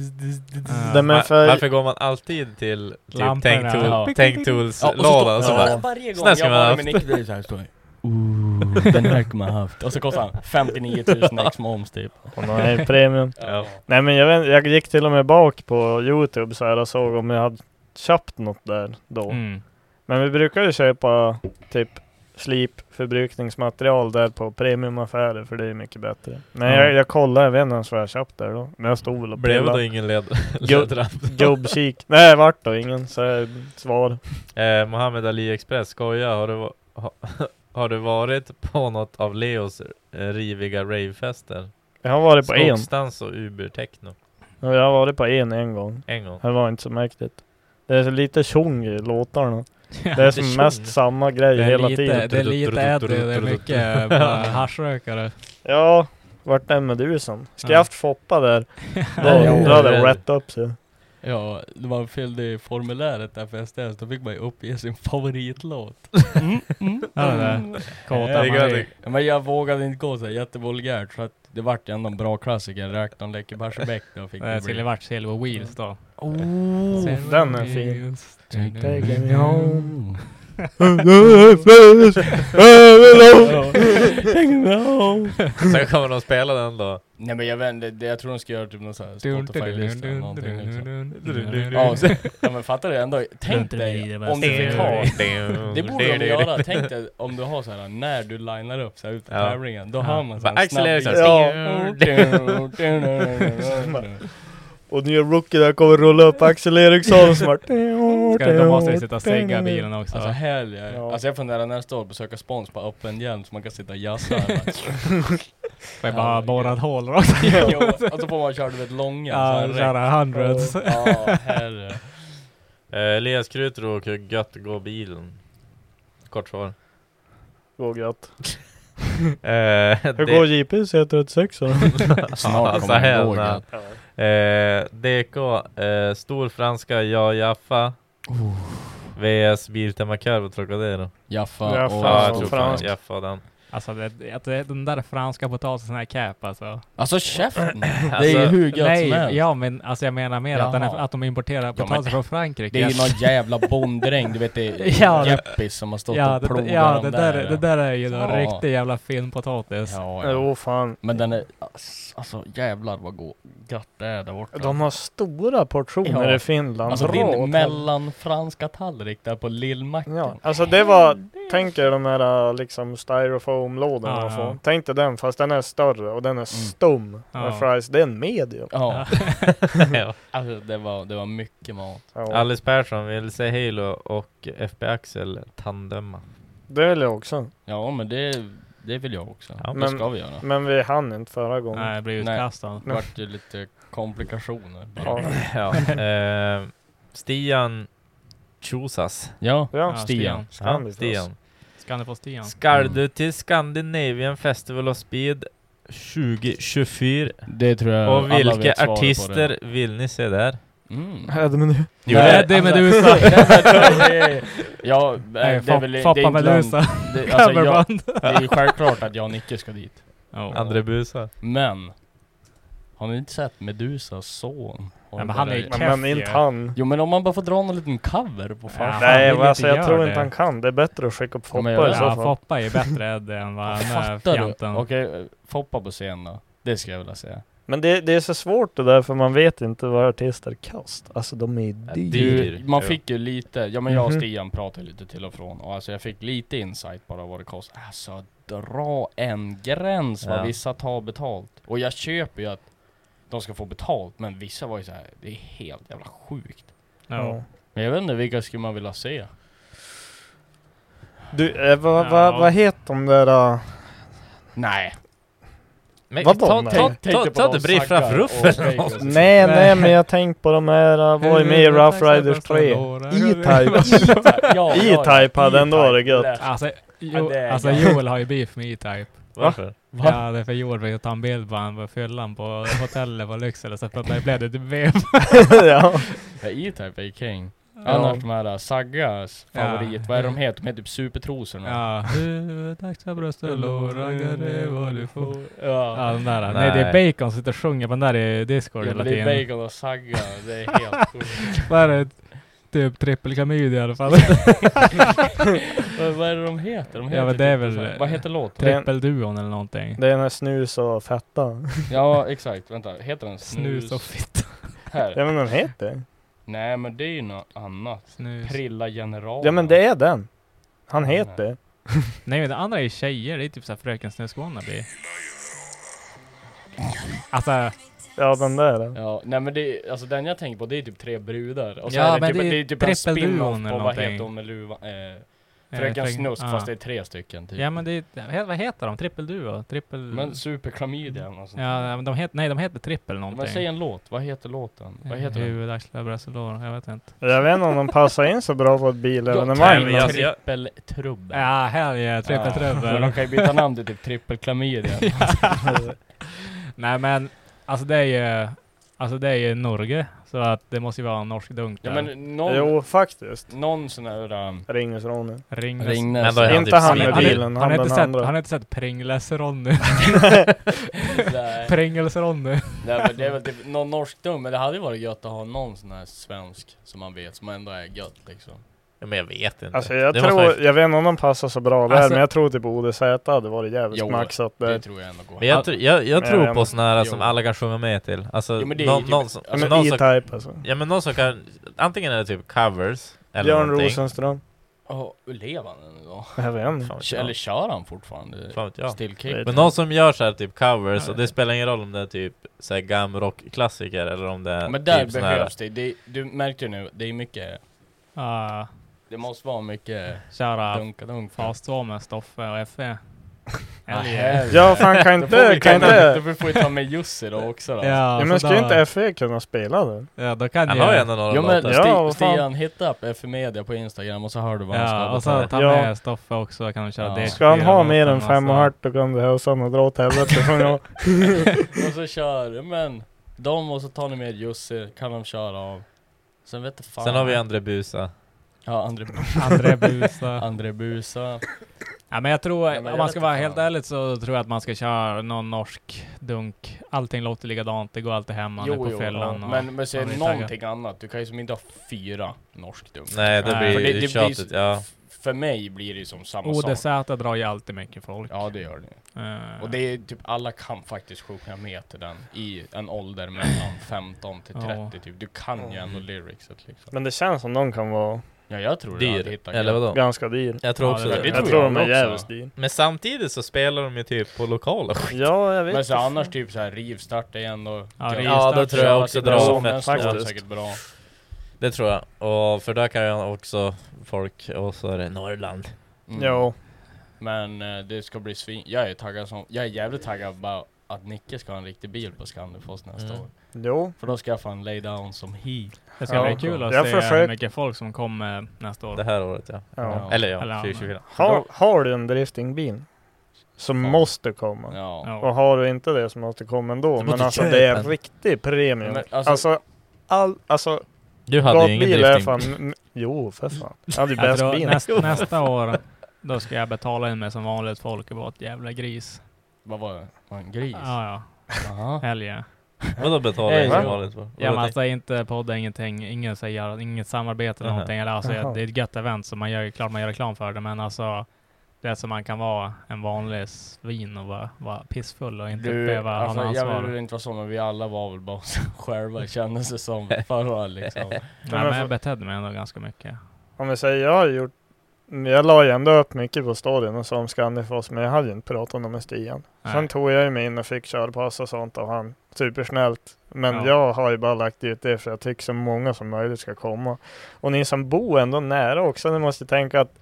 Speaker 1: Nej, men
Speaker 3: Va-
Speaker 1: för-
Speaker 3: Varför går man alltid till typ
Speaker 2: Lamporna,
Speaker 3: Tank Tool-
Speaker 4: ja.
Speaker 3: Tank Tools-lådan och så bara
Speaker 4: varje
Speaker 3: sån här ska man ha
Speaker 4: med Nick såhär står jag Ooh, den här kan man ha haft. Och så kostar han 59 000 ex moms typ.
Speaker 1: Och nej, premium.
Speaker 3: Ja.
Speaker 1: Nej men jag, vet, jag gick till och med bak på Youtube så här och såg om jag hade köpt något där då.
Speaker 2: Mm.
Speaker 1: Men vi brukar ju köpa typ slip förbrukningsmaterial där på premiumaffärer för det är mycket bättre. Men
Speaker 3: Ja.
Speaker 1: jag, jag kollade, jag vet inte ens vad jag köpte där då. Men jag stod väl och
Speaker 3: Blev det
Speaker 1: pillade.
Speaker 3: ingen led
Speaker 1: Jo.
Speaker 3: ledramp?
Speaker 1: Gubbkik. Nej, det vart då ingen så här, svar.
Speaker 3: Eh, Mohammed Ali Express, skoja, har du, va- ha, har du varit på något av Leos eh, riviga ravefester?
Speaker 1: Jag har varit på en.
Speaker 3: Skogsdans och Uber Techno.
Speaker 1: Ja, Jag har varit på en en gång.
Speaker 3: En gång.
Speaker 1: Det var inte så mäktigt. Det är så lite tjong i låtarna. Det är som
Speaker 3: tjong.
Speaker 1: mest samma grej
Speaker 2: Det är
Speaker 1: hela
Speaker 2: lite,
Speaker 1: tiden.
Speaker 2: Det är lite Eddie, det är mycket bara haschrökare.
Speaker 1: Ja, vart är medusan? Ska
Speaker 2: Ja.
Speaker 1: jag haft Foppa där?
Speaker 3: Ja,
Speaker 1: Då, då hade
Speaker 3: det är-
Speaker 1: jag rätt upp sig.
Speaker 4: Ja, när man fyllde i formuläret där för SDS, då fick man ju uppge sin favoritlåt. Eh,
Speaker 2: Mm, mm. Ja, det där. Kåta
Speaker 3: Det är gött.
Speaker 2: Marie.
Speaker 4: Ja, Men jag vågade inte gå så här jättevulgärt, så att det vart ju ändå en bra klassiker. Räknaren leker Barsebäck då fick
Speaker 2: Det
Speaker 4: det
Speaker 2: skulle
Speaker 4: bli.
Speaker 2: varit Silver Wheels då.
Speaker 1: Oh, den är fin. Take me
Speaker 4: Mm.
Speaker 1: home.
Speaker 3: Sen kommer de spela den då.
Speaker 4: Nej men jag vände, det, jag tror de ska göra typ någon sån här Spotify-lista eller någonting liksom. Ja,
Speaker 2: Ja,
Speaker 4: och så- ja men fattar du ändå, tänk dig om du fick ha Det borde de göra, tänk dig om du har så här när du linar upp så här ute på
Speaker 3: Ja.
Speaker 4: tävlingen, då
Speaker 2: Ja.
Speaker 4: har man så
Speaker 3: Bara
Speaker 4: här
Speaker 3: accelererar så här.
Speaker 1: Och nya rookie där kommer rulla upp Axel Eriksson smart.
Speaker 2: Ska, då måste vi sitta och segga bilen också.
Speaker 4: Alltså helg,
Speaker 1: Ja.
Speaker 4: alltså jag funderar nästa år besöka spons på öppen hjälm så man kan sitta och jazza här, bara.
Speaker 2: Får jag bara borra ett hål rakt
Speaker 4: Jo, Och så får man köra du vet långa
Speaker 2: Ja,
Speaker 4: så här räck.
Speaker 2: köra hundreds.
Speaker 4: Ja herre.
Speaker 3: Eh, Elias Krutro, hur gött går bilen? Kort svar.
Speaker 1: Går gött.
Speaker 3: Eh, det-
Speaker 1: Hur går JP C36 då?
Speaker 3: Ja,
Speaker 4: Snart
Speaker 3: så
Speaker 4: kommer
Speaker 3: här,
Speaker 4: jag ihåg
Speaker 3: nej.
Speaker 4: att
Speaker 3: Eh, DK, eh, stor franska, ja Jaffa. Oh. VS Biltema Kör på Trocadero.
Speaker 4: Jaffa
Speaker 1: Jaffa
Speaker 4: och
Speaker 3: Ja, jag
Speaker 1: och
Speaker 3: tror
Speaker 1: fransk.
Speaker 3: fransk. Jaffa den.
Speaker 2: Alltså det, att det, den där franska potatisen är cap alltså.
Speaker 4: Alltså käften! Det är ju
Speaker 3: Alltså,
Speaker 4: hur gött
Speaker 2: Nej,
Speaker 4: som helst.
Speaker 2: ja men alltså jag menar mer att, den är,
Speaker 4: Jaha.
Speaker 2: att de importerar
Speaker 4: men-
Speaker 2: potatis från Frankrike.
Speaker 4: Det är ju någon jävla bonddräng, du vet det är
Speaker 2: Ja, det-
Speaker 4: Jeppis som har stått
Speaker 2: ja,
Speaker 4: och plogat
Speaker 2: det, ja, det
Speaker 4: dem
Speaker 2: där,
Speaker 4: där.
Speaker 2: det där är ju en
Speaker 4: Ja.
Speaker 2: riktig jävla filmpotatis.
Speaker 4: Ja, ja.
Speaker 1: Jo fan.
Speaker 4: Men den är, alltså jävlar vad god, gött det är där borta.
Speaker 1: De har stora portioner
Speaker 4: Ja.
Speaker 1: i Finland.
Speaker 4: alltså
Speaker 1: Bra
Speaker 4: din
Speaker 1: åt-
Speaker 4: mellanfranska tallrik där på lillmacken.
Speaker 1: Ja, alltså det var, tänk er de här liksom styrofoamlådorna
Speaker 2: Ja,
Speaker 1: och så.
Speaker 2: ja.
Speaker 1: Tänk dig den fast den är större och den är stum.
Speaker 2: Ja.
Speaker 1: Med fries, det är en medium.
Speaker 4: Ja,
Speaker 3: ja.
Speaker 4: alltså det var, det var mycket mat.
Speaker 1: Ja.
Speaker 3: Alice Persson vill se Halo och FB Axel tandemma.
Speaker 1: Det vill jag också.
Speaker 4: Ja men det, det vill jag också.
Speaker 3: Ja,
Speaker 4: det
Speaker 1: men-
Speaker 4: ska vi göra.
Speaker 1: Men vi hann inte förra gången.
Speaker 2: Nej, det blir
Speaker 4: Nej.
Speaker 2: utkastad.
Speaker 4: Det vart ju lite komplikationer.
Speaker 1: Ja.
Speaker 4: Ja,
Speaker 3: ja. eh, Stian Chosas.
Speaker 4: ja.
Speaker 1: Ja.
Speaker 4: Stian.
Speaker 3: Ja,
Speaker 1: Skandisas.
Speaker 3: Stian.
Speaker 2: Ska ni få Stian?
Speaker 3: Ska
Speaker 4: Mm.
Speaker 3: du till Scandinavian Festival of Speed 2024?
Speaker 4: det tror jag
Speaker 3: Och
Speaker 4: alla
Speaker 3: vilka
Speaker 4: vet svaret på det.
Speaker 3: artister vill ni se där?
Speaker 4: Mm.
Speaker 1: Edmund.
Speaker 3: Jo,
Speaker 4: Nej,
Speaker 2: det är
Speaker 4: alltså-
Speaker 2: Medusa.
Speaker 4: Nej, men det är- ja,
Speaker 2: Nej,
Speaker 4: det är väl... det är inte
Speaker 2: Foppa
Speaker 4: långt.
Speaker 2: Medusa.
Speaker 4: Det, alltså, jag,
Speaker 2: Coverband.
Speaker 4: det är ju självklart att jag och Nicke ska dit.
Speaker 2: Oh.
Speaker 3: André Busa.
Speaker 4: Men, har ni inte sett Medusas son? Har
Speaker 2: Nej, men
Speaker 4: ni
Speaker 2: han
Speaker 4: bara-
Speaker 2: är ju-
Speaker 1: Men,
Speaker 2: Keff
Speaker 1: men inte
Speaker 2: ju.
Speaker 1: han.
Speaker 4: Jo men om man bara får dra någon liten cover på farsan.
Speaker 2: Ja,
Speaker 1: Nej,
Speaker 2: han vill
Speaker 1: men alltså
Speaker 2: inte
Speaker 1: jag
Speaker 2: göra
Speaker 1: tror inte
Speaker 2: det.
Speaker 1: han kan. Det är bättre att skicka upp
Speaker 4: Ja,
Speaker 1: Foppa
Speaker 4: men
Speaker 1: i
Speaker 4: jag-
Speaker 1: så
Speaker 2: Ja,
Speaker 1: fall.
Speaker 2: Foppa är ju bättre Ed än vad
Speaker 4: Ja,
Speaker 2: han är
Speaker 4: Fattar du?
Speaker 2: fjanten.
Speaker 4: Okej, eh, Foppa på scen då. Det skulle jag vilja säga.
Speaker 1: Men det, det är så svårt det där för man vet inte vad artister kast. Alltså de är dyra.
Speaker 3: Ja, dyr.
Speaker 4: Du, man
Speaker 3: ja.
Speaker 4: fick ju lite, ja men jag och
Speaker 1: Mhm.
Speaker 4: Stian pratade lite till och från och alltså jag fick lite insight bara vad det kostar. Alltså dra en gräns vad
Speaker 3: Ja.
Speaker 4: vissa tar betalt. Och jag köper ju att de ska få betalt men vissa var ju så här, det är helt jävla sjukt.
Speaker 2: Ja.
Speaker 4: Men jag vet inte vilka skulle man vilja se?
Speaker 1: Du, eh, vad,
Speaker 2: Ja.
Speaker 1: vad, vad heter de där... eh,
Speaker 4: Nej.
Speaker 3: Men ta,
Speaker 1: Vad var
Speaker 3: ta,
Speaker 1: det?
Speaker 3: ta, ta, ta inte Briff Raff Ruff eller något.
Speaker 1: Nej, nej, men jag tänkte på de här, eh, var ju med i Rough Riders 3.
Speaker 3: typ.
Speaker 1: E-Type. E-Type hade ändå varit gött.
Speaker 2: Alltså,
Speaker 4: Ja,
Speaker 2: jo,
Speaker 4: det är
Speaker 2: alltså
Speaker 4: gött.
Speaker 2: Joel har ju beef med E-Type.
Speaker 3: Varför?
Speaker 2: Ja, det är för Joel fick ta en bild på han på fyllan på hotellet på Lycksele, så plötsligt blev det typ beef.
Speaker 1: ja.
Speaker 4: Ja, E-Type är ju king. Annars de här äh, Saggas
Speaker 2: Ja.
Speaker 4: favorit, vad är de heter? De heter typ Supertrosorna.
Speaker 2: Ja. Huvud, axlar, bröst och lår, raggar, det är vad du får. Ja,
Speaker 4: Ja.
Speaker 2: den där. Nej,
Speaker 3: Nej.
Speaker 2: det är Bacon som sitter och sjunger på den där i
Speaker 4: Ja,
Speaker 2: Discord hela
Speaker 4: men det är
Speaker 2: tiden.
Speaker 4: Bagel och Sagga, det är helt sjukt.
Speaker 2: Vad är det? Typ trippelklamyd i alla fall.
Speaker 4: vad, vad är det de heter? De heter
Speaker 2: Ja, men det är
Speaker 4: typ
Speaker 2: väl-
Speaker 4: så här- Vad heter låten?
Speaker 2: Trippelduon eller någonting.
Speaker 1: Det är när snus och fetta.
Speaker 4: Ja, exakt. Vänta, heter den Snus?
Speaker 2: Snus och fitta.
Speaker 4: här?
Speaker 1: Ja men den heter
Speaker 4: Nej men det är ju något annat.
Speaker 2: Snus.
Speaker 4: Prilla General.
Speaker 1: Ja men det är den. Han heter det.
Speaker 2: Nej men det andra är ju tjejer, det är typ såhär Fröken Snuswannabe. Alltså,
Speaker 1: Ja, den där.
Speaker 4: Ja, nej men det, alltså den jag tänker på det är typ tre brudar. Och så
Speaker 2: Ja,
Speaker 4: är det
Speaker 2: men
Speaker 4: typ,
Speaker 2: det är
Speaker 4: det är typ en
Speaker 2: trippelduon
Speaker 4: spin-off
Speaker 2: eller
Speaker 4: på vad
Speaker 2: någonting.
Speaker 4: heter de med luvan? Eh,
Speaker 2: eh,
Speaker 4: Fröken Snusk
Speaker 2: ja.
Speaker 4: fast det är tre stycken typ.
Speaker 2: Ja men det är, vad heter de? Trippelduo? Trippel...
Speaker 4: Men superklamydia eller något sånt.
Speaker 2: ja, men de heter, nej de heter trippel någonting.
Speaker 4: Men säg en låt, vad heter låten? Vad heter den?
Speaker 2: Huvud, axlar, bröst och lår. Jag vet inte.
Speaker 1: Jag vet inte om den passar in så bra på ett
Speaker 3: Nej, men
Speaker 1: bilevenemang.
Speaker 3: jag-
Speaker 1: men-
Speaker 4: Trippeltrubbel.
Speaker 2: Ja, här är
Speaker 4: Men de
Speaker 2: trippeltrubbel.
Speaker 4: kan ju byta namn till typ trippelklamydia.
Speaker 2: nej men, alltså det är ju, alltså det är ju Norge. Så att det måste ju vara en norsk dunk
Speaker 4: ja
Speaker 2: där.
Speaker 4: men någon,
Speaker 1: Jo, faktiskt.
Speaker 4: någon sån här... Um,
Speaker 1: Ringnesronen.
Speaker 2: Ringnes.
Speaker 3: Men
Speaker 4: Ringnes.
Speaker 3: då är han
Speaker 1: Inte
Speaker 3: typ
Speaker 1: han med
Speaker 2: har,
Speaker 3: svindyr.
Speaker 1: bilen.
Speaker 2: ni,
Speaker 1: han
Speaker 2: har, ni inte
Speaker 1: den
Speaker 2: sett,
Speaker 1: andra.
Speaker 2: har ni inte sett Pringles-Ronny?
Speaker 4: Nej.
Speaker 2: Pringles-Ronny.
Speaker 4: Nej men det är väl typ någon norsk dum, men det hade ju varit gött att ha någon sån här svensk som man vet, som ändå är gött liksom.
Speaker 3: Ja, men jag vet inte.
Speaker 1: Alltså jag
Speaker 3: Det måste
Speaker 1: tror,
Speaker 3: man ju-
Speaker 1: jag vet inte om den passar så bra där,
Speaker 2: Alltså-
Speaker 1: men jag tror typ ODZ hade varit jävligt
Speaker 4: Jo,
Speaker 1: maxat
Speaker 4: Det
Speaker 1: där.
Speaker 4: tror jag ändå går.
Speaker 3: Men jag, tr- jag, jag
Speaker 1: Men-
Speaker 3: tror på sådana här
Speaker 4: Jo.
Speaker 3: som alla kan sjunga med till. Alltså,
Speaker 4: ehm, Jo, men det är
Speaker 3: någon,
Speaker 4: ju- typ-
Speaker 3: någon som...
Speaker 4: Ja,
Speaker 1: Ja,
Speaker 3: alltså,
Speaker 1: men
Speaker 3: någon som
Speaker 1: E-Type alltså.
Speaker 3: ja men någon som kan... Antingen är det typ covers, eller
Speaker 1: Björn
Speaker 3: någonting.
Speaker 1: Rosenström.
Speaker 4: Oh, lever han ännu då?
Speaker 1: Jag vet inte.
Speaker 3: Fan vet
Speaker 4: Eller
Speaker 3: jag.
Speaker 4: kör han fortfarande?
Speaker 3: Fan vet jag.
Speaker 4: Stillkick?
Speaker 3: Men någon som gör så här typ covers,
Speaker 2: Ja,
Speaker 3: och det spelar ingen roll om det är typ såhär gamrock-klassiker eller om det är
Speaker 4: Men där
Speaker 3: typ sån här-
Speaker 4: behövs det. det. Du märkte ju nu, det är mycket...
Speaker 2: Ja,
Speaker 4: Det måste vara mycket
Speaker 2: kära
Speaker 4: dunka dunk för-
Speaker 2: fas 2 med Stoffe och Effe.
Speaker 4: Ah,
Speaker 2: Helge.
Speaker 4: helvete.
Speaker 1: Ja fan kan
Speaker 4: Då får
Speaker 1: inte,
Speaker 4: vi
Speaker 1: kan
Speaker 4: ta-
Speaker 1: inte...
Speaker 4: Då får vi ta med Jussi då också då.
Speaker 1: Ja men ska inte FE kunna spela det?
Speaker 2: Ja, då kan
Speaker 3: Han
Speaker 2: ju...
Speaker 3: har ju ändå några
Speaker 4: Jo men
Speaker 3: låtar.
Speaker 1: Ja,
Speaker 4: Sti-
Speaker 1: vad fan.
Speaker 4: Stian, hitta upp FE Media på Instagram och så hör du vad han
Speaker 2: Ja,
Speaker 4: ska
Speaker 2: och så
Speaker 4: betala.
Speaker 2: ta
Speaker 1: Ja.
Speaker 2: med Stoffe också, kan de köra
Speaker 4: Ja.
Speaker 2: det.
Speaker 1: Ska han ha mer än fem och hört då kan du hälsa honom och dra åt helvete från jag.
Speaker 4: Och så kör, men de och så tar ni med Jussi, kan de köra av. Sen vet du fan.
Speaker 3: Sen har vi André Busa.
Speaker 4: Ja, André,
Speaker 2: André Busa.
Speaker 4: André Busa.
Speaker 2: ja, men jag tror,
Speaker 4: Ja, men
Speaker 2: om
Speaker 4: jag
Speaker 2: man
Speaker 4: vet
Speaker 2: ska vara
Speaker 4: inte
Speaker 2: helt
Speaker 4: fan.
Speaker 2: ärlig så tror jag att man ska köra någon norsk dunk. Allting låter likadant, det går alltid hem, man är på fällan. och-
Speaker 4: Men, men säg
Speaker 2: man är
Speaker 4: någonting annat, du kan ju som inte ha fyra norsk dunk.
Speaker 3: Nej det
Speaker 2: Nej.
Speaker 3: blir
Speaker 2: För
Speaker 4: det-
Speaker 3: det,
Speaker 4: det blir
Speaker 3: tjatigt,
Speaker 4: ju-
Speaker 3: ja.
Speaker 4: För mig blir det ju som samma sak.
Speaker 2: ODZ drar ju alltid mycket folk.
Speaker 4: Ja det gör det.
Speaker 2: Eh,
Speaker 4: Och det är typ, alla kan faktiskt sjunga med till den i en ålder mellan 15 till
Speaker 2: Ja.
Speaker 4: 30 typ. Du kan ju ändå lyricset liksom.
Speaker 1: Men det känns som någon kan vara
Speaker 4: Ja jag tror det hade
Speaker 3: Dyr,
Speaker 4: hittat
Speaker 3: eller
Speaker 4: grejer.
Speaker 3: vadå?
Speaker 1: ganska dyr.
Speaker 3: Jag tror
Speaker 2: Ja,
Speaker 3: också
Speaker 2: det-
Speaker 3: det.
Speaker 4: det
Speaker 1: Jag
Speaker 4: tror
Speaker 1: tror
Speaker 4: jag
Speaker 1: de är
Speaker 4: också.
Speaker 1: jävligt dyr.
Speaker 3: Men samtidigt så spelar de ju typ på lokala
Speaker 1: Ja jag vet
Speaker 4: Men så
Speaker 1: inte.
Speaker 4: annars typ såhär rivstart igen och...
Speaker 2: Ja,
Speaker 3: Ja, då tror jag också dra
Speaker 4: drar
Speaker 3: om ett
Speaker 4: Faktiskt.
Speaker 3: snabbt.
Speaker 4: säkert bra.
Speaker 3: Det tror jag. Och för där kan jag också folk, och så är det Norrland.
Speaker 4: Mm.
Speaker 1: Jo.
Speaker 4: Men eh, det ska bli svin... Jag är taggad som... Jag är jävligt taggad bara att Nicke ska ha en riktig bil på Scandifoss nästa
Speaker 3: Mm.
Speaker 4: år.
Speaker 1: Jo.
Speaker 4: För då ska jag fan lay down som he.
Speaker 2: Det ska
Speaker 1: Ja.
Speaker 2: bli kul att
Speaker 1: Jag
Speaker 2: se hur
Speaker 1: försöker-
Speaker 2: mycket folk som kommer nästa år.
Speaker 3: Det här året ja.
Speaker 1: Ja.
Speaker 3: Eller ja,
Speaker 2: Eller ja.
Speaker 3: 2024.
Speaker 1: Har, har du en driftingbil så måste komma.
Speaker 4: Ja.
Speaker 2: Ja.
Speaker 1: Och har du inte det så måste du komma ändå. Men
Speaker 3: måste
Speaker 1: alltså
Speaker 3: köpa
Speaker 1: det är
Speaker 3: en.
Speaker 1: riktig premium.
Speaker 4: Men alltså-
Speaker 1: alltså, all, alltså
Speaker 3: Du hade ju ingen
Speaker 1: gatbil är
Speaker 3: drifting.
Speaker 1: fan... m- Jo för fan. Jag hade ju
Speaker 2: Jag
Speaker 1: bäst
Speaker 2: tror
Speaker 1: bil.
Speaker 2: näst, nästa år, då ska jag betala in mig som vanligt folk och vara ett jävla gris.
Speaker 4: Vad var det? Var det en gris?
Speaker 2: Ja, ja.
Speaker 4: Aha.
Speaker 2: Helge.
Speaker 3: Vadå betalar du
Speaker 4: Va?
Speaker 3: som vanligt för?
Speaker 2: Ja men alltså inte podda, ingenting, ingen säger, inget samarbete eller
Speaker 3: Aha.
Speaker 2: någonting. Eller, alltså,
Speaker 1: Jaha.
Speaker 2: det är ett gött event så man gör ju klart man gör reklam för det men alltså det är som man kan vara en vanlig svin och vara, vara pissfull och inte
Speaker 4: Du,
Speaker 2: behöva
Speaker 4: alltså,
Speaker 2: ha något
Speaker 4: jag
Speaker 2: ansvar.
Speaker 4: vill inte vara så men vi alla var väl bara oss själva kändes det som förra liksom.
Speaker 2: Nej, men jag
Speaker 1: för-
Speaker 2: betedde mig ändå ganska mycket.
Speaker 1: Om vi säger jag har gjort... Jag la ju ändå upp mycket på stadion och sa om Scandifoss men jag hade ju inte pratat om det med Stian.
Speaker 2: Nej.
Speaker 1: Sen tog jag ju mig in och fick körpass och sånt av han. Supersnällt. Men
Speaker 2: Ja.
Speaker 1: jag har ju bara lagt ut det för jag tycker så många som möjligt ska komma. Och ni som bor ändå nära också, ni måste tänka att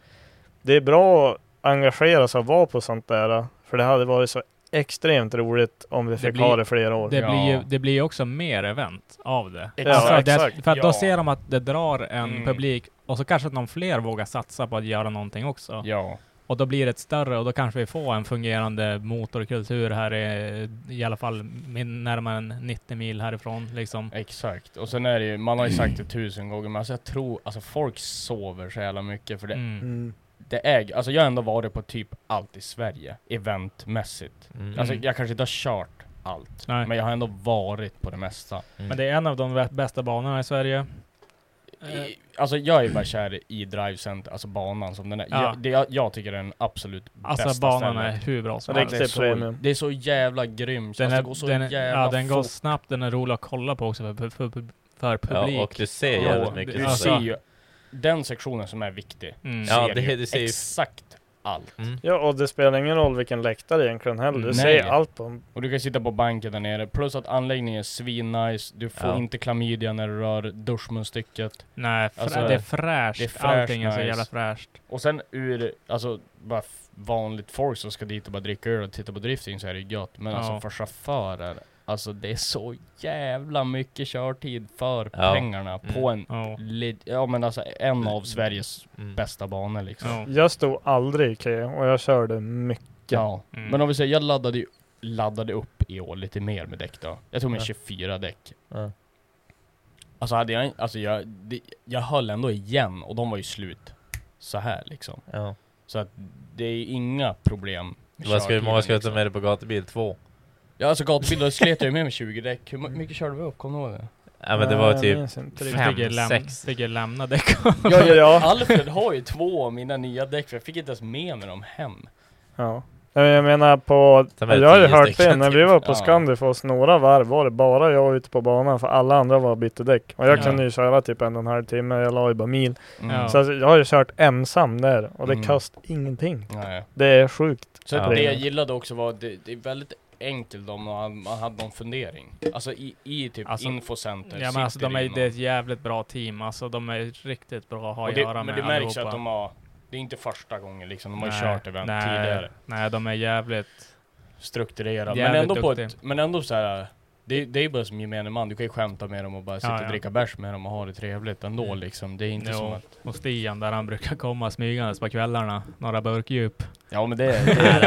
Speaker 1: det är bra att engagera sig och vara på sånt där. äh. För det hade varit så extremt roligt om vi fick
Speaker 2: blir-
Speaker 1: ha det flera år.
Speaker 2: Det
Speaker 4: Ja.
Speaker 2: blir ju det blir ju också mer event av det.
Speaker 4: Ja,
Speaker 2: det,
Speaker 1: exakt.
Speaker 2: för att då
Speaker 4: Ja.
Speaker 2: ser de att det drar en
Speaker 4: Mm.
Speaker 2: publik och så kanske att någon fler vågar satsa på att göra någonting också.
Speaker 4: Ja.
Speaker 2: Och då blir det ett större och då kanske vi får en fungerande motorkultur här i, i alla fall min, närmare än 90 mil härifrån liksom.
Speaker 4: Exakt, och sen är det ju, man har ju sagt det tusen gånger men alltså jag tror, alltså folk sover så jävla mycket för det,
Speaker 2: Mm.
Speaker 1: Mm.
Speaker 4: det är, alltså jag har ändå varit på typ allt i Sverige, eventmässigt.
Speaker 3: Mm.
Speaker 4: Alltså
Speaker 2: Mm.
Speaker 4: jag kanske inte har kört allt,
Speaker 2: Nej.
Speaker 4: men jag har ändå varit på det mesta.
Speaker 2: Men det är en av de vä- bästa banorna i Sverige. Eh,
Speaker 4: I, alltså jag är bara kär i Drive Center, alltså banan som den är.
Speaker 2: Ja.
Speaker 4: Jag, det, jag, jag tycker den är absolut
Speaker 2: Alltså
Speaker 4: bästa
Speaker 2: banan
Speaker 4: stället.
Speaker 2: är hur bra som
Speaker 1: Ja,
Speaker 2: helst.
Speaker 4: det, är
Speaker 1: Riktigt
Speaker 4: så,
Speaker 1: premium.
Speaker 4: det är så jävla grymt,
Speaker 2: Den,
Speaker 4: alltså,
Speaker 2: är,
Speaker 4: det går så
Speaker 2: den, är,
Speaker 4: jävla
Speaker 2: ja, den går
Speaker 4: fort.
Speaker 2: snabbt, den är rolig att kolla på också för, för, för, för publik.
Speaker 3: Ja, och du ser
Speaker 2: Ja,
Speaker 3: jävligt
Speaker 4: Ja,
Speaker 3: mycket.
Speaker 4: du
Speaker 2: Alltså-
Speaker 4: ser ju den sektionen som är viktig.
Speaker 2: Mm.
Speaker 3: Ja,
Speaker 4: ser
Speaker 3: det-
Speaker 4: ju
Speaker 3: det ser ju-
Speaker 4: exakt allt.
Speaker 3: Mm.
Speaker 1: Ja, och det spelar ingen roll vilken läktare egentligen heller. Du
Speaker 4: Nej.
Speaker 1: ser allt på en
Speaker 4: Och du kan sitta på banken där nere, plus att anläggningen är svinnice, du får
Speaker 3: Ja.
Speaker 4: inte klamydia när du rör duschmunstycket.
Speaker 2: Nej, frä,
Speaker 4: Alltså,
Speaker 2: det är fräscht.
Speaker 4: det är fräscht,
Speaker 2: Allting är så
Speaker 4: nice.
Speaker 2: jävla fräscht.
Speaker 4: Och sen ur, alltså bara f- vanligt folk som ska dit och bara dricka öl och titta på drifting så är det ju gött. Men
Speaker 2: Ja.
Speaker 4: alltså för chaufförer, alltså det är så jävla mycket körtid för
Speaker 3: Ja.
Speaker 4: pengarna
Speaker 3: Mm.
Speaker 4: på en,
Speaker 2: Ja.
Speaker 4: li- ja men alltså en av Sveriges
Speaker 3: Mm.
Speaker 4: bästa banor liksom.
Speaker 2: Ja.
Speaker 1: Jag stod aldrig i kö och jag körde mycket.
Speaker 4: Ja,
Speaker 2: Mm.
Speaker 4: men om vi säger jag laddade, ju- laddade upp i år lite mer med däck då. Jag tog med
Speaker 3: Ja.
Speaker 4: 24 däck.
Speaker 3: Ja.
Speaker 4: Alltså hade jag, alltså jag, det, jag höll ändå igen och de var ju slut. Så här liksom.
Speaker 3: Ja.
Speaker 4: Så att det är inga problem. med
Speaker 3: Vad ska, hur
Speaker 4: körtiden,
Speaker 3: många ska jag ta
Speaker 4: liksom.
Speaker 3: med dig på gatubil? Två?
Speaker 4: Ja alltså gatubil, då slet jag ju med mig 20 däck. Hur mu- mycket körde vi upp? Kommer du ihåg det?
Speaker 3: Ja men det var
Speaker 1: Nej, jag
Speaker 3: typ...
Speaker 1: minns inte riktigt.
Speaker 3: fem,
Speaker 2: Tycker läm-
Speaker 3: sex.
Speaker 2: Tycker lämna däck.
Speaker 1: Ja, ja, ja.
Speaker 4: Alfred har ju två av mina nya däck för jag fick inte ens med mig dem hem.
Speaker 1: ja. Nej, men Jag menar på,
Speaker 3: Ta med
Speaker 1: jag har ju
Speaker 3: tio
Speaker 1: hört det,
Speaker 3: stycken
Speaker 1: när
Speaker 3: till.
Speaker 1: vi var på
Speaker 4: typ. Ja.
Speaker 1: Skandifos några varv var det bara jag ute på banan för alla andra var och bytte däck. Och jag
Speaker 4: Ja.
Speaker 1: kunde ju köra typ en och en halv timme, jag la ju bara mil.
Speaker 2: Ja.
Speaker 1: Så alltså, jag har ju kört ensam där och det
Speaker 4: Mm.
Speaker 1: kostar ingenting.
Speaker 4: Nej.
Speaker 1: Det är sjukt.
Speaker 4: Så
Speaker 3: Ja.
Speaker 4: det jag gillade också var att det, det är väldigt enkelt om man, man hade någon fundering. Alltså i, i typ
Speaker 2: Alltså,
Speaker 4: infocenter
Speaker 2: Ja men alltså
Speaker 4: sitter
Speaker 2: de är,
Speaker 4: ju
Speaker 2: det är
Speaker 4: någon.
Speaker 2: ett jävligt bra team alltså. De är riktigt bra att ha
Speaker 4: Och
Speaker 2: att
Speaker 4: det,
Speaker 2: göra
Speaker 4: Men
Speaker 2: med
Speaker 4: det märks ju
Speaker 2: allihopa.
Speaker 4: att de har, det är inte första gången liksom, de har ju
Speaker 2: Nej,
Speaker 4: kört event
Speaker 2: nej,
Speaker 4: tidigare.
Speaker 2: Nej, de är jävligt...
Speaker 4: Strukturerad, men
Speaker 2: Jävligt
Speaker 4: ändå på ett,
Speaker 2: duktig.
Speaker 4: men ändå så här. Det, det är bara som gemene man, du kan ju skämta med dem och bara sitta
Speaker 2: Ja,
Speaker 4: och
Speaker 2: ja.
Speaker 4: dricka bärs med dem och ha det trevligt ändå
Speaker 3: Mm.
Speaker 4: liksom. Det är inte
Speaker 2: Jo.
Speaker 4: som att...
Speaker 2: Och Stian där han brukar komma smygandes på kvällarna. Några burkdjup.
Speaker 4: Ja men det, det är...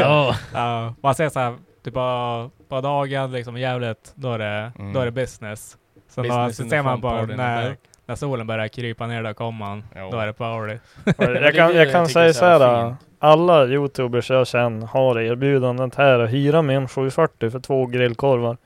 Speaker 2: Ja, man ser såhär, typ på, på dagen liksom jävligt, då är det,
Speaker 4: Mm.
Speaker 2: då är det business. Sen då,
Speaker 4: Business
Speaker 2: så
Speaker 4: in
Speaker 2: ser
Speaker 4: the
Speaker 2: man
Speaker 4: front,
Speaker 2: bara
Speaker 4: party in the
Speaker 2: när,
Speaker 4: back.
Speaker 2: när solen börjar krypa ner, då kommer man.
Speaker 4: Jo.
Speaker 2: Då är det party.
Speaker 1: Och
Speaker 4: det
Speaker 1: jag
Speaker 4: är
Speaker 1: kan,
Speaker 4: det
Speaker 1: jag
Speaker 4: jag
Speaker 1: kan
Speaker 4: tycker
Speaker 1: säga
Speaker 4: är så här
Speaker 1: såhär. Alla youtubers jag känner har erbjudandet här att hyra med en 740 för två grillkorvar.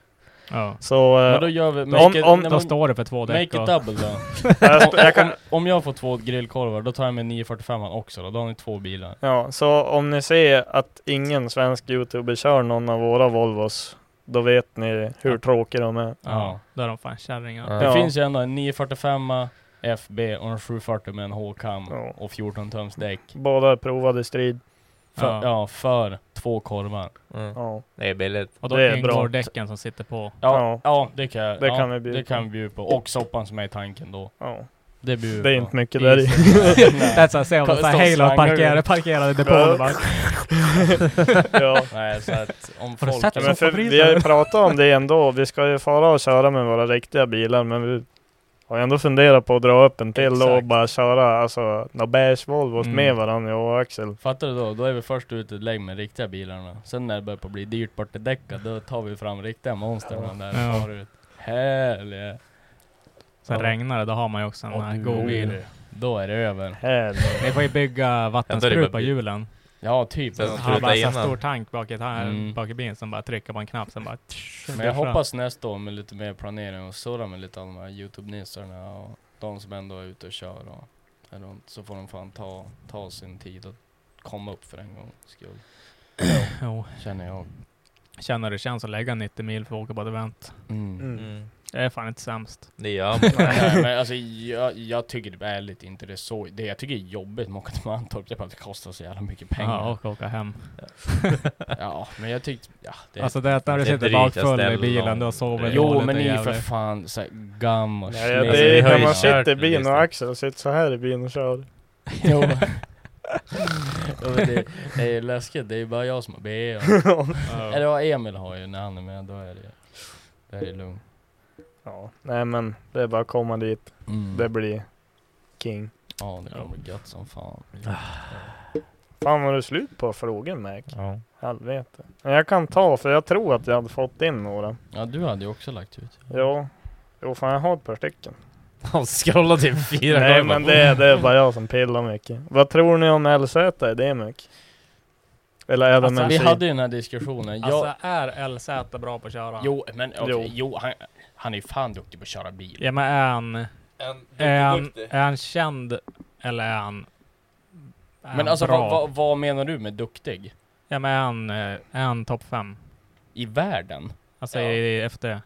Speaker 2: Ja.
Speaker 1: Så eh,
Speaker 4: Men då gör vi...
Speaker 1: om-
Speaker 4: make it-
Speaker 1: om-
Speaker 4: nej,
Speaker 2: Då
Speaker 4: men-
Speaker 2: står det för två
Speaker 4: Make
Speaker 2: däck.
Speaker 4: it
Speaker 2: och-
Speaker 4: double då.
Speaker 1: jag,
Speaker 4: Om-
Speaker 1: Äh, jag kan,
Speaker 4: om, om jag får två grillkorvar, då tar jag med 945 också då. Då har ni två bilar.
Speaker 1: Ja, så om ni ser att ingen svensk youtuber kör någon av våra Volvos, då vet ni hur tråkiga de är.
Speaker 2: Ja, då är de fan kärringar.
Speaker 3: Ja.
Speaker 4: Det
Speaker 1: Ja.
Speaker 4: finns ju ändå en 945 FB och en 740 med en H-cam
Speaker 1: Ja.
Speaker 4: och 14 tums däck.
Speaker 1: Båda är provade i strid.
Speaker 4: För,
Speaker 2: Ja.
Speaker 4: ja. för två korvar.
Speaker 3: Mm.
Speaker 1: Ja,
Speaker 3: Det är billigt.
Speaker 2: Och då
Speaker 1: det är
Speaker 2: ingår
Speaker 1: bra.
Speaker 2: däcken som sitter på.
Speaker 4: Ja,
Speaker 1: Ja.
Speaker 4: ja. det kan, jag-
Speaker 1: Det
Speaker 4: ja,
Speaker 1: kan vi bjuda
Speaker 4: det kan vi bjuda på. Och soppan som är i tanken då.
Speaker 1: ja.
Speaker 4: Det bjuder
Speaker 1: Det är
Speaker 4: vi
Speaker 1: inte
Speaker 4: på.
Speaker 1: mycket där i.
Speaker 2: Det är såhär, ser man såhär,
Speaker 4: Står
Speaker 2: Halo
Speaker 4: slangar
Speaker 2: parkerade,
Speaker 4: ut.
Speaker 2: parkerade depån bara.
Speaker 1: ja.
Speaker 4: Nej, så att om
Speaker 2: Har du
Speaker 4: folk...
Speaker 2: sett
Speaker 1: Ja,
Speaker 2: som
Speaker 1: men för
Speaker 2: favorit
Speaker 1: vi har
Speaker 2: där.
Speaker 1: ju pratat om det ändå. Vi ska ju fara och köra med våra riktiga bilar, men vi har ju ändå funderat på att dra upp en till och
Speaker 4: Exakt.
Speaker 1: bara köra alltså några beige Volvos
Speaker 4: Mm.
Speaker 1: med varandra, jag och Axel.
Speaker 4: Fattar du då? Då är vi först ute lägg med riktiga bilarna. Sen när det börjar på bli dyrt bort i däcka, då tar vi fram riktiga monsterna där
Speaker 2: Ja.
Speaker 4: förut. Härliga.
Speaker 2: Sen
Speaker 4: Ja.
Speaker 2: regnar det, då har man ju också en
Speaker 4: Och
Speaker 2: eh,
Speaker 4: du-
Speaker 2: god bil.
Speaker 4: Då är det över.
Speaker 1: Här.
Speaker 2: Ni får ju bygga
Speaker 3: Ja, då är det
Speaker 2: vattenstrut
Speaker 3: bara
Speaker 2: på
Speaker 3: bil.
Speaker 2: hjulen.
Speaker 4: Ja, typ.
Speaker 3: Sen-
Speaker 2: Han har bara en
Speaker 3: innan.
Speaker 2: stor tank bak i, ta-
Speaker 4: Mm.
Speaker 2: bak i bilen som bara trycker på en knapp sen bara... tsch,
Speaker 4: Men jag
Speaker 2: duschar.
Speaker 4: hoppas nästa år med lite mer planering och surra med lite av de här Youtube-nissarna och de som ändå är ute och kör och är runt. Så får de fan ta, ta sin tid och komma upp för en gångs skull.
Speaker 2: Jo,
Speaker 4: Känner jag.
Speaker 2: känner det känns att lägga 90 mil för att åka på ett event.
Speaker 4: Mm.
Speaker 1: Mm.
Speaker 2: Det är fan inte sämst.
Speaker 3: Det gör
Speaker 4: Nej, men alltså jag, jag tycker det är ärligt inte det är så. Det jag tycker är jobbigt med att åka till Mantorp, det är bara att det kostar så jävla mycket pengar.
Speaker 2: Ja,
Speaker 4: Ja,
Speaker 2: och åka hem.
Speaker 4: men jag tyckte, ja det är
Speaker 2: alltså det är att när du
Speaker 3: det är
Speaker 2: sitter
Speaker 3: inte rika
Speaker 2: bakfull i
Speaker 3: ställen
Speaker 2: bilen, då
Speaker 3: och-
Speaker 2: sover du
Speaker 4: Jo
Speaker 2: dåligt
Speaker 4: men
Speaker 2: och
Speaker 4: ni är ju för
Speaker 2: jävligt.
Speaker 4: fan såhär gam och
Speaker 1: Ja, ja,
Speaker 3: Alltså,
Speaker 1: det
Speaker 3: vi
Speaker 1: är
Speaker 3: har
Speaker 1: när
Speaker 3: ju
Speaker 1: man
Speaker 3: kört
Speaker 1: sitter i
Speaker 3: med
Speaker 1: bilen och
Speaker 3: Disney.
Speaker 1: Axel sitter så här i bilen och kör.
Speaker 4: Jo. ja, men det, det är läskigt, det är bara jag som har BE. och- Eller ja, Emil har ju när han är med, då är det Då är det lugnt.
Speaker 1: Ja, nej men det är bara att komma dit. Det blir king.
Speaker 4: Mm. Ja, det kommer bli gött som fan.
Speaker 1: Fan var du slut på frågor Mac?
Speaker 3: ja.
Speaker 1: Helvete. Men jag kan ta för jag tror att jag hade fått in några.
Speaker 4: Ja, du hade ju också lagt ut.
Speaker 1: Jo. Jo fan jag har ett par stycken.
Speaker 3: Han scrollade typ fyra
Speaker 1: Nej
Speaker 3: gånger.
Speaker 1: men det, det är bara jag som pillar mycket. Vad tror ni om LZ är det mycket? Eller är det
Speaker 2: Alltså,
Speaker 1: alltså,
Speaker 4: Vi hade ju den här diskussionen. Jag,
Speaker 2: Alltså är LZ bra på att köra?
Speaker 4: jo, men okej,
Speaker 1: Jo.
Speaker 4: jo, han, han är ju fan duktig på att köra bil.
Speaker 2: Ja men är han, är
Speaker 3: Ehm,
Speaker 2: han, är han känd eller är han... Är
Speaker 4: Men alltså,
Speaker 2: bra?
Speaker 4: vad, vad, vad menar du med duktig?
Speaker 2: Ja men är han, eh, är han topp fem?
Speaker 4: I världen?
Speaker 2: Alltså
Speaker 4: Ja.
Speaker 2: i FD?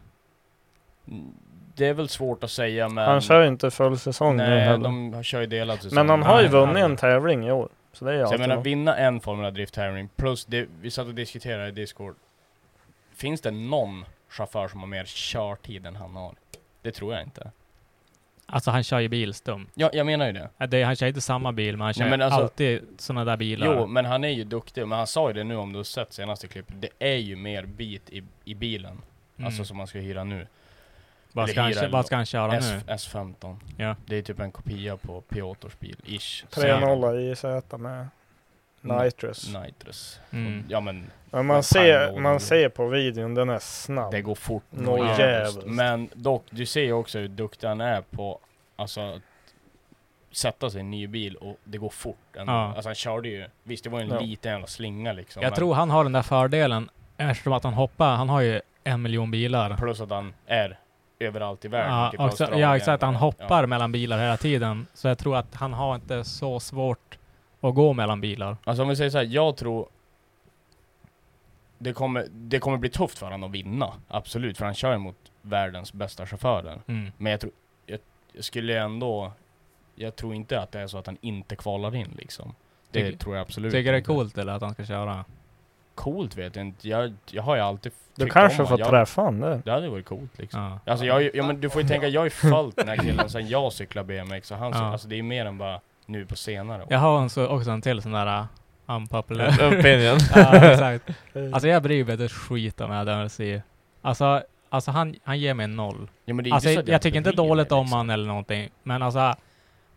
Speaker 4: Det är väl svårt att säga men...
Speaker 1: Han kör ju inte full säsong nu
Speaker 4: Nej,
Speaker 1: heller.
Speaker 4: de kör ju delat säsong.
Speaker 1: Men han har ju
Speaker 4: Nej,
Speaker 1: vunnit en tävling i år. Så det är
Speaker 4: Så jag
Speaker 1: alltid
Speaker 4: menar
Speaker 1: något.
Speaker 4: vinna en Formula Drift tävling plus det, vi satt och diskuterade i Discord. Finns det någon chaufför som har mer körtid än han har? Det tror jag inte.
Speaker 2: Alltså han kör ju bil stumt.
Speaker 4: Ja, jag menar ju det.
Speaker 2: Äh, det- Han kör inte samma bil, men han kör
Speaker 4: Nej, men alltså-
Speaker 2: alltid sådana där bilar.
Speaker 4: Jo, men han är ju duktig. Men han sa ju det nu om du har sett senaste klippet. Det är ju mer bit i, i bilen.
Speaker 2: Mm.
Speaker 4: Alltså som man ska hyra nu.
Speaker 2: vad,
Speaker 4: eller
Speaker 2: ska han,
Speaker 4: hyra
Speaker 2: kö-
Speaker 4: eller
Speaker 2: vad
Speaker 4: något.
Speaker 2: ska han köra nu?
Speaker 4: S, S15.
Speaker 2: Ja.
Speaker 4: Det är typ en kopia på Piotrs bil, ish. säger de.
Speaker 1: 3-0 i Z med
Speaker 4: Mm.
Speaker 1: nitrous.
Speaker 4: Nitrous.
Speaker 2: Mm.
Speaker 4: Ja men,
Speaker 1: Men
Speaker 4: Men
Speaker 1: man ser,
Speaker 4: timeloader.
Speaker 1: man ser på videon, den är snabb.
Speaker 4: det går fort.
Speaker 1: Nå
Speaker 4: Ja,
Speaker 1: jävligt.
Speaker 4: just. Men dock, du ser ju också hur duktig han är på, alltså att sätta sig i en ny bil och det går fort. ändå.
Speaker 2: Ja.
Speaker 4: Alltså han körde ju, visst det var ju en
Speaker 1: Ja.
Speaker 4: liten jävla slinga liksom.
Speaker 2: Jag
Speaker 4: men
Speaker 2: tror han har den där fördelen eftersom att han hoppar. Han har ju en miljon bilar.
Speaker 4: Plus att han är överallt i världen.
Speaker 2: Ja,
Speaker 4: typ
Speaker 2: och så,
Speaker 4: Australien.
Speaker 2: ja, exakt. Han
Speaker 4: Ja.
Speaker 2: hoppar mellan bilar hela tiden. Så jag tror att han har inte så svårt att gå mellan bilar.
Speaker 4: Alltså om vi säger så här, jag tror det kommer, det kommer bli tufft för honom att vinna, absolut. För han kör ju mot världens bästa chaufförer.
Speaker 2: Mm.
Speaker 4: Men jag tror, jag, jag skulle ändå, jag tror inte att det är så att han inte kvalar in liksom. Det
Speaker 2: Tycker-
Speaker 4: tror jag absolut
Speaker 2: Tycker det är
Speaker 4: inte.
Speaker 2: coolt eller att han ska köra?
Speaker 4: Coolt vet jag inte, jag, jag har ju alltid
Speaker 1: Du
Speaker 4: tyckt
Speaker 1: kanske
Speaker 4: om
Speaker 1: får
Speaker 4: han. jag,
Speaker 1: träffa han där.
Speaker 4: Det hade varit coolt liksom.
Speaker 2: Ja.
Speaker 4: Alltså jag, har ju- ja, men du får ju tänka, jag har ju följt den här killen sen jag cyklade BMX och han
Speaker 2: Ja.
Speaker 4: cyklar, alltså det är mer än bara nu på senare år.
Speaker 2: Jag har en så, också en till sån där uh, unpopular...
Speaker 3: Opinion.
Speaker 2: ja, exakt.
Speaker 1: Eh,
Speaker 2: Alltså jag bryr mig inte ett skit om Adam RC. Alltså, alltså han, han ger mig en noll.
Speaker 4: Ja, men det är
Speaker 2: Alltså,
Speaker 4: inte så
Speaker 2: jag,
Speaker 4: att
Speaker 2: tycker inte
Speaker 4: bryr mig,
Speaker 2: dåligt om
Speaker 4: liksom.
Speaker 2: han eller någonting. Men alltså,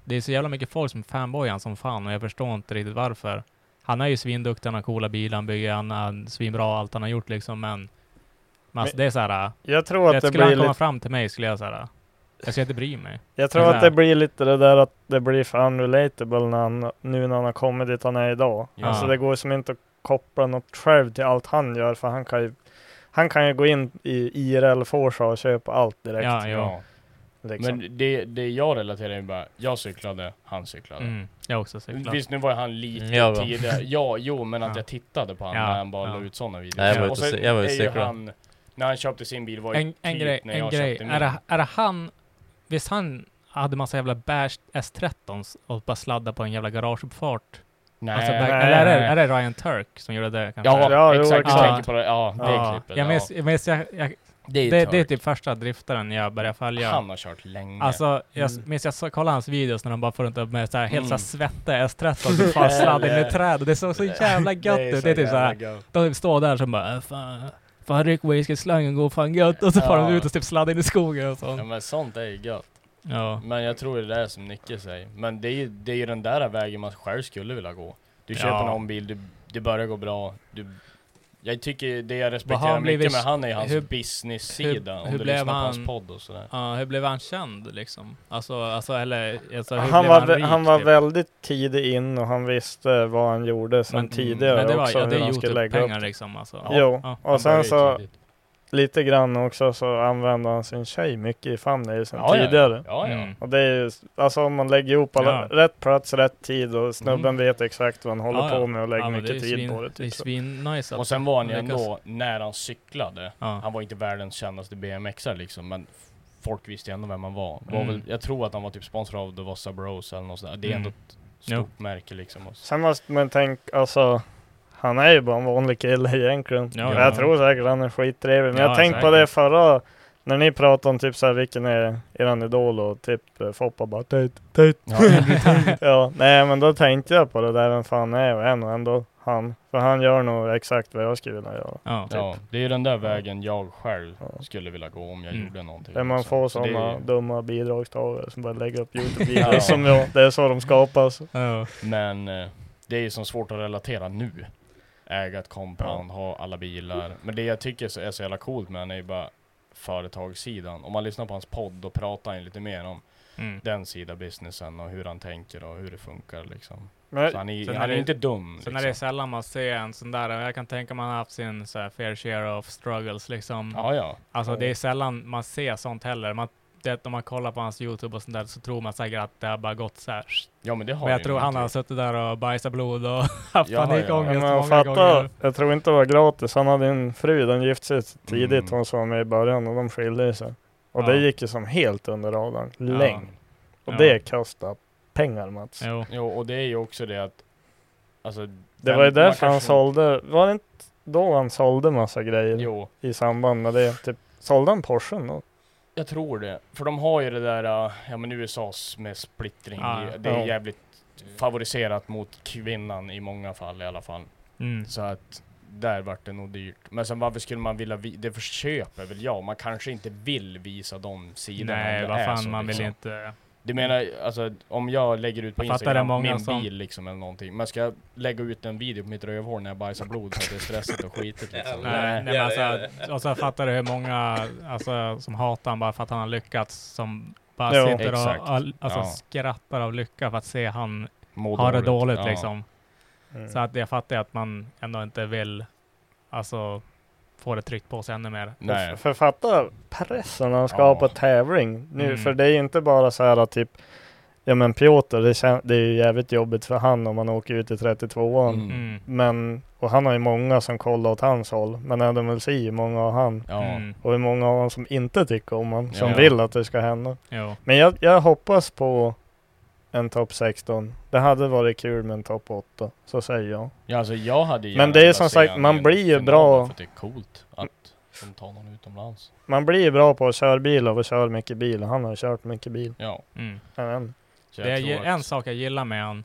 Speaker 2: det är så jävla mycket folk som fanboyar han som fan och jag förstår inte riktigt varför. Han är ju svinduktig, han har coola bilar, han bygger, han är svinbra allt han har gjort liksom, men... Men alltså, det är såhär,
Speaker 1: Jag tror att det
Speaker 2: skulle han
Speaker 1: blir
Speaker 2: komma
Speaker 1: lite,
Speaker 2: fram till mig skulle jag såhär... Jag skulle inte bry mig.
Speaker 1: jag tror
Speaker 2: så
Speaker 1: att det
Speaker 2: här.
Speaker 1: blir lite det där att det blir för unrelatable när han, nu när han har kommit dit han är idag.
Speaker 4: Ja.
Speaker 1: Alltså det går som inte att koppla något själv till allt han gör för han kan ju han kan ju gå in i IRL Forsa och köpa allt direkt.
Speaker 2: Ja, jo.
Speaker 4: Ja.
Speaker 1: liksom.
Speaker 4: Men det, det jag relaterar är bara, jag cyklade, han cyklade.
Speaker 2: Mm, jag också såklart.
Speaker 4: Visst nu var ju han lite
Speaker 3: Mm, jag var.
Speaker 4: tidigare, ja jo men att
Speaker 2: Ja.
Speaker 4: jag tittade på honom
Speaker 2: Ja,
Speaker 4: när han bara
Speaker 2: ja.
Speaker 4: la ut sådana videos.
Speaker 3: Nej, jag var
Speaker 4: och
Speaker 3: ute och cy- jag var ute och
Speaker 4: är ju
Speaker 3: cyklade.
Speaker 4: han, när han köpte sin bil var ju
Speaker 2: En, en
Speaker 4: typ
Speaker 2: grej,
Speaker 4: när jag
Speaker 2: en grej.
Speaker 4: köpte min.
Speaker 2: Är det, är det han... Visst han hade massa jävla bash S13 och bara sladda på en jävla garageuppfart?
Speaker 4: Nej,
Speaker 2: Alltså,
Speaker 4: nej,
Speaker 2: back, eller är det,
Speaker 4: nej.
Speaker 2: är det Ryan Turk som gjorde det kanske?
Speaker 4: Ja,
Speaker 1: Ja, jo,
Speaker 4: exakt,
Speaker 2: exakt.
Speaker 4: jag tänker på det, ja det
Speaker 2: Ja.
Speaker 4: klippet.
Speaker 2: jag
Speaker 4: ja.
Speaker 2: minns, jag, minns, jag, jag,
Speaker 4: det
Speaker 2: det, det är typ första driftaren jag började följa.
Speaker 4: Han har kört länge.
Speaker 2: Alltså, jag
Speaker 1: Mm.
Speaker 2: minns jag så- kollade hans videos när de bara får runt upp med så här, helt
Speaker 4: Mm.
Speaker 2: såhär svettiga S13 som fan typ sladdar in i träd. Det såg så jävla gött ut. Det är typ såhär, de typ står där som bara äh, fan, fan ryck whisky-slangen går fan gött. Och så får
Speaker 4: Ja.
Speaker 2: de ut och typ sladdar in i skogen och
Speaker 4: Ja
Speaker 2: sånt.
Speaker 4: men sånt är ju gött.
Speaker 2: Ja.
Speaker 4: Men jag tror det där är som Nicke säger. Men det är ju, det är ju den där vägen man själv skulle vilja gå. Du köper
Speaker 2: Ja.
Speaker 4: någon bil, du, det börjar gå bra. Du, jag tycker det jag
Speaker 2: Vad har
Speaker 4: respekterar
Speaker 2: han
Speaker 4: mycket
Speaker 2: blivit-
Speaker 4: med han är hans
Speaker 2: hur-
Speaker 4: business-sida.
Speaker 2: hur-
Speaker 4: Om
Speaker 2: hur
Speaker 4: du
Speaker 2: blev
Speaker 4: lyssnar på
Speaker 2: han-
Speaker 4: hans podd och sådär.
Speaker 2: Ja, hur blev han känd liksom? Alltså, alltså eller alltså, hur
Speaker 1: han,
Speaker 2: blev
Speaker 1: var, han,
Speaker 2: rik,
Speaker 1: han var
Speaker 2: typ?
Speaker 1: väldigt tidig in och han visste vad han gjorde sedan tidigare
Speaker 2: men det var,
Speaker 1: också
Speaker 2: ja, det
Speaker 1: hur
Speaker 2: är
Speaker 1: han skulle lägga upp.
Speaker 2: Youtube-pengar liksom alltså.
Speaker 4: Ja.
Speaker 1: Jo,
Speaker 2: Ja.
Speaker 4: Han
Speaker 1: och sen
Speaker 4: började ju
Speaker 1: så
Speaker 4: tidigt.
Speaker 1: lite grann också så använde han sin tjej mycket i thumbnailsen
Speaker 4: Ja, ja,
Speaker 1: tidigare.
Speaker 4: Ja, ja.
Speaker 2: Mm.
Speaker 1: Och det är ju, alltså om man lägger ihop alla,
Speaker 2: Ja.
Speaker 1: rätt plats, rätt tid och snubben
Speaker 4: Mm.
Speaker 1: vet exakt vad han håller
Speaker 2: Ja, ja.
Speaker 1: på med och lägger
Speaker 2: Ja, men
Speaker 1: mycket
Speaker 2: det är
Speaker 1: tid
Speaker 2: svin-
Speaker 1: på det.
Speaker 2: Det är
Speaker 1: Typ. så.
Speaker 2: svinnice
Speaker 4: Och
Speaker 2: att...
Speaker 4: sen var han ju
Speaker 2: lyckas-
Speaker 4: ändå, när han cyklade,
Speaker 2: Ja.
Speaker 4: han var inte världens kändaste BMXare liksom, men f- folk visste ju ändå vem han var. var
Speaker 2: Mm.
Speaker 4: väl, jag tror att han var typ sponsrad av Devassa Bros eller något sånt där. Det är
Speaker 2: Mm.
Speaker 4: ändå ett stort märke liksom. Och så.
Speaker 1: Sen måste man tänka, alltså han är ju bara en vanlig kille egentligen.
Speaker 2: Ja,
Speaker 1: jag
Speaker 2: ja.
Speaker 1: tror säkert han är skittrevlig. Men
Speaker 2: Ja,
Speaker 1: jag tänkte på
Speaker 2: säkert.
Speaker 1: det förra, när ni pratade om typ såhär, vilken är eran idol och typ eh, Foppa bara töjt, töjt.
Speaker 4: Ja.
Speaker 1: Ja, nej men då tänkte jag på det där, vem fan är och en och ändå han. För han gör nog exakt vad jag skulle vilja göra.
Speaker 2: Ja.
Speaker 4: Ja, det är ju den där vägen jag själv
Speaker 1: typ. Ja.
Speaker 4: skulle vilja gå om jag
Speaker 2: Mm.
Speaker 4: gjorde någonting.
Speaker 1: Där man
Speaker 4: liksom.
Speaker 1: får
Speaker 4: Så det är
Speaker 1: sådana
Speaker 4: ju-
Speaker 1: dumma bidragstagare som bara lägger upp
Speaker 4: Ja.
Speaker 1: Youtube-videor som jag. Det är så de skapas.
Speaker 2: Ja.
Speaker 4: Men eh, det är ju som svårt att relatera nu. Äga ett compound, ha alla bilar. Men det jag tycker så- är så jävla coolt med han är ju bara företagssidan. Om man lyssnar på hans podd, då pratar han ju lite mer om
Speaker 2: Mm.
Speaker 4: den sidan businessen och hur han tänker och hur det funkar liksom.
Speaker 1: Men
Speaker 4: Så han är,
Speaker 2: Sen
Speaker 4: han
Speaker 2: är
Speaker 4: är
Speaker 2: det-
Speaker 4: inte dum.
Speaker 2: Sen är det
Speaker 4: Liksom.
Speaker 2: sällan man ser en sån där, jag kan tänka man har haft sin så här, fair share of struggles liksom.
Speaker 4: Ja, ja.
Speaker 2: Alltså det är sällan man ser sånt heller. Man, det, om man kollar på hans Youtube och sånt där så tror man säkert att det har bara gått så här.
Speaker 4: Ja, men det har
Speaker 2: Men jag
Speaker 4: ju
Speaker 2: tror han har
Speaker 4: mycket.
Speaker 2: suttit där och bajsat blod och haft
Speaker 4: Ja,
Speaker 1: Ja,
Speaker 2: panikångest
Speaker 1: men
Speaker 2: många
Speaker 1: jag fattar,
Speaker 2: gånger.
Speaker 1: jag tror inte det var gratis. Han hade en fru, den gifte sig tidigt,
Speaker 4: Mm.
Speaker 1: hon som var med i början och de skilde sig. Och
Speaker 2: Ja.
Speaker 1: det gick ju som helt under radarn,
Speaker 2: Ja.
Speaker 1: länge. Och
Speaker 2: Ja.
Speaker 1: det kostar pengar Mats.
Speaker 2: Jo.
Speaker 4: Jo, och det är ju också det att Alltså,
Speaker 1: Det
Speaker 4: den-
Speaker 1: var ju
Speaker 4: man
Speaker 1: därför han
Speaker 4: kanske-
Speaker 1: sålde, var det inte då han sålde massa grejer?
Speaker 4: Jo,
Speaker 1: I samband med det, typ, sålde han Porschen då?
Speaker 4: jag tror det. För de har ju det där, äh, ja men USAs med splittring.
Speaker 2: Ja,
Speaker 4: i- det är
Speaker 1: ja.
Speaker 4: jävligt favoriserat mot kvinnan i många fall i alla fall.
Speaker 2: Mm.
Speaker 4: Så att där vart det nog dyrt. Men sen varför skulle man vilja, vi- det förköper väl jag? Man kanske inte vill visa de sidorna. om
Speaker 2: Nej,
Speaker 4: det
Speaker 2: vad
Speaker 4: är
Speaker 2: fan,
Speaker 4: så,
Speaker 2: man vill
Speaker 4: liksom.
Speaker 2: inte...
Speaker 4: Du menar alltså om jag lägger ut på
Speaker 2: Jag fattar det
Speaker 4: Instagram,
Speaker 2: många
Speaker 4: min
Speaker 2: som-
Speaker 4: bil liksom eller någonting. Men ska jag lägga ut en video på mitt rövhål när jag bajsar blod för att det är stressigt och skitigt liksom?
Speaker 2: Nej,
Speaker 4: Nej.
Speaker 2: nej, men alltså, och så fattar du hur många alltså, som hatar han bara för att han har lyckats, som bara
Speaker 1: Jo.
Speaker 2: sitter
Speaker 4: Exakt.
Speaker 2: och all- alltså,
Speaker 4: Ja.
Speaker 2: skrattar av lycka för att se han
Speaker 4: Må
Speaker 2: har det dåligt
Speaker 4: Ja.
Speaker 2: liksom. Så att jag fattar att man ändå inte vill, alltså, få det tryckt på sig ännu mer.
Speaker 4: Nej.
Speaker 1: För fatta pressen han ska
Speaker 4: Ja.
Speaker 1: ha på tävling nu,
Speaker 2: Mm.
Speaker 1: för det är ju inte bara så här att typ Ja men Piotr, det, kän- det är ju jävligt jobbigt för han om han åker ut i 32an.
Speaker 4: Mm.
Speaker 2: Mm.
Speaker 1: Men, och han har ju många som kollar åt hans håll. Men Adam Elsie, hur många har han?
Speaker 4: Ja.
Speaker 2: Mm.
Speaker 1: Och hur många har han som inte tycker om han? Som
Speaker 4: Ja.
Speaker 1: vill att det ska hända.
Speaker 2: Jo.
Speaker 1: Men jag, jag hoppas på en topp 16. Det hade varit kul med en topp 8. Så säger jag.
Speaker 4: ja, alltså jag hade ju
Speaker 1: Men
Speaker 4: gärna
Speaker 1: det är
Speaker 4: velat
Speaker 1: som
Speaker 4: se
Speaker 1: sagt,
Speaker 4: en
Speaker 1: man
Speaker 4: i
Speaker 1: blir ju
Speaker 4: finalen
Speaker 1: bra-
Speaker 4: För att det är coolt att de tar någon utomlands.
Speaker 1: Man blir ju bra på att köra bil av att köra mycket bil. Och han har kört mycket bil.
Speaker 4: Ja.
Speaker 2: Mm.
Speaker 1: Amen.
Speaker 4: Så
Speaker 2: Det
Speaker 4: jag
Speaker 2: är ju
Speaker 4: tror
Speaker 2: en
Speaker 4: att-
Speaker 2: sak jag gillar med han.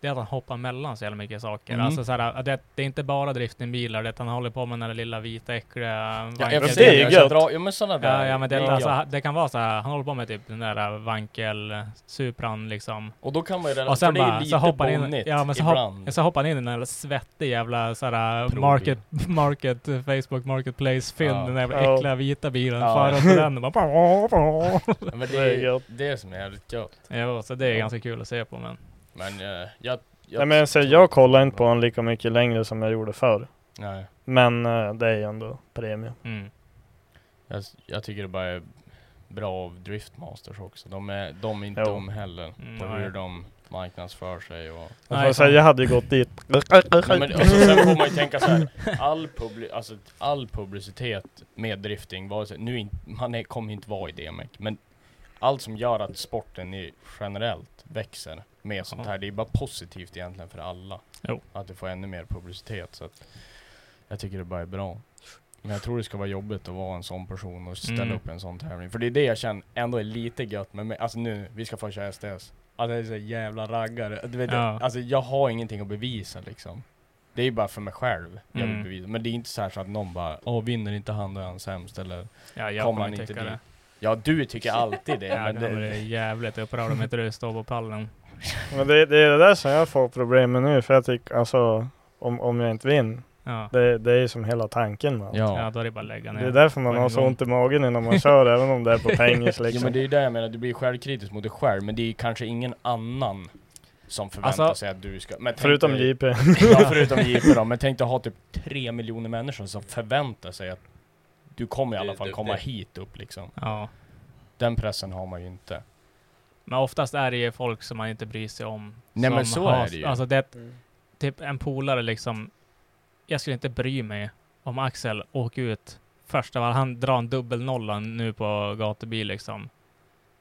Speaker 2: Det är att han hoppar mellan så jävla mycket saker.
Speaker 4: Mm.
Speaker 2: Alltså så här, att det, det är inte bara driftingbilar, det är att han håller på med den där lilla vita äckliga
Speaker 4: Ja,
Speaker 2: vankeln.
Speaker 4: jag
Speaker 1: Det är
Speaker 4: det
Speaker 1: ju
Speaker 4: är
Speaker 1: gött.
Speaker 4: gött. Dra, ja men sådana där.
Speaker 2: Ja, ja men det,
Speaker 4: är gött.
Speaker 2: alltså, det kan vara så här, han håller på med typ den där vankel, äh, supran liksom.
Speaker 4: Och då kan man ju relatera,
Speaker 2: Och
Speaker 4: för
Speaker 2: sen
Speaker 4: det är
Speaker 2: bara,
Speaker 4: ju
Speaker 2: så
Speaker 4: lite
Speaker 2: hoppar han in,
Speaker 4: bonnigt
Speaker 2: ja, men så,
Speaker 4: ibland.
Speaker 2: hopp, så hoppar han in i den där svettig jävla så här, äh,
Speaker 4: Probil.
Speaker 2: market, market, Facebook marketplace fynd,
Speaker 4: Ja.
Speaker 2: den där jävla
Speaker 1: Ja.
Speaker 2: äckliga vita bilen,
Speaker 4: Ja.
Speaker 2: far runt med den och bara...
Speaker 4: Ja, men det
Speaker 1: Det
Speaker 4: är
Speaker 1: är
Speaker 4: ju
Speaker 1: gött.
Speaker 4: det som är jävligt gött.
Speaker 2: ja, så det är
Speaker 4: Ja.
Speaker 2: ganska kul att se på men.
Speaker 4: Men eh, jag... jag
Speaker 1: Nej, men så jag kollar inte på honom lika mycket längre som jag gjorde förr.
Speaker 4: Nej.
Speaker 1: Men eh, det är ju ändå premium.
Speaker 2: Mm.
Speaker 4: Jag, jag tycker det bara är bra av Driftmasters också. De är, de är inte
Speaker 1: Jo.
Speaker 4: om heller på
Speaker 2: Mm, Nej.
Speaker 4: hur de marknadsför sig och...
Speaker 1: Jag,
Speaker 2: Nej,
Speaker 1: får säga,
Speaker 2: fan.
Speaker 1: jag hade ju gått dit.
Speaker 4: Nej, men, alltså, sen får man ju tänka så här. All, publi- alltså, all publicitet med drifting, vare sig, nu in, man är, kommer ju inte vara i DMX, men allt som gör att sporten i, generellt växer med sånt här, det är bara positivt egentligen för alla.
Speaker 2: Jo.
Speaker 4: Att du får ännu mer publicitet. Så att jag tycker det bara är bra. Men jag tror det ska vara jobbigt att vara en sån person och ställa
Speaker 2: Mm.
Speaker 4: upp i en sån tävling. För det är det jag känner ändå är lite gött med mig. Alltså nu, vi ska få köra STS. Alltså det är så jävla raggare. Du vet,
Speaker 2: Ja.
Speaker 4: Alltså jag har ingenting att bevisa liksom. Det är ju bara för mig själv jag vill
Speaker 2: Mm.
Speaker 4: bevisa. Men det är inte så här så att någon bara Åh vinner inte han då är han sämst eller
Speaker 2: Ja, jag
Speaker 4: Kommer
Speaker 2: kommer
Speaker 4: han
Speaker 2: inte
Speaker 4: inte
Speaker 2: tycka
Speaker 4: dit?
Speaker 2: det.
Speaker 4: Ja du tycker alltid det.
Speaker 2: Ja,
Speaker 4: men det,
Speaker 2: det är jävligt upprörd om inte du står på pallen.
Speaker 1: Men det, det är det där som jag får problem med nu, för jag tycker alltså om, om jag inte vinner,
Speaker 2: Ja.
Speaker 1: det, det är ju som hela tanken med allt.
Speaker 4: ja.
Speaker 2: ja, då är det bara att lägga
Speaker 1: Det är
Speaker 2: ner.
Speaker 1: därför man
Speaker 2: På en
Speaker 1: har så
Speaker 2: gång.
Speaker 1: ont i magen innan man kör, även om det är på pengis
Speaker 4: Jo
Speaker 1: liksom.
Speaker 4: men det är ju det jag menar, du blir självkritisk mot dig själv men det är kanske ingen annan som förväntar
Speaker 2: Alltså-
Speaker 4: sig att du ska... Men tänk
Speaker 1: Förutom
Speaker 4: dig-
Speaker 1: JP.
Speaker 4: Ja, förutom JP då. Men tänk dig ha typ tre miljoner människor som förväntar sig att du kommer i alla fall komma hit upp liksom.
Speaker 2: Ja.
Speaker 4: Den pressen har man ju inte.
Speaker 2: Men oftast är det ju folk som man inte bryr sig om.
Speaker 4: Nej,
Speaker 2: som
Speaker 4: men så är det ju.
Speaker 2: Alltså det, typ en polare liksom. Jag skulle inte bry mig om Axel åker ut första varv. Han drar en dubbelnolla nu på gatubil liksom.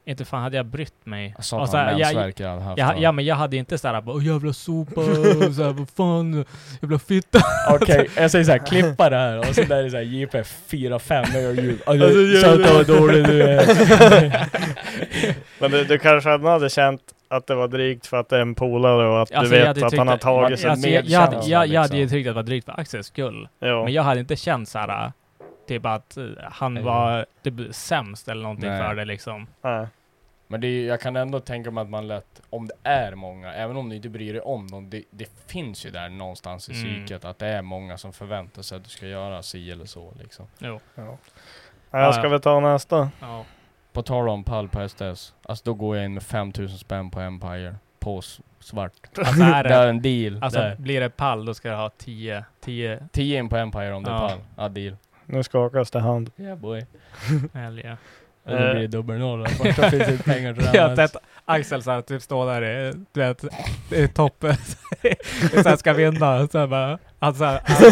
Speaker 2: Inte fan hade jag brytt mig. Och så här, Alltså, jag,
Speaker 4: jag hade haft.
Speaker 2: jag, ja men jag hade inte såhär bara "Åh, jävla sopa, såhär, vad fan, jävla fitta.
Speaker 4: Okej, jag säger såhär, klippa det här och så där är det såhär JP 4-5 över jul.
Speaker 1: Alltså,
Speaker 4: Alltså
Speaker 1: jävlar.
Speaker 4: Satan vad dålig du är.
Speaker 1: Men du, du kanske ändå hade känt att det var drygt för att det är en polare och att
Speaker 2: Alltså,
Speaker 1: du
Speaker 2: jag
Speaker 1: vet
Speaker 2: hade
Speaker 1: att
Speaker 2: tyckt
Speaker 1: han har
Speaker 2: att-
Speaker 1: tagit sig
Speaker 2: Alltså, jag, jag,
Speaker 4: medkänsla,
Speaker 2: hade- jag, jag hade ju
Speaker 4: liksom.
Speaker 2: tyckt att det var drygt för Axels skull.
Speaker 1: ja.
Speaker 2: Men jag hade inte känt såhär, typ att eh, han
Speaker 4: Nej.
Speaker 2: var typ sämst eller någonting
Speaker 4: Nej.
Speaker 2: för det liksom.
Speaker 1: Nej.
Speaker 4: Men det är, ju- jag kan ändå tänka mig att man lätt, om det är många, även om du inte bryr dig om dem, det, det finns ju där någonstans i
Speaker 2: Mm.
Speaker 4: psyket att det är många som förväntar sig att du ska göra si eller så liksom.
Speaker 2: Jo.
Speaker 1: Ja,
Speaker 2: Ja,
Speaker 1: ska
Speaker 2: ja.
Speaker 1: vi ta nästa?
Speaker 2: Ja.
Speaker 4: På tal om pall på STS, alltså då går jag in med 5000 spänn på Empire, på s- svart.
Speaker 2: Alltså, är
Speaker 4: Där är
Speaker 2: det,
Speaker 4: en deal.
Speaker 2: alltså
Speaker 4: Där.
Speaker 2: blir det pall då ska jag ha 10, 10
Speaker 4: 10 in på Empire om det är
Speaker 2: Ja.
Speaker 4: pall. Ja, deal.
Speaker 1: Nu skakas det hand.
Speaker 4: Yeah boy.
Speaker 2: älgar.
Speaker 4: Eller blir det dubbelnolla. Första finns det pengar till
Speaker 2: Jag har sett Axel såhär typ stå där i, du vet, i toppen, såhär ska vinna. Såhär bara, Alltså, alltså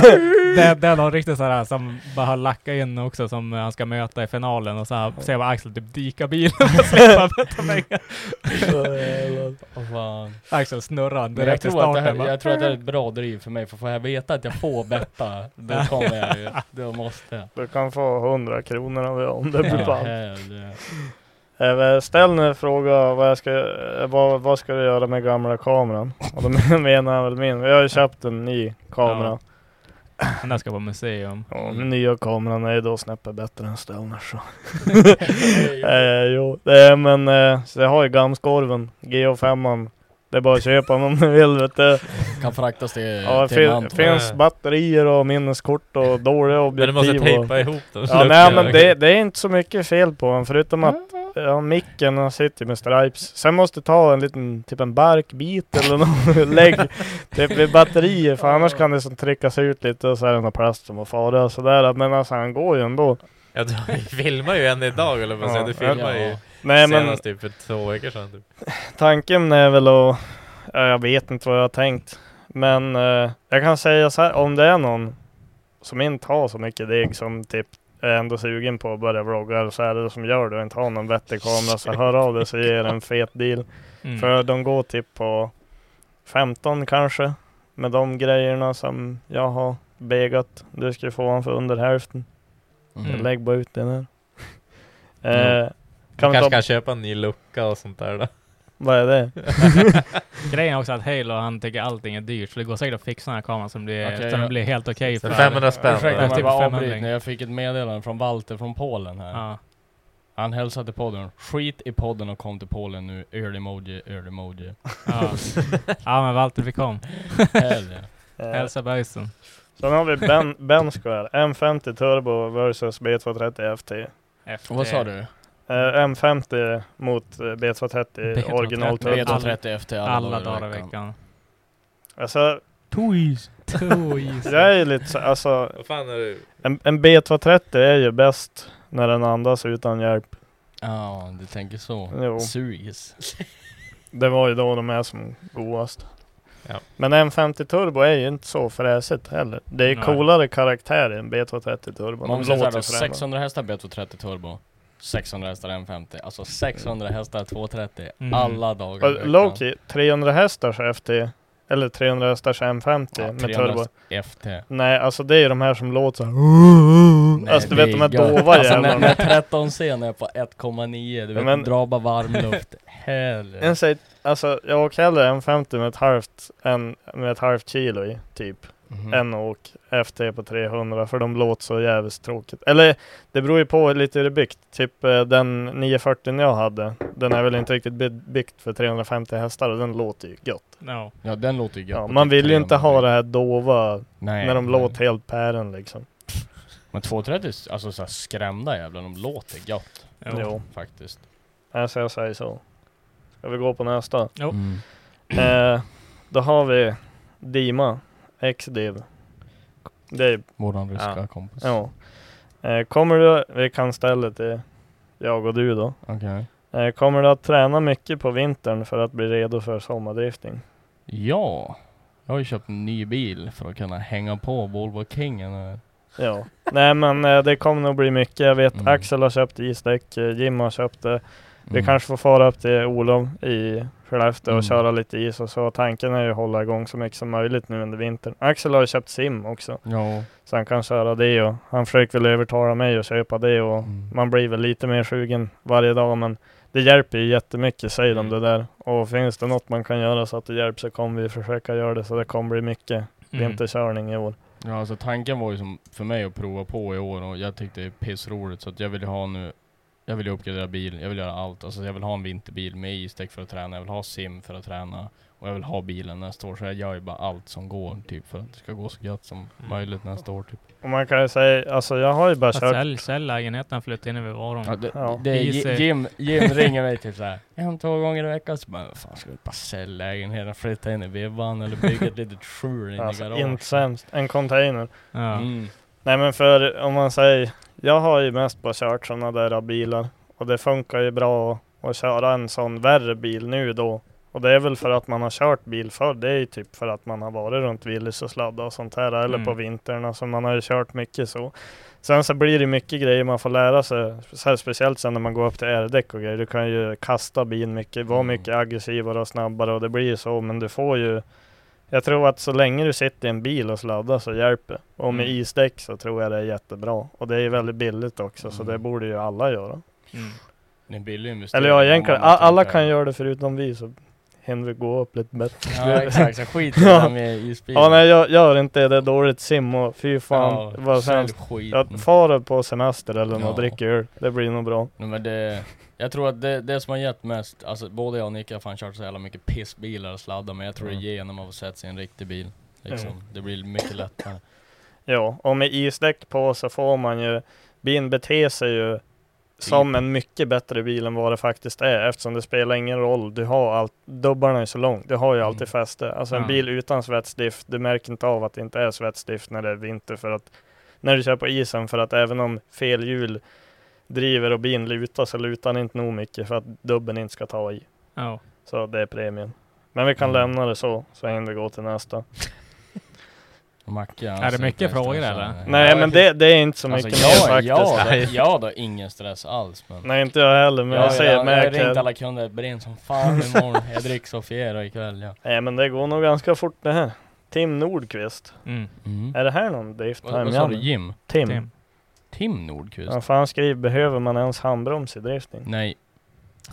Speaker 2: det, det är någon riktigt såhär som bara har lackat in också som han ska möta i finalen och så här, ser man Axel typ dika bilen och slippa möta pengar.
Speaker 4: Åh, eh, fan.
Speaker 2: Axel
Speaker 4: Men
Speaker 2: snurrar
Speaker 4: jag,
Speaker 2: direkt i
Speaker 4: tror att det
Speaker 2: starten.
Speaker 4: här,
Speaker 2: bara,
Speaker 4: jag tror att det är ett bra driv för mig, för får jag veta att jag får betta, då kommer jag ju. Då måste jag.
Speaker 1: Du kan få 100 kronor av jag om det blir
Speaker 4: Ja,
Speaker 1: band.
Speaker 4: hellre.
Speaker 1: Eh, men Ställ nu en fråga vad, jag ska, eh, vad, vad ska du göra med gamla kameran? Och då menar han väl min. Jag har ju köpt en ny kamera.
Speaker 2: Den där ska på museum.
Speaker 1: Ja. den nya kameran är ju då snäppet bättre än Stöllners. så.
Speaker 4: Nej,
Speaker 1: Eh, jo, eh, men eh, så jag har ju Gamskorven, GH5. Det är bara att köpa om man vill vet du.
Speaker 4: Kan fraktas till,
Speaker 1: Ja,
Speaker 4: till
Speaker 1: fin,
Speaker 4: Mantorp.
Speaker 1: finns batterier och minneskort och dåliga
Speaker 3: Men du måste
Speaker 1: objektiv. och,
Speaker 3: tejpa ihop dem.
Speaker 1: ja, nej, men det, det är inte så mycket fel på den förutom att ja, micken den sitter ju med stripes. Sen måste du ta en liten, typ en barkbit eller något lägg typ vid batterier för annars kan det som tryckas ut lite och så är det någon plast som har farit och sådär. Men alltså han går ju ändå.
Speaker 3: Ja, du filmar ju en idag eller vad säger du?
Speaker 1: Ja,
Speaker 3: filmar ju
Speaker 4: ja.
Speaker 1: Nej, men,
Speaker 3: senast typ för två veckor sedan. Typ.
Speaker 1: Tanken är väl att, ja, jag vet inte vad jag har tänkt. Men eh, jag kan säga så här, om det är någon som inte har så mycket deg som typ är ändå sugen på att börja vlogga eller så är det som gör det och inte har någon vettig kamera så hör av dig så ger jag en fet deal.
Speaker 2: Mm.
Speaker 1: För de går typ på 15 kanske med de grejerna som jag har begat. Du ska få en för under hälften.
Speaker 4: Mm.
Speaker 1: Lägg bara ut den här.
Speaker 3: Mm.
Speaker 1: Eh, kan
Speaker 3: Kan
Speaker 1: vi ta,
Speaker 3: kanske kan köpa en ny lucka och sånt där då.
Speaker 1: vad är det?
Speaker 2: Grejen är också att Halo, han tycker allting är dyrt, så det går säkert att fixa den här kameran som blir,
Speaker 4: Okej,
Speaker 2: så den
Speaker 4: ja.
Speaker 2: blir helt okej
Speaker 3: Så
Speaker 2: för...
Speaker 3: 500 spänn.
Speaker 4: Ursäkta
Speaker 2: Ja,
Speaker 4: om
Speaker 2: typ
Speaker 4: jag bara
Speaker 2: 500.
Speaker 4: avbryter nu. Jag fick ett meddelande från Walter från Polen här.
Speaker 2: Ja.
Speaker 4: Han hälsade podden. Skit i podden och kom till Polen nu. Early emoji, early emoji.
Speaker 2: Ja. ja men Walter fick kom.
Speaker 4: Hellre.
Speaker 1: Eh,
Speaker 2: Hälsa böjsen.
Speaker 1: Sen har vi ben, Benskär, M50 Turbo versus B230 FT.
Speaker 2: Efter-
Speaker 4: Vad sa du?
Speaker 1: Eh, M50 mot eh, B230
Speaker 2: B230.
Speaker 1: original Turbo.
Speaker 2: Alla-
Speaker 4: B230 FT alla,
Speaker 2: Alla dagar i veckan.
Speaker 1: Alltså,
Speaker 4: Toys!
Speaker 2: Toys.
Speaker 1: jag är ju lite så, alltså,
Speaker 3: Vad fan är du?
Speaker 1: en, en B230 är ju bäst när den andas utan hjälp.
Speaker 4: Ja, du tänker så.
Speaker 1: Jo,
Speaker 4: Suges.
Speaker 1: det var ju då de är som godast.
Speaker 3: Ja.
Speaker 1: Men M50 Turbo är ju inte så fräsigt heller. Det är
Speaker 2: Nej.
Speaker 1: coolare karaktär än B230 Turbo.
Speaker 4: Man
Speaker 1: De
Speaker 4: säger såhär
Speaker 1: låter
Speaker 4: då,
Speaker 1: fräna.
Speaker 4: 600 hästar B230 turbo. 600 hästar M50.
Speaker 1: Mm.
Speaker 4: Alltså 600 hästar 230.
Speaker 2: Mm.
Speaker 4: Alla dagar i
Speaker 1: Och
Speaker 4: veckan.
Speaker 1: Loki, 300 hästars FT, eller 300 hästars M50
Speaker 4: Ja,
Speaker 1: med
Speaker 4: 300
Speaker 1: turbo.
Speaker 4: FT.
Speaker 1: Nej, alltså det är de här som låter såhär
Speaker 4: Nej,
Speaker 1: Alltså du vet de här
Speaker 4: det är gött.
Speaker 1: dova
Speaker 4: alltså, när,
Speaker 1: jävlarna
Speaker 4: när 13 sen är på 1,9, du
Speaker 1: Ja,
Speaker 4: vet,
Speaker 1: men-
Speaker 4: men... drar bara varm luft. Helvete.
Speaker 1: En säger, alltså jag åker hellre en 50 med ett halvt än med ett halvt kilo i typ
Speaker 4: Mhm.
Speaker 1: Än åk FT på 300 för de låter så jävligt tråkigt Eller det beror ju på lite hur det är byggt Typ eh, den 940 jag hade Den är väl inte riktigt by- byggt för 350 hästar och den låter ju gött
Speaker 2: No.
Speaker 4: Ja den låter ju gött
Speaker 1: ja,
Speaker 4: på
Speaker 1: Man
Speaker 4: typ
Speaker 1: vill ju inte
Speaker 4: 300.
Speaker 1: ha det här dova
Speaker 4: Nej,
Speaker 1: när de
Speaker 4: nej.
Speaker 1: låter helt pären liksom
Speaker 4: Men 230, alltså såhär skrämda jävlar, de låter gött
Speaker 2: Jo.
Speaker 1: Jo,
Speaker 4: faktiskt.
Speaker 1: alltså jag säger så Ska vi gå på nästa?
Speaker 2: Jo.
Speaker 4: Mm.
Speaker 1: Eh, då har vi Dima, Xdiv. Det är,
Speaker 4: Våran ryska
Speaker 3: Ja.
Speaker 4: kompis.
Speaker 1: ja. Eh, kommer du, vi kan ställa till jag och du då.
Speaker 4: Okej.
Speaker 1: Eh, kommer du att träna mycket på vintern för att bli redo för sommardrifting?
Speaker 4: Ja. Jag har ju köpt en ny bil för att kunna hänga på Volvo Kingen här.
Speaker 1: Ja. Nej men eh, det kommer nog bli mycket. Jag vet
Speaker 4: Mm.
Speaker 1: Axel har köpt isdäck, eh, Jim har köpt det. Vi
Speaker 4: Mm.
Speaker 1: kanske får fara upp till Olof i Skellefteå
Speaker 4: Mm.
Speaker 1: och köra lite is och så. Tanken är ju att hålla igång så mycket som möjligt nu under vintern. Axel har ju köpt sim också.
Speaker 4: Ja.
Speaker 1: Så han kan köra det och han försöker väl övertala mig att köpa det och
Speaker 4: Mm.
Speaker 1: man blir väl lite mer sugen varje dag men det hjälper ju jättemycket säger de det där. Och finns det något man kan göra så att det hjälper så kommer vi försöka göra det så det kommer bli mycket
Speaker 2: Mm.
Speaker 1: vinterkörning i år.
Speaker 4: Ja alltså tanken var ju som för mig att prova på i år och jag tyckte det är pissroligt så att jag vill ju ha nu Jag vill ju uppgradera bil, jag vill göra allt. Alltså jag vill ha en vinterbil med isdäck för att träna, jag vill ha sim för att träna och jag vill ha bilen nästa år. Så jag gör ju bara allt som går typ för att det ska gå så gött som möjligt nästa år typ.
Speaker 1: Och man kan ju säga, alltså jag har ju bara
Speaker 2: Fast
Speaker 1: kört
Speaker 2: Sälj, sälj lägenheten, flytta in i Varon.
Speaker 4: Ja, det,
Speaker 1: Ja.
Speaker 4: det är
Speaker 2: Easy.
Speaker 4: Ji- Jim, Jim ringer mig typ såhär en, två gånger i veckan. Så bara, "Vad fan ska vi bara sälja lägenheten, flytta in i vibban eller bygga ett litet skjul in i
Speaker 1: alltså,
Speaker 4: garaget.
Speaker 1: inte sämst, en container.
Speaker 2: Ja.
Speaker 4: Mm.
Speaker 1: Nej men för om man säger, jag har ju mest bara kört sådana där bilar och det funkar ju bra att- att köra en sån värre bil nu då Och det är väl för att man har kört bil förr. Det är ju typ för att man har varit runt Willys och sladdat och sånt här. Eller
Speaker 2: Mm.
Speaker 1: på vintern. Alltså man har ju kört mycket så. Sen så blir det mycket grejer man får lära sig. Så här, speciellt sen när man går upp till R-däck och grejer. Du kan ju kasta bilen mycket, vara
Speaker 4: Mm.
Speaker 1: mycket aggressivare och snabbare. Och det blir ju så. Men du får ju jag tror att så länge du sitter i en bil och sladdar så hjälper det. Och med
Speaker 2: Mm.
Speaker 1: isdäck så tror jag det är jättebra. Och det är ju väldigt billigt också, så
Speaker 4: Mm.
Speaker 1: det borde ju alla göra.
Speaker 2: Mm.
Speaker 4: Det är en billig investering.
Speaker 1: Eller ja,
Speaker 4: om man
Speaker 1: egentligen,
Speaker 4: inte
Speaker 1: a- alla
Speaker 4: tänker-
Speaker 1: kan göra det förutom vi, så Henrik går upp lite bättre.
Speaker 4: Ja exakt, så skit i det där med isbilen.
Speaker 1: Ja, nej, jag gör inte det. Det är dåligt sim och fy fan
Speaker 4: Ja,
Speaker 1: vad
Speaker 4: sälj
Speaker 1: hemskt.
Speaker 4: skiten.
Speaker 1: Jag far på semester eller något,
Speaker 4: Ja.
Speaker 1: dricker öl. Det blir nog bra.
Speaker 4: Nej, men det, jag tror att det, det som har gett mest, alltså både jag och Nick har fan kört så jävla mycket pissbilar och sladdar men jag tror
Speaker 3: Mm.
Speaker 4: det ger när man får sätta sig i en riktig bil. Liksom.
Speaker 1: Mm.
Speaker 4: Det blir mycket lättare.
Speaker 1: Ja, och med isdäck på så får man ju, bilen beter sig ju
Speaker 4: Typ.
Speaker 1: som en mycket bättre bil än vad det faktiskt är eftersom det spelar ingen roll. Du har allt, dubbarna är så lång, du har ju alltid
Speaker 4: Mm.
Speaker 1: fäste. Alltså en
Speaker 2: Ja.
Speaker 1: bil utan svetsdift, du märker inte av att det inte är svetsdift när det är vinter för att när du kör på isen för att även om fel hjul driver och bilen lutar så lutar den inte nog mycket för att dubben inte ska ta i.
Speaker 2: Ja.
Speaker 1: Så det är premien. Men vi kan
Speaker 4: Mm.
Speaker 1: lämna det så, så hinner vi gå till nästa.
Speaker 4: Macke,
Speaker 2: det mycket frågor, eller?
Speaker 1: Nej men det, det är inte så mycket
Speaker 4: Alltså,
Speaker 1: mer
Speaker 4: jag,
Speaker 1: faktiskt.
Speaker 4: jag, jag, jag har ingen stress alls men...
Speaker 1: Nej inte jag heller men
Speaker 4: jag,
Speaker 1: jag säger
Speaker 4: jag, jag, har
Speaker 1: märker.
Speaker 4: ringt alla kunder, det brinner som fan imorgon. jag dricker Sofiero ikväll ja.
Speaker 1: Nej men det går nog ganska fort det här. Tim Nordqvist.
Speaker 2: Mm.
Speaker 4: Mm.
Speaker 1: Är det här någon drifttime?
Speaker 4: Vad, vad sa du? Jim?
Speaker 1: Tim.
Speaker 2: Tim.
Speaker 4: Tim Nordqvist?
Speaker 1: Ja, för han skriver, behöver man ens handbroms i drifting?
Speaker 4: Nej.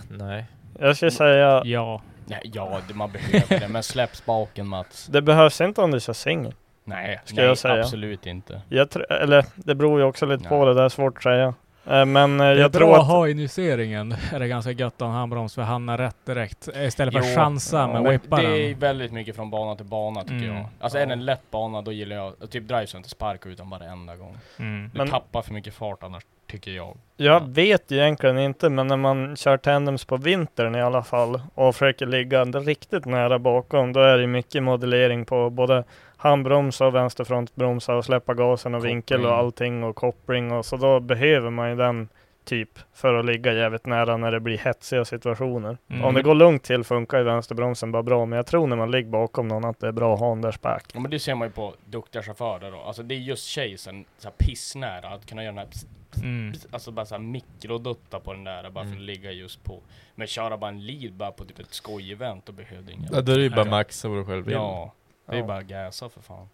Speaker 3: Nej.
Speaker 1: Jag skulle säga,
Speaker 4: Mm.
Speaker 2: Ja.
Speaker 4: Nej, ja det- man behöver det, men släpp spaken Mats.
Speaker 1: det behövs inte om du kör singel.
Speaker 4: Nej,
Speaker 1: Ska
Speaker 4: nej
Speaker 1: jag säga.
Speaker 4: absolut inte.
Speaker 1: Jag tr- eller det beror ju också lite på,
Speaker 4: Nej.
Speaker 1: det där är svårt att säga. Eh, Men eh,
Speaker 2: Det är
Speaker 1: jag
Speaker 2: bra
Speaker 1: tror
Speaker 2: att
Speaker 1: att...
Speaker 2: ha injiceringen. Är det ganska gött att ha en handbroms för hamna rätt direkt. Istället för att
Speaker 4: Jo.
Speaker 2: chansa
Speaker 1: Ja,
Speaker 2: med
Speaker 4: Men
Speaker 2: whipparen.
Speaker 4: det är väldigt mycket från bana till bana tycker
Speaker 2: Mm.
Speaker 4: jag. Alltså
Speaker 1: Ja.
Speaker 4: är det en lätt bana då gillar jag, typ drives jag inte sparka utan varenda gång.
Speaker 2: Mm.
Speaker 4: Du
Speaker 1: Men-
Speaker 4: tappar för mycket fart annars, tycker jag.
Speaker 1: Jag vet ju egentligen inte, men när man kör tandems på vintern i alla fall och försöker ligga riktigt nära bakom, då är det mycket modellering på både handbromsa och vänsterfrontbromsa och släppa gasen och vinkel och
Speaker 4: Koppling.
Speaker 1: allting och koppling och så då behöver man ju den typ för att ligga jävligt nära när det blir hetsiga situationer.
Speaker 2: Mm.
Speaker 1: Om det går lugnt till funkar ju vänsterbromsen bara bra, men jag tror när man ligger bakom någon att det är bra att ha en där spark.
Speaker 4: Ja, men det ser man ju på duktiga chaufförer då. Alltså det är just chasen, så här pissnära, att kunna göra den här pss,
Speaker 2: Mm.
Speaker 4: pss, Alltså bara såhär mikrodutta på den där, bara för att ligga just på. Men köra bara en lead bara på typ ett skojevent, då behöver du inga...
Speaker 3: Ja, då är det ju bara
Speaker 2: Ja.
Speaker 3: maxa vad du själv vill.
Speaker 4: Ja, det är ju
Speaker 1: Ja.
Speaker 4: bara gasa för fan.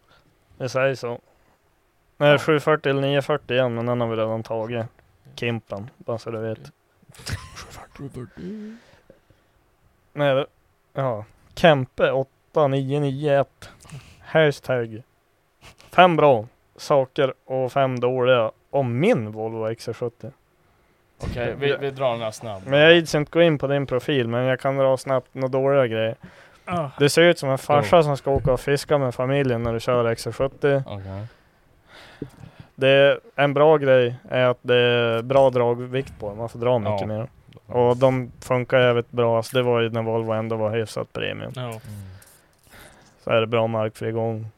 Speaker 1: Det säger så. Nej, 740 eller 940 igen, men den har vi redan tagit. Kimpen, bara så du vet. Nej, det- ja. Kempe 8991. Hashtag. Fem bra saker och fem dåliga om min Volvo XC70.
Speaker 4: Okej, vi, vi drar den här snabbt.
Speaker 1: Men jag gills inte gå in på din profil, men jag kan dra snabbt några dåliga grejer.
Speaker 2: Ah.
Speaker 1: Du ser ut som en farsa som ska åka och fiska med familjen när du kör XC70.
Speaker 4: Okej.
Speaker 1: Det, en bra grej är att det är bra dragvikt på den, man får dra mycket
Speaker 4: Ja.
Speaker 1: mer. Och de funkar jävligt bra, så det var ju när Volvo ändå var hyfsat premium.
Speaker 2: Ja.
Speaker 1: Så är det bra markfrigång.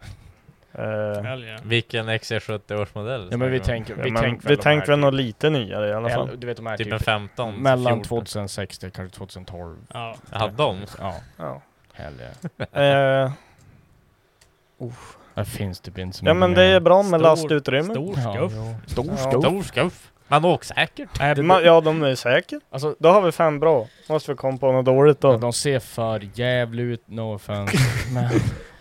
Speaker 1: Eh,
Speaker 2: Hell yeah.
Speaker 3: Vilken XC70 årsmodell?
Speaker 4: Ja men vi tänker, vi
Speaker 1: vi men
Speaker 4: tänker
Speaker 1: vi
Speaker 4: de
Speaker 1: tänkte
Speaker 4: här
Speaker 1: väl något lite nyare i alla
Speaker 4: typ-
Speaker 1: fall.
Speaker 4: Du vet de här
Speaker 3: Typ
Speaker 4: typ,
Speaker 3: en 15?
Speaker 4: mellan
Speaker 3: 14.
Speaker 4: 2006 till kanske 2012.
Speaker 2: Ja.
Speaker 3: Jag hade dem?
Speaker 4: Ja,
Speaker 1: Ja.
Speaker 4: helge.
Speaker 1: Eh,
Speaker 4: Det finns typ inte så
Speaker 1: ja
Speaker 4: mycket
Speaker 1: men
Speaker 4: mer.
Speaker 1: det är bra med
Speaker 2: Stor-
Speaker 1: lastutrymme.
Speaker 2: Stor
Speaker 4: Ja,
Speaker 2: skuff.
Speaker 4: jo.
Speaker 1: Ja.
Speaker 3: Stor skuff! Man åker säkert!
Speaker 2: Nej,
Speaker 1: Det- ma- Ja de är säkert.
Speaker 4: Alltså,
Speaker 1: Då har vi fem bra. Måste vi komma på något dåligt då.
Speaker 4: de ser för jävligt ut, no offense. men,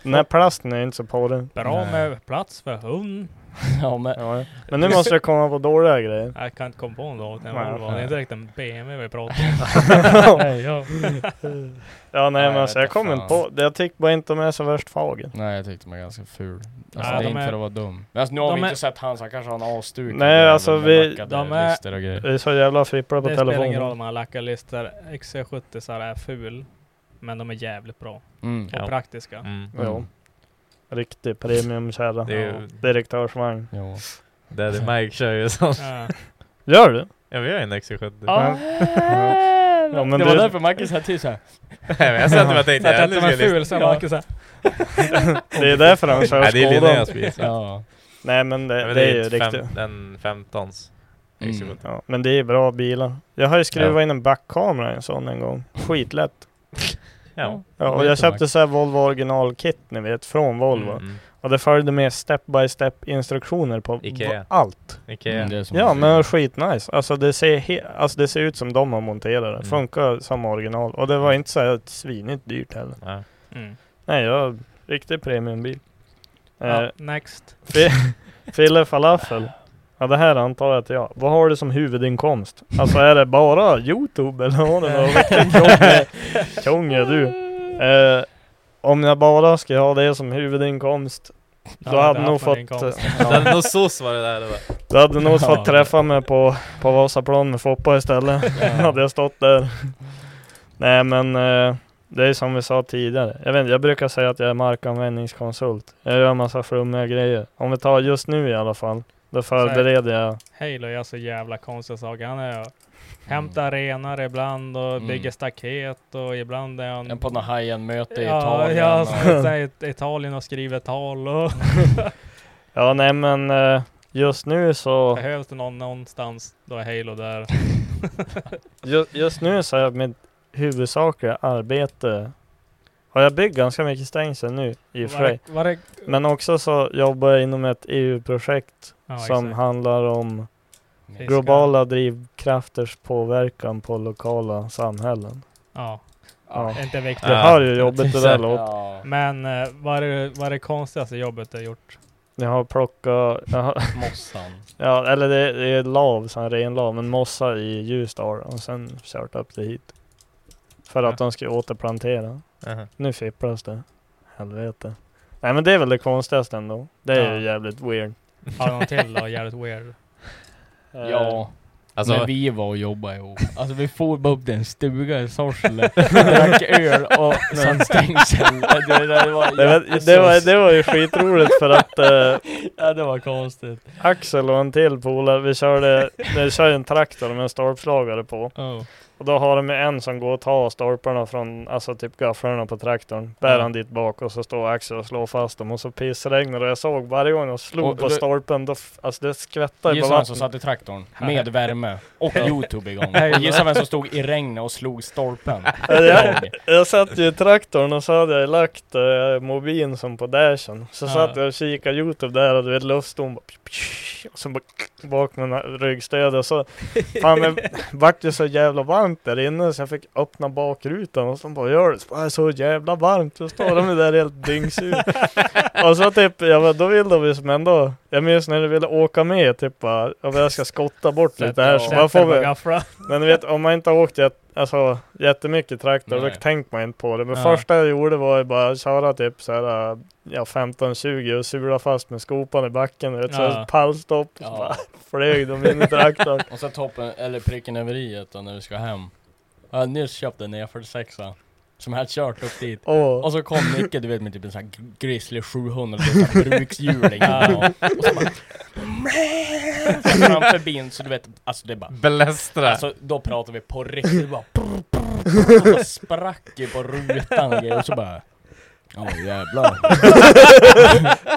Speaker 1: Den här plasten är inte så porrig.
Speaker 2: Bra
Speaker 4: Nej.
Speaker 2: med plats för hund.
Speaker 4: ja, men,
Speaker 1: Ja, ja. Men nu måste vi komma på dåliga grejer.
Speaker 2: Jag kan inte komma på något Det
Speaker 1: Nej.
Speaker 2: är inte direkt en BMW vi pratar om.
Speaker 4: nej, ja.
Speaker 1: Ja nej
Speaker 4: Nej,
Speaker 1: men
Speaker 4: jag
Speaker 1: alltså
Speaker 4: vet
Speaker 1: jag kom
Speaker 4: fan.
Speaker 1: inte på. Jag tyckte bara inte de är så värst fager.
Speaker 4: nej, jag tyckte de var ganska ful. Alltså,
Speaker 2: Nej,
Speaker 4: det är
Speaker 2: de
Speaker 4: inte
Speaker 2: är-
Speaker 4: för att vara dum. Men alltså, nu har
Speaker 2: de
Speaker 4: vi
Speaker 2: är-
Speaker 4: inte sett han, så han kanske har en avstukad
Speaker 1: Nej,
Speaker 4: jävel
Speaker 1: alltså,
Speaker 4: med
Speaker 1: vi-
Speaker 4: lackade
Speaker 2: de är-
Speaker 4: lister och grejer.
Speaker 1: Det är så jävla flippor på
Speaker 2: Det spelar ingen roll
Speaker 1: telefonen.
Speaker 2: om man lackar listor. XC70 så är ful. Men de är jävligt bra.
Speaker 4: Mm.
Speaker 2: Och
Speaker 3: Ja.
Speaker 2: praktiska.
Speaker 3: Mm.
Speaker 1: Ja. Riktig premiumkärra.
Speaker 3: Det är ju...
Speaker 1: Direktörsvagn.
Speaker 4: Jo.
Speaker 3: Daddy Mike kör ju sånt.
Speaker 2: Ja.
Speaker 1: Gör du?
Speaker 3: Ja vi har ju en XC70.
Speaker 1: Ja. Ja, men
Speaker 4: det var
Speaker 1: du-
Speaker 4: därför Marcus sa till såhär.
Speaker 3: Nej, men jag satt och bara tänkte...
Speaker 2: Att de är
Speaker 3: hellre skulle-
Speaker 2: ful, sen
Speaker 4: Ja.
Speaker 2: var det såhär.
Speaker 1: Det är därför han kör
Speaker 3: Nej det är
Speaker 1: Skådan.
Speaker 3: Linneas bil.
Speaker 4: Ja.
Speaker 1: Nej men det,
Speaker 3: Ja, men
Speaker 1: det är ju
Speaker 3: ett
Speaker 1: riktigt.
Speaker 3: fem, den 15s.
Speaker 4: Mm.
Speaker 1: Ja, men det är bra bilar. Jag har ju skruvat in en backkamera i en sån en gång. Skitlätt.
Speaker 3: Ja.
Speaker 1: Ja, och jag köpte så här Volvo originalkit ni vet, från Volvo.
Speaker 3: Mm.
Speaker 1: Och det följde med step by step instruktioner på
Speaker 3: Ikea.
Speaker 1: på allt.
Speaker 3: Ikea.
Speaker 4: Mm, det är som
Speaker 1: Ja
Speaker 4: man
Speaker 1: men
Speaker 4: ser.
Speaker 1: skitnice. Alltså det ser, he- alltså, det ser ut som de har monterat det.
Speaker 3: Mm.
Speaker 1: Funkar som original. Och det var inte så här svinigt dyrt heller.
Speaker 3: Ja.
Speaker 2: Mm.
Speaker 1: Nej, jag riktig premiumbil. Eh,
Speaker 2: Ja, next.
Speaker 1: Fille Falafel. Ja det här antar jag att jag. Vad har du som huvudinkomst? Alltså är det bara Youtube eller har du
Speaker 2: Eh.
Speaker 1: något riktigt krångel? Krångel du. Eh, om jag bara ska ha det som huvudinkomst
Speaker 2: Jag
Speaker 1: då
Speaker 2: har
Speaker 1: hade
Speaker 2: inte
Speaker 1: nog
Speaker 2: haft någon
Speaker 1: fått... eh,
Speaker 2: inkomst.
Speaker 3: Det
Speaker 1: Ja,
Speaker 3: hade nog soc var det där det var.
Speaker 1: då hade nog
Speaker 4: Ja.
Speaker 1: fått träffa mig på, på Vasaplan med Foppa istället. hade jag stått där. Nej men eh, det är som vi sa tidigare. Jag, vet, inte, jag brukar säga att jag är markanvändningskonsult. Jag gör en massa flummiga grejer. Om vi tar just nu i alla fall. Då förbereder jag.
Speaker 2: Halo gör så jävla konstiga saker. Han är hämtar renar ibland och
Speaker 4: Mm.
Speaker 2: bygger staket och ibland är han...
Speaker 4: En på något high-end-möte i
Speaker 2: ja,
Speaker 4: Italien.
Speaker 2: ja,
Speaker 4: och-
Speaker 2: så- så här i Italien och skriver tal och
Speaker 1: Ja nej men eh, just nu så
Speaker 2: behövs det någon någonstans, då är Halo där.
Speaker 1: Ju- Just nu så är mitt huvudsakliga arbete Har jag byggt ganska mycket stängsel nu i och för sig
Speaker 2: Var det,
Speaker 1: Men också så jobbar jag inom ett EU-projekt
Speaker 2: ja,
Speaker 1: som
Speaker 2: exakt.
Speaker 1: handlar om
Speaker 2: Fiskar.
Speaker 1: globala drivkrafters påverkan på lokala samhällen
Speaker 2: Ja,
Speaker 1: Ja.
Speaker 2: det är inte viktigt.
Speaker 1: Det
Speaker 3: Ja.
Speaker 1: hör ju jobbigt det där
Speaker 3: Exakt.
Speaker 1: låter
Speaker 4: Ja,
Speaker 2: Men eh, vad är, det- vad är det konstigaste jobbet du har gjort?
Speaker 1: Jag har plockat, jag har,
Speaker 4: mossan.
Speaker 1: ja eller det, det är lav, sån här ren lav, men mossa i Ljusdal och sen kört upp det hit För att de ska återplantera
Speaker 3: Aha.
Speaker 1: Nu fipplas det. Helvete. Nej men det är väl det konstigaste ändå. Det är ju
Speaker 2: Ja.
Speaker 1: jävligt weird.
Speaker 2: Har du någon till då? Jävligt weird.
Speaker 1: Eh,
Speaker 4: Ja,
Speaker 3: Alltså,
Speaker 4: när vi var och jobbade ihop. Alltså vi for bara upp till en stuga i Sorsele, drack öl och satt stängsel. Det, det, det, var,
Speaker 1: Det var, det, var,
Speaker 4: alltså-
Speaker 1: det var ju skitroligt för att eh,
Speaker 4: ja, det var konstigt.
Speaker 1: Axel och en till polare, vi körde, vi körde en traktor med en stolpslagare på.
Speaker 4: Oh.
Speaker 1: Och då har de ju en som går och tar stolparna från, alltså typ gafflarna på traktorn. Bär
Speaker 4: Mm.
Speaker 1: han dit bak och så står Axel och slår fast dem och så pissregnar det. och jag såg varje gång de slog
Speaker 4: Och
Speaker 1: på
Speaker 4: det-
Speaker 1: stolpen, då, f- alltså det skvättade ju på
Speaker 4: Gissa vem som
Speaker 1: vatten.
Speaker 4: satt i traktorn, med värme, och Youtube igång.
Speaker 2: Hej.
Speaker 4: Och gissa vem som stod i regnet och slog stolpen.
Speaker 1: Ja.
Speaker 4: Jag.
Speaker 1: Jag satt ju i traktorn och så hade jag lagt eh, mobilen som på dashen Så
Speaker 2: Ja.
Speaker 1: satt jag och kikade youtube där och du vet luftstånd bara psh, psh, Och så bara bak med ryggstöd och så Fan det vart ju så jävla varmt där inne så jag fick öppna bakrutan och så bara gör det så, bara, så jävla varmt Så står de ju där helt dyngsur Och så typ, jag bara, då vill de ju som ändå Jag minns när de ville åka med typ bara "Ja, men Jag ska skotta bort lite här så
Speaker 2: Sätter
Speaker 1: man får
Speaker 2: på
Speaker 1: väl
Speaker 2: gaffla.
Speaker 1: men du vet, om man inte har åkt jät- alltså, jättemycket traktor, då
Speaker 4: Nej.
Speaker 1: tänker man inte på det. Men
Speaker 4: Ja.
Speaker 1: första jag gjorde var ju bara att köra typ så här, äh, ja 15-20 och sula fast med skopan i backen. Du vet, så
Speaker 2: Ja.
Speaker 1: här pallstopp, så bara
Speaker 4: Ja.
Speaker 1: flög de in i traktorn.
Speaker 4: Och så toppen, eller pricken över i då när du ska hem. Jag har nyss köpt en E46 som jag hade kört upp dit.
Speaker 1: Åh,
Speaker 4: Och så kom Micke, du vet med typ en sån här gr- grizzly 700, det är sån här brukshjuling ja. Och så bara... Så Framför bin, så du vet, alltså det är bara...
Speaker 3: Belästra!
Speaker 4: Alltså då pratar vi på riktigt, det bara... Prr, prr, prr, och så bara sprack ju på rutan och grejer, och så bara... Ja jävlar.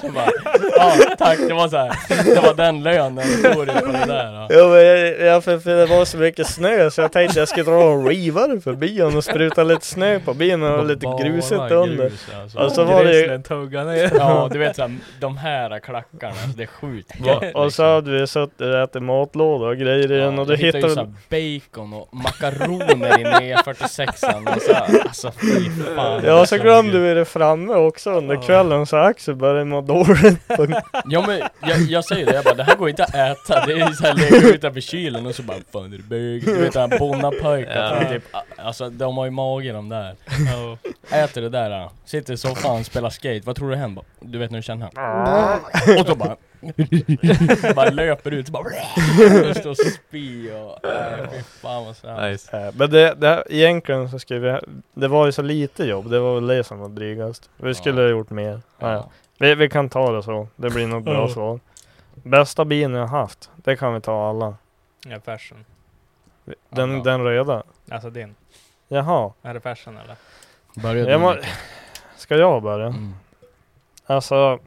Speaker 4: så bara, ja tack, det var så här. Det var den lönen, står det på det där. Ja.
Speaker 1: Jo, men jag, jag, för, för det var så mycket snö så jag tänkte jag skulle dra en rivare förbi bilen och spruta lite snö på bilen och lite
Speaker 4: Bara
Speaker 1: grusigt under.
Speaker 4: grus, alltså.
Speaker 1: Och så var det ju
Speaker 2: Grislen tuggar ner.
Speaker 4: Ja du vet såhär, de här klackarna, alltså, det är sjukt gött,
Speaker 1: Och så
Speaker 4: liksom.
Speaker 1: hade vi suttit och ätit matlåda och grejer i den och då
Speaker 4: jag hittade
Speaker 1: hittade
Speaker 4: ju såhär bacon och makaroner i E46an och så här, alltså fy fan
Speaker 1: Ja, så glömde vi det framme också under
Speaker 2: Ja.
Speaker 1: kvällen så Axel började må dåligt.
Speaker 4: Ja men jag, jag säger det, jag bara det här går inte att äta, det är ju såhär lägga utanför kylen och så bara fan är det bög? Du vet den här bonnapojkar
Speaker 3: Ja.
Speaker 4: typ, alltså de har ju mage de där Äter det där, då. sitter i soffan, spelar skate, vad tror du händer? Bara, Du vet när du känner han? Och då bara Bara löper ut, så bara och Står och spy och, nej fy fan vad sämst
Speaker 3: nice.
Speaker 1: Eh, Men det, det här, egentligen så skulle vi, det var ju så lite jobb, det var väl det som var drygast. Vi
Speaker 4: Ja.
Speaker 1: skulle ha gjort mer. Ja. ja. Vi, vi kan ta det så, det blir nog bra
Speaker 2: Ja.
Speaker 1: svar. Bästa bilen jag haft, det kan vi ta alla.
Speaker 2: Ja, fashion.
Speaker 1: Den,
Speaker 4: Ja.
Speaker 1: den röda.
Speaker 2: Alltså din.
Speaker 1: Jaha,
Speaker 2: Är det fashion eller?
Speaker 4: Började jag
Speaker 1: jag må, ska jag börja?
Speaker 4: Mm.
Speaker 1: Alltså,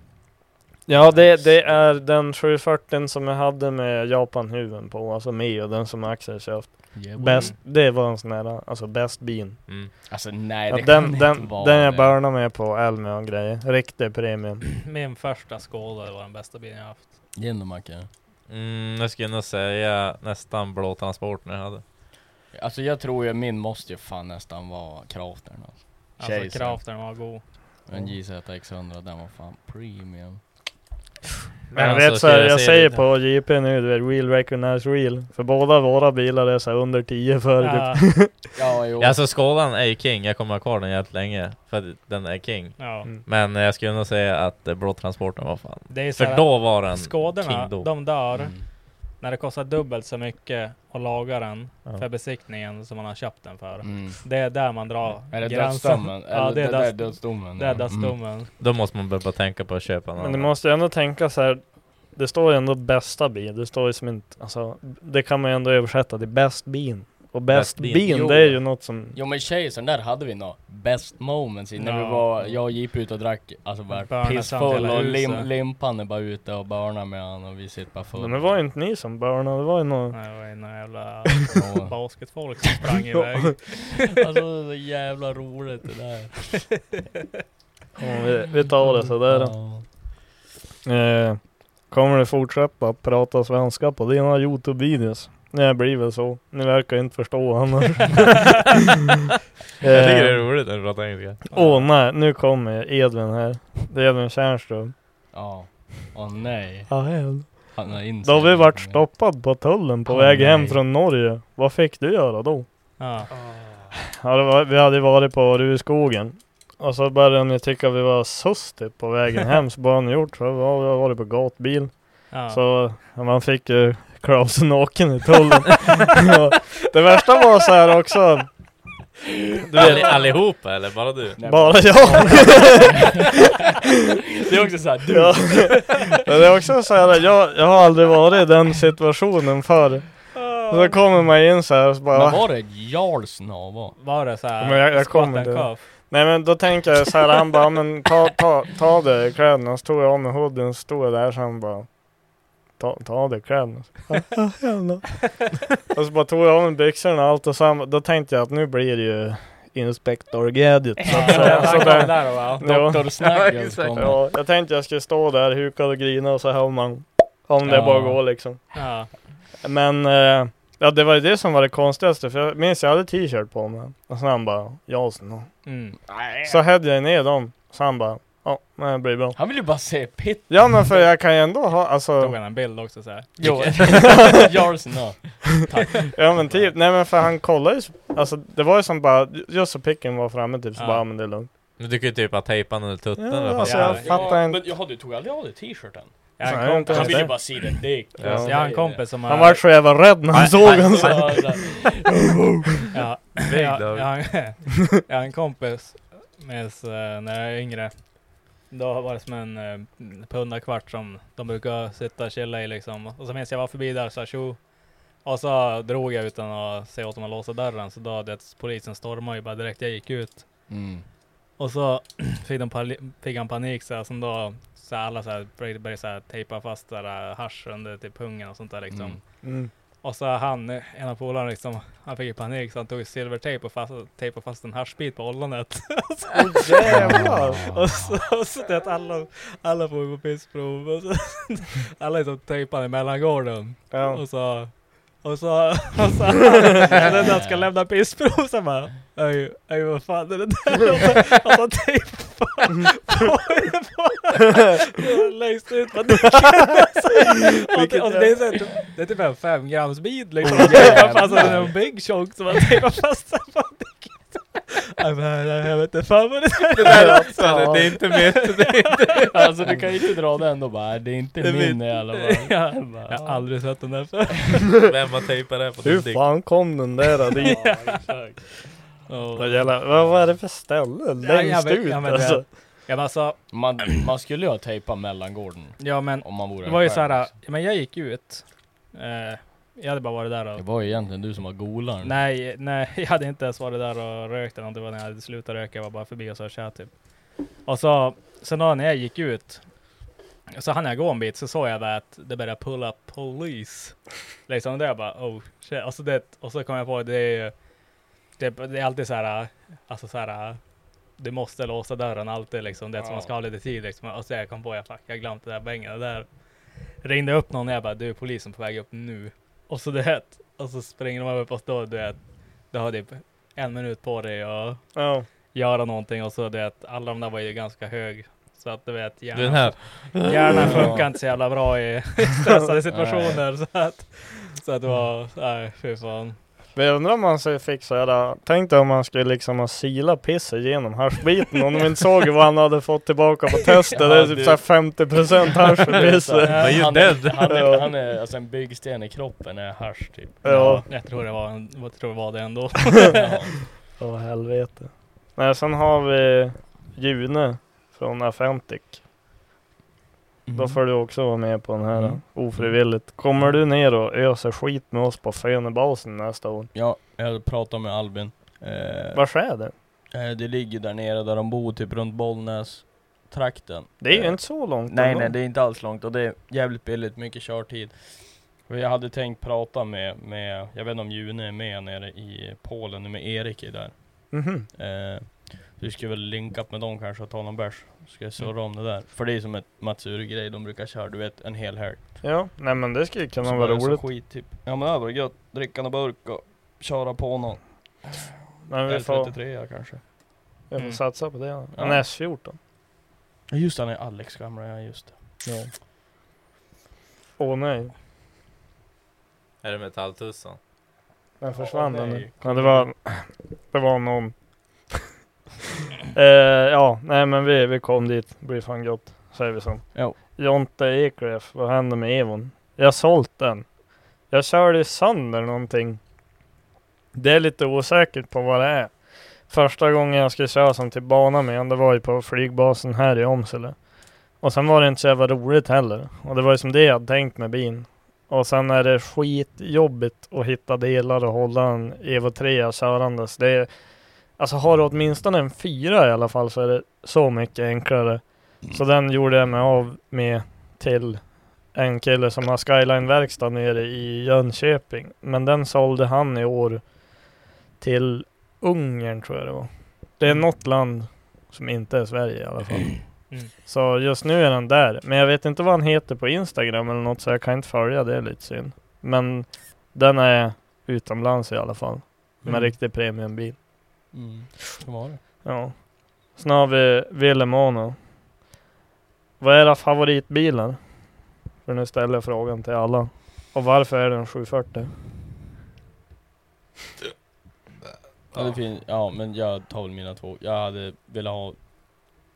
Speaker 1: ja det, det är den 740 som jag hade med Japanhuven på, alltså Mio, den som Axel köpt.
Speaker 4: Yeah, boy.
Speaker 1: Bäst, det var en sån här, alltså bäst bin.
Speaker 3: Mm.
Speaker 4: Alltså nej
Speaker 1: Ja,
Speaker 4: det
Speaker 1: den,
Speaker 4: kan
Speaker 1: den,
Speaker 4: inte vara
Speaker 1: den jag
Speaker 4: det.
Speaker 1: börnade med på Elmia grejer. Riktig premium.
Speaker 2: Min första skål var den bästa bilen jag haft.
Speaker 4: Genomacka.
Speaker 3: Mm, jag skulle nog säga nästan blå transport när jag hade.
Speaker 4: Alltså jag tror ju min måste ju fan nästan vara Kraftern alltså.
Speaker 2: Alltså
Speaker 4: Kejsaren.
Speaker 2: kraften var god.
Speaker 4: En JZX100 den var fan premium.
Speaker 1: Men jag
Speaker 3: alltså,
Speaker 1: vet så
Speaker 3: ska
Speaker 1: här, jag
Speaker 3: säga
Speaker 1: säger
Speaker 3: lite?
Speaker 1: på JP nu, du vet, real recognize real. För båda våra bilar är så här under 10 för typ.
Speaker 2: Ja,
Speaker 4: Ja jo.
Speaker 3: Ja, Alltså skålan är ju king, jag kommer ha kvar den jävligt länge. För att den är king.
Speaker 2: ja.
Speaker 1: Mm.
Speaker 3: Men eh, jag skulle nog säga att eh, blå transporten var fan.
Speaker 2: Det är ju så
Speaker 3: För
Speaker 2: här,
Speaker 3: då var den
Speaker 2: skådorna,
Speaker 3: king då.
Speaker 2: de dör
Speaker 4: Mm.
Speaker 2: när det kostar dubbelt så mycket att laga den
Speaker 3: Ja.
Speaker 2: för besiktningen som man har köpt den för.
Speaker 4: Mm.
Speaker 2: Det är där man drar
Speaker 4: Är det
Speaker 2: gränsen.
Speaker 4: dödsdomen?
Speaker 2: Ja,
Speaker 4: Eller
Speaker 2: det är
Speaker 4: där
Speaker 2: döds-
Speaker 4: dödsdomen. Mm.
Speaker 2: Det är
Speaker 4: ja.
Speaker 2: dödsdomen.
Speaker 3: Då måste man börja tänka på att köpa en
Speaker 1: Men du
Speaker 3: annan.
Speaker 1: måste ju ändå tänka så här. Det står ju ändå bästa bin. Det står ju som inte, alltså, det kan man ju ändå översätta till bäst bin. Och bäst
Speaker 3: Bäst bin.
Speaker 1: bin,
Speaker 4: Jo.
Speaker 1: det är ju något som...
Speaker 4: Jo men Kejsaren där hade vi några best moments i när
Speaker 2: Ja.
Speaker 4: vi var, jag gick ut och drack, alltså
Speaker 2: Börna
Speaker 4: var
Speaker 2: samt
Speaker 4: pissfull
Speaker 2: hela
Speaker 4: och
Speaker 2: huset.
Speaker 4: lim, limpan är bara ute och börnar med han och vi sitter bara fulla.
Speaker 1: Men det var ju inte ni som burnade, det var ju någon...
Speaker 2: Nej, Det var ju några jävla
Speaker 4: Ja.
Speaker 2: basketfolk som sprang iväg.
Speaker 4: Alltså det är så jävla roligt det där.
Speaker 1: Ja, vi, vi tar det sådär.
Speaker 4: Ja.
Speaker 1: Eh, kommer du fortsätta prata svenska på dina Youtube-videos? Nej, det blir väl så. Ni verkar ju inte förstå annars.
Speaker 3: Jag tycker det är
Speaker 1: Eh,
Speaker 3: roligt när du pratar engelska.
Speaker 1: Åh nej, nu kommer Edvin här. Det är Edvin Tjärnström.
Speaker 4: Ja. Åh nej.
Speaker 1: Ah, hell.
Speaker 4: Han har
Speaker 1: Då har vi
Speaker 4: insidan.
Speaker 1: varit stoppad på tullen på
Speaker 4: Åh,
Speaker 1: väg hem
Speaker 4: nej.
Speaker 1: från Norge. Vad fick du göra då?
Speaker 2: Ja.
Speaker 1: Ja, det var, vi hade varit på Ruskogen. Och så började ni tycka vi var sus typ på vägen hem. Så bara har ni gjort så. Ja, vi har varit på gatbil.
Speaker 2: Ja.
Speaker 1: Så ja, man fick ju klä av sig naken i tullen. Ja, det värsta var så här också.
Speaker 3: Du vet, allihopa eller bara du?
Speaker 4: Nej,
Speaker 1: Bara jag.
Speaker 4: Det är också såhär, du.
Speaker 1: Ja. Men det är också så här. Jag, jag har aldrig varit i den situationen förr. Och så kommer man in så här och så bara.
Speaker 4: Men var det Jarls Nava?
Speaker 2: Var det såhär?
Speaker 1: Men jag- jag
Speaker 2: squat
Speaker 1: kommer
Speaker 2: and
Speaker 1: till det.
Speaker 2: cuff?
Speaker 1: Nej men då tänker jag så här, han bara men ta, ta, ta det i kläderna, så tog jag av mig hoodien, så stod jag där så han bara Ta, ta det i kläderna. Så bara, "Ja, jävlar." och så bara tog jag av mig byxorna och allt och så han, då tänkte jag att nu blir det ju Inspector Gadget. Så,
Speaker 2: Ja,
Speaker 1: att säga.
Speaker 2: han
Speaker 1: så
Speaker 2: kom
Speaker 1: där,
Speaker 2: där och bara,
Speaker 1: ja,
Speaker 4: Dr Snuggles
Speaker 3: exakt.
Speaker 4: kommer.
Speaker 1: ja, jag tänkte jag skulle stå där hukad och grina och så här om man Om det
Speaker 4: Ja.
Speaker 1: bara går liksom.
Speaker 2: ja.
Speaker 1: Men eh, ja, det var ju det som var det konstigaste för jag minns jag hade t-shirt på mig. Och så han bara, Jason.
Speaker 2: Mm.
Speaker 1: Så hade jag ner dem. Så han bara, ja men det blir bra.
Speaker 4: Han ville ju bara se Pitt.
Speaker 1: Ja men för jag kan ju ändå ha,
Speaker 2: Tog
Speaker 1: alltså,
Speaker 2: han en bild också såhär?
Speaker 4: Jo, Jarls Nava.
Speaker 1: ja men typ, nej men för han kollade ju, så- alltså det var ju som bara, just så picken var framme typ så
Speaker 2: Ja.
Speaker 1: bara, ja, men det är lugnt.
Speaker 3: Men du kan ju typ ha tejpat den under tutten
Speaker 1: Ja,
Speaker 3: eller
Speaker 1: alltså,
Speaker 3: vad
Speaker 2: jag
Speaker 3: fan.
Speaker 1: fattar inte.
Speaker 4: Men jaha, du tog aldrig av dig t-shirten?
Speaker 2: Jag har
Speaker 1: Nej,
Speaker 2: en
Speaker 1: inte
Speaker 4: Han
Speaker 2: kompis,
Speaker 1: ens
Speaker 4: ville
Speaker 1: det.
Speaker 4: ju bara se din dick.
Speaker 3: Ja.
Speaker 4: Alltså,
Speaker 2: jag har en
Speaker 4: det-
Speaker 2: kompis som
Speaker 1: Han var så jävla rädd när han såg
Speaker 4: Ja,
Speaker 1: honom.
Speaker 4: så här.
Speaker 2: Ja,
Speaker 3: Big
Speaker 2: jag,
Speaker 3: dog.
Speaker 2: jag, jag har en kompis med, s- eh, när jag är yngre. Då var det som en eh, pundakvart som de brukar sitta och chilla i liksom. Och så minns jag var förbi där så här, tjo. Och så drog jag utan att säga åt dem att låsa dörren. Så då det, polisen stormade ju bara direkt jag gick ut.
Speaker 4: Mm.
Speaker 2: Och så fick, de pali- fick han panik så här, som då så här, alla så här, började, började så här, tejpa fast så här, hasch under till pungen och sånt där liksom.
Speaker 4: Mm.
Speaker 1: Mm.
Speaker 2: Och så han, en av polarna liksom, han fick ju panik så han tog silvertejp och fast, tejpade fast en haschbit på ollonet.
Speaker 1: Åh, jävlar.
Speaker 2: och så, och så det alla, alla får ju på pissprov. Och så, alla liksom tejpade i mellangården.
Speaker 1: Ja.
Speaker 2: Och så, och så, och så, den där ska lämna pissprov så bara, oj, oj vad fan är det där? Och så, och så typ tejpar på, på, längst ut på dicken. Och, det- och det är så här, det är typ en femgramsbit liksom.
Speaker 4: Åh, jävlar.
Speaker 2: Fast den är en big chunk som man tejpar fast den på dicken. Jag bara, Jag vet inte fan vad det där är.
Speaker 3: Det där låtsade, det är inte mitt. Det är inte...
Speaker 4: Alltså du kan ju inte dra den då bara, det är inte
Speaker 3: Det är
Speaker 4: min
Speaker 3: mitt.
Speaker 4: i alla fall.
Speaker 2: Jag, jag har aldrig sett den där förr.
Speaker 3: Vem har tejpat det på din
Speaker 1: Hur
Speaker 3: dick?
Speaker 1: fan kom den där dit?
Speaker 2: Oh.
Speaker 1: Vad jävla- vad, vad är det för ställe? Längst
Speaker 2: vet-
Speaker 1: ut
Speaker 2: jag vet
Speaker 1: alltså.
Speaker 2: det. Ja men alltså,
Speaker 4: Man, man skulle ju ha tejpat mellangården
Speaker 2: ja men
Speaker 4: om man vore
Speaker 2: Det var ju
Speaker 4: själv,
Speaker 1: äh,
Speaker 2: såhär,
Speaker 4: liksom.
Speaker 2: men jag gick ut. Eh, jag hade bara varit där
Speaker 4: Det
Speaker 2: och...
Speaker 4: var ju egentligen du som var golaren.
Speaker 2: Nej, nej, jag hade inte ens varit där och rökt eller något. Det var när jag hade slutat röka. Jag var bara förbi och sa tja typ. Och så, sen då när jag gick ut. Så hann jag gå en bit så såg jag bara att det började pulla police. Liksom det jag bara oh shit. Och så, det, och så kom jag på att det är ju- det, det är alltid så här, alltså så här, du måste låsa dörren alltid liksom. Det är som
Speaker 4: Ja.
Speaker 2: man ska ha lite tid liksom. Och så jag kom på, jag fuck, jag glömde det där bängen. Och där ringde jag upp någon och jag bara, du är polisen på väg upp nu. Och så det, och så springer de upp och står, du vet, du har typ en minut på dig och
Speaker 1: Ja.
Speaker 2: göra någonting och så det att alla de där var ju ganska hög. Så att du vet,
Speaker 3: Den
Speaker 2: hjärnan,
Speaker 3: här.
Speaker 2: hjärnan funkar inte så jävla bra i stressade situationer. så, att, så att det
Speaker 4: Mm.
Speaker 2: var, nej fy fan.
Speaker 1: Men jag undrar om man skulle fixa jävla... Tänk dig om man skulle liksom ha silat pisset genom haschbiten om de inte såg vad han hade fått tillbaka på testet. det är
Speaker 3: Ja, du-
Speaker 1: typ såhär 50% hasch i pisset.
Speaker 3: But you're
Speaker 4: han,
Speaker 3: dead.
Speaker 4: är, han, är, han är alltså en byggsten i kroppen, är hasch typ.
Speaker 1: Ja.
Speaker 2: Jag tror det var, en- jag tror det var det ändå.
Speaker 1: Åh helvete. Nej, sen har vi June från Authentic. Då får du också vara med på den här
Speaker 4: Mm.
Speaker 1: ofrivilligt. Kommer du ner och öser skit med oss på Fönebasen nästa år?
Speaker 4: Ja, jag pratade med Albin. Eh,
Speaker 1: Vars är det?
Speaker 4: eh, det ligger där nere där de bor, typ runt Bollnäs trakten.
Speaker 1: Det är ju
Speaker 4: Eh,
Speaker 1: inte så långt
Speaker 4: Nej
Speaker 1: ändå.
Speaker 4: nej, det är inte alls långt och det är jävligt billigt, mycket körtid. Och jag hade tänkt prata med, med jag vet inte om June är med nere i Polen, med Erik är där.
Speaker 1: Mhm.
Speaker 4: Eh, vi ska väl linka upp med dem kanske och ta någon bärs. Ska jag surra om det där. För det är som ett Matsuri-grej de brukar köra, du vet en hel helg.
Speaker 1: Ja, nej men det skulle kunna
Speaker 4: Så
Speaker 1: vara
Speaker 4: bara så
Speaker 1: roligt.
Speaker 4: Skit, typ. Ja men det var gött, dricka någon burk och köra på någon.
Speaker 1: Men vi får,
Speaker 4: L33 kanske.
Speaker 1: vi får
Speaker 2: Mm.
Speaker 1: satsa på det. En
Speaker 4: Ja.
Speaker 1: S14.
Speaker 4: Ja just det, han är Alex gamla, ja just det.
Speaker 1: Ja. Åh nej,
Speaker 3: Är det metalltussan?
Speaker 1: den försvann
Speaker 4: Åh,
Speaker 1: den nu.
Speaker 4: nej.
Speaker 1: Ja, det var, det var någon. eh, ja, nej men vi, vi kom dit. Det blir fan gott, säger vi så.
Speaker 4: Jo.
Speaker 1: Jonte Eklöf, vad hände med Evon? Jag har sålt den. Jag körde ju sönder någonting. Det är lite osäkert på vad det är. Första gången jag skulle köra som till bana med den, det var ju på flygbasen här i Åmsele. Och sen var det inte så jävla roligt heller. Och det var ju som det jag hade tänkt med bin. Och sen är det skitjobbigt att hitta delar och hålla en Evo 3 körandes. Det är, alltså har du åtminstone en 4 i alla fall så är det så mycket enklare. Så den gjorde jag mig av med till en kille som har Skyline-verkstad nere i Jönköping. Men den sålde han i år till Ungern tror jag det var. Det är något land som inte är Sverige i alla fall.
Speaker 2: Mm.
Speaker 1: Så just nu är den där. Men jag vet inte vad han heter på Instagram eller något så jag kan inte följa det, det är lite synd. Men den är utomlands i alla fall. Med
Speaker 4: Mm.
Speaker 1: riktig premiumbil.
Speaker 4: Mm. Så var det.
Speaker 1: Ja. Sen har vi Villemano. Vad är era favoritbilar? För nu ställer jag frågan till alla. Och varför är den 740?
Speaker 4: Ja, det fin- ja men jag tar väl mina två. Jag hade velat ha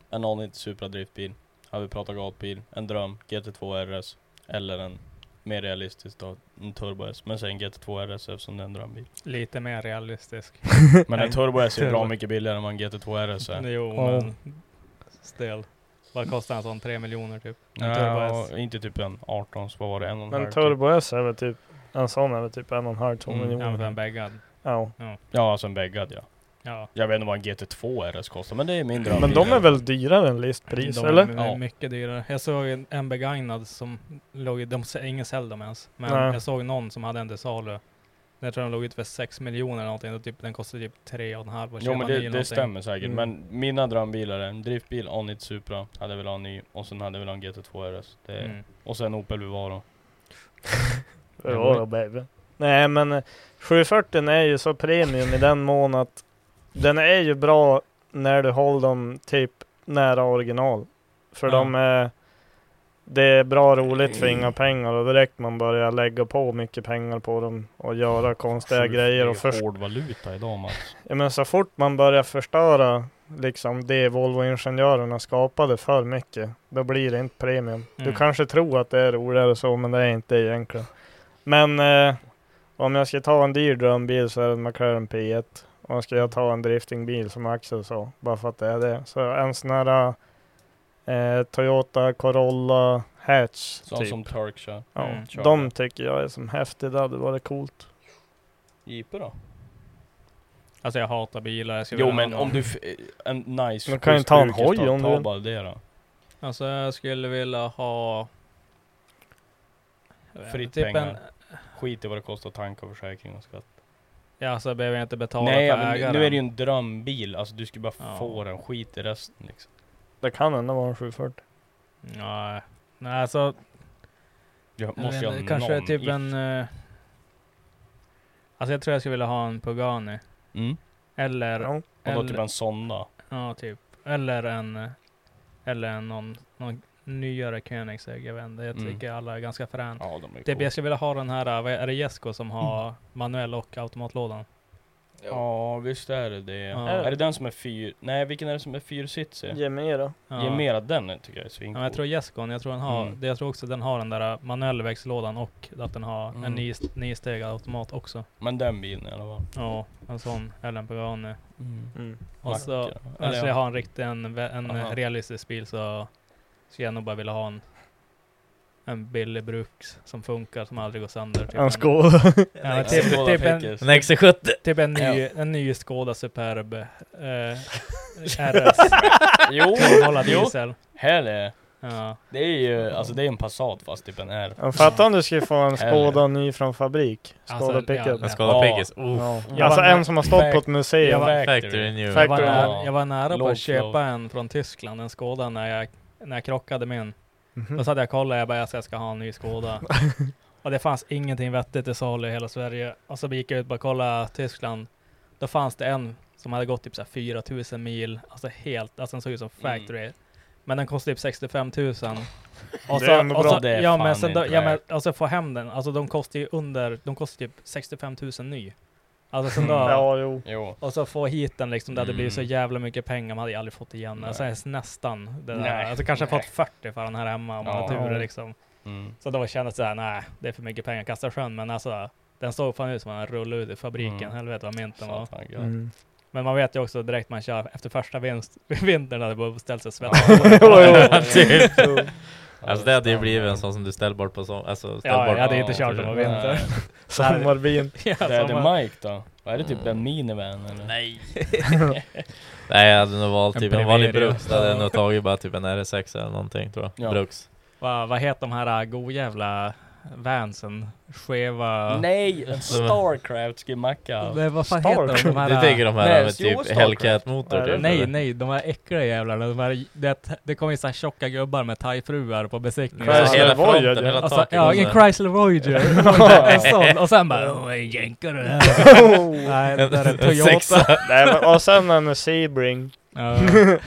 Speaker 4: en annan Supra driftbil. Hade vi pratat gatbil, en dröm, GT2 RS. Eller en mer realistisk då, en Turbo S. Men sen GT2 RS eftersom det är en drömbil.
Speaker 2: Lite mer realistisk.
Speaker 4: Men en
Speaker 2: En
Speaker 4: Turbo S är bra
Speaker 2: Turbo.
Speaker 4: mycket billigare än vad en GT2 RS är.
Speaker 2: Jo
Speaker 1: Ja.
Speaker 2: men stel. Vad kostar en sån? Tre miljoner typ? En Turbo
Speaker 4: Ja,
Speaker 2: S.
Speaker 4: inte typ en 18, så vad var det? En och en halv
Speaker 1: Men
Speaker 4: typ.
Speaker 1: Turbo S är väl typ, en sån är väl typ en och en halv, två
Speaker 4: Mm,
Speaker 2: Ja men
Speaker 1: miljoner.
Speaker 2: den bäggad.
Speaker 1: Ja.
Speaker 4: Ja, alltså en bäggad ja.
Speaker 2: Ja.
Speaker 4: Jag vet inte vad en GT2 RS kostar, men det är min drömbil.
Speaker 1: Men de är väl dyrare än listpris,
Speaker 2: de
Speaker 1: eller?
Speaker 2: Är
Speaker 4: Ja.
Speaker 2: Mycket dyrare. Jag såg en- en begagnad som låg i, de, sä- ingen säljer dem ens, men
Speaker 1: Nej.
Speaker 2: jag såg någon som hade en till salu. Jag tror den låg ut för 6 miljoner eller någonting, och typ, den kostade typ 3,5 och
Speaker 4: Jo men det, det stämmer säkert,
Speaker 1: Mm.
Speaker 4: men mina drömbilar är en driftbil, Onit Supra, hade väl ha en ny, och sen hade väl ha en GT2 RS. Det,
Speaker 2: Mm.
Speaker 4: Och sen Opel Vivaro.
Speaker 1: Ja,
Speaker 4: Ja,
Speaker 1: ja, baby. Nej men eh, 740 är ju så premium i den mån att den är ju bra när du håller dem typ nära original. För
Speaker 2: Ja.
Speaker 1: de är, det är bra roligt för inga pengar och direkt man börjar lägga på mycket pengar på dem och göra konstiga
Speaker 4: Sjukt, det är
Speaker 1: grejer.
Speaker 4: ju
Speaker 1: Och först,
Speaker 4: hård valuta idag Mats.
Speaker 1: ja, men så fort man börjar förstöra liksom det Volvo-ingenjörerna skapade för mycket, då blir det inte premium. Du
Speaker 2: Mm.
Speaker 1: kanske tror att det är roligare så, men det är inte egentligen. Men eh, om jag ska ta en dyr drömbil så är det en McLaren P1. Och ska jag ta en driftingbil som Axel sa, bara för att det är det. Så en sån här eh, Toyota Corolla Hatch.
Speaker 4: Så som Turk kör.
Speaker 1: Typ. ja,
Speaker 2: Mm,
Speaker 4: kör
Speaker 1: de
Speaker 4: det.
Speaker 1: tycker jag är som häftigt, det hade varit coolt.
Speaker 4: Jeeper då?
Speaker 2: Alltså jag hatar bilar. Jag skulle
Speaker 4: Jo
Speaker 2: vilja
Speaker 4: men
Speaker 2: ha någon-
Speaker 4: om du, f- en nice
Speaker 1: Men kan ju ta en hoj om du
Speaker 4: Ta
Speaker 1: vill.
Speaker 4: bara det då.
Speaker 2: Alltså jag skulle vilja ha... jag vet
Speaker 4: Fritt
Speaker 2: inte, typ
Speaker 4: pengar.
Speaker 2: en-
Speaker 4: Skit i vad det kostar att tanka och försäkring och skatt.
Speaker 2: Ja, alltså behöver jag inte betala
Speaker 4: Nej,
Speaker 2: för
Speaker 4: men nu-
Speaker 2: ägaren.
Speaker 4: nu är det ju en drömbil. Alltså du skulle bara
Speaker 2: Ja.
Speaker 4: få den. Skit i resten liksom.
Speaker 1: Det kan ändå vara en 740.
Speaker 2: Nej, Nej alltså
Speaker 4: Jag
Speaker 2: Jag
Speaker 4: måste
Speaker 2: vet
Speaker 4: ju
Speaker 2: inte,
Speaker 4: ha
Speaker 2: kanske
Speaker 4: någon
Speaker 2: typ
Speaker 4: if-
Speaker 2: en... eh, alltså jag tror jag skulle vilja ha en Pugani.
Speaker 4: Mm.
Speaker 2: Eller...
Speaker 1: Ja.
Speaker 4: Och då
Speaker 2: eller,
Speaker 4: typ en Sonna.
Speaker 2: Ja, typ. Eller en... eh, Eller en, någon, någon nyare Koenigsegg, jag vet inte. Jag
Speaker 4: Mm.
Speaker 2: tycker alla är ganska fräna.
Speaker 4: Ja, Mm. de är
Speaker 2: Typ
Speaker 4: coola.
Speaker 2: jag skulle vilja ha den här, eh, vad är är det Jesko som har manuell och automatlådan?
Speaker 4: Ja, visst är det det.
Speaker 2: Ja.
Speaker 4: Är det den som är fyr... Nej, vilken är det som är fyrsitsig?
Speaker 1: Ge mig då.
Speaker 2: Ja.
Speaker 4: Ge mer att den tycker jag är
Speaker 2: Ja,
Speaker 4: svincool.
Speaker 2: men jag tror Jeskon, jag tror, den har,
Speaker 4: Mm.
Speaker 2: det, jag tror också den har den där eh, manuella växellådan och att den har
Speaker 4: Mm.
Speaker 2: en nio, niostegad automat också.
Speaker 4: Men den bilen i alla fall.
Speaker 2: Ja, en sån. Eller en Pugani.
Speaker 1: Mm.
Speaker 2: Och så,
Speaker 4: Vacker.
Speaker 2: Eller
Speaker 4: Eller
Speaker 2: alltså
Speaker 4: ja.
Speaker 2: jag har en riktig, en, vä- en eh,
Speaker 4: Aha.
Speaker 2: realistisk bil så skulle jag nog bara vilja ha en, en billig bruks som funkar, som aldrig går sönder. Typ
Speaker 1: En skål.
Speaker 2: Ja, men typ,
Speaker 4: Skåda
Speaker 2: typ, en,
Speaker 4: Fakers.
Speaker 3: En XC70!
Speaker 2: typ en ny, en ny Skoda Superb eh, RS.
Speaker 4: Jo,
Speaker 2: Tungmålad
Speaker 4: jo.
Speaker 2: diesel.
Speaker 4: Här är
Speaker 2: Ja.
Speaker 4: det. är ju, alltså det är en Passat fast typ en R.
Speaker 1: Ja, Fatta om du skulle få en Skoda ny från fabrik. Skoda
Speaker 2: Alltså,
Speaker 1: pickup.
Speaker 3: En
Speaker 2: ja.
Speaker 3: Skoda
Speaker 4: Ja.
Speaker 3: Piggis. Oh,
Speaker 1: Ja.
Speaker 2: Jag
Speaker 1: Alltså
Speaker 2: var-
Speaker 1: en som har stått på ett
Speaker 2: jag
Speaker 1: museum.
Speaker 2: var-
Speaker 3: Factory New.
Speaker 2: Jag var
Speaker 1: Factory.
Speaker 2: nära, jag var nära på
Speaker 4: Låg
Speaker 2: att köpa
Speaker 4: flow.
Speaker 2: en från Tyskland, en Skoda, när jag, när jag krockade med
Speaker 4: Mm.
Speaker 2: en.
Speaker 1: Mhm.
Speaker 2: Då satt jag och kollade, jag bara alltså, jag ska ha en ny Skoda. och det fanns ingenting vettigt i salu i hela Sverige. Och så gick jag ut och bara kollade Tyskland. Då fanns det en som hade gått typ så här 4000 mil, alltså helt, alltså den såg ut som
Speaker 4: Mm.
Speaker 2: factory. Men den kostade typ 65 000. Och
Speaker 1: Det
Speaker 2: så,
Speaker 1: är ändå
Speaker 2: och
Speaker 4: bra.
Speaker 2: så,
Speaker 4: Det är
Speaker 2: ja
Speaker 4: fan
Speaker 2: men sen då,
Speaker 4: inte
Speaker 2: ja
Speaker 4: värt.
Speaker 2: men alltså få hem den, alltså de kostar ju under, de kostar typ 65 000 ny. Alltså sen då,
Speaker 1: Ja, jo.
Speaker 4: Jo.
Speaker 2: och så få hit den liksom, det hade blivit så
Speaker 4: Mm.
Speaker 2: jävla mycket pengar, man hade ju aldrig fått igen den. Alltså ens nästan. Det där.
Speaker 4: Nej.
Speaker 2: Alltså kanske
Speaker 4: Nej.
Speaker 2: fått 40 för den här hemma om man har
Speaker 4: Ja.
Speaker 2: tur liksom.
Speaker 4: Mm.
Speaker 2: Så då kändes det såhär, nej det är för mycket pengar att kasta i sjön. Men alltså den såg fan ut som att den rullade ut i fabriken.
Speaker 4: Mm.
Speaker 2: Helvete vad mint den var.
Speaker 4: Satan, gött.
Speaker 1: Mm.
Speaker 2: Men man vet ju också direkt man kör, efter första vinst, vintern hade bara ställt sig
Speaker 4: Ja.
Speaker 2: svett.
Speaker 4: Ja,
Speaker 3: Typ.
Speaker 4: ja.
Speaker 3: Alltså det hade ju blivit en sån som du ställer bort på sån, alltså ställ
Speaker 2: Ja,
Speaker 3: bort
Speaker 2: jag hade
Speaker 3: på-
Speaker 2: inte kört den på vintern.
Speaker 1: Sommarbin.
Speaker 2: Ja,
Speaker 4: Det är
Speaker 2: som-
Speaker 4: det Mike då? Vad Är det typ
Speaker 3: Mm.
Speaker 4: en minivan eller?
Speaker 3: Nej! Nej jag hade nog valt
Speaker 2: En
Speaker 3: typ en vanlig
Speaker 2: Preverio.
Speaker 3: Bruks, då hade jag nog tagit bara typ en RS6 eller någonting tror jag.
Speaker 4: Ja.
Speaker 3: Bruks.
Speaker 2: Vad vad heter de här godjävla vansen? Skeva...
Speaker 4: Nej! En Starcraft skulle macka.
Speaker 2: Men vad fan heter de?
Speaker 1: Stark.
Speaker 2: de här,
Speaker 3: Du tänker de här äh,
Speaker 4: Nej,
Speaker 3: med
Speaker 4: jo,
Speaker 3: typ
Speaker 4: Starcraft.
Speaker 3: Hellcat-motor typ?
Speaker 2: Nej,
Speaker 3: eller?
Speaker 2: nej, de här äckliga jävlarna. De här, det, det kom ju såhär tjocka gubbar med thai-fruar på besiktningen.
Speaker 1: Chrysler
Speaker 3: Alltså, Hela
Speaker 1: Voyager.
Speaker 3: fronten, hela
Speaker 2: Alltså,
Speaker 3: taket.
Speaker 2: ja,
Speaker 3: och
Speaker 2: en
Speaker 3: så här.
Speaker 2: Chrysler Voyager. en sån. Och sen bara, åh, en jänkare. Nej, det där är en
Speaker 3: En
Speaker 2: Toyota.
Speaker 3: sexa.
Speaker 1: Nej, men, och sen en Sebring
Speaker 2: Ja.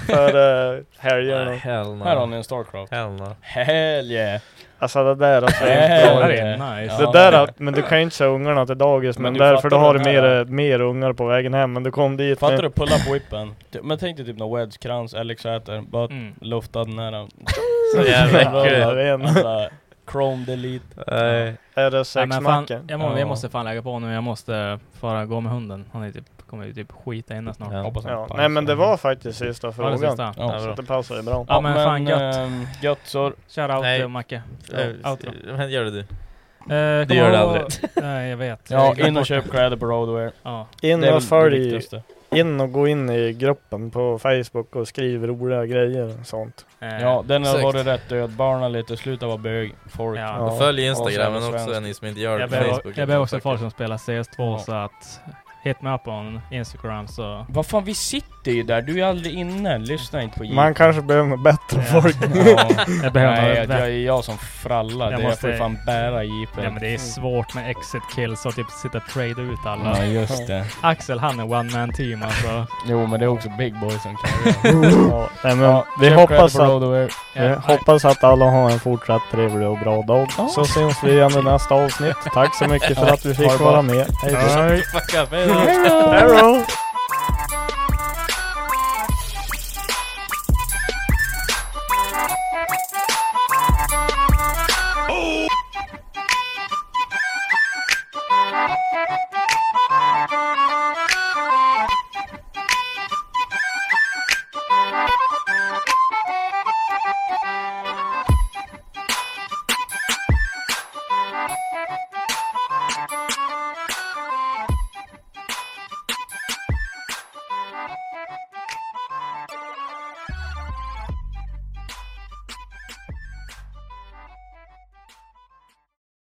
Speaker 1: för uh,
Speaker 3: Nej,
Speaker 1: helgerna.
Speaker 3: Hell no.
Speaker 4: Här har ni en Starcraft.
Speaker 3: Hell no.
Speaker 4: Hell yeah!
Speaker 1: Alltså det där alltså. det
Speaker 4: Nej.
Speaker 1: är
Speaker 2: Jävlar,
Speaker 1: inte
Speaker 2: det
Speaker 1: bra.
Speaker 2: är nice.
Speaker 4: Ja.
Speaker 1: Det där, att- men du kan ju inte säga ungarna till dagis
Speaker 4: Men
Speaker 1: men,
Speaker 4: du
Speaker 1: därför
Speaker 4: fattar
Speaker 1: då har du
Speaker 4: den här,
Speaker 1: mer, mer ungar på vägen hem men du kom dit
Speaker 4: Fattar
Speaker 1: med-
Speaker 4: du? Pull up whippen. Ty- Men tänk dig typ någon wedge-krans, LX-äter, bara
Speaker 2: Mm.
Speaker 4: luftad nära.
Speaker 3: Så jävla
Speaker 1: Ja,
Speaker 3: kul.
Speaker 1: det är en
Speaker 4: Alltså, Chrome delete.
Speaker 3: Nej.
Speaker 2: Nej, men fan,
Speaker 1: RS6-macken.
Speaker 2: jag, må,
Speaker 4: Ja.
Speaker 2: jag måste fan lägga på nu. Jag måste fara gå med hunden. Han är typ, kommer ju typ skita inne snart.
Speaker 3: Ja.
Speaker 4: Hoppas han
Speaker 1: Ja,
Speaker 4: pajar
Speaker 1: nej men
Speaker 4: sig.
Speaker 1: det var faktiskt sista
Speaker 2: Ja, det
Speaker 1: frågan.
Speaker 2: sista.
Speaker 4: Ja,
Speaker 3: Ja,
Speaker 4: så-
Speaker 3: bra.
Speaker 1: det passar ju bra.
Speaker 2: Ja, men fan, gött.
Speaker 4: ehm, gött så.
Speaker 2: Shoutout
Speaker 3: Nej.
Speaker 2: till Macke.
Speaker 3: Eh,
Speaker 2: Outro.
Speaker 3: Men gör det du.
Speaker 2: Eh,
Speaker 3: Det gör det
Speaker 2: ihåg-
Speaker 3: aldrig.
Speaker 2: Nej, jag vet.
Speaker 4: Ja,
Speaker 2: Jag glömde
Speaker 4: in och
Speaker 2: bort
Speaker 4: köp
Speaker 2: det.
Speaker 4: kläder på Roadwear.
Speaker 2: Ja.
Speaker 1: In
Speaker 4: Det är
Speaker 1: och,
Speaker 4: väl det
Speaker 1: följ,
Speaker 4: viktigaste.
Speaker 1: in och gå in i gruppen på Facebook och skriv roliga grejer och sånt.
Speaker 2: Eh,
Speaker 4: Ja, den har
Speaker 3: Exakt.
Speaker 4: varit rätt död. Barnen lite, sluta vara bög. Folk.
Speaker 2: Ja.
Speaker 3: Och
Speaker 1: Ja.
Speaker 3: följ
Speaker 4: Och sen
Speaker 3: Instagram men också
Speaker 4: svensk.
Speaker 3: ni som inte gör det
Speaker 2: Jag
Speaker 3: på
Speaker 2: behöver,
Speaker 3: Facebook.
Speaker 2: jag behöver också folk som spelar CS2
Speaker 4: Ja.
Speaker 2: så att hit mig upp on Instagram så...
Speaker 4: Vad fan, vi sitter ju där. Du är ju aldrig inne. Lyssna inte på J.
Speaker 1: Man kanske behöver bättre folk.
Speaker 4: Ja.
Speaker 2: Jag
Speaker 4: Nej,
Speaker 2: behöver...
Speaker 4: jag, jag är jag som frallar.
Speaker 2: Jag
Speaker 4: Jag, jag
Speaker 2: måste-
Speaker 4: får ju fan bära jeepen.
Speaker 2: ja men det är svårt med exit kills och typ sitta och trade ut alla.
Speaker 4: Ja, just det.
Speaker 2: Axel han är one man team alltså.
Speaker 4: Jo, men det är också Big Boy som kan
Speaker 1: ja, nej, men vi
Speaker 4: köp
Speaker 1: hoppas
Speaker 4: kläder på
Speaker 1: att,
Speaker 4: Roadwear.
Speaker 1: vi hoppas att alla har en fortsatt trevlig och bra dag. Så syns vi igen i nästa avsnitt. Tack så mycket för att vi
Speaker 4: Ha det
Speaker 1: fick
Speaker 4: bra.
Speaker 1: vara med. Hej då.
Speaker 3: Fuck up, hej då.
Speaker 1: Hej då!